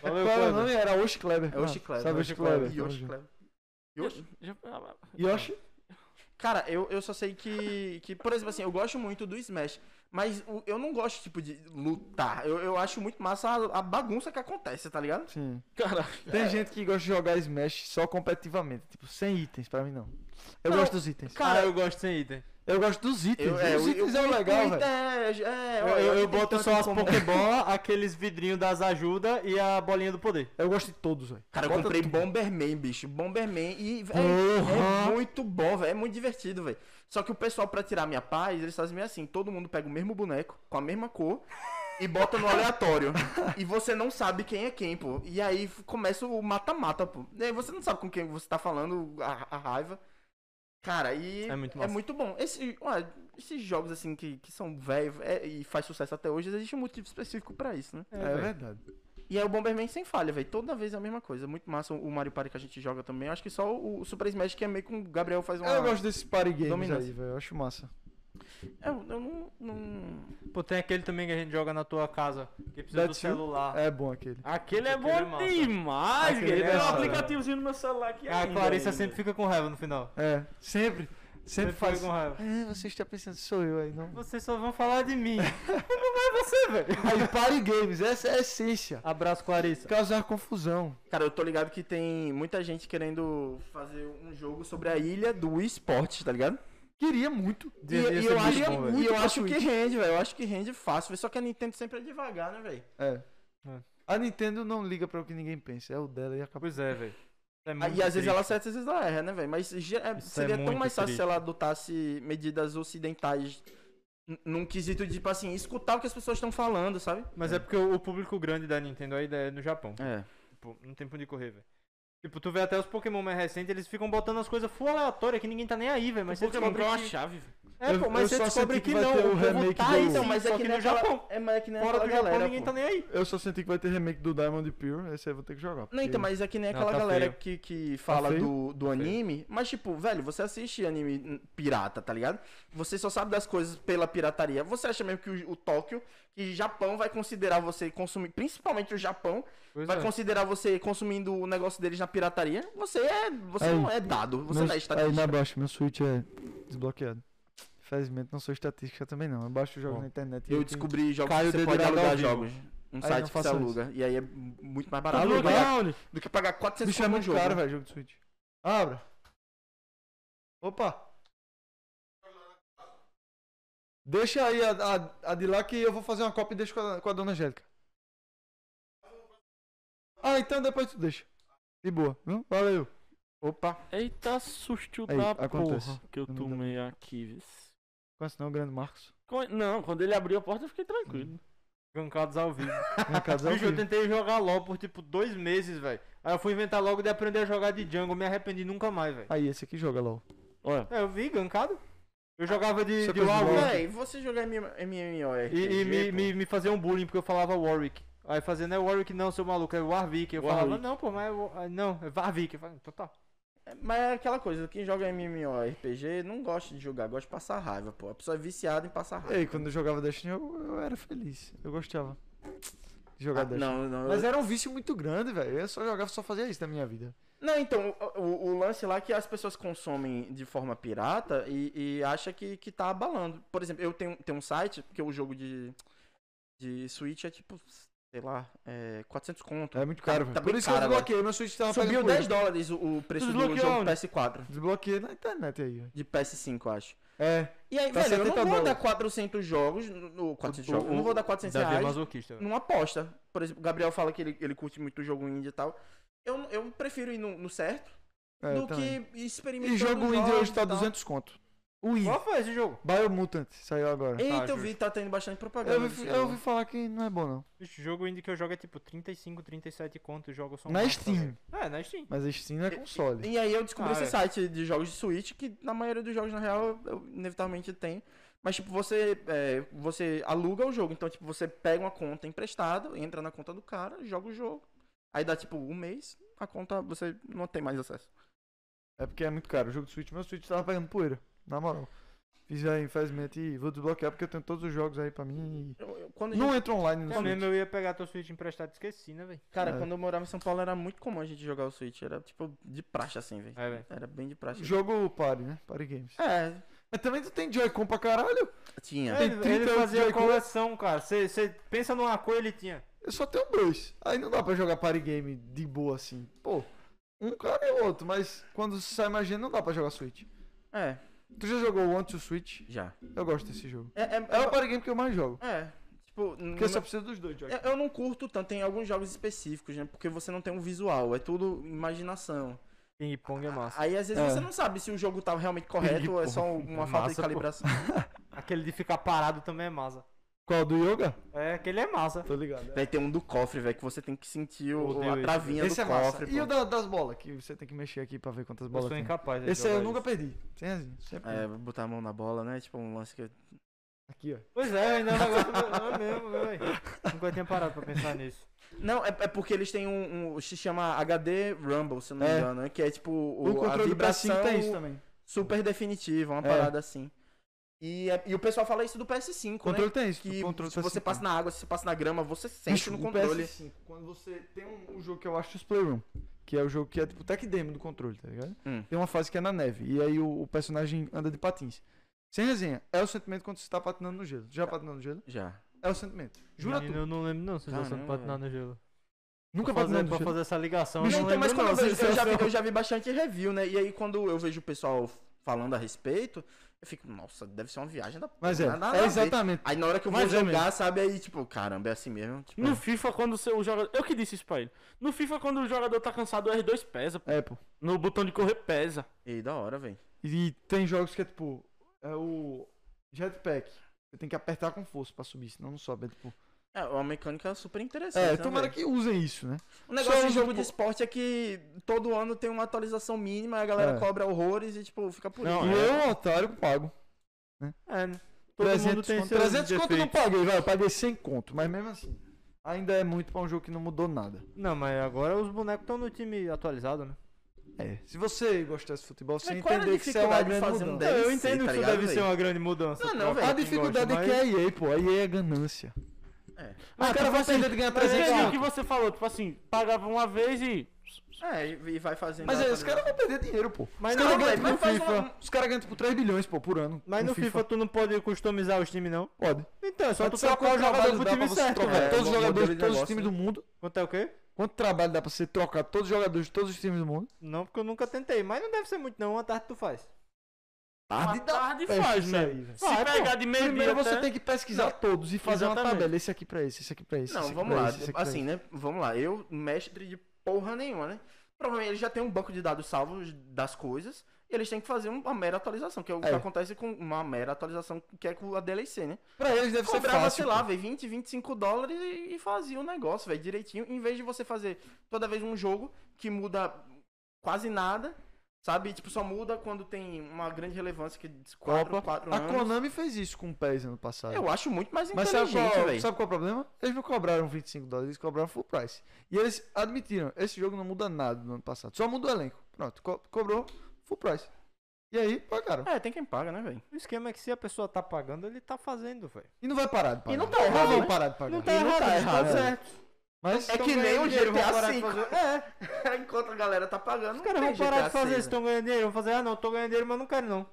S2: Qual
S3: é
S2: era o nome? Era Osh Kleber.
S1: É Yoshi
S2: Ah,
S1: Kleber.
S2: Sabe Osh Kleber?
S1: Yoshi Kleber. Yoshi?
S4: Já- ah, já-
S2: Yoshi?
S1: Cara, eu, eu só sei que, que, por exemplo, assim, eu gosto muito do Smash, mas o- eu não gosto, tipo, de lutar. Eu, eu acho muito massa a, a bagunça que acontece, tá ligado?
S2: Sim.
S4: Cara,
S2: Tem gente que gosta de jogar Smash só competitivamente, tipo, sem itens, pra mim não. Eu
S1: Não,
S2: gosto dos itens.
S1: Cara,
S3: ah, eu gosto sem item.
S2: Eu gosto dos itens.
S1: Eu, é,
S2: os
S1: o-
S2: itens
S1: o-
S2: é o
S1: o
S2: legal,
S1: Twitter
S2: velho.
S1: é- é,
S3: Eu,
S1: olha,
S3: eu,
S1: tem
S3: boto
S1: tanto
S3: só as
S1: como-
S3: Pokébola, aqueles vidrinhos das ajuda e a bolinha do poder.
S2: Eu gosto de todos, velho.
S1: Cara, eu
S2: Bota
S1: comprei
S2: tudo.
S1: Bomberman, bicho. Bomberman e. véi, É,
S2: Porra!
S1: muito bom, velho. É muito divertido, velho. Só que o pessoal, pra tirar minha paz, eles fazem meio assim: todo mundo pega o mesmo boneco, com a mesma cor, e bota no aleatório. e você não sabe quem é quem, pô. E aí f- começa o mata-mata, pô. E aí você não sabe com quem você tá falando, a, a raiva. Cara, e.
S3: É muito massa.
S1: bom. Esse, ué, esses jogos, assim, que, que são velhos é, e faz sucesso até hoje, existe um motivo específico pra isso, né?
S2: É, verdade.
S1: E é o Bomberman sem falha, velho. Toda vez é a mesma coisa. Muito massa o Mario Party que a gente joga também. Eu Acho que só o o Super Smash que é meio que o Gabriel faz uma.
S2: Eu gosto desses party games
S1: Dominância.
S2: aí, velho. Eu acho massa.
S1: É, Eu, eu não, não-
S3: Pô, tem aquele também que a gente joga na tua casa, que precisa do
S2: That's you?
S1: Ah.
S3: celular.
S2: É bom aquele.
S4: aquele é
S3: Aquele
S4: bom
S3: é massa.
S4: demais,
S2: Aquele
S4: cara.
S2: é
S4: Tem um
S2: massa,
S4: aplicativozinho no meu celular aqui.
S3: Ah, a
S4: ainda,
S3: Clarissa
S4: ainda.
S3: sempre fica com raiva no final.
S2: É. Sempre. Sempre
S3: fica
S2: faz.
S1: um
S3: com raiva.
S2: É, você está pensando, sou eu aí, não.
S3: Vocês só vão falar de mim. Não é você, velho.
S2: Aí, party games, essa é a essência.
S3: Abraço, Clarissa.
S2: Causar confusão.
S1: Cara, eu tô ligado que tem muita gente querendo fazer um jogo sobre a ilha do esporte, tá ligado?
S2: Queria muito.
S1: E,
S3: Devia
S1: e
S3: ser
S1: eu
S3: muito
S1: acho,
S3: bom, velho.
S1: e eu acho que rende, velho. Eu acho que rende fácil. véi. Só que a Nintendo sempre é devagar, né, velho?
S2: É.
S3: É.
S2: A Nintendo não liga pra o que ninguém pensa. É o dela e acabou.
S3: Pois é, velho. É
S1: E às
S3: muito
S1: vezes
S3: triste.
S1: ela acerta, às vezes ela erra, né, velho? Mas ge- é-
S3: Isso é
S1: seria tão
S3: muito
S1: mais fácil
S3: triste.
S1: se ela adotasse medidas ocidentais n- num quesito de, tipo assim, escutar o que as pessoas estão falando, sabe?
S3: Mas é. porque o o público grande da Nintendo ainda é no Japão.
S1: É.
S3: Tipo, não tem pra onde correr, velho. Tipo, tu vê até os Pokémon mais recentes, eles ficam botando as coisas full aleatórias que ninguém tá nem aí, velho. Mas você
S4: Pokémon
S3: descobre
S4: é uma
S3: que...
S4: chave. velho.
S3: É,
S2: Eu-
S3: pô, mas
S2: eu
S3: você
S2: só
S3: descobre
S2: senti
S3: que,
S2: que vai
S3: não.
S2: ter o
S3: o povo
S2: remake
S3: tá
S2: do-
S3: aí,
S1: Então,
S3: sim,
S1: mas é
S3: só
S1: que
S3: que
S1: nem
S3: no
S1: aquela-
S3: Japão.
S1: É, mas é que nem
S3: Fora
S1: aquela
S3: do Japão,
S1: galera,
S3: ninguém
S1: pô.
S3: tá nem aí.
S2: Eu só senti que vai ter remake do Diamond Pure, esse aí eu vou ter que jogar.
S1: Não, então,
S2: porque-
S1: mas é que nem
S3: Não,
S1: aquela
S3: tá
S1: galera
S3: feio.
S1: que, que fala
S2: feio?
S1: do, do anime, mas tipo, velho, você assiste anime hum, pirata, tá ligado? Você só sabe das coisas pela pirataria. Você acha mesmo que o, o Tóquio, que Japão vai considerar você consumir, principalmente o Japão,
S3: Pois
S1: vai
S3: é.
S1: considerar você consumindo o negócio deles na pirataria? Você é, você
S2: Aí,
S1: não é dado, você
S2: Meu-
S1: não é
S2: Aí na
S1: estatística.
S2: baixa, meu Switch é desbloqueado. Infelizmente não sou estatística também não. Eu baixo jogos
S3: Bom,
S2: na internet. e
S1: Eu
S2: tem-
S1: descobri jogos
S2: Caio
S1: que você pode
S2: dedurado ao
S1: alugar
S2: vivo.
S1: jogos. Um
S2: não
S1: site que você
S2: faça isso.
S1: aluga. E aí é muito mais barato do que pagar,
S4: Underground.
S1: do que pagar
S2: O
S1: 400
S2: bicho é
S1: conto num
S2: muito
S1: jogo. né?
S2: caro, velho, jogo de Switch. Abra. Opa. Deixa aí a, a- a de lá que eu vou fazer uma cópia e deixo com a, com a dona Angélica. Ah, então depois tu deixa. De boa, viu? Valeu. Opa.
S4: Eita, susto
S2: Aí,
S4: da
S2: acontece.
S4: porra que eu
S2: Não dá pra-
S4: tomei aqui. viu?
S2: Conhece não o grande Marcos?
S4: Co- Não, quando ele abriu a porta eu fiquei tranquilo.
S3: Gankados ao vivo.
S2: Minha casa é
S3: Bicho, eu
S2: horrível.
S3: tentei jogar LOL por tipo dois meses, velho. Aí eu fui inventar logo de aprender a jogar de jungle, me arrependi nunca mais, velho.
S2: Aí, esse aqui joga LOL.
S4: Olha,
S3: É, eu vi, gankado. Eu jogava de,
S2: Isso é
S3: de
S2: coisa de
S3: Warwick.
S2: boa.
S1: Véi, você jogar MMORPG,
S3: E, e me,
S1: pô.
S3: me, me faziam bullying porque eu falava Warwick. Aí fazia, não é Warwick não, seu maluco, é Warwick. Eu falava,
S4: Warwick.
S3: não, pô, mas é Wa- ah, não, é Warwick. Eu falava, então tá.
S1: Mas é aquela coisa, quem joga MMORPG não gosta de jogar, gosta de passar raiva, pô. A pessoa é viciada em passar raiva.
S2: Ei, quando eu jogava Destiny, eu, eu era feliz. Eu gostava de jogar
S1: Ah,
S2: Destiny.
S1: não, não.
S2: Mas
S1: eu-
S2: era um vício muito grande, velho. Eu só jogava, só fazia isso na minha vida.
S1: Não, então, o, o- o lance lá é que as pessoas consomem de forma pirata e, e acha que, que tá abalando. Por exemplo, eu tenho, tenho um site, porque o jogo de, de Switch é tipo, sei lá, é 400 conto.
S2: É muito
S1: Tá
S2: caro, velho.
S1: bem
S2: Por isso que
S1: caro
S2: eu desbloqueei. Meu Switch tava
S1: Subiu
S2: pagando
S1: 10
S2: por
S1: dólares o, o preço
S4: Tu
S1: do
S4: desbloqueou
S1: jogo
S4: onde?
S1: PS4,
S2: ele. Desbloqueei na internet aí, velho.
S1: de PS5, eu acho.
S2: É.
S1: E aí,
S2: Tá
S1: velho, eu não
S2: 70
S1: vou dar
S2: dólares.
S1: 400 jogos, no, 400 jogos, eu não vou dar 400
S3: Davi é
S1: reais
S3: masoquista. velho.
S1: numa aposta. Por exemplo, o Gabriel fala que ele, ele curte muito jogo indie e tal. Eu, eu prefiro ir no, no certo
S2: é
S1: do
S2: também.
S1: que experimentar.
S2: E jogo indie hoje tá 200 conto. O indie.
S3: Qual foi esse jogo?
S2: Biomutant saiu agora.
S1: Eita,
S3: Tá,
S1: eu vi, tá tendo bastante propaganda.
S2: Eu
S1: desse
S2: ouvi, eu
S1: jogo.
S2: ouvi falar que não é bom, não.
S3: Esse jogo indie que eu jogo é tipo 35, 37 conto e jogo só
S2: Na Steam.
S3: É, na Steam.
S2: Mas a Steam não é console.
S1: Então E aí eu descobri
S3: Ah,
S1: esse
S3: é.
S1: site de jogos de Switch, que na maioria dos jogos, na real, eu- inevitavelmente tem. Mas, tipo, você, é, você aluga o jogo. Então, tipo, você pega uma conta emprestada, entra na conta do cara, joga o jogo. Aí dá, tipo, um mês, a conta você não tem mais acesso.
S2: É porque é muito caro. O jogo do Switch, meu Switch tava pegando poeira. Na moral. Fiz aí, infelizmente, e vou desbloquear porque eu tenho todos os jogos aí pra mim.
S1: Eu- eu- quando a
S2: E... Não
S1: gente-
S2: entra online no
S3: Eu
S2: Switch.
S3: mesmo eu ia pegar teu Switch emprestado e esqueci, né, velho?
S1: Cara,
S2: É.
S1: quando eu morava em São Paulo era muito comum a gente jogar o Switch. Era tipo de praxe assim, velho.
S3: É, velho.
S1: Era bem de praxe.
S2: Jogo party, né? Party Games.
S1: É,
S2: Mas também tu tem Joy-Con pra caralho.
S1: tinha.
S2: Tem
S3: Ele,
S2: 30
S3: ele fazia
S2: Joy-Con.
S3: coleção, cara. Você pensa numa coisa, ele tinha.
S2: Eu só tenho dois. Aí não dá pra jogar party game de boa assim. Pô, um cara e o outro, mas quando sai mais gente não dá pra jogar Switch.
S1: É,
S2: Tu já jogou Want to Switch?
S1: já.
S2: Eu gosto desse jogo.
S1: É, é,
S2: É o party game que eu mais jogo.
S1: é, é, tipo, no
S2: Porque
S1: meu-
S2: só precisa dos dois, Joy.
S1: eu- eu não curto tanto. Tem alguns jogos específicos, né? Porque você não tem um visual. É tudo imaginação.
S3: Ping Pong é massa.
S1: Aí às vezes
S2: É.
S1: você não sabe se o jogo tá realmente correto ou é só uma falta de
S3: Massa, pô.
S1: calibração.
S3: Aquele de ficar parado também é massa.
S2: Qual do Yoga?
S3: É, aquele é massa.
S2: Tô ligado.
S1: Véi, tem um do cofre, velho, que você tem que sentir o-
S3: Odeio
S1: a
S3: esse.
S1: travinha
S2: Esse
S1: do
S2: é massa.
S1: cofre.
S2: E
S1: pô.
S2: o da- das bolas, que você tem que mexer aqui pra ver quantas
S3: Eu
S2: bolas
S3: sou
S2: tem.
S3: incapaz. de
S2: Esse aí eu
S3: jogar
S2: nunca
S3: isso.
S2: perdi. Sem resenha, sempre.
S1: É, botar a mão na bola, né? Tipo um lance que.
S2: Aqui, ó.
S3: Pois é, eu ainda não gosto do- é mesmo, velho. Nunca tinha parado pra pensar nisso.
S1: Não, é, é porque eles têm um, um- Se chama HD Rumble, se eu não me
S2: É.
S1: engano, né? Que é tipo
S2: O,
S1: o, a
S2: controle do
S1: vibração
S2: PS5 tem isso também.
S1: super definitiva, uma
S2: É.
S1: parada assim. E, é- e o pessoal fala isso do PS5,
S2: O
S1: né?
S2: controle tem isso.
S1: Que
S2: o controle
S1: se
S2: do
S1: você
S2: PS5
S1: passa na água, se você passa na grama, você sente
S2: Bicho,
S1: no
S2: o
S1: controle.
S2: PS5, quando você tem um, um jogo que eu acho os Playroom, que é o jogo que é tipo tech demo do controle, tá ligado?
S1: Hum.
S2: Tem uma fase que é na neve, e aí o, o personagem anda de patins. Sem resenha, é o sentimento quando você tá patinando no gelo. Já patinando no gelo?
S1: Já.
S2: É o sentimento. Jura
S3: Menino,
S2: tu.
S3: Eu não lembro, não, se você
S1: Caramba,
S3: não patinar no gelo.
S2: Nunca
S3: pra fazer,
S2: patinando no
S3: pra
S2: gelo.
S3: fazer essa ligação.
S1: Bicho,
S3: eu não
S1: então, mas
S3: lembro,
S1: quando eu, vejo,
S3: não,
S1: eu, já vi,
S3: sensação.
S1: eu já vi bastante review, né? E aí quando eu vejo o pessoal falando a respeito, eu fico, nossa, deve ser uma viagem da
S2: Mas é,
S1: nada- nada a
S2: é
S1: ver.
S2: exatamente.
S1: Aí na hora que eu vou
S4: Mas é
S1: jogar, sabe, aí tipo, caramba, é assim mesmo. Tipo,
S4: No FIFA, quando o seu jogador. Eu que disse isso pra ele. No FIFA, quando o jogador tá cansado, o R2 pesa. pô.
S2: É, pô.
S4: No botão de correr pesa.
S1: E da hora, velho.
S2: E tem jogos que é tipo. É o Jetpack. Você tem que apertar com força pra subir, senão não sobe. É, tipo...
S1: É uma mecânica super interessante.
S2: é
S1: né,
S2: tomara
S1: véi?
S2: que usem isso, né?
S1: O negócio
S2: Só um
S1: de jogo
S2: jogo-
S1: de esporte é que todo ano tem uma atualização mínima, a galera
S2: É.
S1: cobra horrores e, tipo, fica por
S4: Não,
S2: e
S1: isso.
S2: eu, um otário, pago.
S3: É, né? Todo
S2: 300
S3: mundo tem
S2: conto,
S3: seus
S2: 300 conto eu não
S3: defeitos.
S2: paguei, vai, eu paguei 100 conto, mas mesmo assim, ainda é muito pra um jogo que não mudou nada.
S3: Não, mas agora os bonecos estão no time atualizado, né?
S2: É, se você gostasse de futebol, você
S1: qual era a
S2: entender que isso é uma
S1: dificuldade de
S2: grande
S1: fazer um
S2: mudança.
S1: Deve
S3: eu
S1: ser, tá
S3: entendo que isso
S1: ligado,
S3: deve ser
S1: velho?
S3: uma grande mudança.
S1: Não, não,
S3: pra
S1: velho.
S2: A
S3: quem
S2: dificuldade
S3: gosta,
S2: é que é
S3: mas-
S2: a EA, pô, a EA é ganância.
S1: É.
S2: Os
S4: Ah,
S2: caras
S4: tipo
S2: vão
S4: assim,
S2: perder de ganhar
S4: Mas é
S2: 300
S4: isso que
S2: conto.
S4: você falou, tipo assim, pagava uma vez e.
S1: É, e e vai fazendo.
S2: Mas
S1: a
S2: é, os caras
S1: atualização.
S2: vão perder dinheiro, pô.
S3: Mas
S2: os caras
S1: não,
S2: ganham,
S1: velho,
S2: tipo,
S1: mas faz
S2: no FIFA,
S1: uma-
S2: os caras ganham tipo 3 bilhões, pô, por ano.
S3: Mas no FIFA tu não pode customizar os times, não?
S2: pode.
S3: Então, é só
S2: Mas
S3: tu
S2: sabe
S3: trocar
S2: quanto
S3: o jogador
S2: trabalho dá
S3: pro
S2: pra
S3: time
S2: você
S3: certo,
S2: trocar
S1: velho.
S2: né? Todos os
S1: É, um
S2: jogadores
S1: modelo
S2: de
S1: de
S2: todos os
S1: negócio,
S2: times
S1: né?
S2: do mundo.
S3: Quanto é o quê?
S2: Quanto trabalho dá pra você trocar todos os jogadores de todos os times do mundo?
S3: Não, porque eu nunca tentei. Mas não deve ser muito, não. Uma tarde tu faz.
S4: Uma
S2: dá
S4: tarde
S2: peste
S4: faz,
S2: isso
S4: né?
S2: aí, velho.
S4: Se
S3: Ah, pô,
S4: pegar de meio
S2: Primeiro
S4: dia
S2: você
S4: até...
S2: tem que pesquisar todos e fazer uma
S4: Exatamente.
S2: tabela. Esse aqui pra esse, esse aqui pra esse. esse
S1: Não,
S2: aqui
S1: vamos
S2: pra
S1: lá.
S2: esse, esse aqui é pra
S1: Assim, né? Vamos lá. Eu, mestre de porra nenhuma, né? Provavelmente eles já têm um banco de dados salvos das coisas. E eles têm que fazer uma mera atualização, que é o que
S2: É.
S1: acontece com uma mera atualização, que é com a DLC, né?
S2: esse. Pra eles deve ser
S1: Cobrava, sei
S2: fácil.
S1: lá, velho, 20, 25 dólares e, e fazia o negócio, velho, direitinho. Em vez de você fazer toda vez um jogo que muda quase nada, sabe? Tipo, só muda quando tem uma grande relevância que diz 4,
S2: Copa.
S1: 4
S2: A
S1: anos.
S2: Konami fez isso com o PES ano passado.
S1: Eu acho muito mais
S2: Mas sabe qual,
S1: inteligente, velho.
S2: sabe qual é o problema? Eles não cobraram 25 dólares, eles cobraram full price. E eles admitiram, esse jogo não muda nada do ano passado, só muda o elenco. Pronto, co- cobrou full price. E aí, pagaram.
S1: É, tem quem paga, né, velho?
S3: O esquema é que se a pessoa tá pagando, ele tá fazendo, velho.
S2: E não vai parar de pagar.
S1: não tá errado,
S2: Não
S1: né?
S2: vão parar de pagar.
S1: tá errado, tá errado, certo.
S2: Mas então,
S1: É que nem o GTA V.
S3: É,
S1: Enquanto a galera tá pagando,
S3: os caras
S1: não
S3: vão
S1: tem assim,
S3: parar
S1: GTA
S3: de fazer
S1: VI,
S3: isso. Estão ganhando dinheiro. Vão fazer, ah, não, tô ganhando dinheiro, mas não quero, não.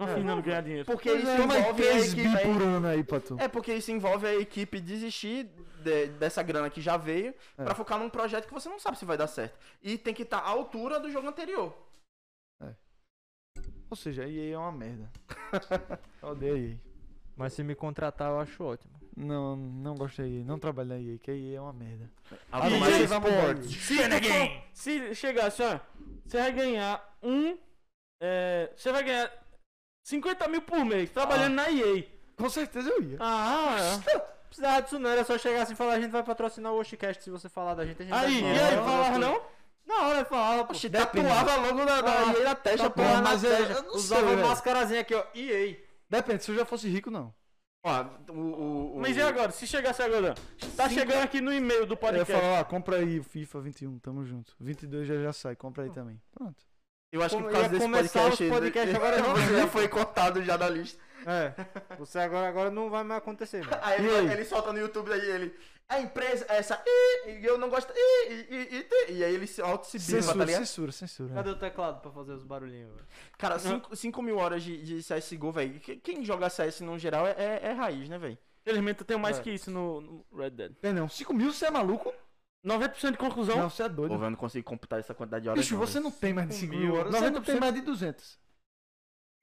S4: No
S2: É.
S4: fim, não ganhar dinheiro.
S1: Porque
S2: Pois
S1: isso
S2: é, toma
S1: envolve a
S2: 3 bi
S1: equipe.
S2: por ano aí, Pato.
S1: É porque isso envolve a equipe desistir de- dessa grana que já veio
S2: É.
S1: pra focar num projeto que você não sabe se vai dar certo. E tem que estar à altura do jogo anterior.
S2: Ou seja, a EA é uma merda. Eu odeio a EA.
S3: Mas se me contratar, eu acho ótimo.
S2: Não, não gosto da EA. Não trabalho na EA, que a EA é uma merda.
S1: Ah,
S4: EA
S1: mas
S2: vai mudar isso.
S4: Se, se chegasse, ó, você vai ganhar um. é, você vai ganhar 50 mil por mês trabalhando
S2: Ah.
S4: na EA.
S2: Com certeza eu ia.
S4: Ah,
S3: Precisava disso não, era só chegar assim e falar, a gente vai patrocinar o Oshcast se você falar da gente,
S2: é.
S3: a gente
S4: aí,
S3: vai
S4: e aí,
S3: falar.
S4: falava não?
S3: Na hora eu falava, pô.
S1: Oxi,
S2: Da
S1: tatuava logo na, na,
S3: Ah,
S1: aí na testa, porra.
S2: tatuava.
S3: Porra,
S2: mas
S3: mas é-
S2: eu-
S3: eu,
S2: eu não
S3: usava
S2: sei,
S3: uma
S2: velho.
S3: mascarazinha aqui, ó. EA.
S2: Depende, se eu já fosse rico, não.
S1: Ó, o, o, o-
S4: Mas e agora? Se chegasse agora? Tá chegando aqui no e-mail
S2: Eu
S4: do
S2: ia
S4: podcast.
S2: um, falar, ó, compra aí o FIFA 21, tamo junto. 22 já já sai, compra aí também. Pronto.
S4: Eu acho
S3: Como-
S4: que por causa
S3: ia
S4: desse
S3: começar
S4: podcast...
S3: os podcasts agora, não.
S4: Você já foi cotado já da lista.
S3: É. Você agora, agora não vai mais acontecer, mano.
S4: Aí
S2: E
S4: ele,
S2: aí?
S4: ele solta no YouTube aí ele. A empresa,
S1: é
S4: essa. Ih, e eu não gosto. Ih, e, e, e, tem", e aí ele se auto se bifa, tá
S2: Censura,
S4: ligado?
S2: censura, censura. é.
S3: Cadê o teclado pra fazer os barulhinhos, velho?
S4: Cara,
S3: Não.
S4: 5 mil horas de, de CSGO, velho. Quem joga CS no geral é, é- é raiz, né, velho? Infelizmente eu tenho mais que isso no, Red Dead.
S2: É, Não, 5 mil você é maluco?
S4: 90% de conclusão.
S2: Não, você é
S4: Pô,
S2: doido.
S4: velho, eu não consigo computar essa quantidade de horas.
S2: Bicho, você não tem mais de 5 mil
S3: mil.
S2: horas. Você não
S4: 90%
S2: tem mais de 200.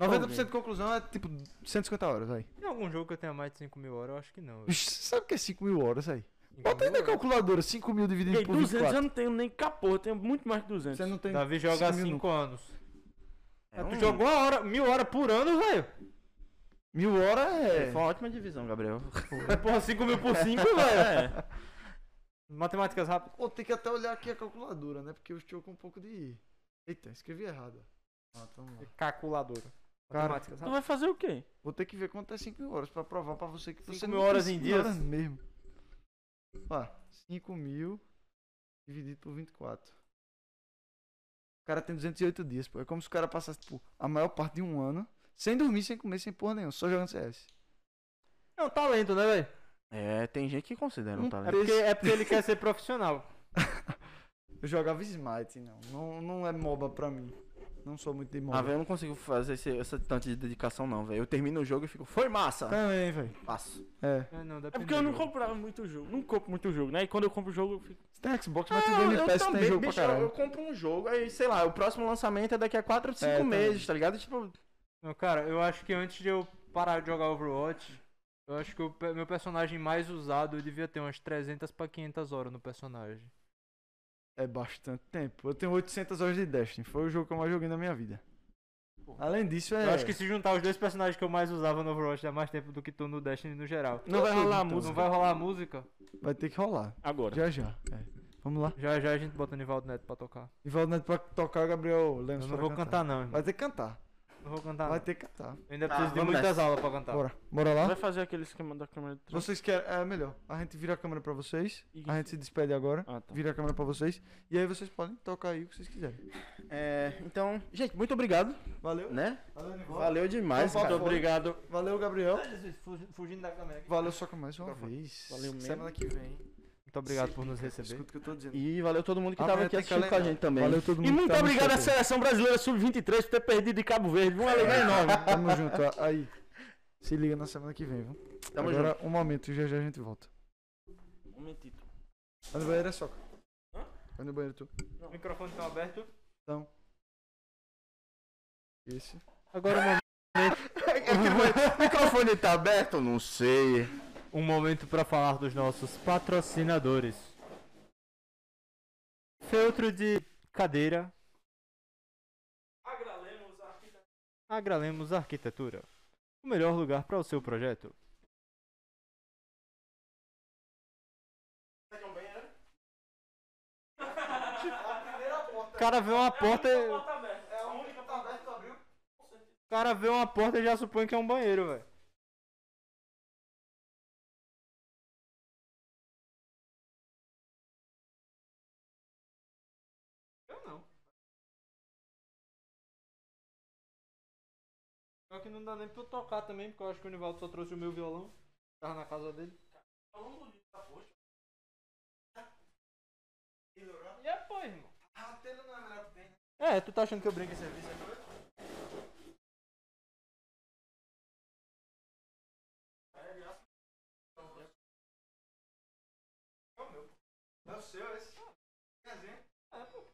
S2: 90%
S4: velho.
S2: de conclusão é tipo 150 horas aí.
S3: Tem algum jogo que eu tenha mais de 5 mil horas? Eu acho que não. velho.
S2: Bicho, você sabe o que é 5 mil horas aí?
S3: Cinco
S2: Bota aí
S3: mil
S2: na calculadora, 5 mil dividido
S4: Ei,
S2: por
S4: 200 eu
S2: 24.
S4: não tenho nem capô, eu tenho muito mais de 200.
S2: Você não tem...
S3: Davi joga há
S2: Cinco
S3: 5 anos.
S1: É
S3: Mas tu
S1: um-
S3: jogou uma hora, mil horas por ano, velho?
S2: Mil horas é...
S1: Foi uma ótima divisão, Gabriel.
S3: Porra, É. 5 mil por 5, velho. Matemáticas rápidas.
S2: Pô, tem que até olhar aqui a calculadora, né? Porque eu estou com um pouco de... Eita, escrevi errado. Ah, então vamos lá.
S3: Calculadora.
S2: Cara,
S3: Matemáticas
S4: Tu
S3: rápidas.
S4: vai fazer o quê?
S2: Vou ter que ver quanto é 5 mil horas pra provar pra você que
S3: 5
S2: você
S3: mil
S2: não
S3: horas
S2: tem
S3: em
S2: cinco
S3: dias?
S2: horas mesmo. Ó, 5 mil dividido por 24. O cara tem 208 dias, pô. É como se o cara passasse, tipo, a maior parte de um ano sem dormir, sem comer, sem porra nenhuma, só jogando CS.
S3: É um talento, né, velho?
S1: É, tem gente que considera um
S2: Hum,
S3: É
S1: talento.
S3: porque, é porque ele quer ser profissional.
S2: Eu jogava Smite, não. Não, não é MOBA pra mim. Não sou muito de MOBA.
S1: Ah, velho, eu não consigo fazer esse, essa tanto de dedicação, não, velho. Eu termino o jogo e fico, foi massa!
S2: Também, velho.
S1: Passo.
S2: É.
S3: É, não,
S4: É porque eu não comprava muito jogo. Não compro muito jogo, né? E quando eu compro jogo, eu fico.
S2: Você tem Xbox, mas tem Game Pass, tem jogo
S1: Ah,
S2: pra
S1: bicho, eu, eu
S2: caralho.
S1: compro um jogo, aí, sei lá, o próximo lançamento é daqui a 4 ou 5
S2: É, também.
S1: meses, tá ligado? Tipo,
S3: Não, cara, eu acho que antes de eu parar de jogar Overwatch, eu acho que o pe- meu personagem mais usado eu devia ter umas 300 pra 500 horas no personagem.
S2: É bastante tempo. Eu tenho 800 horas de Destiny. Foi o jogo que eu mais joguei na minha vida. Além disso, é...
S3: Eu acho que se juntar os dois personagens que eu mais usava no Overwatch dá mais tempo do que tu no Destiny no geral.
S4: Não vai rolar a
S2: Então,
S3: Não
S4: música
S3: vai rolar a música?
S2: Vai ter que rolar.
S4: agora.
S2: Já já. É. Vamos lá.
S3: Já já a gente bota o Nivaldo Neto pra tocar.
S2: E volta pra tocar Gabriel Lemos.
S3: Eu não
S2: pra
S3: vou cantar, Tá. não, irmão.
S2: Vai ter que cantar.
S3: Não vou cantar.
S2: Vai
S3: Não.
S2: ter que cantar.
S3: Eu ainda
S1: Tá,
S3: preciso de
S1: vamos
S3: muitas
S1: nessa.
S3: aulas pra cantar.
S2: Bora. Bora lá.
S4: Vai fazer um aquele esquema da câmera de trás.
S2: Vocês querem. É melhor. A gente vira a câmera pra vocês. A gente se despede agora.
S4: Ah, tá.
S2: Vira a câmera pra vocês. E aí vocês podem tocar aí o que vocês quiserem.
S1: é, então, gente, muito obrigado,
S2: Valeu.
S1: né?
S2: Valeu, Nivaldo.
S1: Valeu demais,
S2: Então,
S1: cara.
S2: faltou,
S4: Obrigado.
S2: Valeu, Gabriel.
S3: Fugindo da câmera aqui.
S2: Valeu só que mais uma
S1: Microfone.
S2: vez.
S4: Valeu mesmo.
S2: Semana que vem.
S3: Muito obrigado por nos receber.
S2: Escuta o que eu tô dizendo.
S1: E valeu todo mundo que
S2: Amanhã
S1: tava aqui
S2: tem
S1: assistindo com a é
S2: calendário.
S1: gente também.
S2: Valeu todo mundo.
S4: E
S2: que
S4: muito
S2: tá no
S4: obrigado à
S2: chat aí.
S4: seleção brasileira sub-23 por ter perdido de Cabo Verde.
S2: Um
S4: Uma alegria enorme.
S2: Tamo junto. ó. Aí. Se liga na semana que vem, viu?
S1: Tamo junto.
S2: Agora um momento e já já a gente volta.
S4: Um momentito.
S2: Vai no banheiro é soca.
S4: Hã?
S2: Vai no banheiro tu. Então.
S3: O microfone tá aberto.
S2: Esse.
S3: Agora o momento.
S1: O É microfone tá aberto? Não sei.
S3: um momento para falar dos nossos patrocinadores. Feltro de cadeira. Agralemos Arquitetura. O melhor lugar para o seu projeto. né? O cara vê uma porta. e- O cara vê uma porta e já supõe que é um banheiro, velho. Eu não. Só que não dá nem pra eu tocar também, porque eu acho que o Nivaldo só trouxe o meu violão. Tava na casa dele. E é pô, irmão. É, tu tá achando que eu brinco em serviço agora? É o seu, esse. Desenho. É, pô.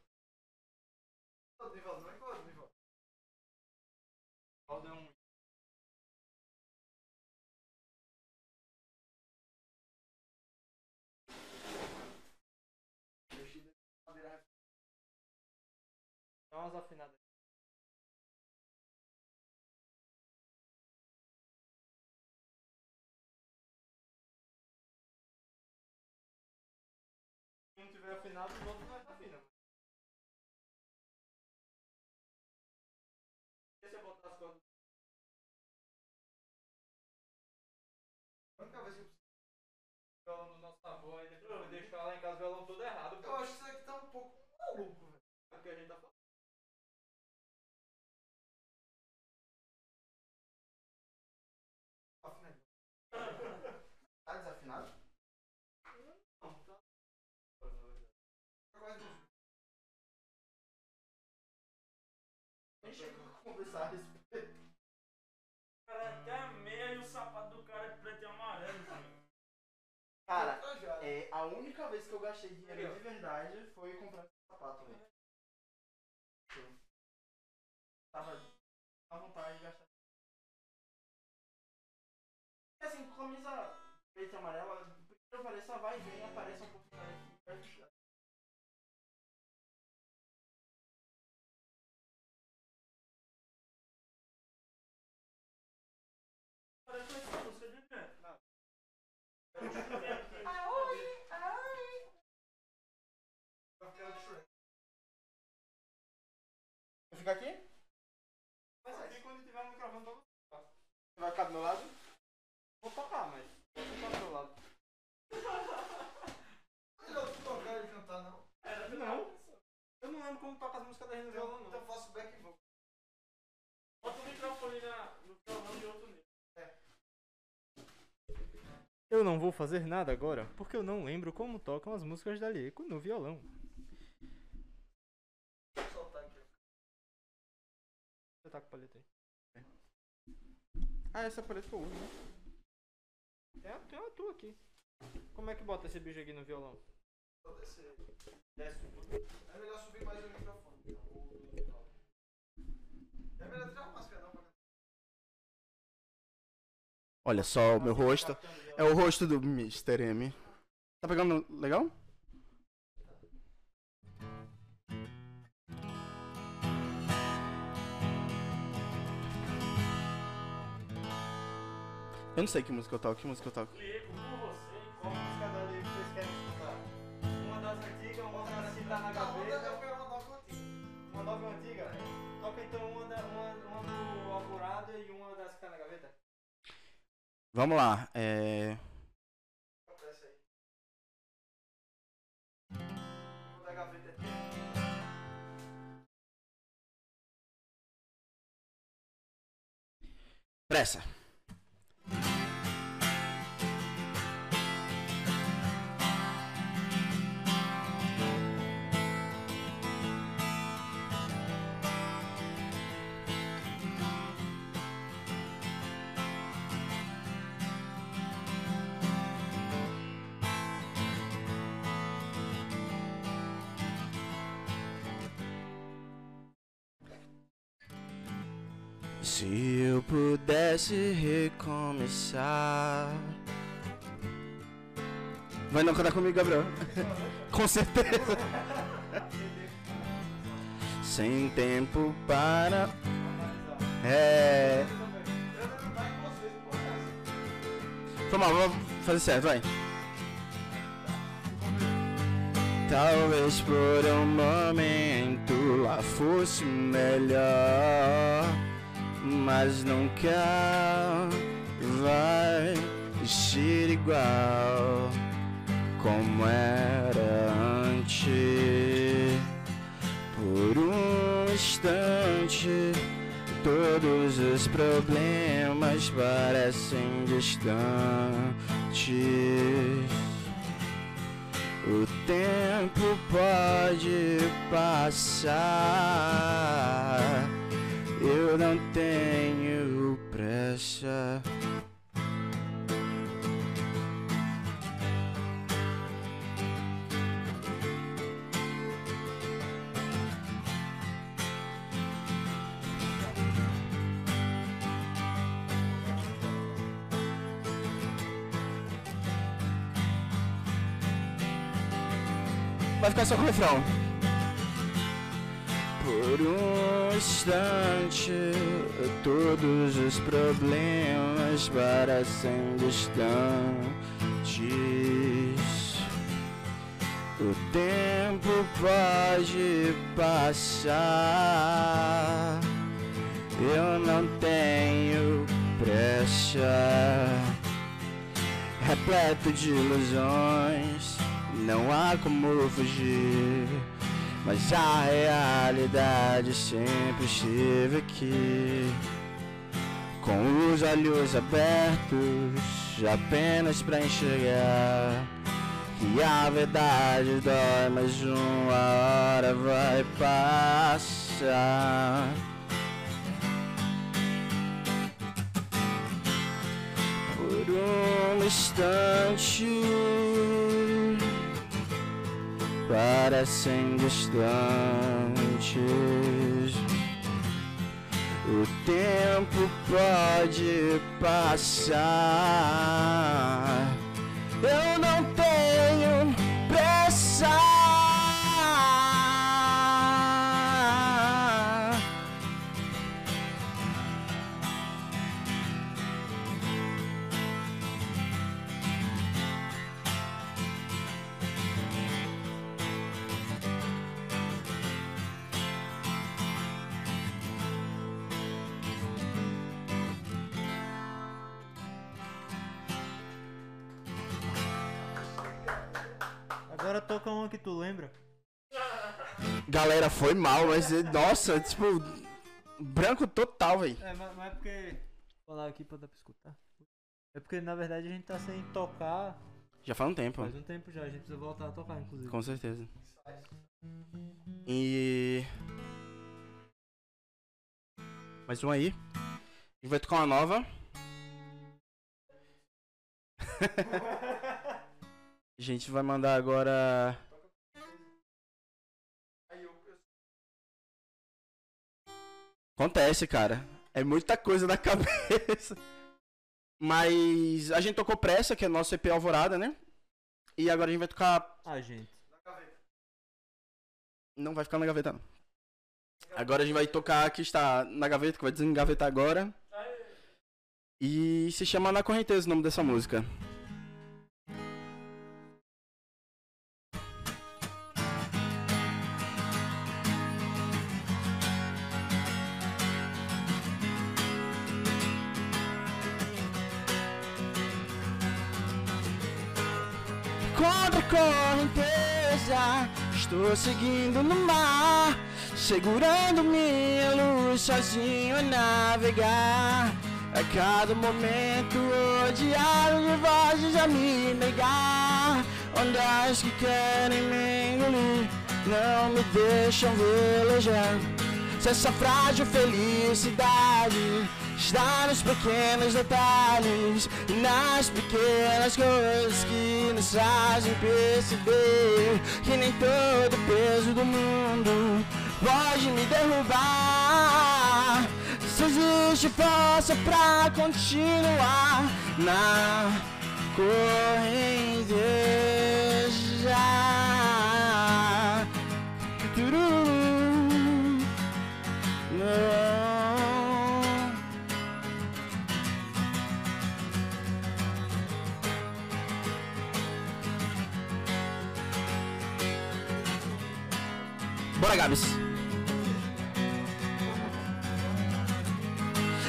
S3: Ô, Nivaldo, vai embora, Nivaldo. Nivaldo é um. Dá umas afinadas. Se não tiver afinado, o outro não afina. Deixa eu botar as cordas. A única vez que eu preciso do violão do nosso avô ainda que eu vou deixar lá em casa o violão todo errado. Eu acho que isso aqui tá um pouco maluco, velho. É o que a gente tá falando.
S1: nada? Nem chegou a conversar a respeito.
S4: Cara, é até a meia e o sapato do cara é preto e amarelo, velho.
S1: Cara, é, a única vez que eu gastei dinheiro de verdade foi comprar esse sapato, velho. Eu Tava à vontade de gastar. Assim, camisa preta e amarela, primeiro aparece a vai e vem, aparece uma oportunidade aqui. vai ficar.
S4: Parece uma música de quê?
S1: Vai ficar aqui? Vai sair quando tiver um microfone pra você. Você vai ficar do meu lado?
S3: Vou tocar, mas. Vou tocar do meu lado.
S1: Não.
S3: Eu não lembro como toca as músicas da gente no violão, não.
S1: Então faço back vocal.
S4: Bota o microfone na, no violão de outro nível.
S3: Eu não vou fazer nada agora, porque eu não lembro como tocam as músicas da Lieco no violão. Eu taco paleta aí.
S1: Ah, essa parece que eu uso, né?
S3: Tem, a- tem uma tua aqui. Como é que bota esse bicho aqui no violão?
S1: Desce tudo.
S2: É melhor subir mais o microfone. então, o- É melhor tirar a máscara, não, pra
S1: Olha só o meu rosto. É o rosto do Mr. M. Tá pegando legal? Eu não sei que música eu toco, que música eu toco.
S4: Ligo com você.
S3: Qual música da Lieco vocês querem escutar? Uma das antigas, uma das que tá na gaveta.
S2: quero é uma nova antiga.
S3: Uma nova e antiga? Toca então uma, da, uma, uma do Alvorada e uma das que tá na gaveta.
S1: Vamos lá, é.
S2: Acontece aí. Vou dar gaveta aqui.
S1: Pressa. Se eu pudesse recomeçar. Vai não cantar comigo, Gabriel. Com certeza. Sem tempo para. É. Foi mal, vou fazer certo, vai. Talvez por um momento lá fosse melhor mas nunca vai ser igual como era antes. Por um instante, todos os problemas parecem distantes. O tempo pode passar. Eu não tenho pressa. Vai ficar só com o refrão. Por um instante, todos os problemas parecem distantes. O tempo pode passar, eu não tenho pressa. Repleto de ilusões, não há como fugir. Mas a realidade sempre esteve aqui Com os olhos abertos longe apenas pra enxergar. Que a verdade dói, mas uma hora vai passar. Por um instante, parecem distantes. O tempo pode passar. Eu não tenho pressa.
S3: Agora toca uma que tu lembra.
S1: Galera, foi mal, mas nossa, tipo, branco total, velho.
S3: É, mas, mas é porque. Vou falar aqui pra dar pra escutar. É porque na verdade a gente tá sem tocar
S1: Já faz um tempo,
S3: faz um tempo já, a gente precisa voltar a tocar, inclusive.
S1: com certeza. E. Mais um aí. A gente vai tocar uma nova. A gente vai mandar agora. Acontece, cara. É muita coisa na cabeça. Mas a gente tocou Pressa, que é nosso EP Alvorada, né? E agora a gente vai tocar.
S3: Ah, gente.
S1: Não vai ficar na gaveta, não. Agora a gente vai tocar que está na gaveta, que vai desengavetar agora. E se chama Na Correnteza o nome dessa música. Contra a correnteza, estou seguindo no mar, segurando minha luz sozinho a navegar. A cada momento, odiado de vozes a me negar. Ondas que querem me engolir, não me deixam velejar. Se essa frágil felicidade está nos pequenos detalhes e nas pequenas coisas que nos fazem perceber que nem todo o peso do mundo pode me derrubar. Se existe força pra continuar na correnteza. Tururu. Não. Bora, Gabs.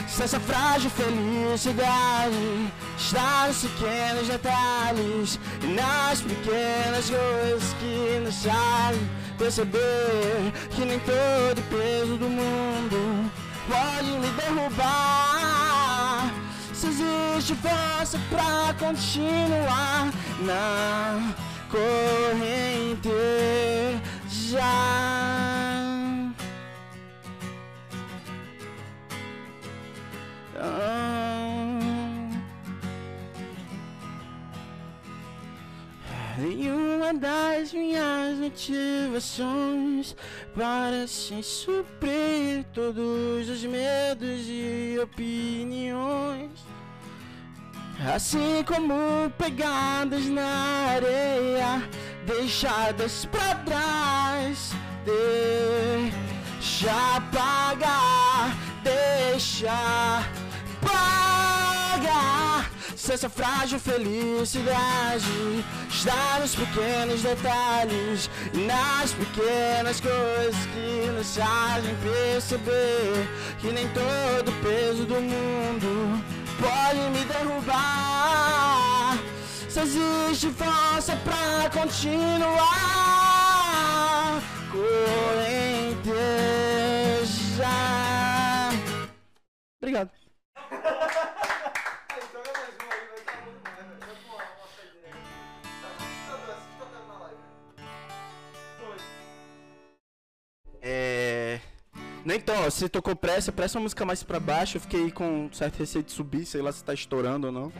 S1: Se essa frágil felicidade está nos pequenos detalhes e nas pequenas coisas que nos fazem perceber que nem todo o peso do mundo pode me derrubar. Se existe força pra continuar na corrente já. Ah. Nenhuma das minhas motivações parecem suprir todos os medos e opiniões. Assim como pegadas na areia, deixadas pra trás. Deixa apagar, deixa apagar. Se essa frágil felicidade está nos pequenos detalhes e nas pequenas coisas que nos fazem perceber que nem todo o peso do mundo pode me derrubar. Se existe força pra continuar, correnteza. Obrigado.
S2: Joga mais uma aí, vai estar muito bom.
S1: Não, então, ó, você tocou pressa, pressa é uma música mais pra baixo, eu fiquei com um certo receio de subir, sei lá se tá estourando ou não.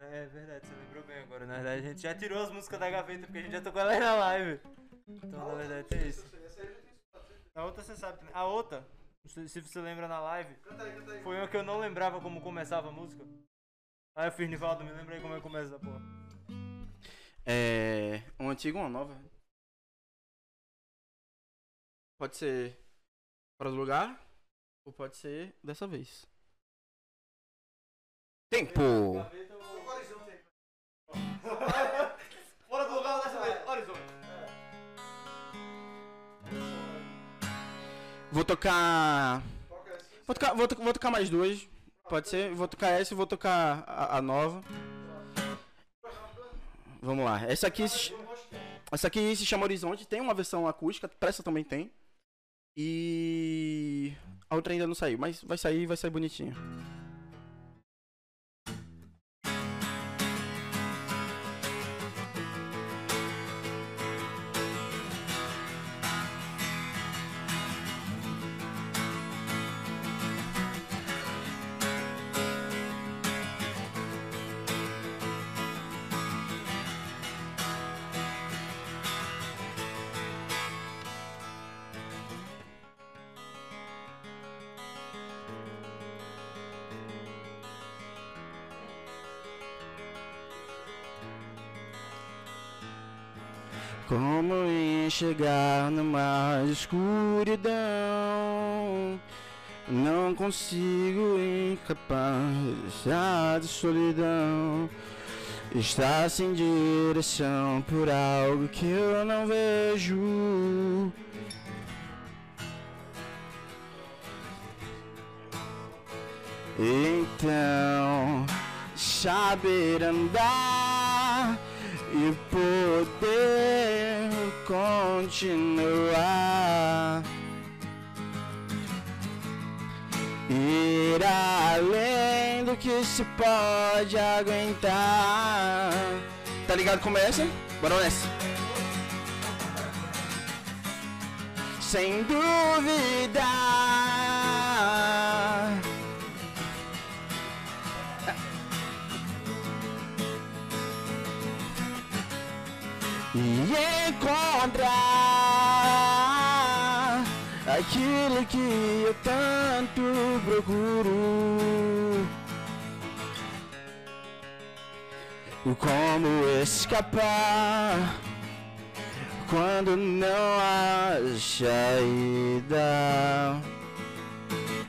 S3: É verdade, você lembrou bem agora. Na verdade, a gente já tirou as músicas da gaveta porque a gente já tocou elas na live. Então, na verdade, é isso. A outra você sabe. que- A outra, se se você lembra na live, foi uma que eu não lembrava como começava a música. Aí eu fiz Nivaldo, me lembra aí como é que começa essa porra.
S1: É. Uma antiga ou uma nova? Pode ser para o lugar ou pode ser dessa vez. Tempo!
S3: Fora do lugar dessa vez, horizonte.
S1: Vou tocar. Vou tocar, vou, to- vou tocar mais duas. Pode ser? Vou tocar essa e vou tocar a, a nova. Vamos lá. Essa aqui, se, ch- essa aqui se chama Horizonte. Tem uma versão acústica. Pressa também tem. E. A outra ainda não saiu, mas vai sair e vai sair bonitinho. Como enxergar numa escuridão? Não consigo escapar dessa solidão. Está sem direção por algo que eu não vejo. Então, saber andar e poder continuar. Ir além do que se pode aguentar. Tá ligado como é essa? Bora nessa. Sem dúvida. e encontrar aquilo que eu tanto procuro. Como escapar quando não há saída?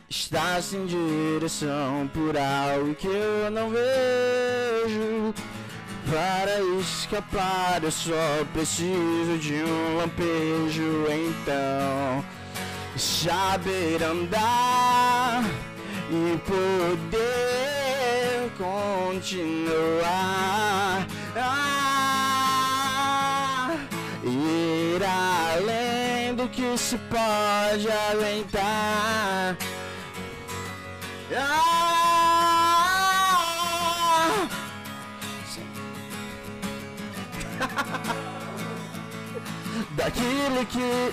S1: Está sem direção por algo que eu não vejo. Para escapar eu só preciso de um lampejo então Saber andar e poder continuar Ah, Ir além do que se pode alentar Ah, daquilo que.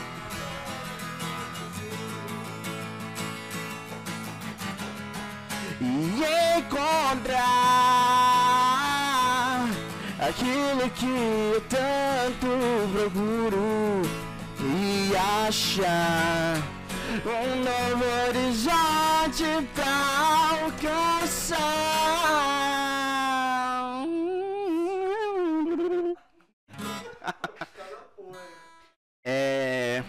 S1: E encontrar aquilo que eu tanto procuro e achar um novo horizonte pra alcançar. É...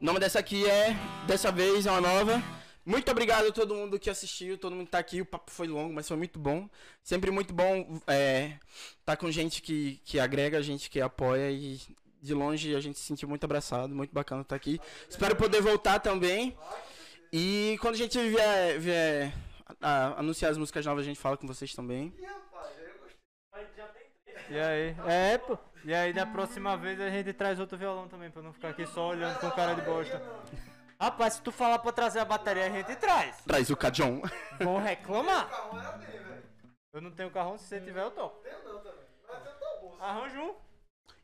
S1: O nome dessa aqui é. Dessa vez é uma nova. Muito obrigado a todo mundo que assistiu, todo mundo que tá aqui. O papo foi longo, mas foi muito bom. Sempre muito bom é, tá com gente que, que agrega, gente que apoia e de longe a gente se sentiu muito abraçado, muito bacana estar aqui. Espero poder voltar também. E quando a gente vier, vier a- a- anunciar as músicas novas, a gente fala com vocês também.
S3: E aí? É, pô. E aí, da próxima vez a gente traz outro violão também, pra não ficar aqui só olhando com cara de bosta. Rapaz, se tu falar pra trazer a bateria, a gente traz.
S1: Traz o Cajão.
S3: Vão reclamar. Eu não tenho carrão, se você tiver, eu toco. Tenho não também. Mas eu tô Arranjo um.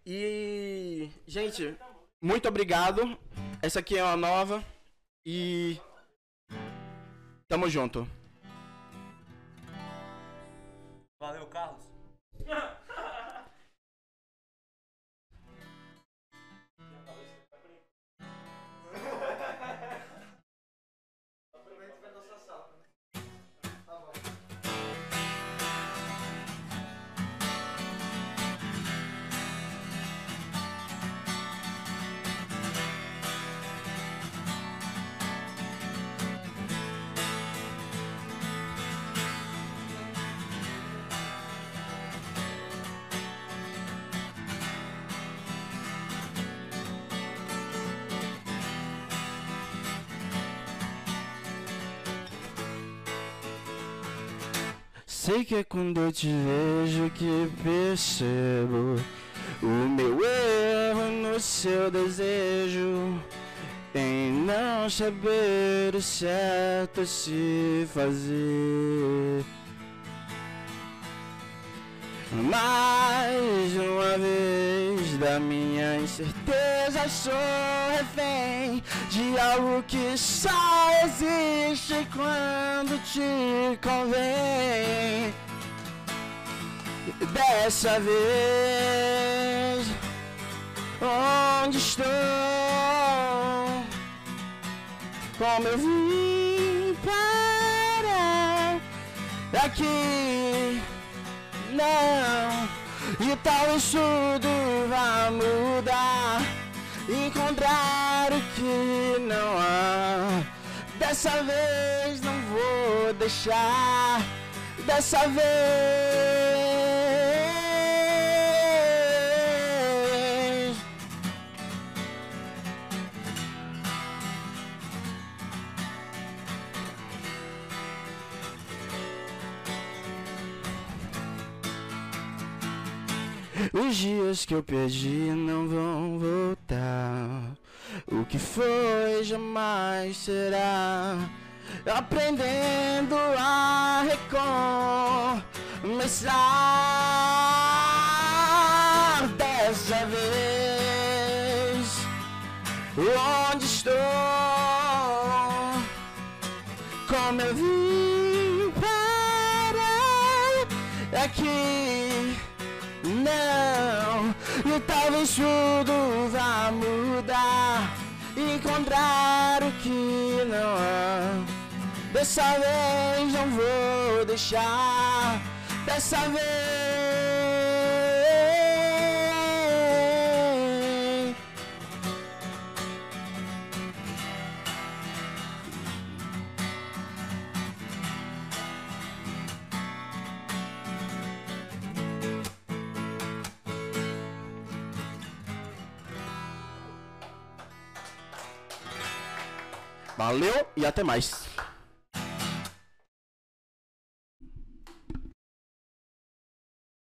S1: E, gente, Muito obrigado. Essa aqui é uma nova. E. Tamo junto.
S3: Valeu, Carlos.
S1: Sei que é quando eu te vejo que percebo o meu erro no seu desejo em não saber o certo se fazer. Mais uma vez da minha incerteza sou refém de algo que só existe quando te convém. Dessa vez, onde estou? Como eu vim parar aqui? não. E tal isso tudo vai mudar. Encontrar o que não há. Dessa vez não vou deixar. Dessa vez. Os dias que eu perdi não vão voltar. O que foi jamais será. Aprendendo a recomeçar dessa vez. Onde estou? Como eu vim parar aqui? Não, e talvez tudo vá mudar. Encontrar o que não há. Dessa vez não vou deixar. Dessa vez. Valeu e até mais.